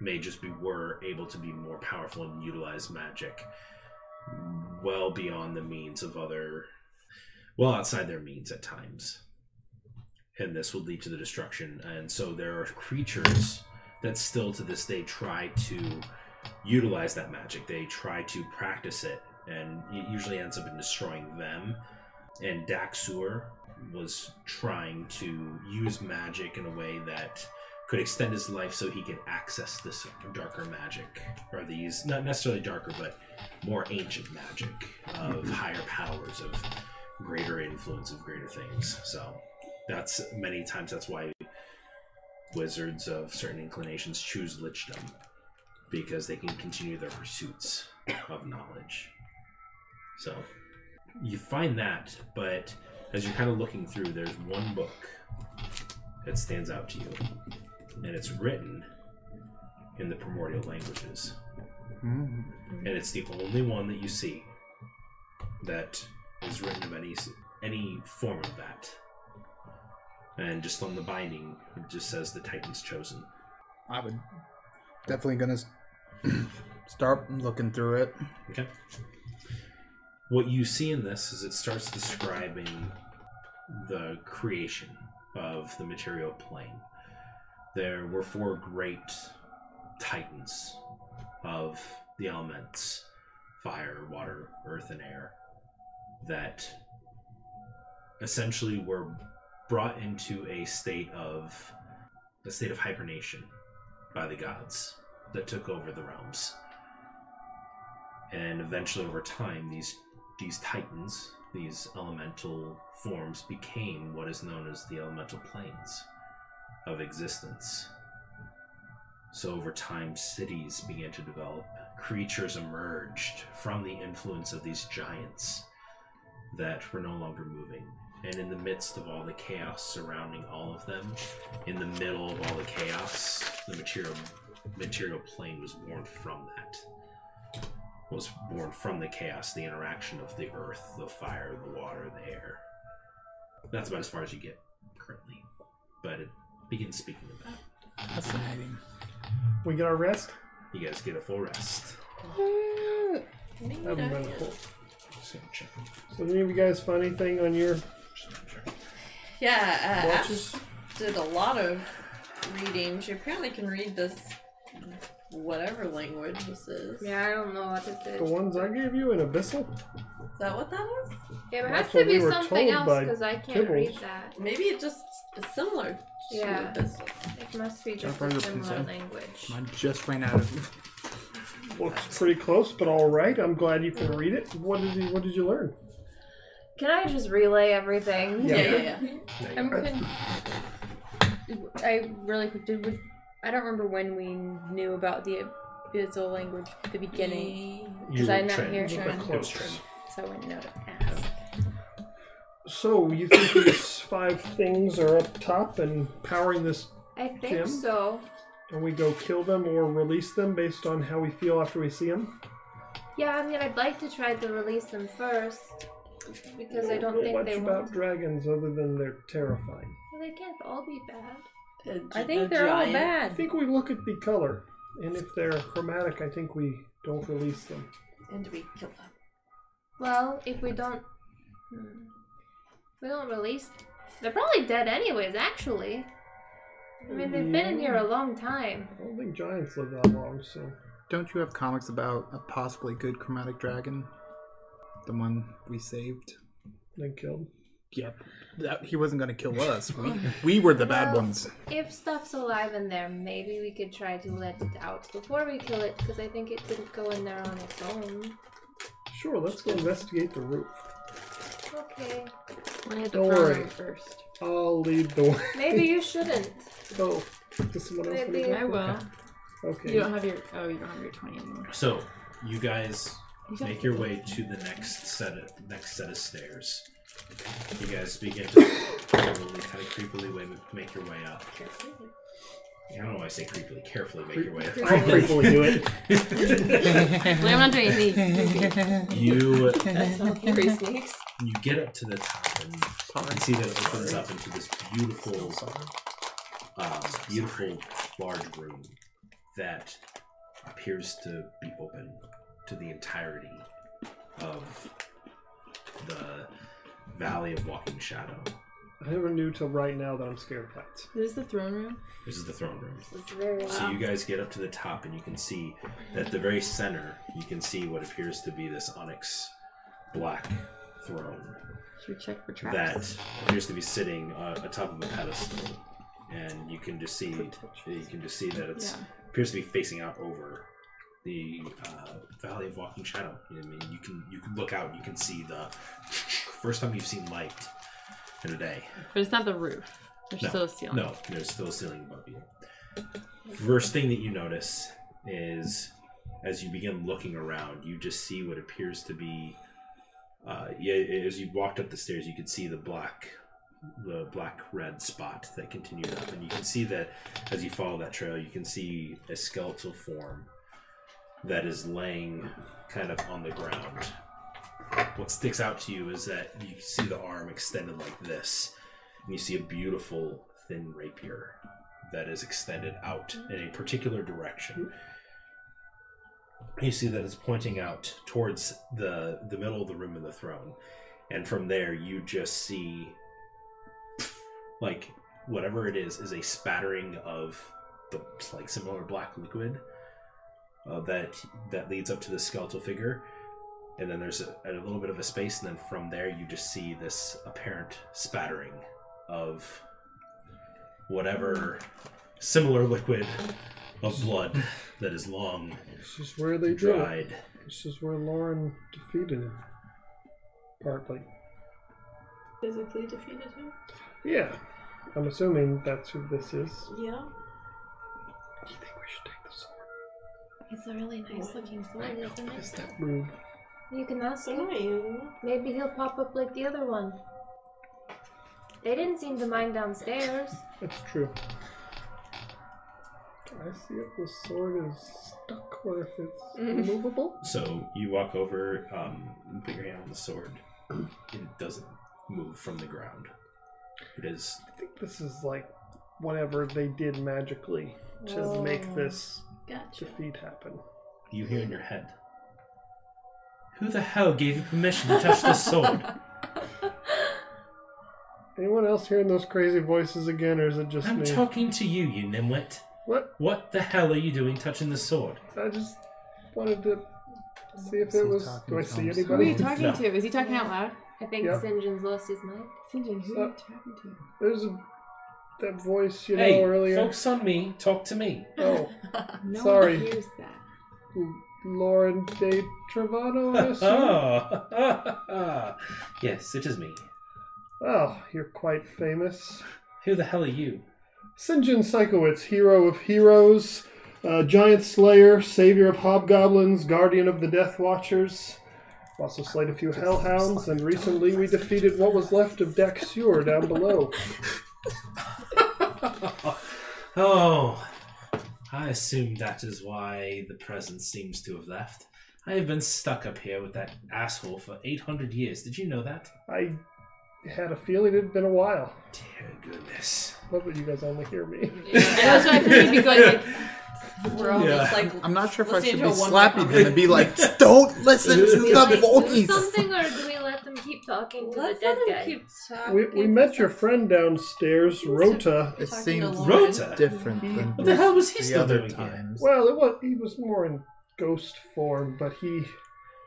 Speaker 2: Mages be, were able to be more powerful and utilize magic well beyond the means of other, well outside their means at times. And this will lead to the destruction. And so there are creatures that still to this day try to utilize that magic. They try to practice it, and it usually ends up in destroying them. And Daxur, was trying to use magic in a way that could extend his life so he could access this darker magic or these not necessarily darker but more ancient magic of higher powers of greater influence of greater things so that's many times that's why wizards of certain inclinations choose lichdom because they can continue their pursuits of knowledge so you find that but as you're kind of looking through, there's one book that stands out to you, and it's written in the primordial languages,
Speaker 4: Mm.
Speaker 2: and it's the only one that you see that is written of any s- any form of that. And just on the binding, it just says the Titan's chosen.
Speaker 4: I would definitely gonna s- start looking through it.
Speaker 2: Okay. What you see in this is it starts describing the creation of the material plane. There were four great titans of the elements fire, water, earth, and air that essentially were brought into a state of a state of hibernation by the gods that took over the realms and eventually over time these these titans these elemental forms became what is known as the elemental planes of existence so over time cities began to develop creatures emerged from the influence of these giants that were no longer moving and in the midst of all the chaos surrounding all of them in the middle of all the chaos the material material plane was born from that was born from the chaos, the interaction of the earth, the fire, the water, the air. That's about as far as you get currently. But it begins speaking of that.
Speaker 4: Fascinating.
Speaker 3: We get our rest.
Speaker 2: You guys get a full rest.
Speaker 3: Haven't been full.
Speaker 2: Just gonna check.
Speaker 3: So, did any of you guys find anything on your
Speaker 2: Just gonna check.
Speaker 7: Yeah, uh, Ash
Speaker 3: watches?
Speaker 7: did a lot of reading. She apparently can read this whatever language this is.
Speaker 8: Yeah, I don't know what it is.
Speaker 3: The ones I gave you in Abyssal?
Speaker 7: Is that what that is?
Speaker 8: Yeah, there
Speaker 3: That's
Speaker 8: has to
Speaker 3: what
Speaker 8: be
Speaker 3: we were
Speaker 8: something
Speaker 3: told
Speaker 8: else
Speaker 3: by
Speaker 8: because I can't read
Speaker 3: Tibbles.
Speaker 8: that.
Speaker 7: Maybe it just is similar to
Speaker 8: Yeah.
Speaker 7: this one.
Speaker 8: It must be just
Speaker 4: I
Speaker 8: a
Speaker 4: find a
Speaker 8: similar
Speaker 4: pencil?
Speaker 8: language.
Speaker 4: Mine just ran out of.
Speaker 3: Looks pretty close, but all right. I'm glad you can read it. What did you What did you learn?
Speaker 8: Can I just relay everything?
Speaker 7: Yeah, yeah, yeah.
Speaker 6: I'm con- I really quick did. We, I don't remember when we knew about the abyssal language at the beginning,
Speaker 2: You
Speaker 6: Because I'm not
Speaker 2: Trin.
Speaker 6: here,
Speaker 2: It
Speaker 6: Trin.
Speaker 2: was Trin.
Speaker 6: so I wouldn't know to ask.
Speaker 3: So you think these five things are up top and powering this,
Speaker 8: I think
Speaker 3: Kim?
Speaker 8: so.
Speaker 3: and we go kill them or release them based on how we feel after we see them?
Speaker 8: Yeah, I mean, I'd like to try to release them first because I don't
Speaker 3: know
Speaker 8: think
Speaker 3: much
Speaker 8: they
Speaker 3: about
Speaker 8: won't.
Speaker 3: dragons other than they're terrifying.
Speaker 8: Well, they can't all be bad.
Speaker 7: Pigeon-
Speaker 6: I
Speaker 7: a
Speaker 6: think they're all
Speaker 7: giant.
Speaker 3: I
Speaker 6: bad.
Speaker 3: think we look at the color, and if they're chromatic, I think we don't release them.
Speaker 7: And we kill them.
Speaker 8: Well, if we don't, hmm. If we don't release. They're probably dead anyways. Actually, I mean, they've been in here a long time.
Speaker 3: I don't think giants live that long, so
Speaker 4: Don't you have comics about a possibly good chromatic dragon? The one we saved.
Speaker 3: they killed.
Speaker 4: Yep. That, he wasn't gonna kill us. We, we were the bad
Speaker 8: Well,
Speaker 4: ones.
Speaker 8: If stuff's alive in there, maybe we could try to let it out before we kill it, because I think it didn't go in there on its own.
Speaker 3: Sure, let's go investigate the roof.
Speaker 8: Okay.
Speaker 6: I had to
Speaker 3: Don't
Speaker 6: burn
Speaker 3: worry.
Speaker 6: them first.
Speaker 3: I'll lead the way.
Speaker 8: Maybe you shouldn't.
Speaker 3: Oh, does someone else want to
Speaker 8: Maybe-
Speaker 3: go?
Speaker 8: I
Speaker 6: will.
Speaker 3: Okay.
Speaker 6: You don't have your. Oh, you don't have your twenty anymore.
Speaker 2: So, you guys
Speaker 6: You don't
Speaker 2: make your
Speaker 6: have
Speaker 2: way to the next set of next set of stairs. You guys begin to slowly, kind of creepily way, make your way up. I don't know why I say creepily. Carefully make your way up.
Speaker 3: I'll gratefully do it.
Speaker 6: to- Wait, I'm not doing anything.
Speaker 2: You
Speaker 5: That's how three snakes.
Speaker 2: you get up to the top and you can see that it opens up into this beautiful, um, beautiful large room that appears to be open to the entirety of the Valley of Walking Shadow.
Speaker 3: I never knew till right now that I'm scared of heights.
Speaker 6: There's the throne room.
Speaker 2: This is the throne room.
Speaker 8: It's very
Speaker 2: So you guys get up to the top and you can see that at the very center, you can see what appears to be this onyx black throne.
Speaker 6: Should we check for traps?
Speaker 2: that appears to be sitting uh, atop of a pedestal, and you can just see you can just see that it's
Speaker 6: Yeah.
Speaker 2: appears to be facing out over the uh, Valley of Walking Shadow. You know what I mean, you can you can look out, and you can see the first time you've seen light in a day.
Speaker 6: But it's not the roof. There's still a ceiling.
Speaker 2: No, there's still a ceiling above you. First thing that you notice is as you begin looking around, you just see what appears to be. Uh, yeah, as you walked up the stairs, you could see the black, the black red spot that continued up, and you can see that as you follow that trail, you can see a skeletal form that is laying kind of on the ground. What sticks out to you is that you see the arm extended like this, and you see a beautiful thin rapier that is extended out in a particular direction. You see that it's pointing out towards the the middle of the room and the throne, and from there you just see like whatever it is is a spattering of the like similar black liquid uh, that that leads up to the skeletal figure and then there's a, a little bit of a space and then from there you just see this apparent spattering of whatever similar liquid of blood that is long
Speaker 3: This is where they drew. it.
Speaker 2: dried
Speaker 3: This is where Lauren defeated him. Partly.
Speaker 7: Physically defeated him?
Speaker 3: Yeah. I'm assuming that's who this is.
Speaker 7: Yeah.
Speaker 3: Do you think we should take the sword?
Speaker 8: It's a really nice looking sword, isn't
Speaker 9: Is
Speaker 8: it?
Speaker 9: that
Speaker 3: Rude.
Speaker 8: You can ask him.
Speaker 7: you.
Speaker 8: Maybe he'll pop up like the other one. They didn't seem to mind downstairs.
Speaker 3: That's true. I see if the sword is stuck or if it's
Speaker 7: Mm.
Speaker 3: movable.
Speaker 2: so you walk over um, and put your hand on the sword it doesn't move from the ground it is
Speaker 3: I think this is like whatever they did magically to make this
Speaker 7: Oh. Gotcha.
Speaker 3: defeat happen.
Speaker 2: you hear in your head who the hell gave you permission to touch this sword
Speaker 3: Anyone else hearing those crazy voices again, or is it just
Speaker 2: i'm
Speaker 3: me?
Speaker 2: talking to you you nimwit
Speaker 3: What?
Speaker 2: What the hell are you doing touching the sword?
Speaker 3: I just wanted to see if it
Speaker 4: He's
Speaker 3: was.
Speaker 4: talking
Speaker 3: Do I
Speaker 4: to
Speaker 3: see
Speaker 4: himself.
Speaker 6: Who are you
Speaker 3: anybody?
Speaker 2: talk-
Speaker 6: talking
Speaker 2: No.
Speaker 6: to? Is he talking out loud?
Speaker 8: I think
Speaker 3: Yep.
Speaker 8: St. John's lost his mind.
Speaker 6: Sinjin, who are you talking to?
Speaker 3: There's a, that voice you know
Speaker 2: hey,
Speaker 3: earlier.
Speaker 2: focus on me. Talk to me.
Speaker 3: Oh,
Speaker 6: No
Speaker 3: Sorry.
Speaker 6: one hears that.
Speaker 3: Lauren De Travano, I
Speaker 2: Oh.
Speaker 3: assume.
Speaker 2: Ah, yes, it is me.
Speaker 3: oh, you're quite famous.
Speaker 2: Who the hell are you?
Speaker 3: Sinjin Psychowitz, hero of heroes, uh, giant slayer, savior of hobgoblins, guardian of the Death Watchers. Also slayed a few hellhounds, and recently we defeated what was left of Daxur down below.
Speaker 2: Oh, I assume that is why the presence seems to have left. I have been stuck up here with that asshole for 800 years. Did you know that?
Speaker 3: I had a feeling it had been a while.
Speaker 2: Dear goodness.
Speaker 3: Love that you guys only hear me.
Speaker 6: And that's why I feel like he's going like,
Speaker 7: We're all
Speaker 2: Yeah.
Speaker 7: just like
Speaker 4: I'm not sure if I
Speaker 7: listening
Speaker 4: should
Speaker 7: to
Speaker 4: be
Speaker 7: a one-way
Speaker 4: slapping him
Speaker 7: conversation.
Speaker 4: and be like, don't listen to
Speaker 8: Do we like, do
Speaker 4: the voice.
Speaker 8: something or do we let them keep talking to
Speaker 7: Let's
Speaker 8: the
Speaker 7: let
Speaker 8: dead
Speaker 7: him
Speaker 8: guy?
Speaker 7: keep talking.
Speaker 3: We, we met your friend downstairs, Rota.
Speaker 4: It
Speaker 7: Talking to
Speaker 4: seems
Speaker 7: Lauren.
Speaker 2: Rota?
Speaker 4: different than
Speaker 2: What the hell was he
Speaker 4: the
Speaker 2: still
Speaker 4: other
Speaker 2: doing here?
Speaker 4: times.
Speaker 3: Well, it was, he was more in ghost form, but he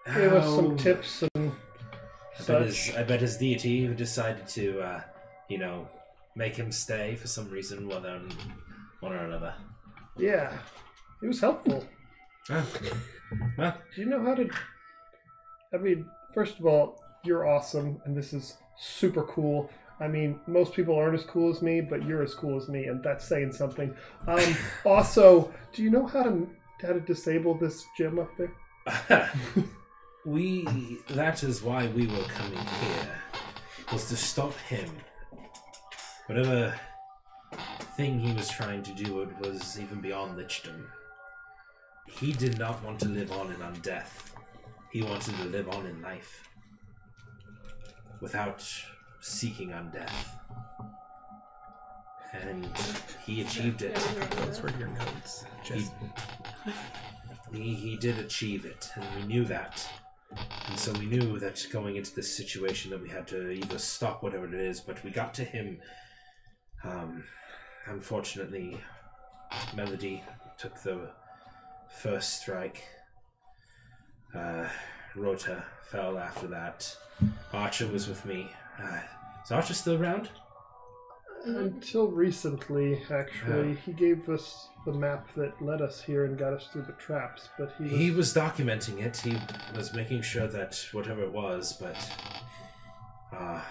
Speaker 3: gave us
Speaker 2: Oh,
Speaker 3: some tips and
Speaker 2: I bet, his,
Speaker 3: such.
Speaker 2: I bet his deity who decided to, uh, you know, make him stay for some reason, whether one or another.
Speaker 3: Yeah, he was helpful.
Speaker 2: Oh. Well,
Speaker 3: Do you know how to? I mean, first of all, you're awesome, and this is super cool. I mean, most people aren't as cool as me, but you're as cool as me, and that's saying something. Um, also, do you know how to how to disable this gem up there?
Speaker 2: we that is why we were coming here was to stop him whatever thing he was trying to do it was even beyond lichdom he did not want to live on in undeath he wanted to live on in life without seeking undeath and he achieved it
Speaker 4: Those were your notes. Just
Speaker 2: he, he did achieve it, and we knew that. And so we knew that going into this situation that we had to either stop whatever it is, but we got to him. Um, unfortunately, Melody took the first strike. Uh, Rota fell after that. Archer was with me. Uh, is Archer still around?
Speaker 3: Until recently, actually, he gave us the map that led us here and got us through the traps, but he was,
Speaker 2: He was documenting it. He was making sure that whatever it was, but uh,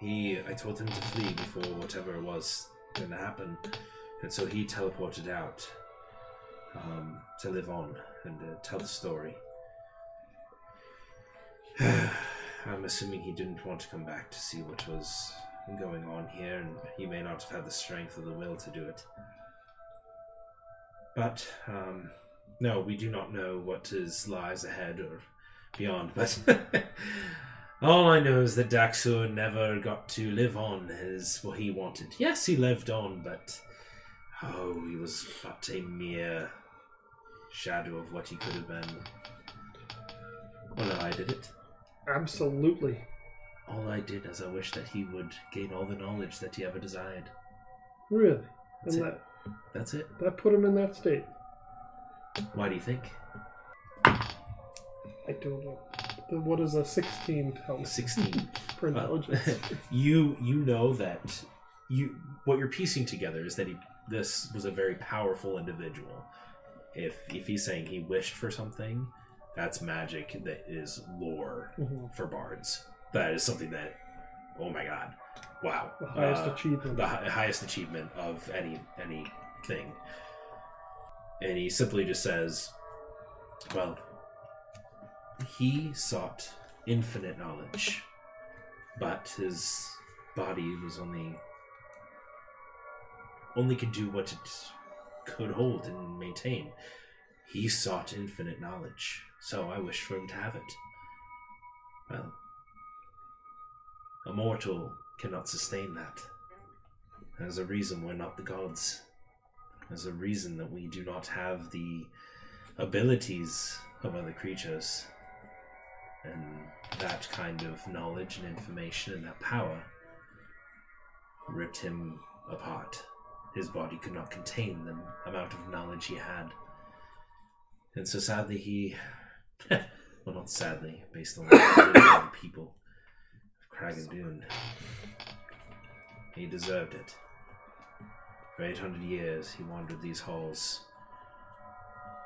Speaker 2: he I told him to flee before whatever it was going to happen, and so he teleported out um, to live on and uh, tell the story. I'm assuming he didn't want to come back to see what was going on here, and he may not have had the strength or the will to do it. But um, no, we do not know what is lies ahead or beyond, but all I know is that Daxur never got to live on as what he wanted. Yes, he lived on, but oh, he was but a mere shadow of what he could have been. Well, no, I did it.
Speaker 3: absolutely.
Speaker 2: All I did is I wished that he would gain all the knowledge that he ever desired.
Speaker 3: Really?
Speaker 2: That's
Speaker 3: and
Speaker 2: it.
Speaker 3: that,
Speaker 2: That's it.
Speaker 3: that put him in that state.
Speaker 2: Why do you think?
Speaker 3: I don't know. The- What is a 16 tell me?
Speaker 2: 16.
Speaker 3: for
Speaker 2: Well,
Speaker 3: intelligence?
Speaker 2: you you know that you what you're piecing together is that he this was a very powerful individual. If if he's saying he wished for something, that's magic that is lore
Speaker 3: Mhm.
Speaker 2: for bards. That is something that oh my god. Wow.
Speaker 3: The highest
Speaker 2: Uh,
Speaker 3: achievement.
Speaker 2: the hi- highest achievement of any any thing. And he simply just says, "Well, he sought infinite knowledge, but his body was only only could do what it could hold and maintain. He sought infinite knowledge, so I wish for him to have it. Well, a mortal cannot sustain that." There's a reason we're not the gods. There's a reason that we do not have the abilities of other creatures. And that kind of knowledge and information and that power ripped him apart. His body could not contain the amount of knowledge he had. And so sadly, he. well, not sadly, based on the ability of the people of Kragan Dune. He deserved it. For 800 years, he wandered these halls,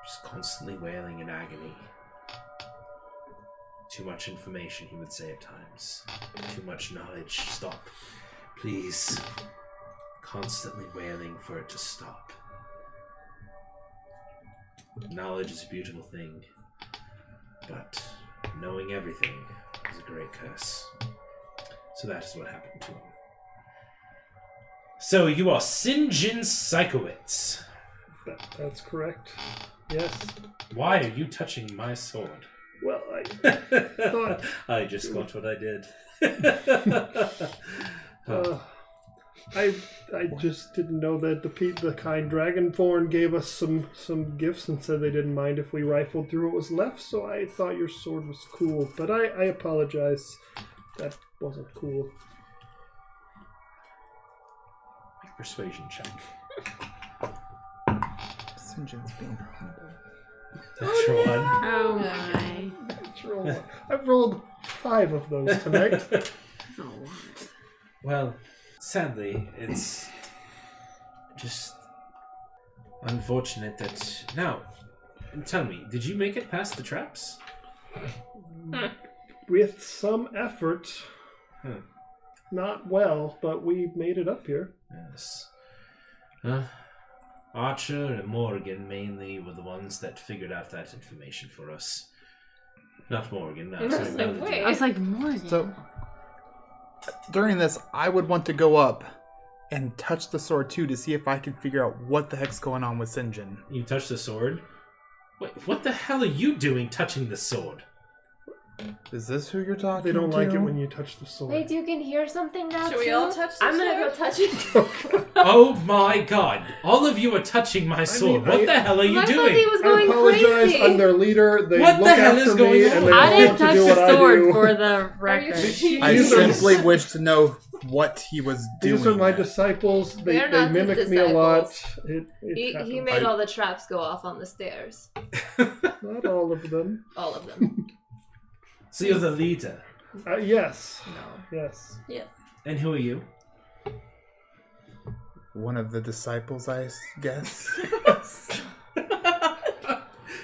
Speaker 2: just constantly wailing in agony. Too much information, he would say at times. Too much knowledge. Stop. Please. Constantly wailing for it to stop. Knowledge is a beautiful thing, but knowing everything is a great curse. So that is what happened to him. So you are Sinjin Psychowitz.
Speaker 3: That, that's correct. Yes.
Speaker 2: Why are you touching my sword?
Speaker 3: Well, I, Thought-
Speaker 2: I just got what I did.
Speaker 3: uh, I I just didn't know that the pe- the kind dragonborn gave us some some gifts and said they didn't mind if we rifled through what was left. So I thought your sword was cool, but I I apologize. That wasn't cool.
Speaker 2: Persuasion check.
Speaker 4: Sinjin's being horrible.
Speaker 2: Natural one.
Speaker 5: Oh my.
Speaker 3: Let's roll one. I've rolled five of those tonight.
Speaker 2: Well, sadly, it's just unfortunate that. Now, tell me, did you make it past the traps?
Speaker 3: With some effort,
Speaker 2: Hmm.
Speaker 3: not well, but we made it up here.
Speaker 2: Yes. Huh? Archer and Morgan mainly were the ones that figured out that information for us. Not Morgan. No,
Speaker 7: I was
Speaker 2: sorry,
Speaker 7: like,
Speaker 2: not the-
Speaker 7: wait.
Speaker 6: I was like, Morgan.
Speaker 4: So during this, I would want to go up and touch the sword too to see if I can figure out what the heck's going on with Sinjin.
Speaker 2: You touch the sword. Wait, what the hell are you doing touching the sword?
Speaker 4: Is this who you're talking
Speaker 3: They don't
Speaker 4: to?
Speaker 3: like it when you touch the sword.
Speaker 8: Wait, you can hear something now.
Speaker 7: Should we
Speaker 8: too?
Speaker 7: all touch the
Speaker 8: I'm gonna go
Speaker 7: sword?
Speaker 8: touch it.
Speaker 2: oh my god! All of you are touching my sword. what
Speaker 3: I-
Speaker 2: the hell are you
Speaker 8: I thought
Speaker 2: doing?
Speaker 8: he was
Speaker 3: I
Speaker 8: going
Speaker 3: apologize.
Speaker 8: crazy.
Speaker 3: I'm their leader. They
Speaker 2: What the
Speaker 3: look
Speaker 2: hell
Speaker 3: after
Speaker 2: is going
Speaker 3: me,
Speaker 2: on?
Speaker 3: and they
Speaker 2: I
Speaker 3: don't
Speaker 6: I didn't
Speaker 3: want to
Speaker 6: touch
Speaker 3: do
Speaker 6: the
Speaker 3: what I
Speaker 6: sword
Speaker 3: do.
Speaker 6: for the
Speaker 7: you
Speaker 6: record.
Speaker 7: serious?
Speaker 4: I
Speaker 3: These are-
Speaker 4: simply wish to know what he was doing.
Speaker 3: These are my disciples. They,
Speaker 8: They're
Speaker 3: they
Speaker 8: not his
Speaker 3: mimic me a lot.
Speaker 8: disciples.
Speaker 3: It, it
Speaker 8: He, he
Speaker 3: happens.
Speaker 8: made
Speaker 4: I-
Speaker 8: all the traps go off on the stairs.
Speaker 3: Not all of them.
Speaker 8: All of them.
Speaker 2: so you're the leader.
Speaker 3: Uh, yes,
Speaker 8: no.
Speaker 3: yes.
Speaker 2: And who are you?
Speaker 4: One of the disciples, I s- guess.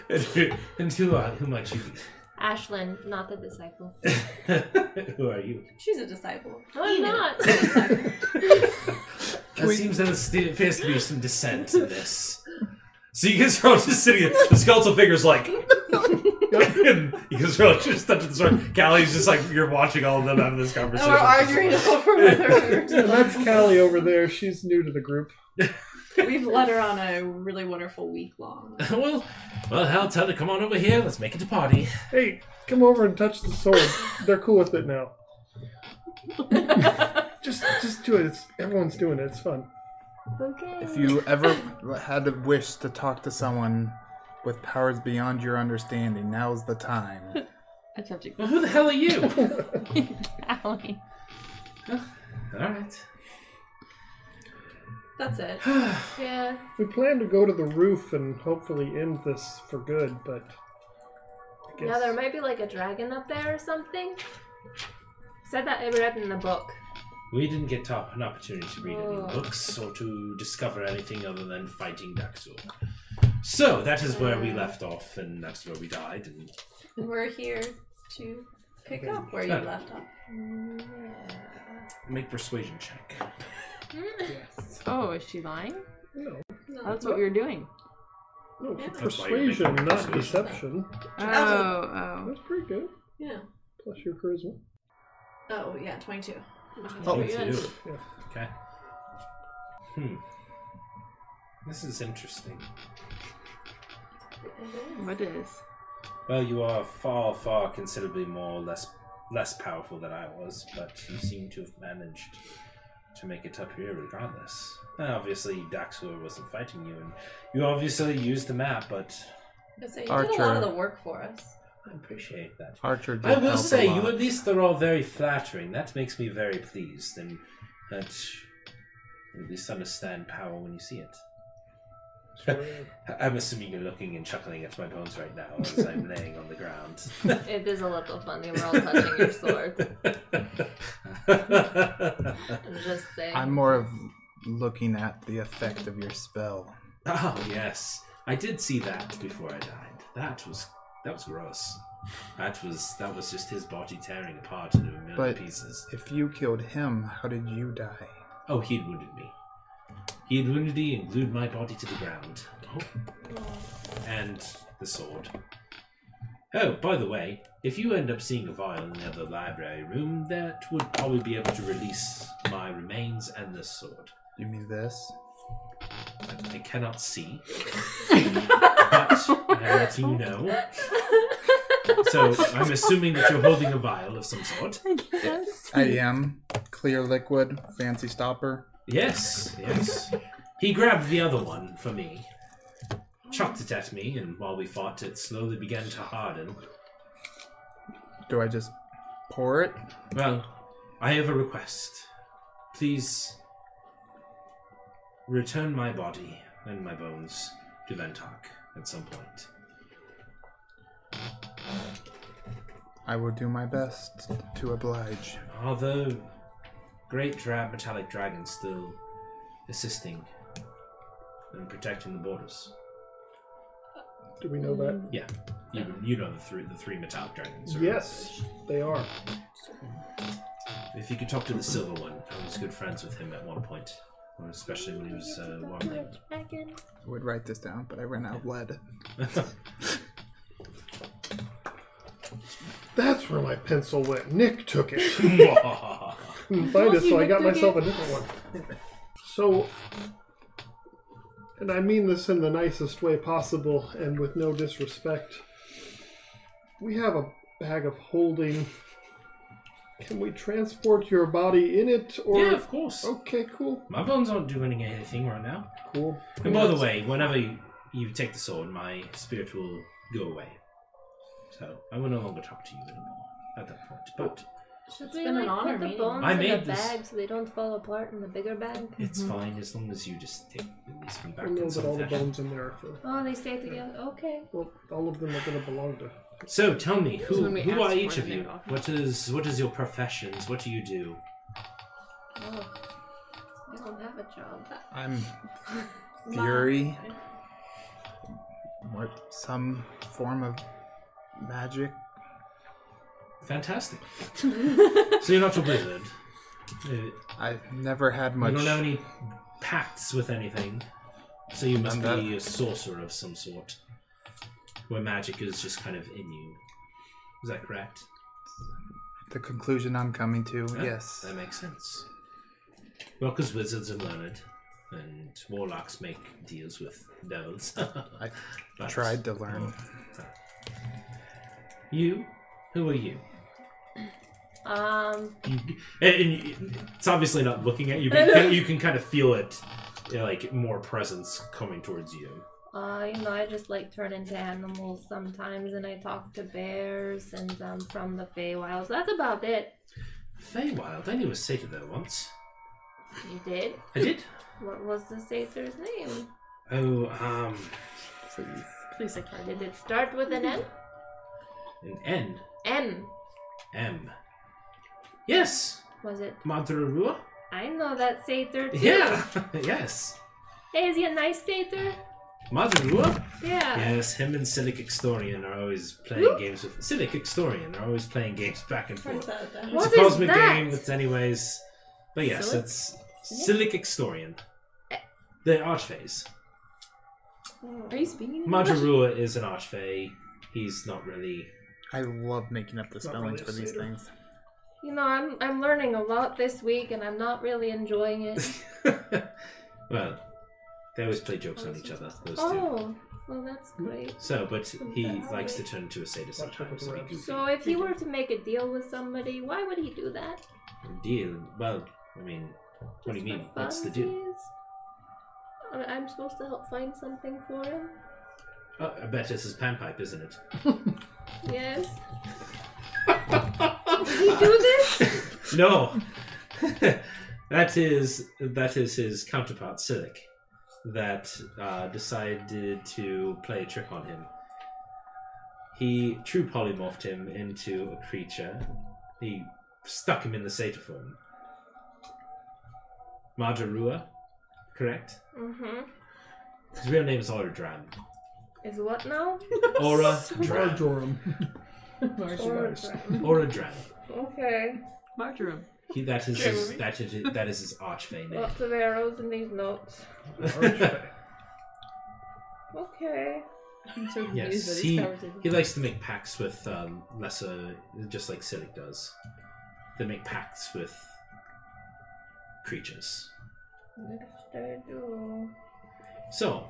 Speaker 2: and who, and who are who might you be?
Speaker 8: Ashlyn, not the disciple.
Speaker 2: who are you?
Speaker 7: She's a disciple.
Speaker 8: No, I'm not.
Speaker 2: It seems there st- appears to be some dissent in this. So you guys are all just sitting there. The skeletal figure's like. and you guys are all just touching the sword. Callie's just like, you're watching all of them having this
Speaker 7: And
Speaker 2: conversation.
Speaker 7: we're arguing over whether we
Speaker 3: And that's Callie over there. She's new to the group.
Speaker 7: We've led her on a really wonderful week long.
Speaker 2: well, well, hell, tell her, come on over here. Let's make it a party.
Speaker 3: Hey, come over and touch the sword. They're cool with it now. just, just do it. It's, everyone's doing it. It's fun.
Speaker 8: okay.
Speaker 4: if you ever had a wish to talk to someone with powers beyond your understanding, now's the time.
Speaker 6: That's subject.
Speaker 2: Well, who the hell are you?
Speaker 6: Allie.
Speaker 2: all right.
Speaker 7: That's it.
Speaker 8: Yeah.
Speaker 3: We plan to go to the roof and hopefully end this for good, but I guess
Speaker 8: Now there might be like a dragon up there or something. Said that I read in the book.
Speaker 2: We didn't get to- an opportunity to read any
Speaker 8: Oh.
Speaker 2: books or to discover anything other than fighting Daxor. So that is where we left off, and that's where we died. And
Speaker 7: And we're here to pick up where you left off.
Speaker 2: make persuasion check.
Speaker 8: Hmm.
Speaker 3: yes.
Speaker 6: Oh, is she lying?
Speaker 3: No,
Speaker 6: Oh, that's what we were doing.
Speaker 3: no, for
Speaker 7: Yeah.
Speaker 2: That's why you're
Speaker 3: persuasion,
Speaker 2: making
Speaker 3: not
Speaker 2: persuasion.
Speaker 3: deception.
Speaker 6: Oh,
Speaker 7: That's
Speaker 6: oh.
Speaker 3: That's pretty good.
Speaker 7: Yeah.
Speaker 3: Plus your charisma.
Speaker 7: Oh, yeah, 22.
Speaker 4: Oh,
Speaker 2: You
Speaker 7: yes.
Speaker 2: too.
Speaker 3: Yeah.
Speaker 2: Okay. Hmm. This is interesting.
Speaker 6: Mm-hmm. What is?
Speaker 2: Well, you are far, far considerably more less less powerful than I was, but you seem to have managed to make it up here regardless. And obviously, Daxor wasn't fighting you, and you obviously used the map, but
Speaker 7: So you did a lot
Speaker 4: Archer.
Speaker 7: of the work for us.
Speaker 2: I appreciate that.
Speaker 4: Archer did
Speaker 2: I will
Speaker 4: help a
Speaker 2: say, you
Speaker 4: lot.
Speaker 2: at least are all very flattering. That makes me very pleased, and that or at least understand power when you see it.
Speaker 3: uh,
Speaker 2: I'm assuming you're looking and chuckling at my bones right now as I'm laying on the ground.
Speaker 5: It is a little funny. We're all touching your sword. I'm just saying.
Speaker 4: I'm more of looking at the effect of your spell.
Speaker 2: oh yes, I did see that before I died. That was that was gross. That was that was just his body tearing apart into a million
Speaker 4: But-
Speaker 2: pieces.
Speaker 4: If you killed him, how did you die?
Speaker 2: Oh, he had wounded me. He had wounded me and glued my body to the ground. And the sword. Oh, by the way, if you end up seeing a vial in the other library room, that would probably be able to release my remains and this sword.
Speaker 4: You mean this?
Speaker 2: I, I cannot see, but I'm letting you know. So I'm assuming that you're holding a vial of some sort.
Speaker 4: I am. Clear liquid, fancy stopper.
Speaker 2: Yes, yes. He grabbed the other one for me, chucked it at me, and while we fought, it slowly began to harden.
Speaker 4: Do I just pour it?
Speaker 2: Well, I have a request. Please return my body and my bones to Ventok at some point.
Speaker 4: I will do my best to oblige.
Speaker 2: Are the great dra- metallic dragons still assisting and protecting the borders?
Speaker 3: Do we know that?
Speaker 2: Yeah, you, you know the three the three metallic dragons. are-
Speaker 3: Yes, they are.
Speaker 2: If you could talk to the silver one, I was good friends with him at one point, or especially when he was uh, wandering.
Speaker 4: I would write this down, but I ran out of lead.
Speaker 3: That's where my pencil went. Nick took it.
Speaker 2: That's
Speaker 3: couldn't find it, so I got myself a different one. So, and I mean this in the nicest way possible and with no disrespect, we have a bag of holding. Can we transport your body in it? Or
Speaker 2: Yeah, of course.
Speaker 3: Okay, cool,
Speaker 2: My bones aren't doing anything right now.
Speaker 3: cool.
Speaker 2: And by the way, whenever you, you take the sword, my spirit will go away. So I will no longer talk to you anymore at that point. But
Speaker 8: Should
Speaker 7: been an honor
Speaker 8: put the
Speaker 7: meeting.
Speaker 8: bones
Speaker 2: I
Speaker 8: in
Speaker 2: made
Speaker 8: a
Speaker 2: this-
Speaker 8: bag so they don't fall apart in the bigger bag?
Speaker 2: it's fine as long as you just take release me back
Speaker 3: Mm-hmm. I know
Speaker 2: in
Speaker 3: that
Speaker 2: some
Speaker 3: all the
Speaker 2: fashion.
Speaker 3: bones in there are for.
Speaker 8: Oh, they stay together. Okay.
Speaker 3: Well, all of them are going to belong to.
Speaker 2: So tell me, who,
Speaker 6: So when we
Speaker 2: who
Speaker 6: ask
Speaker 2: are
Speaker 6: for
Speaker 2: each
Speaker 6: it,
Speaker 2: of
Speaker 6: they
Speaker 2: you?
Speaker 6: go off.
Speaker 2: What is what is your professions? What do you do?
Speaker 8: Oh. I don't have a job.
Speaker 4: I'm fury. Or some form of magic.
Speaker 2: Fantastic. so you're not a wizard. Uh,
Speaker 4: I've never had much.
Speaker 2: You don't have any pacts with anything, so you must
Speaker 4: None that-
Speaker 2: be a sorcerer of some sort, where magic is just kind of in you. Is that correct?
Speaker 4: The conclusion I'm coming to,
Speaker 2: Yeah,
Speaker 4: yes.
Speaker 2: that makes sense. Well, because wizards are learned, and warlocks make deals with devils.
Speaker 4: I
Speaker 2: But- Oh.
Speaker 4: tried to learn.
Speaker 2: You? Who are you?
Speaker 8: Um,
Speaker 2: you and, and it's obviously not looking at you, but you can, you can kind of feel it, you know, like more presence coming towards you.
Speaker 8: uh, you know, I just like turn into animals sometimes, and I talk to bears, and um, from the Feywild. So that's about it.
Speaker 2: Feywild, I knew a satyr there once.
Speaker 8: You did?
Speaker 2: I did.
Speaker 8: What was the satyr's name?
Speaker 2: Oh, um,
Speaker 6: Please, I
Speaker 8: Or
Speaker 6: can't.
Speaker 8: did it start with an M?
Speaker 2: an N
Speaker 8: M.
Speaker 2: M. Yes,
Speaker 8: Was it?
Speaker 2: Madarua.
Speaker 8: I know that satyr too.
Speaker 2: Yeah, yes,
Speaker 8: Hey, is he a nice satyr?
Speaker 2: Madarua.
Speaker 8: Yeah.
Speaker 2: Yes, him and Silic Extorian are always playing games with Silic Extorian are always playing games back and forth.
Speaker 7: What's that? that-
Speaker 8: What
Speaker 2: it's a
Speaker 8: is
Speaker 2: cosmic
Speaker 8: that?
Speaker 2: game. It's anyways, but yes,
Speaker 8: Silic- Eh.
Speaker 2: it's Silic Extorian. The archfays.
Speaker 6: Are you speaking?
Speaker 2: Madarua is an archfey. He's not really.
Speaker 4: I love making up the
Speaker 3: Not
Speaker 4: spellings
Speaker 3: really
Speaker 4: for these
Speaker 3: satyr.
Speaker 4: things.
Speaker 8: You know, I'm I'm learning a lot this week, and I'm not really enjoying it.
Speaker 2: well, they always play jokes on each other. Those two.
Speaker 8: oh, well, that's great.
Speaker 2: So, but he likes to turn into a satyr sometimes. So, he
Speaker 8: So if he were to make a deal with somebody, why would he do that?
Speaker 2: can deal. Well, I mean, what do you mean?
Speaker 8: Just for
Speaker 2: What's the deal?
Speaker 8: funsies? I- I'm supposed to help find something for him.
Speaker 2: Oh, I bet this is panpipe, isn't it?
Speaker 8: Yes. Did he do this?
Speaker 2: No. That is that is his counterpart Silic, that uh, decided to play a trick on him. He true polymorphed him into a creature. He stuck him in the Sata form. Marjarua, correct?
Speaker 8: Mm-hmm.
Speaker 2: His real name is Aura Dram.
Speaker 8: Is what now?
Speaker 2: Aura Dram.
Speaker 3: Marjoram.
Speaker 8: Or-
Speaker 2: Aura Dram.
Speaker 8: okay.
Speaker 7: Marjoram.
Speaker 2: He, that is
Speaker 7: Okay,
Speaker 2: his,
Speaker 7: movie.
Speaker 2: that is his, that is his archfey name.
Speaker 8: Lots of arrows in these notes. Okay.
Speaker 6: I'm so confused
Speaker 2: Yes,
Speaker 6: by this
Speaker 2: he-
Speaker 6: conversation.
Speaker 2: He likes to make pacts with um, lesser, just like Silic does. They make pacts with creatures.
Speaker 8: Next I do.
Speaker 2: So,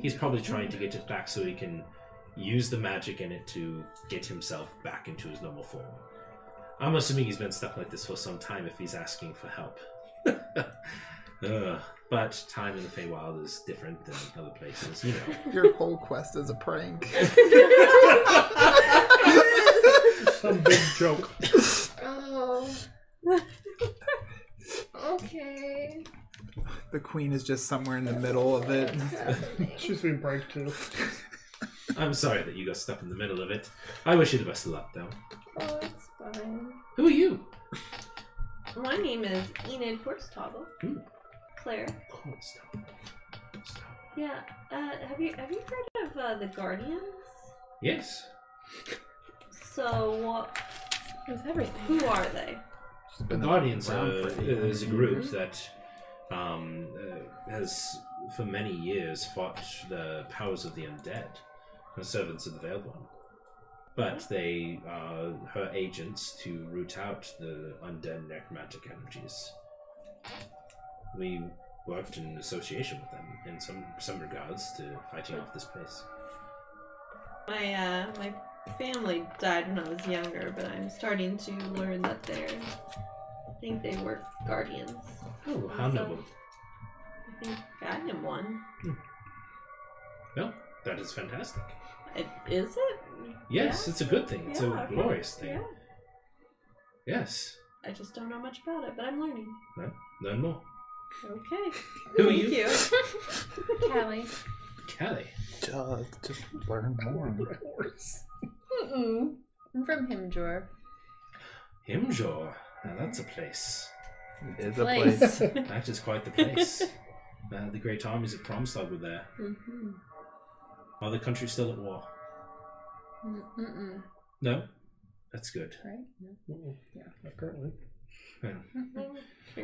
Speaker 2: he's probably trying to get it back so he can use the magic in it to get himself back into his normal form. I'm assuming he's been stuck like this for some time if he's asking for help. Ugh. But time in the Feywild is different than other places, you know.
Speaker 4: Your whole quest is a prank.
Speaker 3: Some big joke.
Speaker 8: Oh. okay.
Speaker 4: the queen is just somewhere in the middle of it.
Speaker 3: She's being pranked too.
Speaker 2: I'm sorry that you got stuck in the middle of it. I wish you the best of luck, though.
Speaker 8: Oh, it's fine.
Speaker 2: Who are you?
Speaker 7: My name is Enid Korstoggle.
Speaker 2: Ooh.
Speaker 7: Claire.
Speaker 2: Oh, stop. Stop.
Speaker 7: Yeah. Uh, have you have you heard of uh, the Guardians?
Speaker 2: Yes.
Speaker 7: So, uh, who are they?
Speaker 4: She's
Speaker 2: The
Speaker 4: been
Speaker 2: Guardians
Speaker 4: around
Speaker 2: are,
Speaker 4: for eight
Speaker 2: is uh, a
Speaker 4: hundred
Speaker 2: group
Speaker 4: years.
Speaker 2: that um, uh, has, for many years, fought the powers of the undead, the servants of the Veiled One. But they are her agents to root out the undead necromantic energies. We worked in association with them in some, some regards to fighting off this place.
Speaker 7: My uh, my family died when I was younger, but I'm starting to learn that they're. I think they were guardians.
Speaker 2: Oh, how
Speaker 7: So-
Speaker 2: noble.
Speaker 7: I think
Speaker 6: oh.
Speaker 7: I am one.
Speaker 2: No, that is fantastic.
Speaker 7: It, is it?
Speaker 2: Yes, it's a good thing. It's
Speaker 7: Yeah,
Speaker 2: a
Speaker 7: okay.
Speaker 2: glorious thing.
Speaker 7: Yeah.
Speaker 2: Yes.
Speaker 7: I just don't know much about it, but I'm learning.
Speaker 2: Learn more.
Speaker 7: Okay.
Speaker 2: Who are
Speaker 7: Thank
Speaker 2: you?
Speaker 6: Callie.
Speaker 2: Kelly.
Speaker 4: Just, just learn more.
Speaker 6: Mm-mm. I'm from Himjor.
Speaker 2: Himjor. Now that's a place.
Speaker 4: It is a
Speaker 6: Place.
Speaker 4: place.
Speaker 2: That is quite the place. uh, the great armies of Kromstad were there.
Speaker 6: Mm-hmm.
Speaker 2: Are the countries still at war?
Speaker 6: Mm-mm.
Speaker 2: No? That's good.
Speaker 6: Right? No.
Speaker 3: Yeah, apparently.
Speaker 7: Bring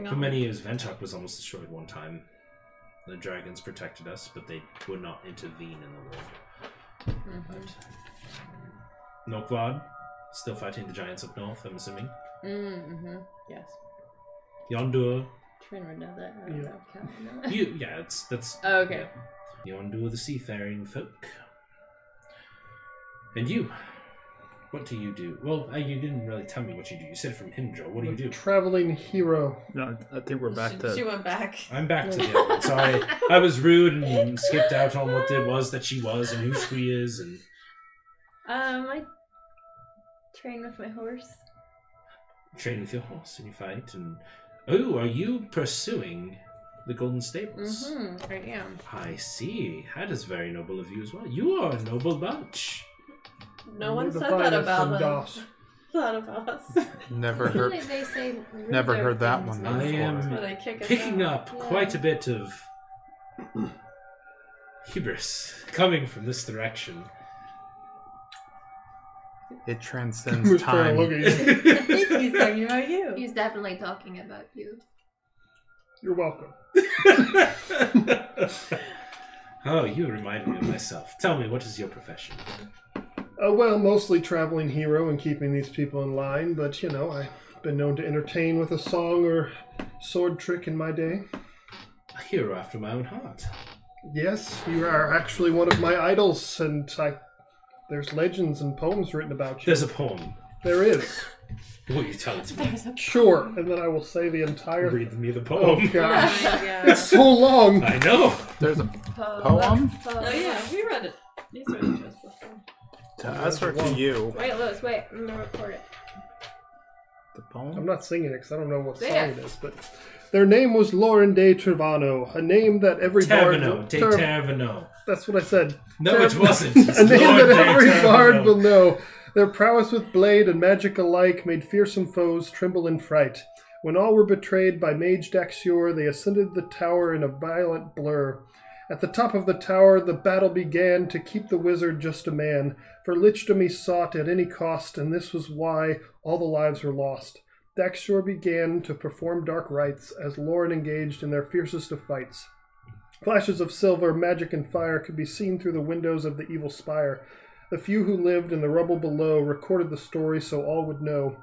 Speaker 2: For
Speaker 7: on.
Speaker 2: many years, Ventok was almost destroyed one time. The dragons protected us, but they would not intervene in the war.
Speaker 6: Mm-hmm.
Speaker 2: Nokvad, still fighting the giants up north, I'm assuming.
Speaker 6: Mm-hmm. Yes.
Speaker 2: Yondur,
Speaker 6: Trin would know that. I don't
Speaker 3: Yeah.
Speaker 6: know if Callie would know that.
Speaker 2: you, yeah, it's, that's
Speaker 6: Oh, okay.
Speaker 2: Yonder the seafaring folk. And you, what do you do? Well, uh, you didn't really tell me what you do. You said from Himdra. What do you do?
Speaker 3: Traveling hero.
Speaker 4: No, I think we're
Speaker 7: she,
Speaker 4: back
Speaker 7: she
Speaker 4: to.
Speaker 7: went back.
Speaker 2: I'm back to the other one. Sorry, I was rude and skipped out on what it was that she was and who she is. And
Speaker 5: Um, I train with my horse.
Speaker 2: train with your horse and you fight. And oh, are you pursuing the Golden Stables?
Speaker 6: Mm-hmm. I am.
Speaker 2: I see. That is very noble of you as well. You are a noble bunch.
Speaker 7: No one
Speaker 3: We're the
Speaker 7: said that
Speaker 3: finest
Speaker 7: about
Speaker 3: from
Speaker 7: us.
Speaker 3: DOS.
Speaker 7: Thought of us.
Speaker 4: Never
Speaker 6: I feel
Speaker 4: heard.
Speaker 6: like they say
Speaker 4: Never
Speaker 6: ruder
Speaker 4: heard that
Speaker 6: things
Speaker 4: one
Speaker 6: than
Speaker 2: I
Speaker 4: before.
Speaker 2: am
Speaker 7: But I kick us
Speaker 2: picking
Speaker 7: out.
Speaker 2: up quite a bit of hubris coming from this direction.
Speaker 4: It
Speaker 3: We're
Speaker 4: transcends
Speaker 3: trying to look
Speaker 4: time.
Speaker 3: at you.
Speaker 7: He's talking about you.
Speaker 8: He's definitely talking about you.
Speaker 3: You're welcome.
Speaker 2: oh, you remind me of myself. Tell me, what is your profession?
Speaker 3: Uh, well, mostly traveling hero and keeping these people in line, but you know, I've been known to entertain with a song or sword trick in my day.
Speaker 2: A hero after my own heart.
Speaker 3: Yes, you are actually one of my idols, and I. There's legends and poems written about you.
Speaker 2: There's a poem.
Speaker 3: There is.
Speaker 2: Will you tell it to me?
Speaker 3: Sure, and then I will say the entire.
Speaker 2: Read me the
Speaker 3: Oh,
Speaker 2: poem.
Speaker 3: gosh.
Speaker 6: Yeah.
Speaker 3: It's so long!
Speaker 2: I know.
Speaker 4: There's a poem
Speaker 7: Oh yeah, we read it. These read it to us before.
Speaker 4: to us or to you.
Speaker 8: Wait, Lewis, wait. I'm gonna record it.
Speaker 4: The
Speaker 3: I'm
Speaker 4: poem?
Speaker 3: not singing it because I don't know what song
Speaker 5: Yeah.
Speaker 3: it is, but their name was Lauren de Trevano, a name that every bard.
Speaker 2: Taverno, de
Speaker 3: Ter-
Speaker 2: Taverno.
Speaker 3: That's what I said.
Speaker 2: No, it
Speaker 3: Tav-
Speaker 2: wasn't.
Speaker 3: a name
Speaker 2: Lord
Speaker 3: that every
Speaker 2: Daytona.
Speaker 3: bard will know. Their prowess with blade and magic alike made fearsome foes tremble in fright. When all were betrayed by Mage Daxior, they ascended the tower in a violent blur. At the top of the tower, the battle began to keep the wizard just a man, for Lichdom sought at any cost, and this was why all the lives were lost. Daxior began to perform dark rites as Lauren engaged in their fiercest of fights. Flashes of silver, magic, and fire could be seen through the windows of the evil spire. The few who lived in the rubble below recorded the story so all would know.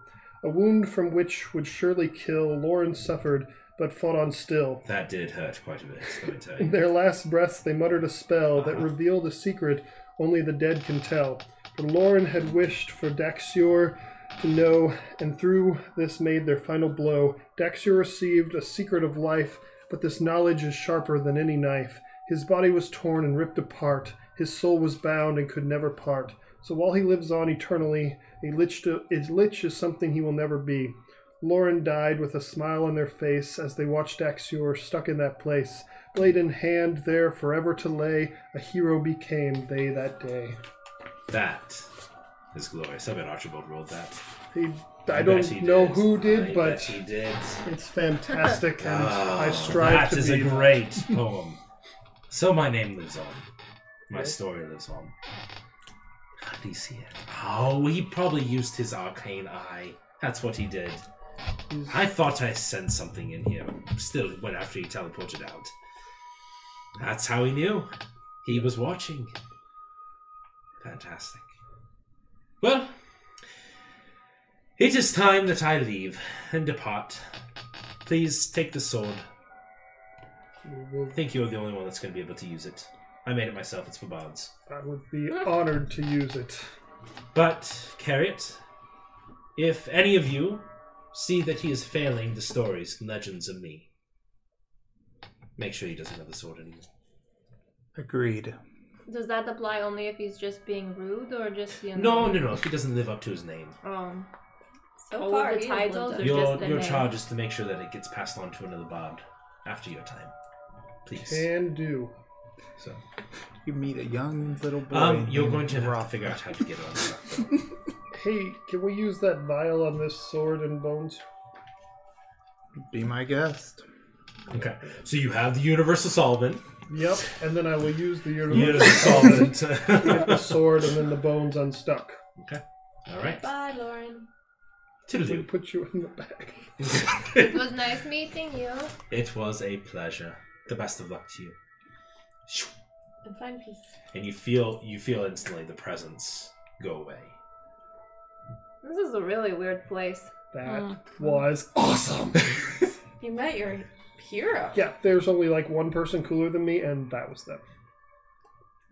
Speaker 3: A wound from which would surely kill, Lauren suffered, but fought on still.
Speaker 2: That did hurt quite a bit, let me tell
Speaker 3: In
Speaker 2: you.
Speaker 3: their last breaths, they muttered a spell that revealed a secret only the dead can tell. For Lauren had wished for Daxior to know, and through this made their final blow. Daxior received a secret of life, but this knowledge is sharper than any knife. His body was torn and ripped apart. His soul was bound and could never part. So while he lives on eternally, a lich, to, a lich is something he will never be. Lauren died with a smile on their face as they watched Axior stuck in that place. Blade in hand, there forever to lay, a hero became they that day.
Speaker 2: That is glorious. I bet Archibald rolled that.
Speaker 3: He, I,
Speaker 2: bet
Speaker 3: don't
Speaker 2: he
Speaker 3: know
Speaker 2: did.
Speaker 3: who did,
Speaker 2: I bet
Speaker 3: but
Speaker 2: he did.
Speaker 3: it's fantastic, and
Speaker 2: Oh,
Speaker 3: I strive
Speaker 2: that
Speaker 3: to
Speaker 2: is
Speaker 3: be.
Speaker 2: a great poem. So my name lives on. My story lives on. How did he see it? Oh, he probably used his arcane eye. That's what he did.
Speaker 3: He's-
Speaker 2: I thought I sensed something in here. Still went after he teleported out. That's how he knew. He was watching. Fantastic. Well, it is time that I leave and depart. Please take the sword. I think you're the only one that's going to be able to use it. I made it myself, it's for bards.
Speaker 3: I would be honored to use it.
Speaker 2: But carry it. If any of you see that he is failing the stories and legends of me, make sure he doesn't have the sword anymore.
Speaker 4: Agreed.
Speaker 8: Does that apply only if he's just being rude or just you
Speaker 2: No, no, no. If he doesn't live up to his name,
Speaker 8: Um,
Speaker 7: So
Speaker 8: All
Speaker 7: far,
Speaker 8: of the
Speaker 7: he has
Speaker 8: titles
Speaker 7: lived
Speaker 8: are
Speaker 7: up.
Speaker 8: just
Speaker 2: your
Speaker 8: the
Speaker 2: your
Speaker 8: name.
Speaker 2: charge is to make sure that it gets passed on to another bard after your time, please.
Speaker 3: Can do.
Speaker 2: So,
Speaker 4: You meet a young little boy.
Speaker 2: um, you're going to have to
Speaker 4: rough.
Speaker 2: figure out how to get on that.
Speaker 3: Hey, can we use that vial on this sword and bones?
Speaker 4: Be my guest.
Speaker 2: Okay. So you have the universal solvent.
Speaker 3: Yep, and then I will use the
Speaker 2: Universal
Speaker 3: universe
Speaker 2: solvent.
Speaker 3: to get the sword and then the bones unstuck.
Speaker 2: All right.
Speaker 7: Bye, Lauren.
Speaker 3: We
Speaker 2: Toodaloo.
Speaker 3: put you in the back.
Speaker 8: It was nice meeting you.
Speaker 2: It was a pleasure. The best of luck to you. Shoo.
Speaker 7: And find peace.
Speaker 2: And you feel you feel instantly the presence go away.
Speaker 8: This is a really weird place.
Speaker 3: That
Speaker 7: Oh,
Speaker 3: was awesome.
Speaker 7: You met your hero.
Speaker 3: Yeah, there's only like one person cooler than me, and that was them.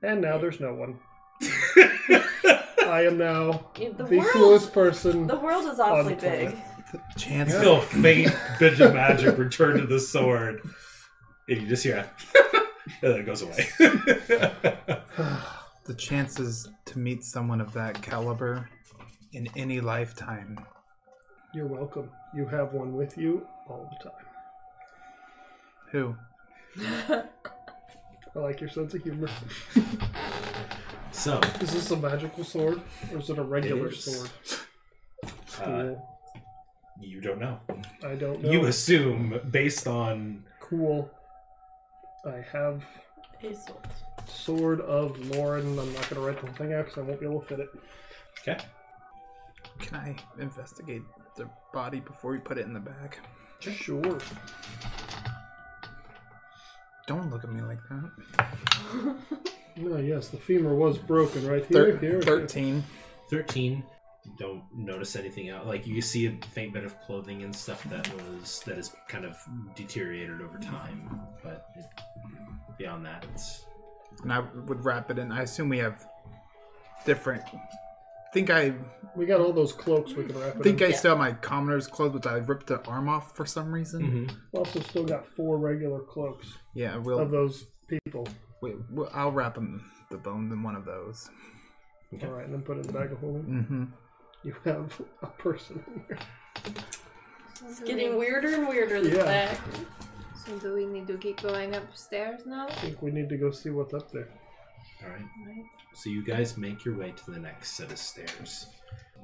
Speaker 3: And now there's no one. I am now
Speaker 7: Yeah, The,
Speaker 3: the,
Speaker 7: world.
Speaker 3: coolest person.
Speaker 7: The world is awfully
Speaker 3: on
Speaker 7: big.
Speaker 3: planet.
Speaker 4: Chance.
Speaker 2: Still faint bit of magic return to the sword. And you just hear and then it goes away.
Speaker 4: the chances to meet someone of that caliber in any lifetime.
Speaker 3: You're welcome. You have one with you all the time.
Speaker 4: Who?
Speaker 3: I like your sense of humor.
Speaker 2: so
Speaker 3: Is this a magical sword, or is it a regular
Speaker 2: is.
Speaker 3: sword?
Speaker 2: uh,
Speaker 3: Cool.
Speaker 2: you don't know.
Speaker 3: I don't know.
Speaker 2: You assume based on
Speaker 3: cool. I have
Speaker 7: Insult.
Speaker 3: sword of Lauren. I'm not gonna write the whole thing out because I won't be able to fit it.
Speaker 2: Okay.
Speaker 4: Can I investigate their body before we put it in the bag?
Speaker 3: Sure.
Speaker 4: Don't look at me like that.
Speaker 3: No, Ah, yes, the femur was broken right here.
Speaker 4: Thir-
Speaker 3: here, here.
Speaker 4: 13.
Speaker 2: 13 don't notice anything out like you see a faint bit of clothing and stuff that was that is kind of deteriorated over time but it, beyond that it's
Speaker 4: And I would wrap it in. I assume we have different. think I
Speaker 3: We got all those cloaks we can wrap it
Speaker 4: think
Speaker 3: in.
Speaker 4: I still have my commoner's clothes, but I ripped the arm off for some reason.
Speaker 3: Mm-hmm. We also still got four regular cloaks
Speaker 4: Yeah, we'll,
Speaker 3: of those people.
Speaker 4: we, we'll. I'll wrap him the bone in one of those.
Speaker 3: All right, and then put it in the bag of holding.
Speaker 4: Mm-hmm.
Speaker 3: You have a person in here.
Speaker 8: So
Speaker 7: It's
Speaker 8: do
Speaker 7: getting
Speaker 8: we-
Speaker 7: weirder and weirder this
Speaker 3: Yeah.
Speaker 7: day.
Speaker 8: So do we need to keep going upstairs now?
Speaker 3: I think we need to go see what's up there.
Speaker 2: All right. So you guys make your way to the next set of stairs.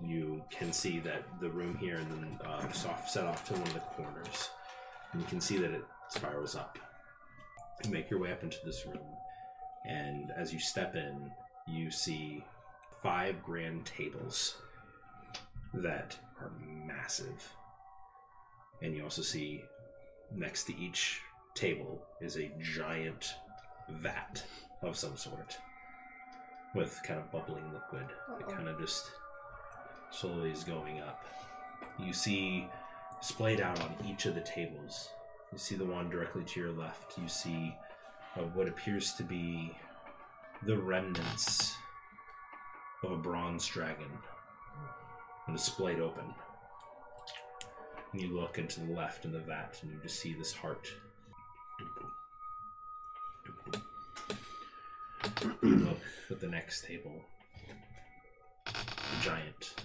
Speaker 2: You can see that the room here and then uh, soft set off to one of the corners. And you can see that it spirals up. You make your way up into this room, and as you step in, you see five grand tables that are massive. And you also see next to each table is a giant vat of some sort with kind of bubbling liquid that
Speaker 8: Uh-oh.
Speaker 2: kind of just slowly is going up. You see splayed out on each of the tables. You see the one directly to your left. You see of what appears to be the remnants of a bronze dragon and it's splayed open. And you look into the left in the vat and you just see this heart. You look at the next table. Giant.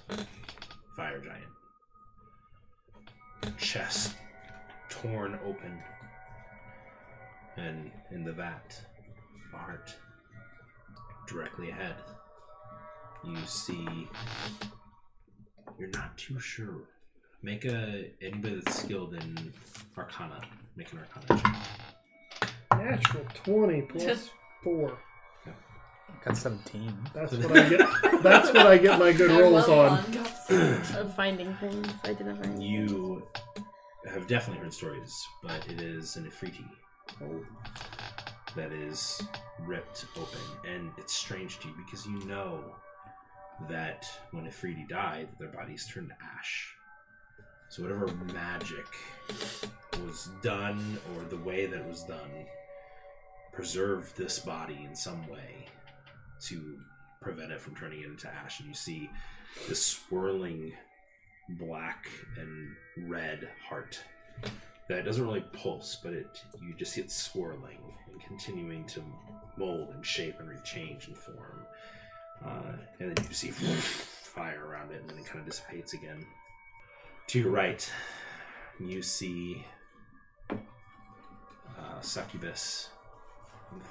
Speaker 2: Fire giant. Chest torn open. And in the vat, a heart. Directly ahead, you see you're not too sure. Make a anybody that's skilled in Arcana. Make an Arcana check.
Speaker 3: Natural 20 plus 4.
Speaker 4: Got 17.
Speaker 3: That's what I get. That's what I get my good rolls on.
Speaker 6: Of finding things I didn't find.
Speaker 2: You have definitely heard stories, but it is an Ifriti that is ripped open, and it's strange to you because you know that when Ifriti died, their bodies turned to ash. So whatever magic was done, or the way that it was done, preserved this body in some way to prevent it from turning it into ash. And you see this swirling black and red heart that doesn't really pulse, but it you just see it swirling and continuing to mold and shape and rechange and form. Uh, and then you see fire around it, and then it kind of dissipates again. To your right, you see uh, succubus,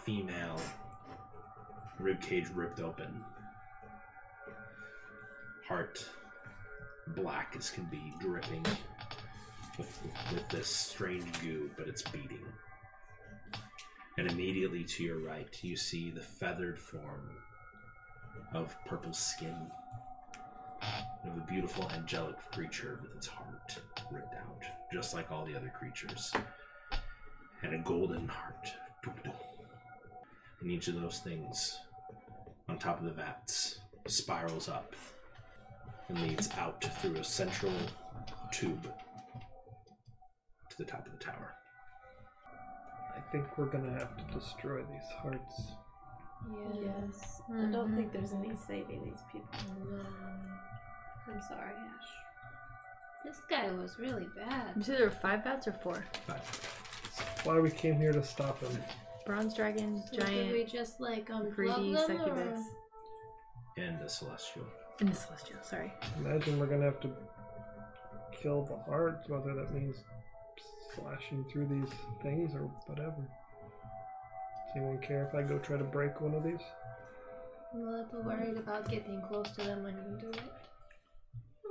Speaker 2: female, ribcage ripped open, heart black as can be, dripping with, with this strange goo, but it's beating. And immediately to your right, you see the feathered form of purple skin of a beautiful angelic creature with its heart ripped out, just like all the other creatures, and a golden heart. And each of those things on top of the vats spirals up and leads out through a central tube to the top of the tower.
Speaker 3: I think we're gonna have to destroy these hearts.
Speaker 7: Yes. I
Speaker 8: Mm-hmm.
Speaker 7: don't think there's any saving these people. I'm sorry, Ash.
Speaker 8: This guy was really bad.
Speaker 6: You said there were five bats or four?
Speaker 2: But
Speaker 3: That's why we came here to stop him.
Speaker 6: Bronze dragon,
Speaker 8: So Did we
Speaker 6: giant,
Speaker 8: just like um
Speaker 6: greedy succubus,
Speaker 2: and the celestial.
Speaker 6: and the celestial. Sorry.
Speaker 3: Imagine we're gonna have to kill the hearts, whether that means slashing through these things or whatever. Does anyone care if I go try to break one of these?
Speaker 8: I'm a little worried about getting close to them when you do it.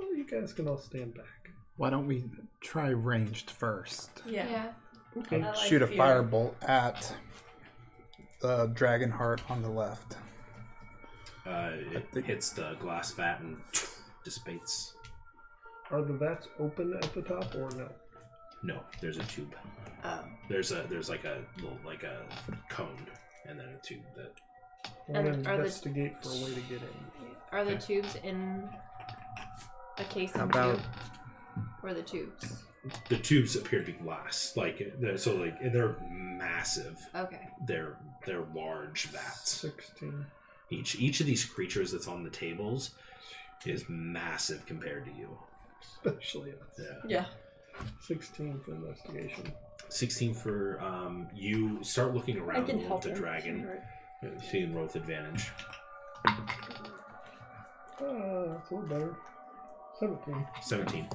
Speaker 3: Oh, you guys can all stand back.
Speaker 4: Why don't we try ranged first?
Speaker 7: Yeah.
Speaker 3: Okay.
Speaker 7: I like
Speaker 4: Shoot a
Speaker 7: fear.
Speaker 4: firebolt at the dragon heart on the left.
Speaker 2: Uh,
Speaker 4: I
Speaker 2: it
Speaker 4: think-
Speaker 2: hits the glass vat and dissipates.
Speaker 3: Are the vats open at the top or no?
Speaker 2: No, there's a tube. There's a there's like a little like a cone and then a tube that
Speaker 3: I want to
Speaker 8: And Um, are the-
Speaker 3: investigate for a way to get in.
Speaker 8: Are
Speaker 2: the
Speaker 8: tubes in a case
Speaker 4: How about
Speaker 8: or the tubes?
Speaker 2: the tubes appear to be glass. Like they're, so like and they're massive.
Speaker 8: Okay.
Speaker 2: They're they're large vats.
Speaker 3: 16.
Speaker 2: Each each of these creatures that's on the tables is massive compared to you.
Speaker 3: Especially us.
Speaker 2: Yeah.
Speaker 7: Yeah.
Speaker 3: 16 for investigation.
Speaker 2: 16 for um, you start looking
Speaker 7: I
Speaker 2: around
Speaker 7: can
Speaker 2: with
Speaker 7: help
Speaker 2: the
Speaker 7: him.
Speaker 2: dragon uh, so you can roll with advantage
Speaker 3: Ah, that's a little better. 17.
Speaker 2: 17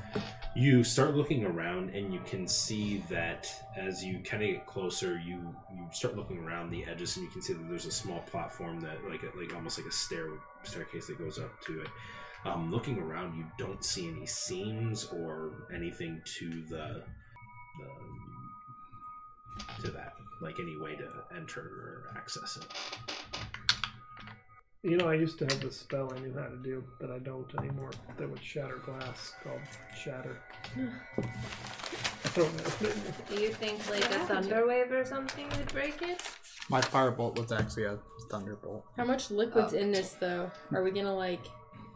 Speaker 2: you start looking around and you can see that as you kind of get closer you you start looking around the edges and you can see that there's a small platform that like a, like almost like a stair staircase that goes up to it um, looking around you don't see any seams or anything to the, the to that like any way to enter or access it
Speaker 3: You know, I used to have this spell I knew how to do that I don't anymore. That would shatter glass called shatter. I don't know.
Speaker 8: Do you think
Speaker 5: What
Speaker 8: like a
Speaker 5: happened to
Speaker 8: thunder wave or something would break it?
Speaker 4: My firebolt was actually a thunderbolt.
Speaker 6: How much liquid's
Speaker 4: Uh,
Speaker 6: in this though? Are we gonna like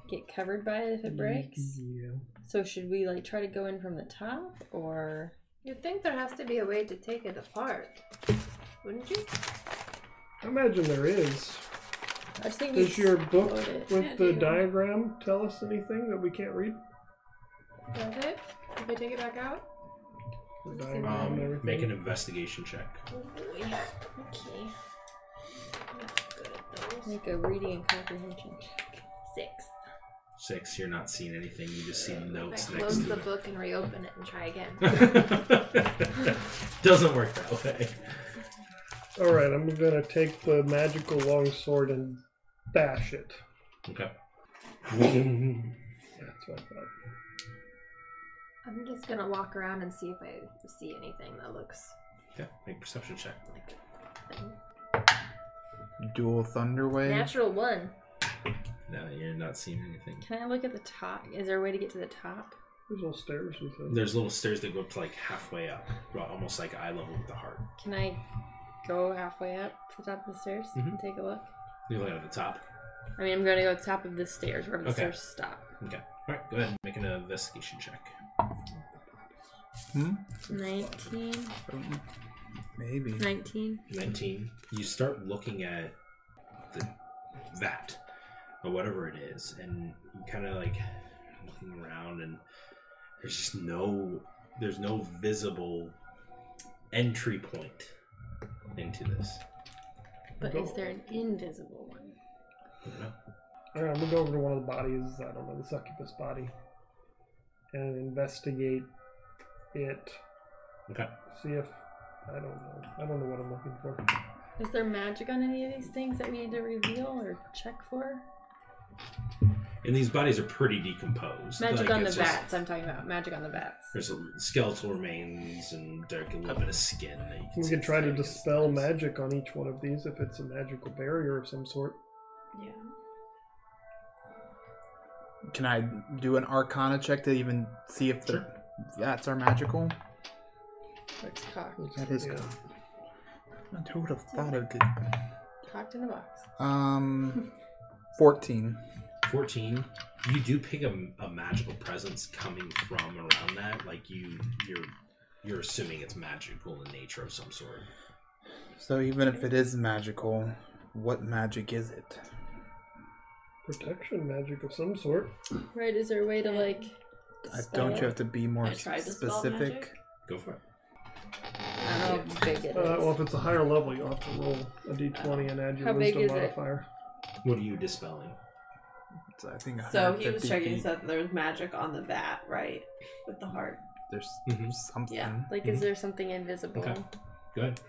Speaker 6: get covered by it if it breaks?
Speaker 3: Yeah.
Speaker 6: So should we like try to go in from the top or?
Speaker 8: You'd think there has to be a way to take it apart, wouldn't you?
Speaker 3: I imagine there is.
Speaker 6: I just think we
Speaker 3: Does your book
Speaker 6: explode it.
Speaker 3: with the diagram tell us anything that we can't read?
Speaker 8: Does it? If I take it back out?
Speaker 3: The
Speaker 8: Does it say
Speaker 3: diagram and
Speaker 2: um,
Speaker 3: everything?
Speaker 2: make an investigation check
Speaker 8: Oh boy. Okay. I'm not good at those.
Speaker 6: Make a reading and comprehension check.
Speaker 8: Six.
Speaker 2: six you're not seeing anything you just see notes
Speaker 8: I
Speaker 2: next
Speaker 8: close
Speaker 2: to
Speaker 8: the
Speaker 2: it
Speaker 8: book and reopen it and try again.
Speaker 2: Doesn't work that way.
Speaker 3: All right, I'm gonna take the magical longsword and bash it.
Speaker 2: Okay.
Speaker 3: That's what I thought.
Speaker 8: I'm just gonna walk around and see if I see anything that looks
Speaker 2: Yeah, make perception check.
Speaker 8: like a thing.
Speaker 4: Dual thunder wave.
Speaker 6: Natural one.
Speaker 2: No, you're not seeing anything.
Speaker 6: Can I look at the top? Is there a way to get to the top?
Speaker 3: There's little stairs and things.
Speaker 2: There's little stairs that go up to like halfway up, well, almost like eye level with the heart.
Speaker 6: Can I go halfway up to the top of the stairs and
Speaker 2: Mhm.
Speaker 6: take a look?
Speaker 2: You look at the top.
Speaker 6: I mean, I'm gonna go to the top of the stairs where the
Speaker 2: Okay.
Speaker 6: stairs stop.
Speaker 2: Okay. All right. Go ahead and make an investigation check.
Speaker 4: Hmm?
Speaker 6: 19,
Speaker 4: Um, Maybe.
Speaker 6: 19.
Speaker 2: 19. You start looking at the, that, or whatever it is, and you kind of like looking around, and there's just no, there's no visible entry point into this.
Speaker 6: But
Speaker 3: Go-
Speaker 6: is there an invisible one?
Speaker 2: I don't know.
Speaker 3: All right, I'm gonna go over to one of the bodies. I don't know the succubus body, and investigate it.
Speaker 2: Okay.
Speaker 3: See if I don't know. I don't know what I'm looking for.
Speaker 6: Is there magic on any of these things that we need to reveal or check for?
Speaker 2: And these bodies are pretty decomposed.
Speaker 6: Magic
Speaker 2: Like,
Speaker 6: on the
Speaker 2: it's just-
Speaker 6: bats, I'm talking about. Magic on the bats.
Speaker 2: There's a skeletal remains and there a little bit of skin. That you can
Speaker 3: We
Speaker 2: see
Speaker 3: can try to
Speaker 2: floating and
Speaker 3: dispel
Speaker 2: stuff.
Speaker 3: magic on each one of these if it's a magical barrier of some sort.
Speaker 7: Yeah.
Speaker 4: Can I do an arcana check to even see if the
Speaker 2: Sure.
Speaker 4: that's our magical?
Speaker 6: It's cocked.
Speaker 4: That is
Speaker 3: Yeah.
Speaker 4: good. Who would have thought of it?
Speaker 6: Cocked in the box.
Speaker 4: Um, fourteen.
Speaker 2: 14 you do pick a, a magical presence coming from around that like you you're you're assuming it's magical in nature of some sort
Speaker 4: So even if it is magical, what magic is it?
Speaker 3: Protection magic of some sort.
Speaker 6: Right, is there a way to like.
Speaker 4: I, don't you have to be more
Speaker 7: I tried to spell
Speaker 4: specific?
Speaker 7: magic.
Speaker 2: go for it
Speaker 6: I don't know how big it is.
Speaker 3: Uh, well, if it's a higher level, you'll have to roll a d20 and add your
Speaker 6: How big
Speaker 3: wisdom
Speaker 6: is it?
Speaker 3: modifier.
Speaker 2: what are you dispelling
Speaker 4: So I think.
Speaker 7: So he was
Speaker 4: 150
Speaker 7: checking
Speaker 4: feet.
Speaker 7: so that there was magic on the bat, right? With the heart.
Speaker 4: There's
Speaker 2: Mhm.
Speaker 4: something.
Speaker 7: Yeah.
Speaker 6: like, is there something invisible?
Speaker 2: Okay. go ahead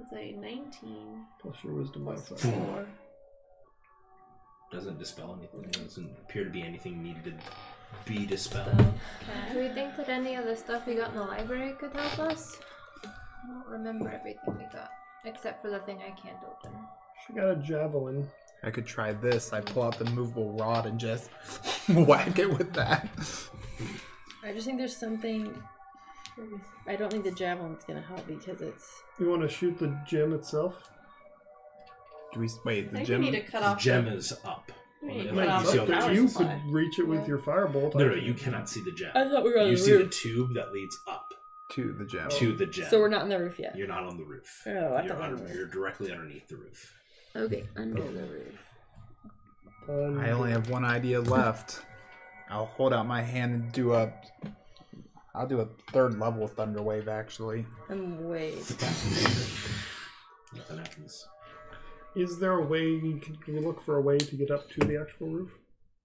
Speaker 7: It's a 19.
Speaker 3: Plus your wisdom
Speaker 7: Plus
Speaker 3: modifier.
Speaker 7: four.
Speaker 2: doesn't dispel anything There doesn't appear to be anything needed to be dispelled
Speaker 6: Uh,
Speaker 8: Do we think that any of the stuff we got in the library could help us? I don't remember everything we got, except for the thing I can't open.
Speaker 3: She got a javelin.
Speaker 4: I could try this. I pull out the movable rod and just whack it with that.
Speaker 6: I just think there's something. I don't think the javelin's gonna help because it's.
Speaker 3: You want to shoot the gem itself?
Speaker 4: Do we wait? The
Speaker 7: I think we
Speaker 4: gem.
Speaker 7: need to cut off.
Speaker 2: gem
Speaker 7: the-
Speaker 2: is up
Speaker 7: We need to
Speaker 2: Like,
Speaker 3: Like,
Speaker 7: cut off
Speaker 2: you see all
Speaker 3: but
Speaker 7: the
Speaker 2: the
Speaker 7: power
Speaker 2: tubes.
Speaker 3: you
Speaker 7: supply.
Speaker 3: could reach it with your firebolt.
Speaker 2: no no you cannot see the gem
Speaker 6: I thought we were on
Speaker 2: you
Speaker 6: the
Speaker 2: see the
Speaker 6: roof. Oh.
Speaker 2: tube that leads up
Speaker 4: to the gem.
Speaker 2: to the gem
Speaker 6: So we're not on the roof yet.
Speaker 2: you're not on the roof
Speaker 6: Oh, I
Speaker 2: you're,
Speaker 6: thought we
Speaker 2: under-
Speaker 6: were.
Speaker 2: you're directly underneath the roof
Speaker 6: Okay, under the roof.
Speaker 3: Um,
Speaker 4: I only have one idea left. I'll hold out my hand and do a. I'll do a third level thunder wave actually.
Speaker 6: I'm way.
Speaker 2: nothing happens
Speaker 3: Is there a way? Can you look for a way to get up to the actual roof?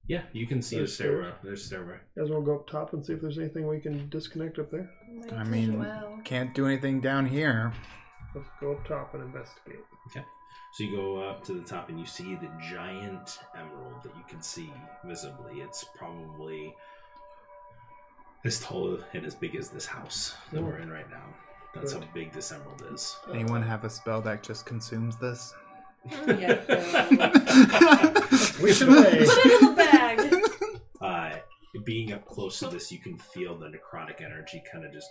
Speaker 2: Yeah, you can see
Speaker 3: There's
Speaker 2: the stairwell. There's stairway.
Speaker 3: You guys want to go up top and see if there's anything we can disconnect up there?
Speaker 4: I mean, can't do anything down here.
Speaker 3: Let's go up top and investigate.
Speaker 2: So you go up to the top and you see the giant emerald that you can see visibly. It's probably as tall and as big as this house that we're in right now. That's how big this emerald is.
Speaker 4: Anyone have a spell that just consumes this?
Speaker 6: Oh,
Speaker 7: Yeah,
Speaker 3: We should play.
Speaker 7: Put it in the bag.
Speaker 2: Uh, being up close to this, you can feel the necrotic energy kind of just.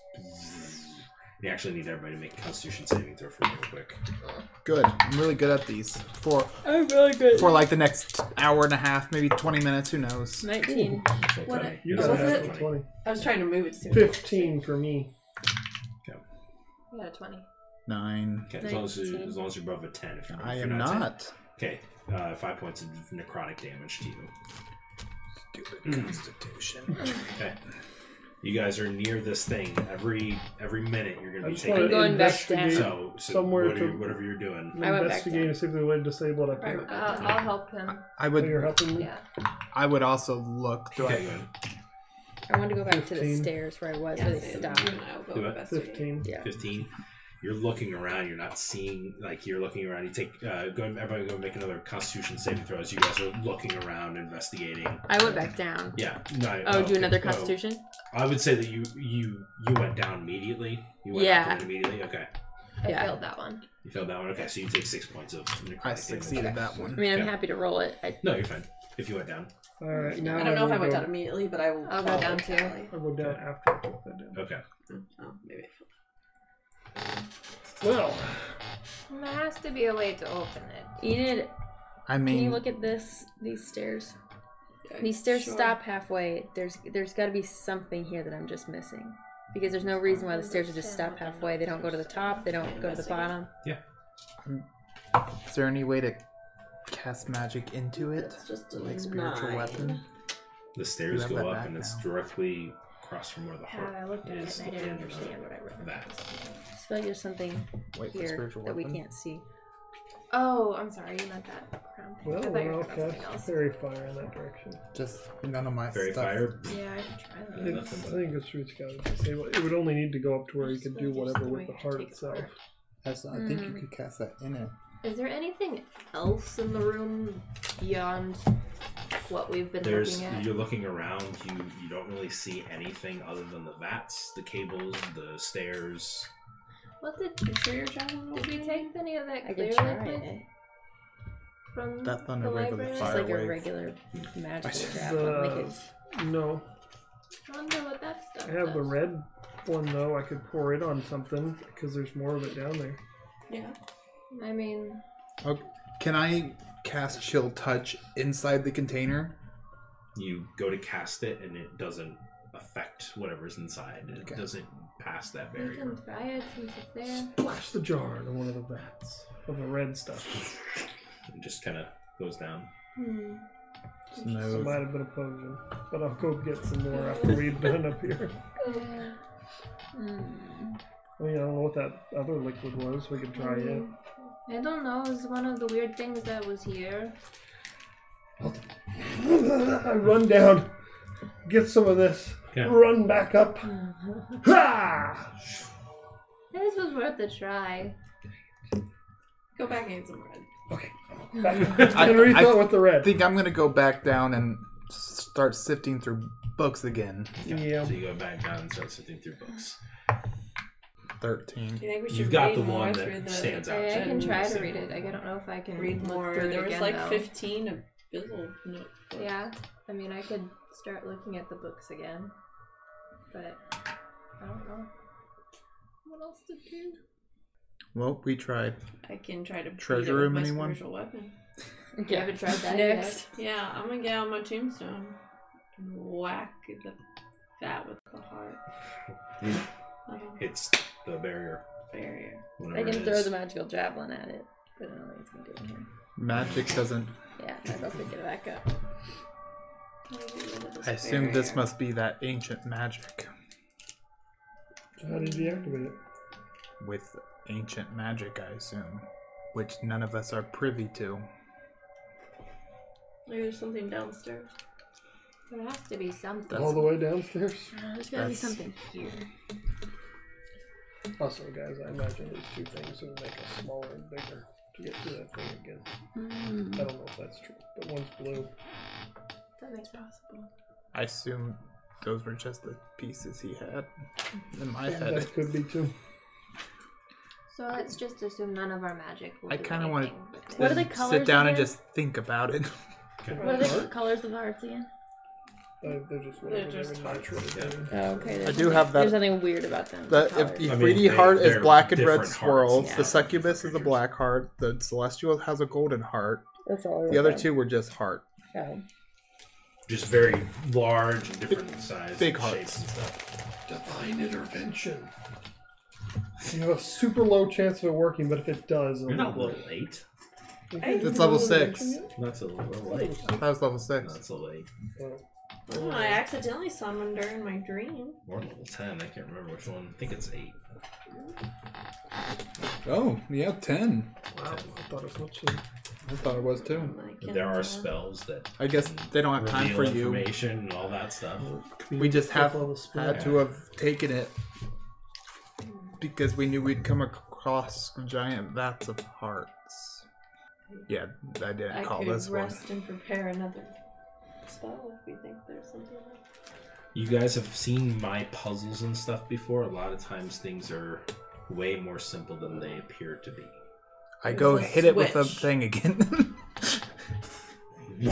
Speaker 2: You actually need everybody to make a Constitution saving throw for me real quick.
Speaker 4: Good. I'm really good at these. For
Speaker 6: I'm really good.
Speaker 4: for like the next hour and a half, maybe 20 minutes, who knows?
Speaker 6: 19.
Speaker 7: What
Speaker 2: Tony,
Speaker 7: a-
Speaker 2: you
Speaker 3: You
Speaker 2: got
Speaker 3: don't
Speaker 7: what was
Speaker 2: that
Speaker 3: have
Speaker 7: it?
Speaker 3: to
Speaker 2: Tony.
Speaker 3: 20.
Speaker 7: I was trying to move it soon.
Speaker 3: 15 for me.
Speaker 8: You got a 20.
Speaker 4: Nine.
Speaker 2: Okay, as long as, you, as long as you're above a ten, if you're,
Speaker 4: I
Speaker 2: if you're
Speaker 4: am
Speaker 2: ten.
Speaker 4: not.
Speaker 2: Okay, uh, five points of necrotic damage to you. Hmm.
Speaker 4: Stupid constitution.
Speaker 2: Okay. You guys are near this thing. Every every minute you're
Speaker 3: I
Speaker 2: gonna be
Speaker 3: just
Speaker 2: taking.
Speaker 3: want
Speaker 6: I'm
Speaker 3: to
Speaker 6: going back
Speaker 3: investigate.
Speaker 2: So, so
Speaker 3: Somewhere
Speaker 2: what are
Speaker 3: to-
Speaker 2: you- whatever you're doing.
Speaker 6: I went back
Speaker 3: investigate and see if there's a way to disable it up
Speaker 8: Alright,
Speaker 3: here.
Speaker 8: I'll, Uh, I'll help him.
Speaker 4: I
Speaker 3: Oh, you're
Speaker 4: would
Speaker 3: helping me?
Speaker 8: Yeah.
Speaker 4: I would also look. Do
Speaker 2: Okay,
Speaker 4: I
Speaker 2: go ahead.
Speaker 6: I want to go back to the
Speaker 3: 15.
Speaker 6: stairs where I was,
Speaker 7: Yeah,
Speaker 6: where they
Speaker 7: so
Speaker 6: stopped.
Speaker 7: you and I will go
Speaker 2: Do it.
Speaker 7: investigate.
Speaker 3: 15.
Speaker 6: Yeah.
Speaker 2: Fifteen. You're looking around. You're not seeing. Like you're looking around. You take. Uh, go. Everybody go make another Constitution saving throw. As you guys are looking around, investigating.
Speaker 6: I went back down.
Speaker 2: Yeah. No.
Speaker 6: Oh, do
Speaker 2: okay,
Speaker 6: another
Speaker 2: no.
Speaker 6: Constitution?
Speaker 2: I would say that you you you went down immediately. You went
Speaker 6: Yeah.
Speaker 2: down immediately. Okay.
Speaker 8: I
Speaker 6: Yeah.
Speaker 8: failed that one.
Speaker 2: You failed that one. Okay, so you take six points of. necrotic
Speaker 4: I
Speaker 2: damage.
Speaker 4: succeeded that
Speaker 6: I
Speaker 4: one.
Speaker 6: mean, I'm
Speaker 2: Okay.
Speaker 6: happy to roll it. I,
Speaker 2: No, you're fine. If you went down.
Speaker 3: Alright, now
Speaker 7: I don't know if
Speaker 3: will
Speaker 7: I went
Speaker 3: go,
Speaker 7: down immediately, but I will.
Speaker 8: I'll go
Speaker 7: follow
Speaker 8: down
Speaker 7: it
Speaker 8: too.
Speaker 7: quickly.
Speaker 3: I'll go down after I put that down.
Speaker 2: Okay.
Speaker 7: Oh, maybe.
Speaker 3: Well,
Speaker 8: There has to be a way to open it.
Speaker 6: Enid,
Speaker 4: I
Speaker 6: can you
Speaker 4: mean,
Speaker 6: look at this? These stairs.
Speaker 7: Yeah,
Speaker 6: These stairs
Speaker 7: sure.
Speaker 6: stop halfway. There's there's got to be something here that I'm just missing. Because there's no reason why the stairs would just stop halfway. They don't go to the top. They don't go to the bottom.
Speaker 4: is there any way to cast magic into it?
Speaker 7: That's just a
Speaker 4: Like spiritual
Speaker 7: nine.
Speaker 4: weapon?
Speaker 2: The stairs
Speaker 4: have
Speaker 2: go
Speaker 4: that
Speaker 2: up,
Speaker 4: back
Speaker 2: and it's
Speaker 4: now.
Speaker 2: directly across from where the heart
Speaker 6: I looked
Speaker 2: at it Is and I didn't in understand
Speaker 6: what I read.
Speaker 2: that.
Speaker 6: I feel like there's something
Speaker 4: Wait for
Speaker 6: here
Speaker 4: spiritual
Speaker 6: that we
Speaker 4: weapon.
Speaker 6: can't see.
Speaker 8: Oh, I'm sorry. You meant that. Crown.
Speaker 3: well,
Speaker 8: I thought you
Speaker 3: then
Speaker 8: were
Speaker 3: I'll
Speaker 8: talking about something
Speaker 3: cast
Speaker 8: else.
Speaker 3: Fairy Fire in that direction.
Speaker 4: Just none of my
Speaker 2: Fairy
Speaker 4: stuff.
Speaker 2: fire.
Speaker 8: Yeah, I can try that.
Speaker 2: Yeah,
Speaker 3: It- I
Speaker 2: nothing but-
Speaker 3: think it's it's got to disable. It would only need to go up to where you
Speaker 8: Just
Speaker 3: could
Speaker 8: like
Speaker 3: do
Speaker 8: there's
Speaker 3: whatever
Speaker 8: something
Speaker 3: with
Speaker 8: we
Speaker 3: the
Speaker 8: could
Speaker 3: heart
Speaker 8: take it
Speaker 3: itself.
Speaker 8: apart.
Speaker 4: That's, I think you
Speaker 6: Mm.
Speaker 4: could cast that in it.
Speaker 8: Is there anything else in the room beyond what we've been
Speaker 2: There's
Speaker 8: looking at?
Speaker 2: you're looking around. You you don't really see anything other than the vats, the cables, the stairs.
Speaker 8: What did you sure you're traveling? Did we take
Speaker 3: Mm,
Speaker 8: any of that
Speaker 6: I
Speaker 8: clear
Speaker 6: could try
Speaker 8: liquid
Speaker 6: it.
Speaker 8: from
Speaker 4: That thunder
Speaker 8: the
Speaker 4: regular
Speaker 8: library?
Speaker 6: It's
Speaker 4: fire.
Speaker 6: like a
Speaker 4: Firewave.
Speaker 6: regular magical trap.
Speaker 3: The-
Speaker 6: Like it's
Speaker 3: No,
Speaker 8: I wonder what that stuff
Speaker 3: I have the
Speaker 8: does.
Speaker 3: red one though. I could pour it on something because there's more of it down there.
Speaker 7: Yeah.
Speaker 8: I mean,
Speaker 4: Okay. Can I cast chill touch inside the container?
Speaker 2: You go to cast it, and it doesn't affect whatever's inside. It
Speaker 4: Okay.
Speaker 2: doesn't pass that
Speaker 8: we can
Speaker 2: barrier.
Speaker 8: try it since it's there.
Speaker 3: Splash the jar into one of the vats of the red stuff.
Speaker 2: It just kind of goes down.
Speaker 8: Hmm.
Speaker 3: It might
Speaker 4: No.
Speaker 3: have been a potion, but I'll go get some more after we're done up here.
Speaker 8: Yeah.
Speaker 6: Mm.
Speaker 3: I mean, I don't know what that other liquid was. We could try it.
Speaker 8: I don't know. It's one of the weird things that was here.
Speaker 3: I run down, get some of this,
Speaker 2: Okay.
Speaker 3: run back up. Ha!
Speaker 8: This was worth a try.
Speaker 7: Go back and get some red.
Speaker 3: Okay. Back up.
Speaker 4: I-
Speaker 3: Can refill
Speaker 4: I-
Speaker 3: with the red.
Speaker 4: I think I'm gonna go back down and start sifting through books again.
Speaker 3: Yeah.
Speaker 2: So you go back down and start sifting through books.
Speaker 7: Do
Speaker 4: 13.
Speaker 7: you think we should
Speaker 2: You've got
Speaker 7: read
Speaker 2: the
Speaker 7: more
Speaker 2: one
Speaker 7: through
Speaker 2: that
Speaker 7: the,
Speaker 2: stands out.
Speaker 8: I, I
Speaker 2: to
Speaker 8: can
Speaker 2: you.
Speaker 8: try to read it. Like, I don't know if I can
Speaker 7: Read
Speaker 8: look
Speaker 7: more.
Speaker 8: through it
Speaker 7: There was
Speaker 8: again,
Speaker 7: like
Speaker 8: though.
Speaker 7: 15 of Bizzle notebooks.
Speaker 8: Yeah, I mean, I could start looking at the books again, but I don't know what else to do.
Speaker 4: Well, we tried.
Speaker 7: I can try to beat
Speaker 4: Treasure
Speaker 7: it with
Speaker 4: room,
Speaker 7: my
Speaker 4: anyone?
Speaker 7: spiritual weapon.
Speaker 8: You haven't tried that
Speaker 6: Next.
Speaker 7: Yeah, I'm gonna get out my tombstone and whack the that with the heart.
Speaker 2: Mm.
Speaker 7: Like a
Speaker 2: It's the barrier.
Speaker 7: barrier.
Speaker 6: I
Speaker 2: Whatever
Speaker 6: can
Speaker 2: it
Speaker 6: throw
Speaker 2: is.
Speaker 6: the magical javelin at it, but I don't think it's gonna do it. again.
Speaker 4: Magic doesn't.
Speaker 6: Yeah, I'd love to get it back up.
Speaker 7: Let me get rid of this
Speaker 4: I assume this
Speaker 7: barrier.
Speaker 4: must be that ancient magic.
Speaker 3: So how did you activate it?
Speaker 4: With ancient magic, I assume. Which none of us are privy to.
Speaker 7: Maybe there's something downstairs.
Speaker 5: There has to be something.
Speaker 3: All the way downstairs.
Speaker 6: No, there's gotta be
Speaker 4: That's-
Speaker 6: something here.
Speaker 3: Also, guys, I imagine these two things would make us smaller and bigger to get to that thing again.
Speaker 6: Hmm.
Speaker 3: I don't know if that's true, but one's blue.
Speaker 5: That makes possible.
Speaker 4: I assume those were just the pieces he had in my head.
Speaker 3: That could be too.
Speaker 5: So let's just assume none of our magic. Will
Speaker 4: I
Speaker 5: do
Speaker 4: kinda wanna-
Speaker 5: anything with it.
Speaker 6: What are the
Speaker 4: Just
Speaker 6: colours
Speaker 4: Sit down and
Speaker 6: again?
Speaker 4: just think about it.
Speaker 6: What are the colors of the hearts again?
Speaker 3: They- Uh, They're just whatever
Speaker 7: They're
Speaker 3: they're
Speaker 7: just
Speaker 3: naturally doing.
Speaker 6: Oh, okay.
Speaker 4: Uh, I do have that-
Speaker 6: There's nothing weird about them.
Speaker 4: The
Speaker 6: the
Speaker 4: if,
Speaker 6: colours.
Speaker 4: if
Speaker 2: I mean,
Speaker 4: greedy
Speaker 2: they-
Speaker 4: heart is
Speaker 2: they're
Speaker 4: black and red
Speaker 2: different
Speaker 4: swirls,
Speaker 2: hearts.
Speaker 4: the
Speaker 6: Yeah.
Speaker 4: succubus is a black heart, the celestial has a golden heart.
Speaker 6: That's all.
Speaker 4: The other two were just heart,
Speaker 2: Just very large and different size.
Speaker 4: big
Speaker 2: and
Speaker 4: hearts.
Speaker 2: shapes.
Speaker 4: and stuff.
Speaker 9: Divine intervention.
Speaker 3: You have a super low chance of it working, but if it does,
Speaker 2: You're not level eight.
Speaker 4: That's level six.
Speaker 2: That's a level eight.
Speaker 4: That was level six.
Speaker 2: That's level eight.
Speaker 7: Oh, I accidentally summoned her in my dream.
Speaker 2: Or level ten. I can't remember which one. I think it's eight.
Speaker 4: Oh yeah, ten.
Speaker 3: Wow, I thought it was much. too.
Speaker 4: I thought it was too.
Speaker 7: I can't
Speaker 2: There
Speaker 7: tell.
Speaker 2: are spells that
Speaker 4: I guess they don't have time
Speaker 2: reveal
Speaker 4: for you.
Speaker 2: information and all that stuff.
Speaker 4: We just have
Speaker 3: Level split.
Speaker 4: had to have taken it because we knew we'd come across giant vats of hearts. Yeah, I didn't
Speaker 7: I
Speaker 4: call
Speaker 7: could
Speaker 4: this one.
Speaker 7: rest and prepare another spell if we think there's something. Like
Speaker 2: You guys have seen my puzzles and stuff before. A lot of times things are way more simple than they appear to be.
Speaker 4: I go
Speaker 7: There's a
Speaker 4: hit it with a
Speaker 7: switch.
Speaker 4: thing again.
Speaker 6: I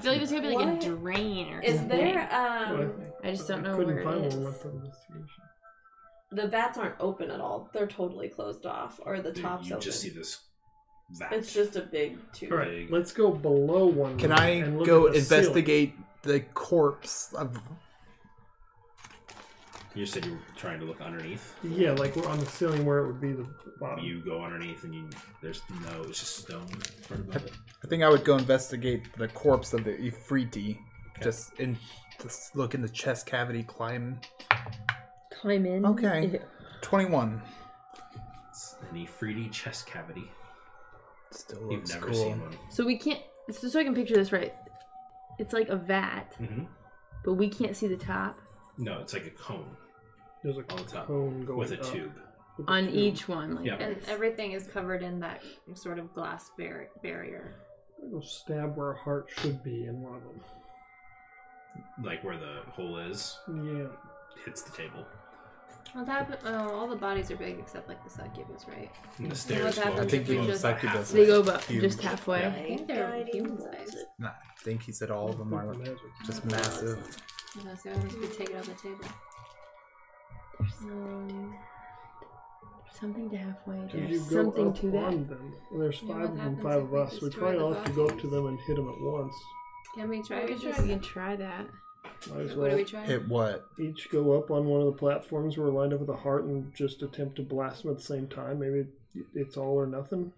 Speaker 6: feel like there's gonna be like
Speaker 7: What?
Speaker 6: a drain or
Speaker 7: Is
Speaker 6: something.
Speaker 7: there
Speaker 3: Well,
Speaker 7: um
Speaker 6: I just don't
Speaker 3: I
Speaker 6: know
Speaker 3: couldn't
Speaker 6: where
Speaker 3: find one
Speaker 6: it is.
Speaker 3: with investigation.
Speaker 7: the bats aren't open at all. They're totally closed off or the
Speaker 2: Dude,
Speaker 7: tops
Speaker 2: you
Speaker 7: open.
Speaker 2: just see this vat.
Speaker 7: It's just a big tube.
Speaker 3: All right, let's go below one.
Speaker 4: Can
Speaker 3: room
Speaker 4: I
Speaker 3: and look
Speaker 4: go
Speaker 3: at the ceiling.
Speaker 4: investigate the corpse of?
Speaker 2: You said you were trying to look underneath.
Speaker 3: Yeah, like we're on the ceiling where it would be the bottom.
Speaker 2: You go underneath and you there's no it's just stone part above it.
Speaker 4: I think I would go investigate the corpse of the Ifriti. Just in, just look in the chest cavity. Climb.
Speaker 6: Climb in.
Speaker 4: Okay. Twenty-one.
Speaker 2: It's an Ifriti chest cavity.
Speaker 4: Still
Speaker 2: You've
Speaker 4: looks
Speaker 2: never
Speaker 4: cool.
Speaker 2: seen one.
Speaker 6: So we can't. So, so I can picture this right. It's like a vat,
Speaker 2: hmm
Speaker 6: but we can't see the top
Speaker 2: No, it's like a cone
Speaker 3: There's a
Speaker 2: on the top
Speaker 3: cone going
Speaker 2: with a
Speaker 3: up.
Speaker 2: tube.
Speaker 3: With a
Speaker 6: on
Speaker 3: tube.
Speaker 6: each one. Like
Speaker 2: Yeah.
Speaker 5: And everything is covered in that sort of glass bar- barrier.
Speaker 3: I'm gonna go stab where a heart should be in one of
Speaker 2: Like where the hole is,
Speaker 3: them. Yeah.
Speaker 2: hits the table.
Speaker 5: Well, that, oh, all the bodies are big except like the succubus, right?
Speaker 2: And the
Speaker 5: And what
Speaker 2: stairs go
Speaker 5: happens
Speaker 2: up
Speaker 5: if
Speaker 4: I think
Speaker 5: we
Speaker 4: you
Speaker 2: to
Speaker 5: just-
Speaker 2: about
Speaker 4: succubus
Speaker 2: halfway.
Speaker 6: so they go about
Speaker 4: Huge.
Speaker 6: just halfway.
Speaker 2: Yeah.
Speaker 5: I think they're human sized.
Speaker 4: Nah, I think he said all of them are like,
Speaker 3: Magic.
Speaker 4: just massive.
Speaker 5: Yeah, so I we take it off the table. Um,
Speaker 6: There's something, there's something to halfway.
Speaker 3: Did you
Speaker 6: There's
Speaker 3: go
Speaker 6: something
Speaker 3: up
Speaker 6: to that.
Speaker 3: on them? There's
Speaker 5: Yeah, what
Speaker 3: five of them,
Speaker 5: happens
Speaker 3: five
Speaker 5: if
Speaker 3: of
Speaker 5: we
Speaker 3: us. We
Speaker 5: destroy
Speaker 3: probably
Speaker 5: the
Speaker 3: all have to go up to
Speaker 5: bodies?
Speaker 3: them and hit them at once.
Speaker 5: Can we try
Speaker 6: Well,
Speaker 5: to
Speaker 6: we
Speaker 5: just?
Speaker 6: should- we can try that.
Speaker 3: Might as
Speaker 5: What are
Speaker 3: well
Speaker 5: we trying?
Speaker 4: Hit what?
Speaker 3: each go up on one of the platforms where we're lined up with a heart and just attempt to blast them at the same time. Maybe it's all or nothing.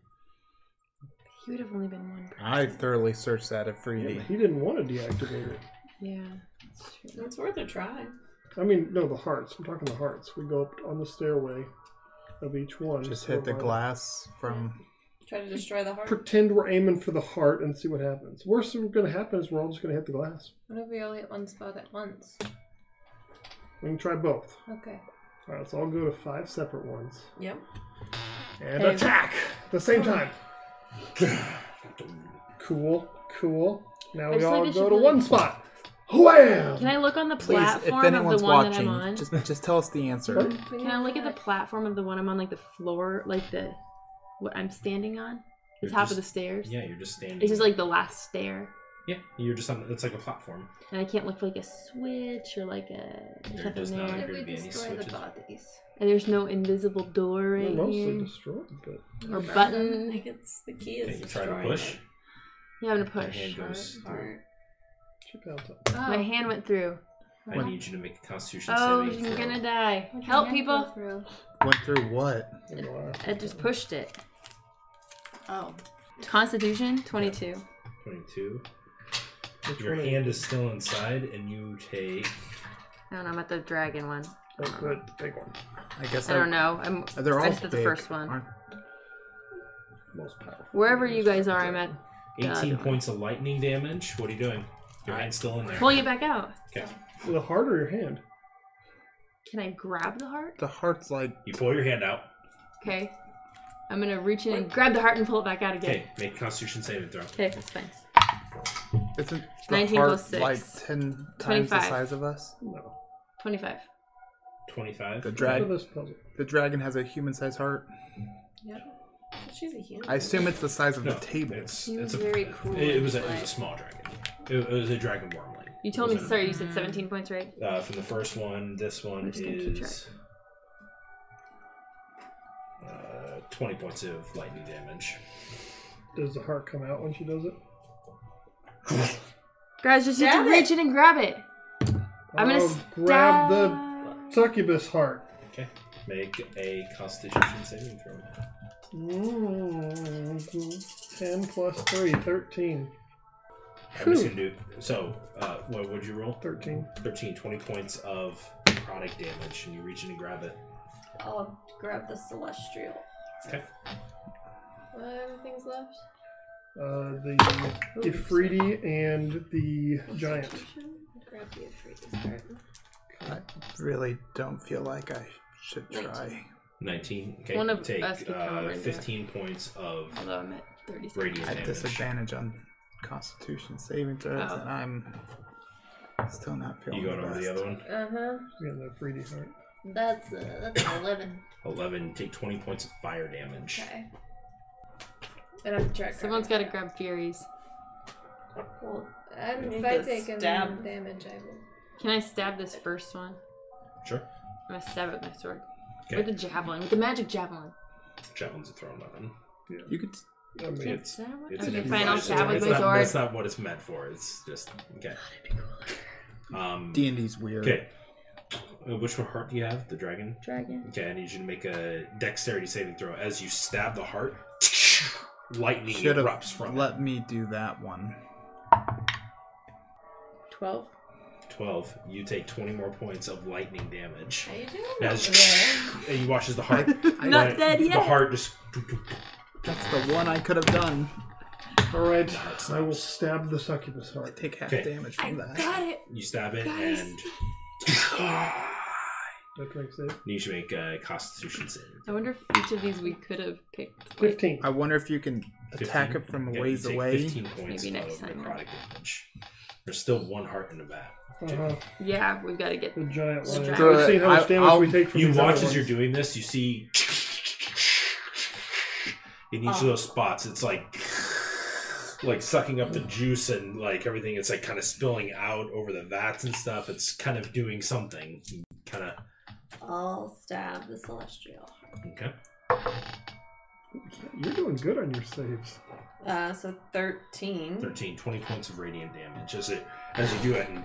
Speaker 6: He would have only been one person.
Speaker 4: I thoroughly searched that
Speaker 3: Yeah,
Speaker 4: Ifriti.
Speaker 3: but he didn't want to deactivate it.
Speaker 6: Yeah, that's true.
Speaker 7: It's worth a try.
Speaker 3: I mean, no, the hearts. I'm talking the hearts. We go up on the stairway of each one.
Speaker 4: Just
Speaker 3: so
Speaker 4: hit the
Speaker 3: we're lined up.
Speaker 4: glass from.
Speaker 7: Try to destroy the heart.
Speaker 3: Pretend we're aiming for the heart and see what happens. Worst that's going to happen is we're all just going to hit the glass.
Speaker 5: What if we all hit one spot at once?
Speaker 3: We can try both.
Speaker 5: Okay.
Speaker 3: All right, let's all go to five separate ones
Speaker 7: Yep.
Speaker 3: and
Speaker 6: Hey.
Speaker 3: attack at the same time. Cool, cool. Now
Speaker 6: I
Speaker 3: we
Speaker 6: just like
Speaker 3: all go
Speaker 6: it should
Speaker 3: to
Speaker 6: be
Speaker 3: one
Speaker 6: like-
Speaker 3: spot. Wham!
Speaker 6: Can I look on the
Speaker 4: Please, if
Speaker 6: platform of
Speaker 4: anyone's
Speaker 6: the one
Speaker 4: watching,
Speaker 6: that I'm on?
Speaker 4: just just tell us the answer.
Speaker 3: What?
Speaker 6: Can I look at the platform of the one I'm on, like the floor, like the what I'm standing on, the
Speaker 2: You're
Speaker 6: top
Speaker 2: just-
Speaker 6: of the stairs?
Speaker 2: Yeah, you're just standing.
Speaker 6: This is like the last stair,
Speaker 2: yeah, you're just on. It's like a platform.
Speaker 6: and I can't look for like a switch or like a there's
Speaker 2: There
Speaker 6: nothing
Speaker 2: does
Speaker 6: there.
Speaker 2: not
Speaker 5: What if
Speaker 2: appear to
Speaker 5: we
Speaker 2: be any
Speaker 5: destroy the
Speaker 2: switches.
Speaker 5: bodies?
Speaker 6: And there's no invisible door
Speaker 3: We're
Speaker 6: right
Speaker 3: mostly
Speaker 6: here.
Speaker 3: destroyed, but
Speaker 6: Or
Speaker 7: Burn
Speaker 6: button.
Speaker 7: them. I think it's the key
Speaker 2: Okay,
Speaker 7: is
Speaker 2: you try to
Speaker 7: destroying
Speaker 2: push.
Speaker 7: it.
Speaker 6: Yeah, I'm gonna
Speaker 2: Your
Speaker 6: push.
Speaker 2: hand goes. through.
Speaker 7: Heart.
Speaker 3: keep out of
Speaker 5: Oh.
Speaker 6: My hand went through.
Speaker 2: I need you to make a Constitution
Speaker 6: Oh,
Speaker 2: saving
Speaker 6: I'm
Speaker 2: throw.
Speaker 6: gonna die! Help, people!
Speaker 4: Went through what?
Speaker 3: the glass.
Speaker 6: I just pushed it.
Speaker 5: Oh.
Speaker 6: Constitution 22.
Speaker 2: 22.
Speaker 3: Which
Speaker 2: Your
Speaker 3: one?
Speaker 2: hand is still inside, and you take.
Speaker 6: I don't know. I'm at the dragon one.
Speaker 3: Oh, good, big one.
Speaker 4: I guess
Speaker 6: I don't know. I'm.
Speaker 4: Uh, They're all
Speaker 6: I just did the
Speaker 4: big,
Speaker 6: first one.
Speaker 4: aren't-
Speaker 3: Most powerful.
Speaker 6: Wherever you guys are, I'm at.
Speaker 2: 18
Speaker 6: God.
Speaker 2: points of lightning damage. What are you doing? Your hand's still in there.
Speaker 6: Pull you back out.
Speaker 3: The heart or your hand?
Speaker 6: Can I grab the heart?
Speaker 4: The heart's like
Speaker 2: You pull your hand out.
Speaker 6: Okay. I'm gonna reach in and grab the heart and pull it back out again.
Speaker 2: Okay, make Constitution saving throw.
Speaker 6: Okay, that's fine.
Speaker 4: isn't the
Speaker 6: 19
Speaker 4: heart
Speaker 6: plus oh six.
Speaker 4: like ten times the
Speaker 6: 25.
Speaker 4: size of us?
Speaker 3: No.
Speaker 6: Twenty-five.
Speaker 2: Twenty-five.
Speaker 4: The
Speaker 3: For
Speaker 4: drag
Speaker 3: this puzzle.
Speaker 4: the dragon has a human sized heart.
Speaker 7: She's a human.
Speaker 4: I assume it's the size of
Speaker 2: No,
Speaker 4: the table.
Speaker 2: It's,
Speaker 6: He
Speaker 2: it's
Speaker 6: was
Speaker 2: a,
Speaker 6: very cool
Speaker 2: It, it was a,
Speaker 6: and
Speaker 2: it was a small
Speaker 6: polite.
Speaker 2: dragon. It, it was a dragon wormling.
Speaker 6: You told me,
Speaker 2: It was
Speaker 6: sorry, you said 17 points, right?
Speaker 2: an- Uh, from the first one, this one
Speaker 6: I'm just gonna keep
Speaker 2: is uh, twenty points of lightning damage.
Speaker 3: Does the heart come out when she does it?
Speaker 6: Guys, just have to reach in and grab it. I'm gonna
Speaker 3: I'll Oh, grab the succubus heart.
Speaker 2: Okay, make a Constitution saving throw.
Speaker 3: Mm, 10 plus 3, 13.
Speaker 2: I'm just gonna do so. Uh, what would you roll?
Speaker 3: 13.
Speaker 2: 13, 20 points of necrotic damage, and you reach in and grab it.
Speaker 7: I'll grab the celestial.
Speaker 2: Okay.
Speaker 7: What other things left?
Speaker 3: Uh, the Ifriti and the giant.
Speaker 7: Constitution? Grab the Ifrit start.
Speaker 4: I really don't feel like I should try.
Speaker 2: 19. Okay,
Speaker 6: One of
Speaker 2: take
Speaker 6: us could
Speaker 2: uh,
Speaker 6: probably do it.
Speaker 2: 15 points of
Speaker 6: Although I'm at 36.
Speaker 2: radiant
Speaker 4: At
Speaker 2: damage.
Speaker 4: disadvantage on Constitution saving throws,
Speaker 6: Oh.
Speaker 4: and I'm still not feeling.
Speaker 2: You going
Speaker 4: the
Speaker 2: over the
Speaker 4: best.
Speaker 2: other one?
Speaker 5: Uh
Speaker 8: Uh-huh.
Speaker 5: huh.
Speaker 3: Yeah, the Ifriti heart.
Speaker 7: That's uh, that's an eleven.
Speaker 2: 11. Take 20 points of fire damage.
Speaker 7: Okay.
Speaker 8: And I'm trying.
Speaker 6: Someone's gotta grab Furies.
Speaker 8: Well, I'm,
Speaker 7: You
Speaker 8: if
Speaker 7: need
Speaker 8: I
Speaker 7: to
Speaker 8: take any
Speaker 7: stab.
Speaker 8: damage, I will.
Speaker 6: Can I stab this first one?
Speaker 2: Sure.
Speaker 6: I'm gonna stab it with my sword.
Speaker 2: Okay.
Speaker 6: With the javelin, with the magic javelin.
Speaker 2: Javelin's a thrown weapon.
Speaker 4: You could
Speaker 3: I mean,
Speaker 2: It's-
Speaker 6: Stab it?
Speaker 2: It's
Speaker 6: okay,
Speaker 2: an
Speaker 6: fine, I'll
Speaker 2: improvised
Speaker 6: stab
Speaker 2: attack.
Speaker 6: with
Speaker 2: It's
Speaker 6: my
Speaker 2: not-
Speaker 6: sword.
Speaker 2: That's not what it's meant for. It's just okay. Um,
Speaker 4: D and D's weird.
Speaker 2: okay. Uh, Which one heart do you have? The dragon.
Speaker 6: Dragon.
Speaker 2: Okay, I need you to make a dexterity saving throw. As you stab the heart, lightning
Speaker 4: Should have
Speaker 2: erupts from
Speaker 4: let me do that one.
Speaker 6: 12.
Speaker 2: it. Twelve. You take twenty more points of lightning damage.
Speaker 7: How you doing? over
Speaker 2: As
Speaker 7: there?
Speaker 2: and you watch as the heart,
Speaker 4: I-
Speaker 6: Not
Speaker 2: like,
Speaker 6: dead
Speaker 2: The
Speaker 6: yet.
Speaker 2: heart just
Speaker 4: That's the one I could have done.
Speaker 3: Alright,
Speaker 2: the heart
Speaker 3: I will
Speaker 2: stops.
Speaker 3: stab the succubus
Speaker 4: I
Speaker 3: heart.
Speaker 4: take half
Speaker 2: Okay.
Speaker 4: damage from that.
Speaker 6: it.
Speaker 2: You stab it
Speaker 6: Guys.
Speaker 2: and
Speaker 3: That makes it
Speaker 2: you should make a Constitution save.
Speaker 6: I wonder if each of these we could have picked. like,
Speaker 3: 15.
Speaker 4: I wonder if you can attack
Speaker 2: 15?
Speaker 4: it from
Speaker 2: Okay,
Speaker 4: a ways
Speaker 2: you take
Speaker 4: away.
Speaker 2: Fifteen points
Speaker 6: Maybe next
Speaker 2: of
Speaker 6: time.
Speaker 2: necrotic damage. There's still one heart in the back.
Speaker 3: Uh-huh.
Speaker 6: Yeah, we've gotta get.
Speaker 3: The giant
Speaker 6: The
Speaker 3: one.
Speaker 6: giant
Speaker 3: Let's see how
Speaker 4: one.
Speaker 3: much damage
Speaker 4: I'll-
Speaker 3: we take from
Speaker 2: You
Speaker 3: these
Speaker 2: watch
Speaker 3: other
Speaker 2: as you're
Speaker 3: ones.
Speaker 2: doing this. You see in each of those spots, it's like like sucking up the juice and like everything. It's like kind of spilling out over the vats and stuff. It's kind of doing something. Kind of
Speaker 7: I'll stab the celestial.
Speaker 2: okay.
Speaker 3: You're doing good on your saves.
Speaker 7: Uh, so thirteen.
Speaker 2: 13, 20 points of radiant damage as it as you do it and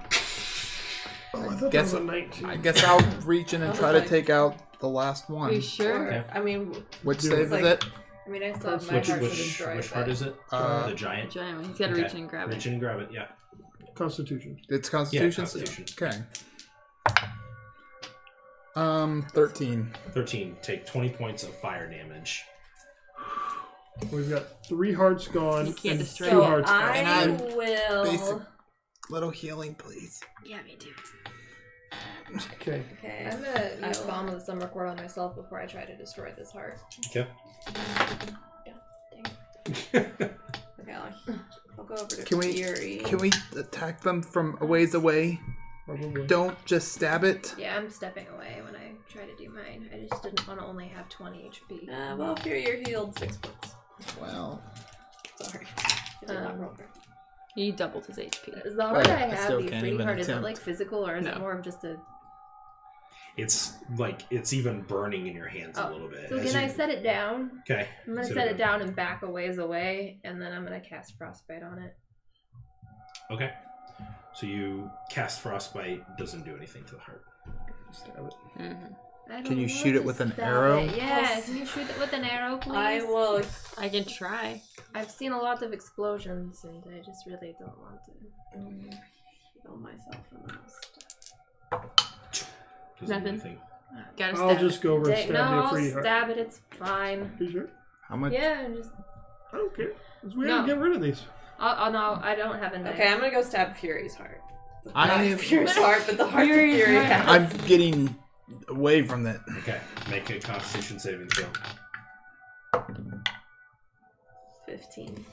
Speaker 3: Oh, I thought that was
Speaker 4: Guess-
Speaker 3: a 19.
Speaker 4: I guess I'll reach in and
Speaker 7: I
Speaker 4: try to
Speaker 7: was like-
Speaker 4: take out the last
Speaker 6: Are you
Speaker 4: one.
Speaker 6: sure?
Speaker 7: Or, I mean,
Speaker 4: Which
Speaker 3: Do it.
Speaker 4: save
Speaker 7: It's
Speaker 4: is
Speaker 7: like-
Speaker 4: it?
Speaker 8: I mean, I still have my
Speaker 2: which
Speaker 8: heart to
Speaker 2: which
Speaker 8: destroy.
Speaker 2: which heart
Speaker 8: but-
Speaker 2: is it?
Speaker 4: Uh,
Speaker 2: the giant.
Speaker 6: Giant one. He's gotta reach
Speaker 2: Okay.
Speaker 6: in and grab
Speaker 2: Reach
Speaker 6: it.
Speaker 2: in and grab it. Yeah.
Speaker 3: Constitution.
Speaker 4: It's Constitution.
Speaker 2: Constitution.
Speaker 4: Okay. Um, thirteen.
Speaker 2: 13. Take 20 points of fire damage.
Speaker 3: We've got three hearts gone.
Speaker 6: You can't
Speaker 3: and
Speaker 6: destroy
Speaker 3: two
Speaker 6: it.
Speaker 3: hearts gone.
Speaker 4: And
Speaker 7: I
Speaker 4: I'm
Speaker 7: will.
Speaker 4: Basic. Little healing, please.
Speaker 3: Okay.
Speaker 7: Okay.
Speaker 8: I'm gonna use
Speaker 7: I will.
Speaker 8: bomb of the summer cord on myself before I try to destroy this heart.
Speaker 2: Okay.
Speaker 7: Okay. I'll, I'll go over to
Speaker 4: Can we-
Speaker 7: Fury.
Speaker 4: Can we attack them from a ways away?
Speaker 3: Probably.
Speaker 4: Don't just stab it.
Speaker 8: Yeah, I'm stepping away when I try to do mine. I just didn't want to only have 20 HP.
Speaker 7: Uh, well, Fury, you're healed six points.
Speaker 4: Well,
Speaker 7: Sorry. I did not
Speaker 8: Um,
Speaker 7: roll.
Speaker 6: He doubled his HP.
Speaker 8: Is the
Speaker 4: Right,
Speaker 8: heart I
Speaker 4: I
Speaker 8: have,
Speaker 4: still
Speaker 8: the
Speaker 4: can't
Speaker 8: free
Speaker 4: even
Speaker 8: heart, is it
Speaker 4: attempt.
Speaker 8: like physical or is
Speaker 6: No.
Speaker 8: it more of just a.
Speaker 2: It's like it's even burning in your hands a
Speaker 8: Oh.
Speaker 2: little bit.
Speaker 8: So
Speaker 2: as
Speaker 8: can I
Speaker 2: you-
Speaker 8: set it down?
Speaker 2: Okay.
Speaker 8: I'm gonna
Speaker 2: Set it
Speaker 8: set it down and back a ways away, and then I'm gonna cast frostbite on it.
Speaker 2: Okay. So you cast frostbite, doesn't do anything to the heart.
Speaker 6: Mhm.
Speaker 8: I don't
Speaker 4: Can you
Speaker 8: want
Speaker 4: shoot it
Speaker 8: to
Speaker 4: with an
Speaker 8: stab
Speaker 4: arrow?
Speaker 8: it. Yeah, can you shoot it with an arrow, please?
Speaker 7: I will.
Speaker 6: I can try.
Speaker 8: I've seen a lot of explosions, and I just really don't want to. mm,
Speaker 7: Heal myself from this.
Speaker 2: Doesn't
Speaker 6: Nothing.
Speaker 2: do anything.
Speaker 6: Gotta stab
Speaker 3: I'll just
Speaker 6: it.
Speaker 3: go over and
Speaker 8: Dang,
Speaker 3: stab
Speaker 8: no,
Speaker 3: the
Speaker 8: I'll
Speaker 3: free heart.
Speaker 8: stab it. It's fine.
Speaker 3: You sure?
Speaker 4: how much?
Speaker 8: Yeah, I'm just
Speaker 3: I don't care. It's weird
Speaker 8: No.
Speaker 3: to get rid of these.
Speaker 6: I'll, I'll, no, I don't have a knife.
Speaker 7: Okay, I'm gonna go stab Fury's heart.
Speaker 4: I
Speaker 7: Not Fury's heart, but the heart
Speaker 6: Fury's
Speaker 7: of Fury.
Speaker 6: heart.
Speaker 7: has.
Speaker 4: I'm getting away from that.
Speaker 2: Okay, make a Constitution saving throw.
Speaker 7: 15.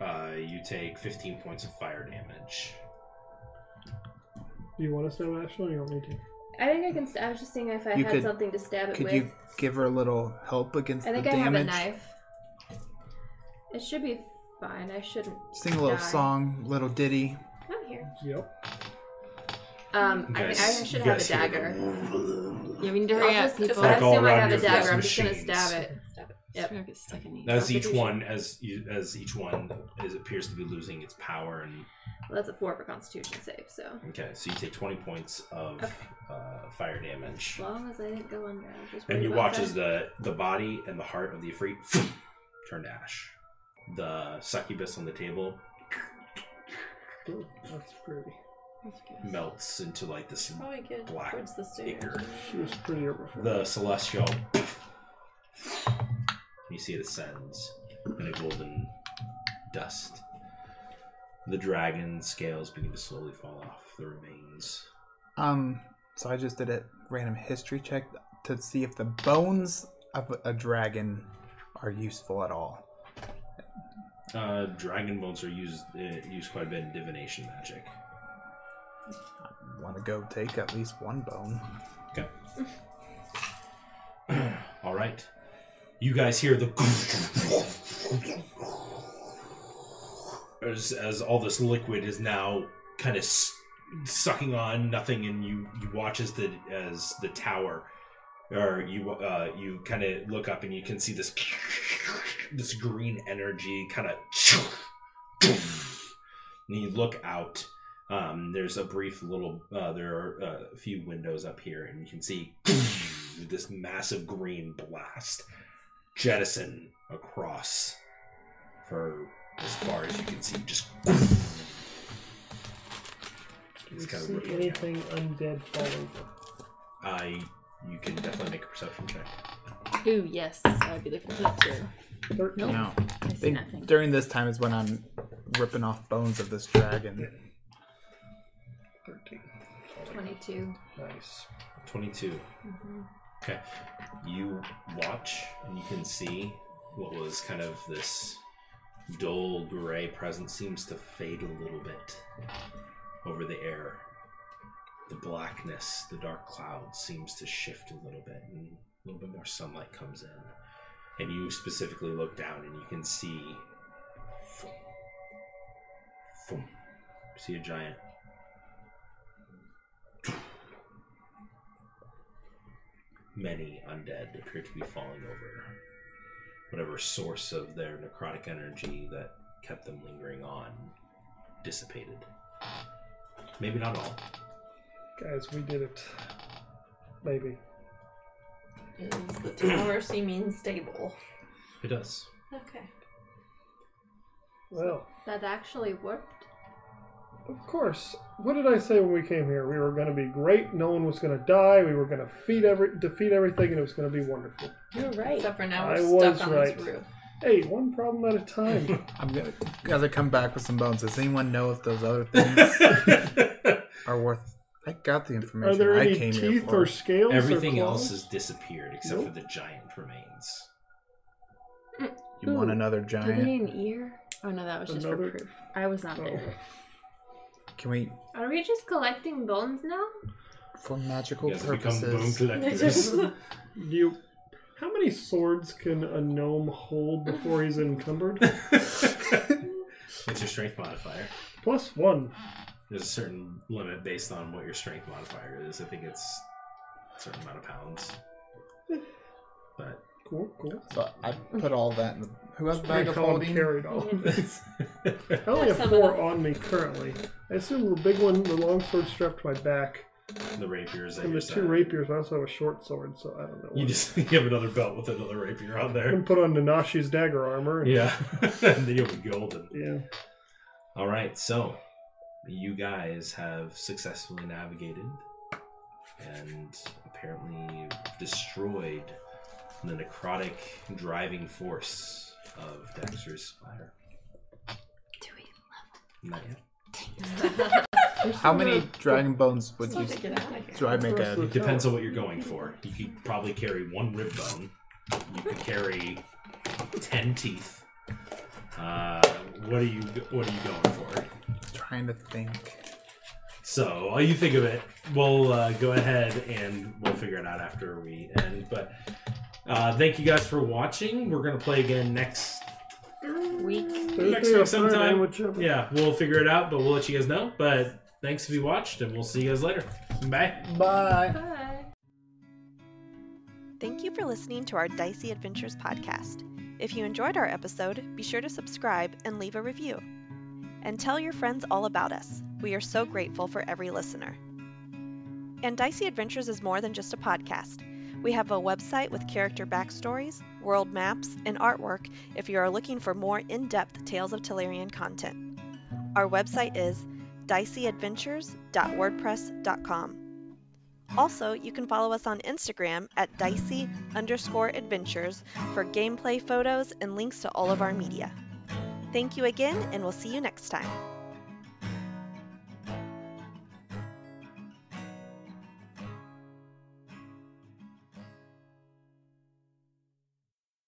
Speaker 2: Uh, you take 15 points of fire damage.
Speaker 3: Do you want to stab Ashley or you want me to?
Speaker 8: I think I can. St- I was just seeing if I
Speaker 4: You
Speaker 8: had
Speaker 4: could-
Speaker 8: something to stab it
Speaker 4: Could
Speaker 8: with.
Speaker 4: you give her a little help against
Speaker 8: I think
Speaker 4: the
Speaker 8: I have a
Speaker 4: damage?
Speaker 8: knife. It should be fine. I shouldn't.
Speaker 4: Sing a little
Speaker 8: die.
Speaker 4: song, little ditty.
Speaker 8: I'm here.
Speaker 3: Yep.
Speaker 8: Um,
Speaker 2: You
Speaker 8: I, think
Speaker 2: guys-
Speaker 8: I should
Speaker 2: you
Speaker 8: have a
Speaker 2: guys hear the-
Speaker 8: dagger. You mean to
Speaker 7: hurry up,
Speaker 8: I'll just, just
Speaker 7: people.
Speaker 8: I
Speaker 2: Like all
Speaker 8: assume I
Speaker 2: around
Speaker 8: have a
Speaker 2: you, there's
Speaker 8: dagger. I'm just gonna
Speaker 2: machines.
Speaker 8: stab it.
Speaker 7: Yep. gonna get stuck in
Speaker 2: As each
Speaker 8: Constitution.
Speaker 2: one, as you- as each one, is appears to be losing its power, and
Speaker 8: Well, that's a four for Constitution save. So
Speaker 2: okay, so you take twenty points of uh, fire damage,
Speaker 8: as long as I didn't go under, I was just
Speaker 2: and
Speaker 8: worried
Speaker 2: you
Speaker 8: about
Speaker 2: watch
Speaker 8: that.
Speaker 2: as the the body and the heart of the Ifrit turn to ash. The succubus on the table
Speaker 3: Ooh, that's pretty.
Speaker 2: melts into like this.
Speaker 7: Probably good
Speaker 2: Black
Speaker 7: towards the stairs.
Speaker 2: acre.
Speaker 3: She was prettier before.
Speaker 2: The celestial. You see it ascends in a golden dust. The dragon scales begin to slowly fall off the remains.
Speaker 4: Um, so I just did a random history check to see if the bones of a dragon are useful at all.
Speaker 2: Uh, dragon bones are used uh, used quite a bit in divination magic.
Speaker 4: Want to go take at least one bone?
Speaker 2: Okay. All right. You guys hear the as as all this liquid is now kind of s- sucking on nothing, and you you watch as the as the tower, or you uh, you kind of look up and you can see this this green energy kind of. And you look out um, there's a brief little, uh, there are uh, a few windows up here, and you can see this massive green blast jettison across for as far as you can see. Just
Speaker 3: Do
Speaker 2: it's
Speaker 3: we
Speaker 2: kind of
Speaker 3: see
Speaker 2: rippling out.
Speaker 3: anything undead fall over?
Speaker 2: I, you can definitely make a perception check.
Speaker 6: Ooh, yes. I'd be looking for that too.
Speaker 3: Thirteen.
Speaker 4: No.
Speaker 6: I see
Speaker 4: They-
Speaker 6: nothing.
Speaker 4: during this time is when I'm ripping off bones of this dragon.
Speaker 3: Thirteen.
Speaker 8: 22.
Speaker 3: Nice.
Speaker 2: 22. Okay. You watch and you can see what was kind of this dull gray presence seems to fade a little bit over the air. The blackness, the dark cloud seems to shift a little bit and a little bit more sunlight comes in. And you specifically look down and you can see see a giant many undead appear to be falling over whatever source of their necrotic energy that kept them lingering on dissipated maybe not all
Speaker 3: Guys, we did it. Maybe.
Speaker 7: Is the tower seeming stable?
Speaker 2: it does
Speaker 7: Okay.
Speaker 3: Well,
Speaker 8: That actually worked.
Speaker 3: of course. What did I say when we came here? We were going to be great. No one was going to die. We were going to feed every defeat everything, and it was going to be wonderful.
Speaker 6: You're right.
Speaker 7: Except for now
Speaker 3: I
Speaker 7: we're
Speaker 3: was
Speaker 7: stuck on
Speaker 3: right.
Speaker 7: this roof.
Speaker 3: Hey, one problem at a time.
Speaker 4: I'm gonna as I come back with some bones. Does anyone know if those other things are worth? I got the information.
Speaker 3: Are there
Speaker 4: I
Speaker 3: any
Speaker 4: came here
Speaker 3: teeth
Speaker 4: for.
Speaker 3: or scales? or
Speaker 2: everything else
Speaker 3: claws?
Speaker 2: has disappeared except
Speaker 3: Nope.
Speaker 2: for the giant remains
Speaker 4: you want
Speaker 6: Ooh,
Speaker 4: another
Speaker 6: Do they
Speaker 4: giant?
Speaker 6: need an ear? Oh no, that was just
Speaker 3: Another-
Speaker 6: for proof. I was not
Speaker 3: Oh.
Speaker 6: there.
Speaker 4: Can we,
Speaker 8: Are we just collecting bones now?
Speaker 4: for magical
Speaker 2: You guys have become bone
Speaker 4: purposes,
Speaker 2: collectors
Speaker 3: You. How many swords can a gnome hold before he's encumbered?
Speaker 2: what's your strength modifier
Speaker 3: Plus one.
Speaker 2: there's a certain limit based on what your strength modifier is i think it's a certain amount of pounds but
Speaker 3: Cool, cool.
Speaker 4: so I put all that in the. Who has a bag
Speaker 3: Pretty
Speaker 4: of
Speaker 3: calm
Speaker 4: holding?
Speaker 3: carried off. I only have
Speaker 7: Some of
Speaker 3: four on me currently. I assume the big one, the long sword strapped to my back,
Speaker 2: the rapiers that
Speaker 3: and
Speaker 2: you
Speaker 3: the two rapiers. I also have a short sword, so I don't know.
Speaker 2: You
Speaker 3: what-
Speaker 2: just you have another belt with another rapier on
Speaker 3: I can
Speaker 2: there.
Speaker 3: put on Nanashi's dagger armor. and-
Speaker 2: Yeah, and then you'll be golden.
Speaker 3: Yeah.
Speaker 2: All right, so you guys have successfully navigated and apparently destroyed the necrotic driving force of Daxter's fire.
Speaker 6: Do we
Speaker 4: How many dragon bones would you?
Speaker 7: Let's get out of here.
Speaker 4: Do I make a?
Speaker 2: Uh, It depends on what you're going for. You could probably carry one rib bone. You could carry ten teeth. Uh, what are you What are you going for?
Speaker 4: Trying to think.
Speaker 2: So while you think of it, we'll uh, go ahead and we'll figure it out after we end. But uh, thank you guys for watching. We're gonna play again next
Speaker 6: Week.
Speaker 2: next
Speaker 3: Thursday or
Speaker 2: week
Speaker 3: Friday,
Speaker 2: sometime.
Speaker 3: whichever.
Speaker 2: Yeah, we'll figure it out, but we'll let you guys know. But thanks if you watched, and we'll see you guys later. Bye.
Speaker 4: Bye.
Speaker 5: Bye.
Speaker 1: Thank you for listening to our Dicey Adventures podcast. If you enjoyed our episode, be sure to subscribe and leave a review. And tell your friends all about us. We are so grateful for every listener. And Dicey Adventures is more than just a podcast. We have a website with character backstories, world maps, and artwork if you are looking for more in depth Tales of Telerian content. Our website is diceyadventures.wordpress.com. Also, you can follow us on Instagram at dicey underscore adventures for gameplay photos and links to all of our media. Thank you again, and we'll see you next time.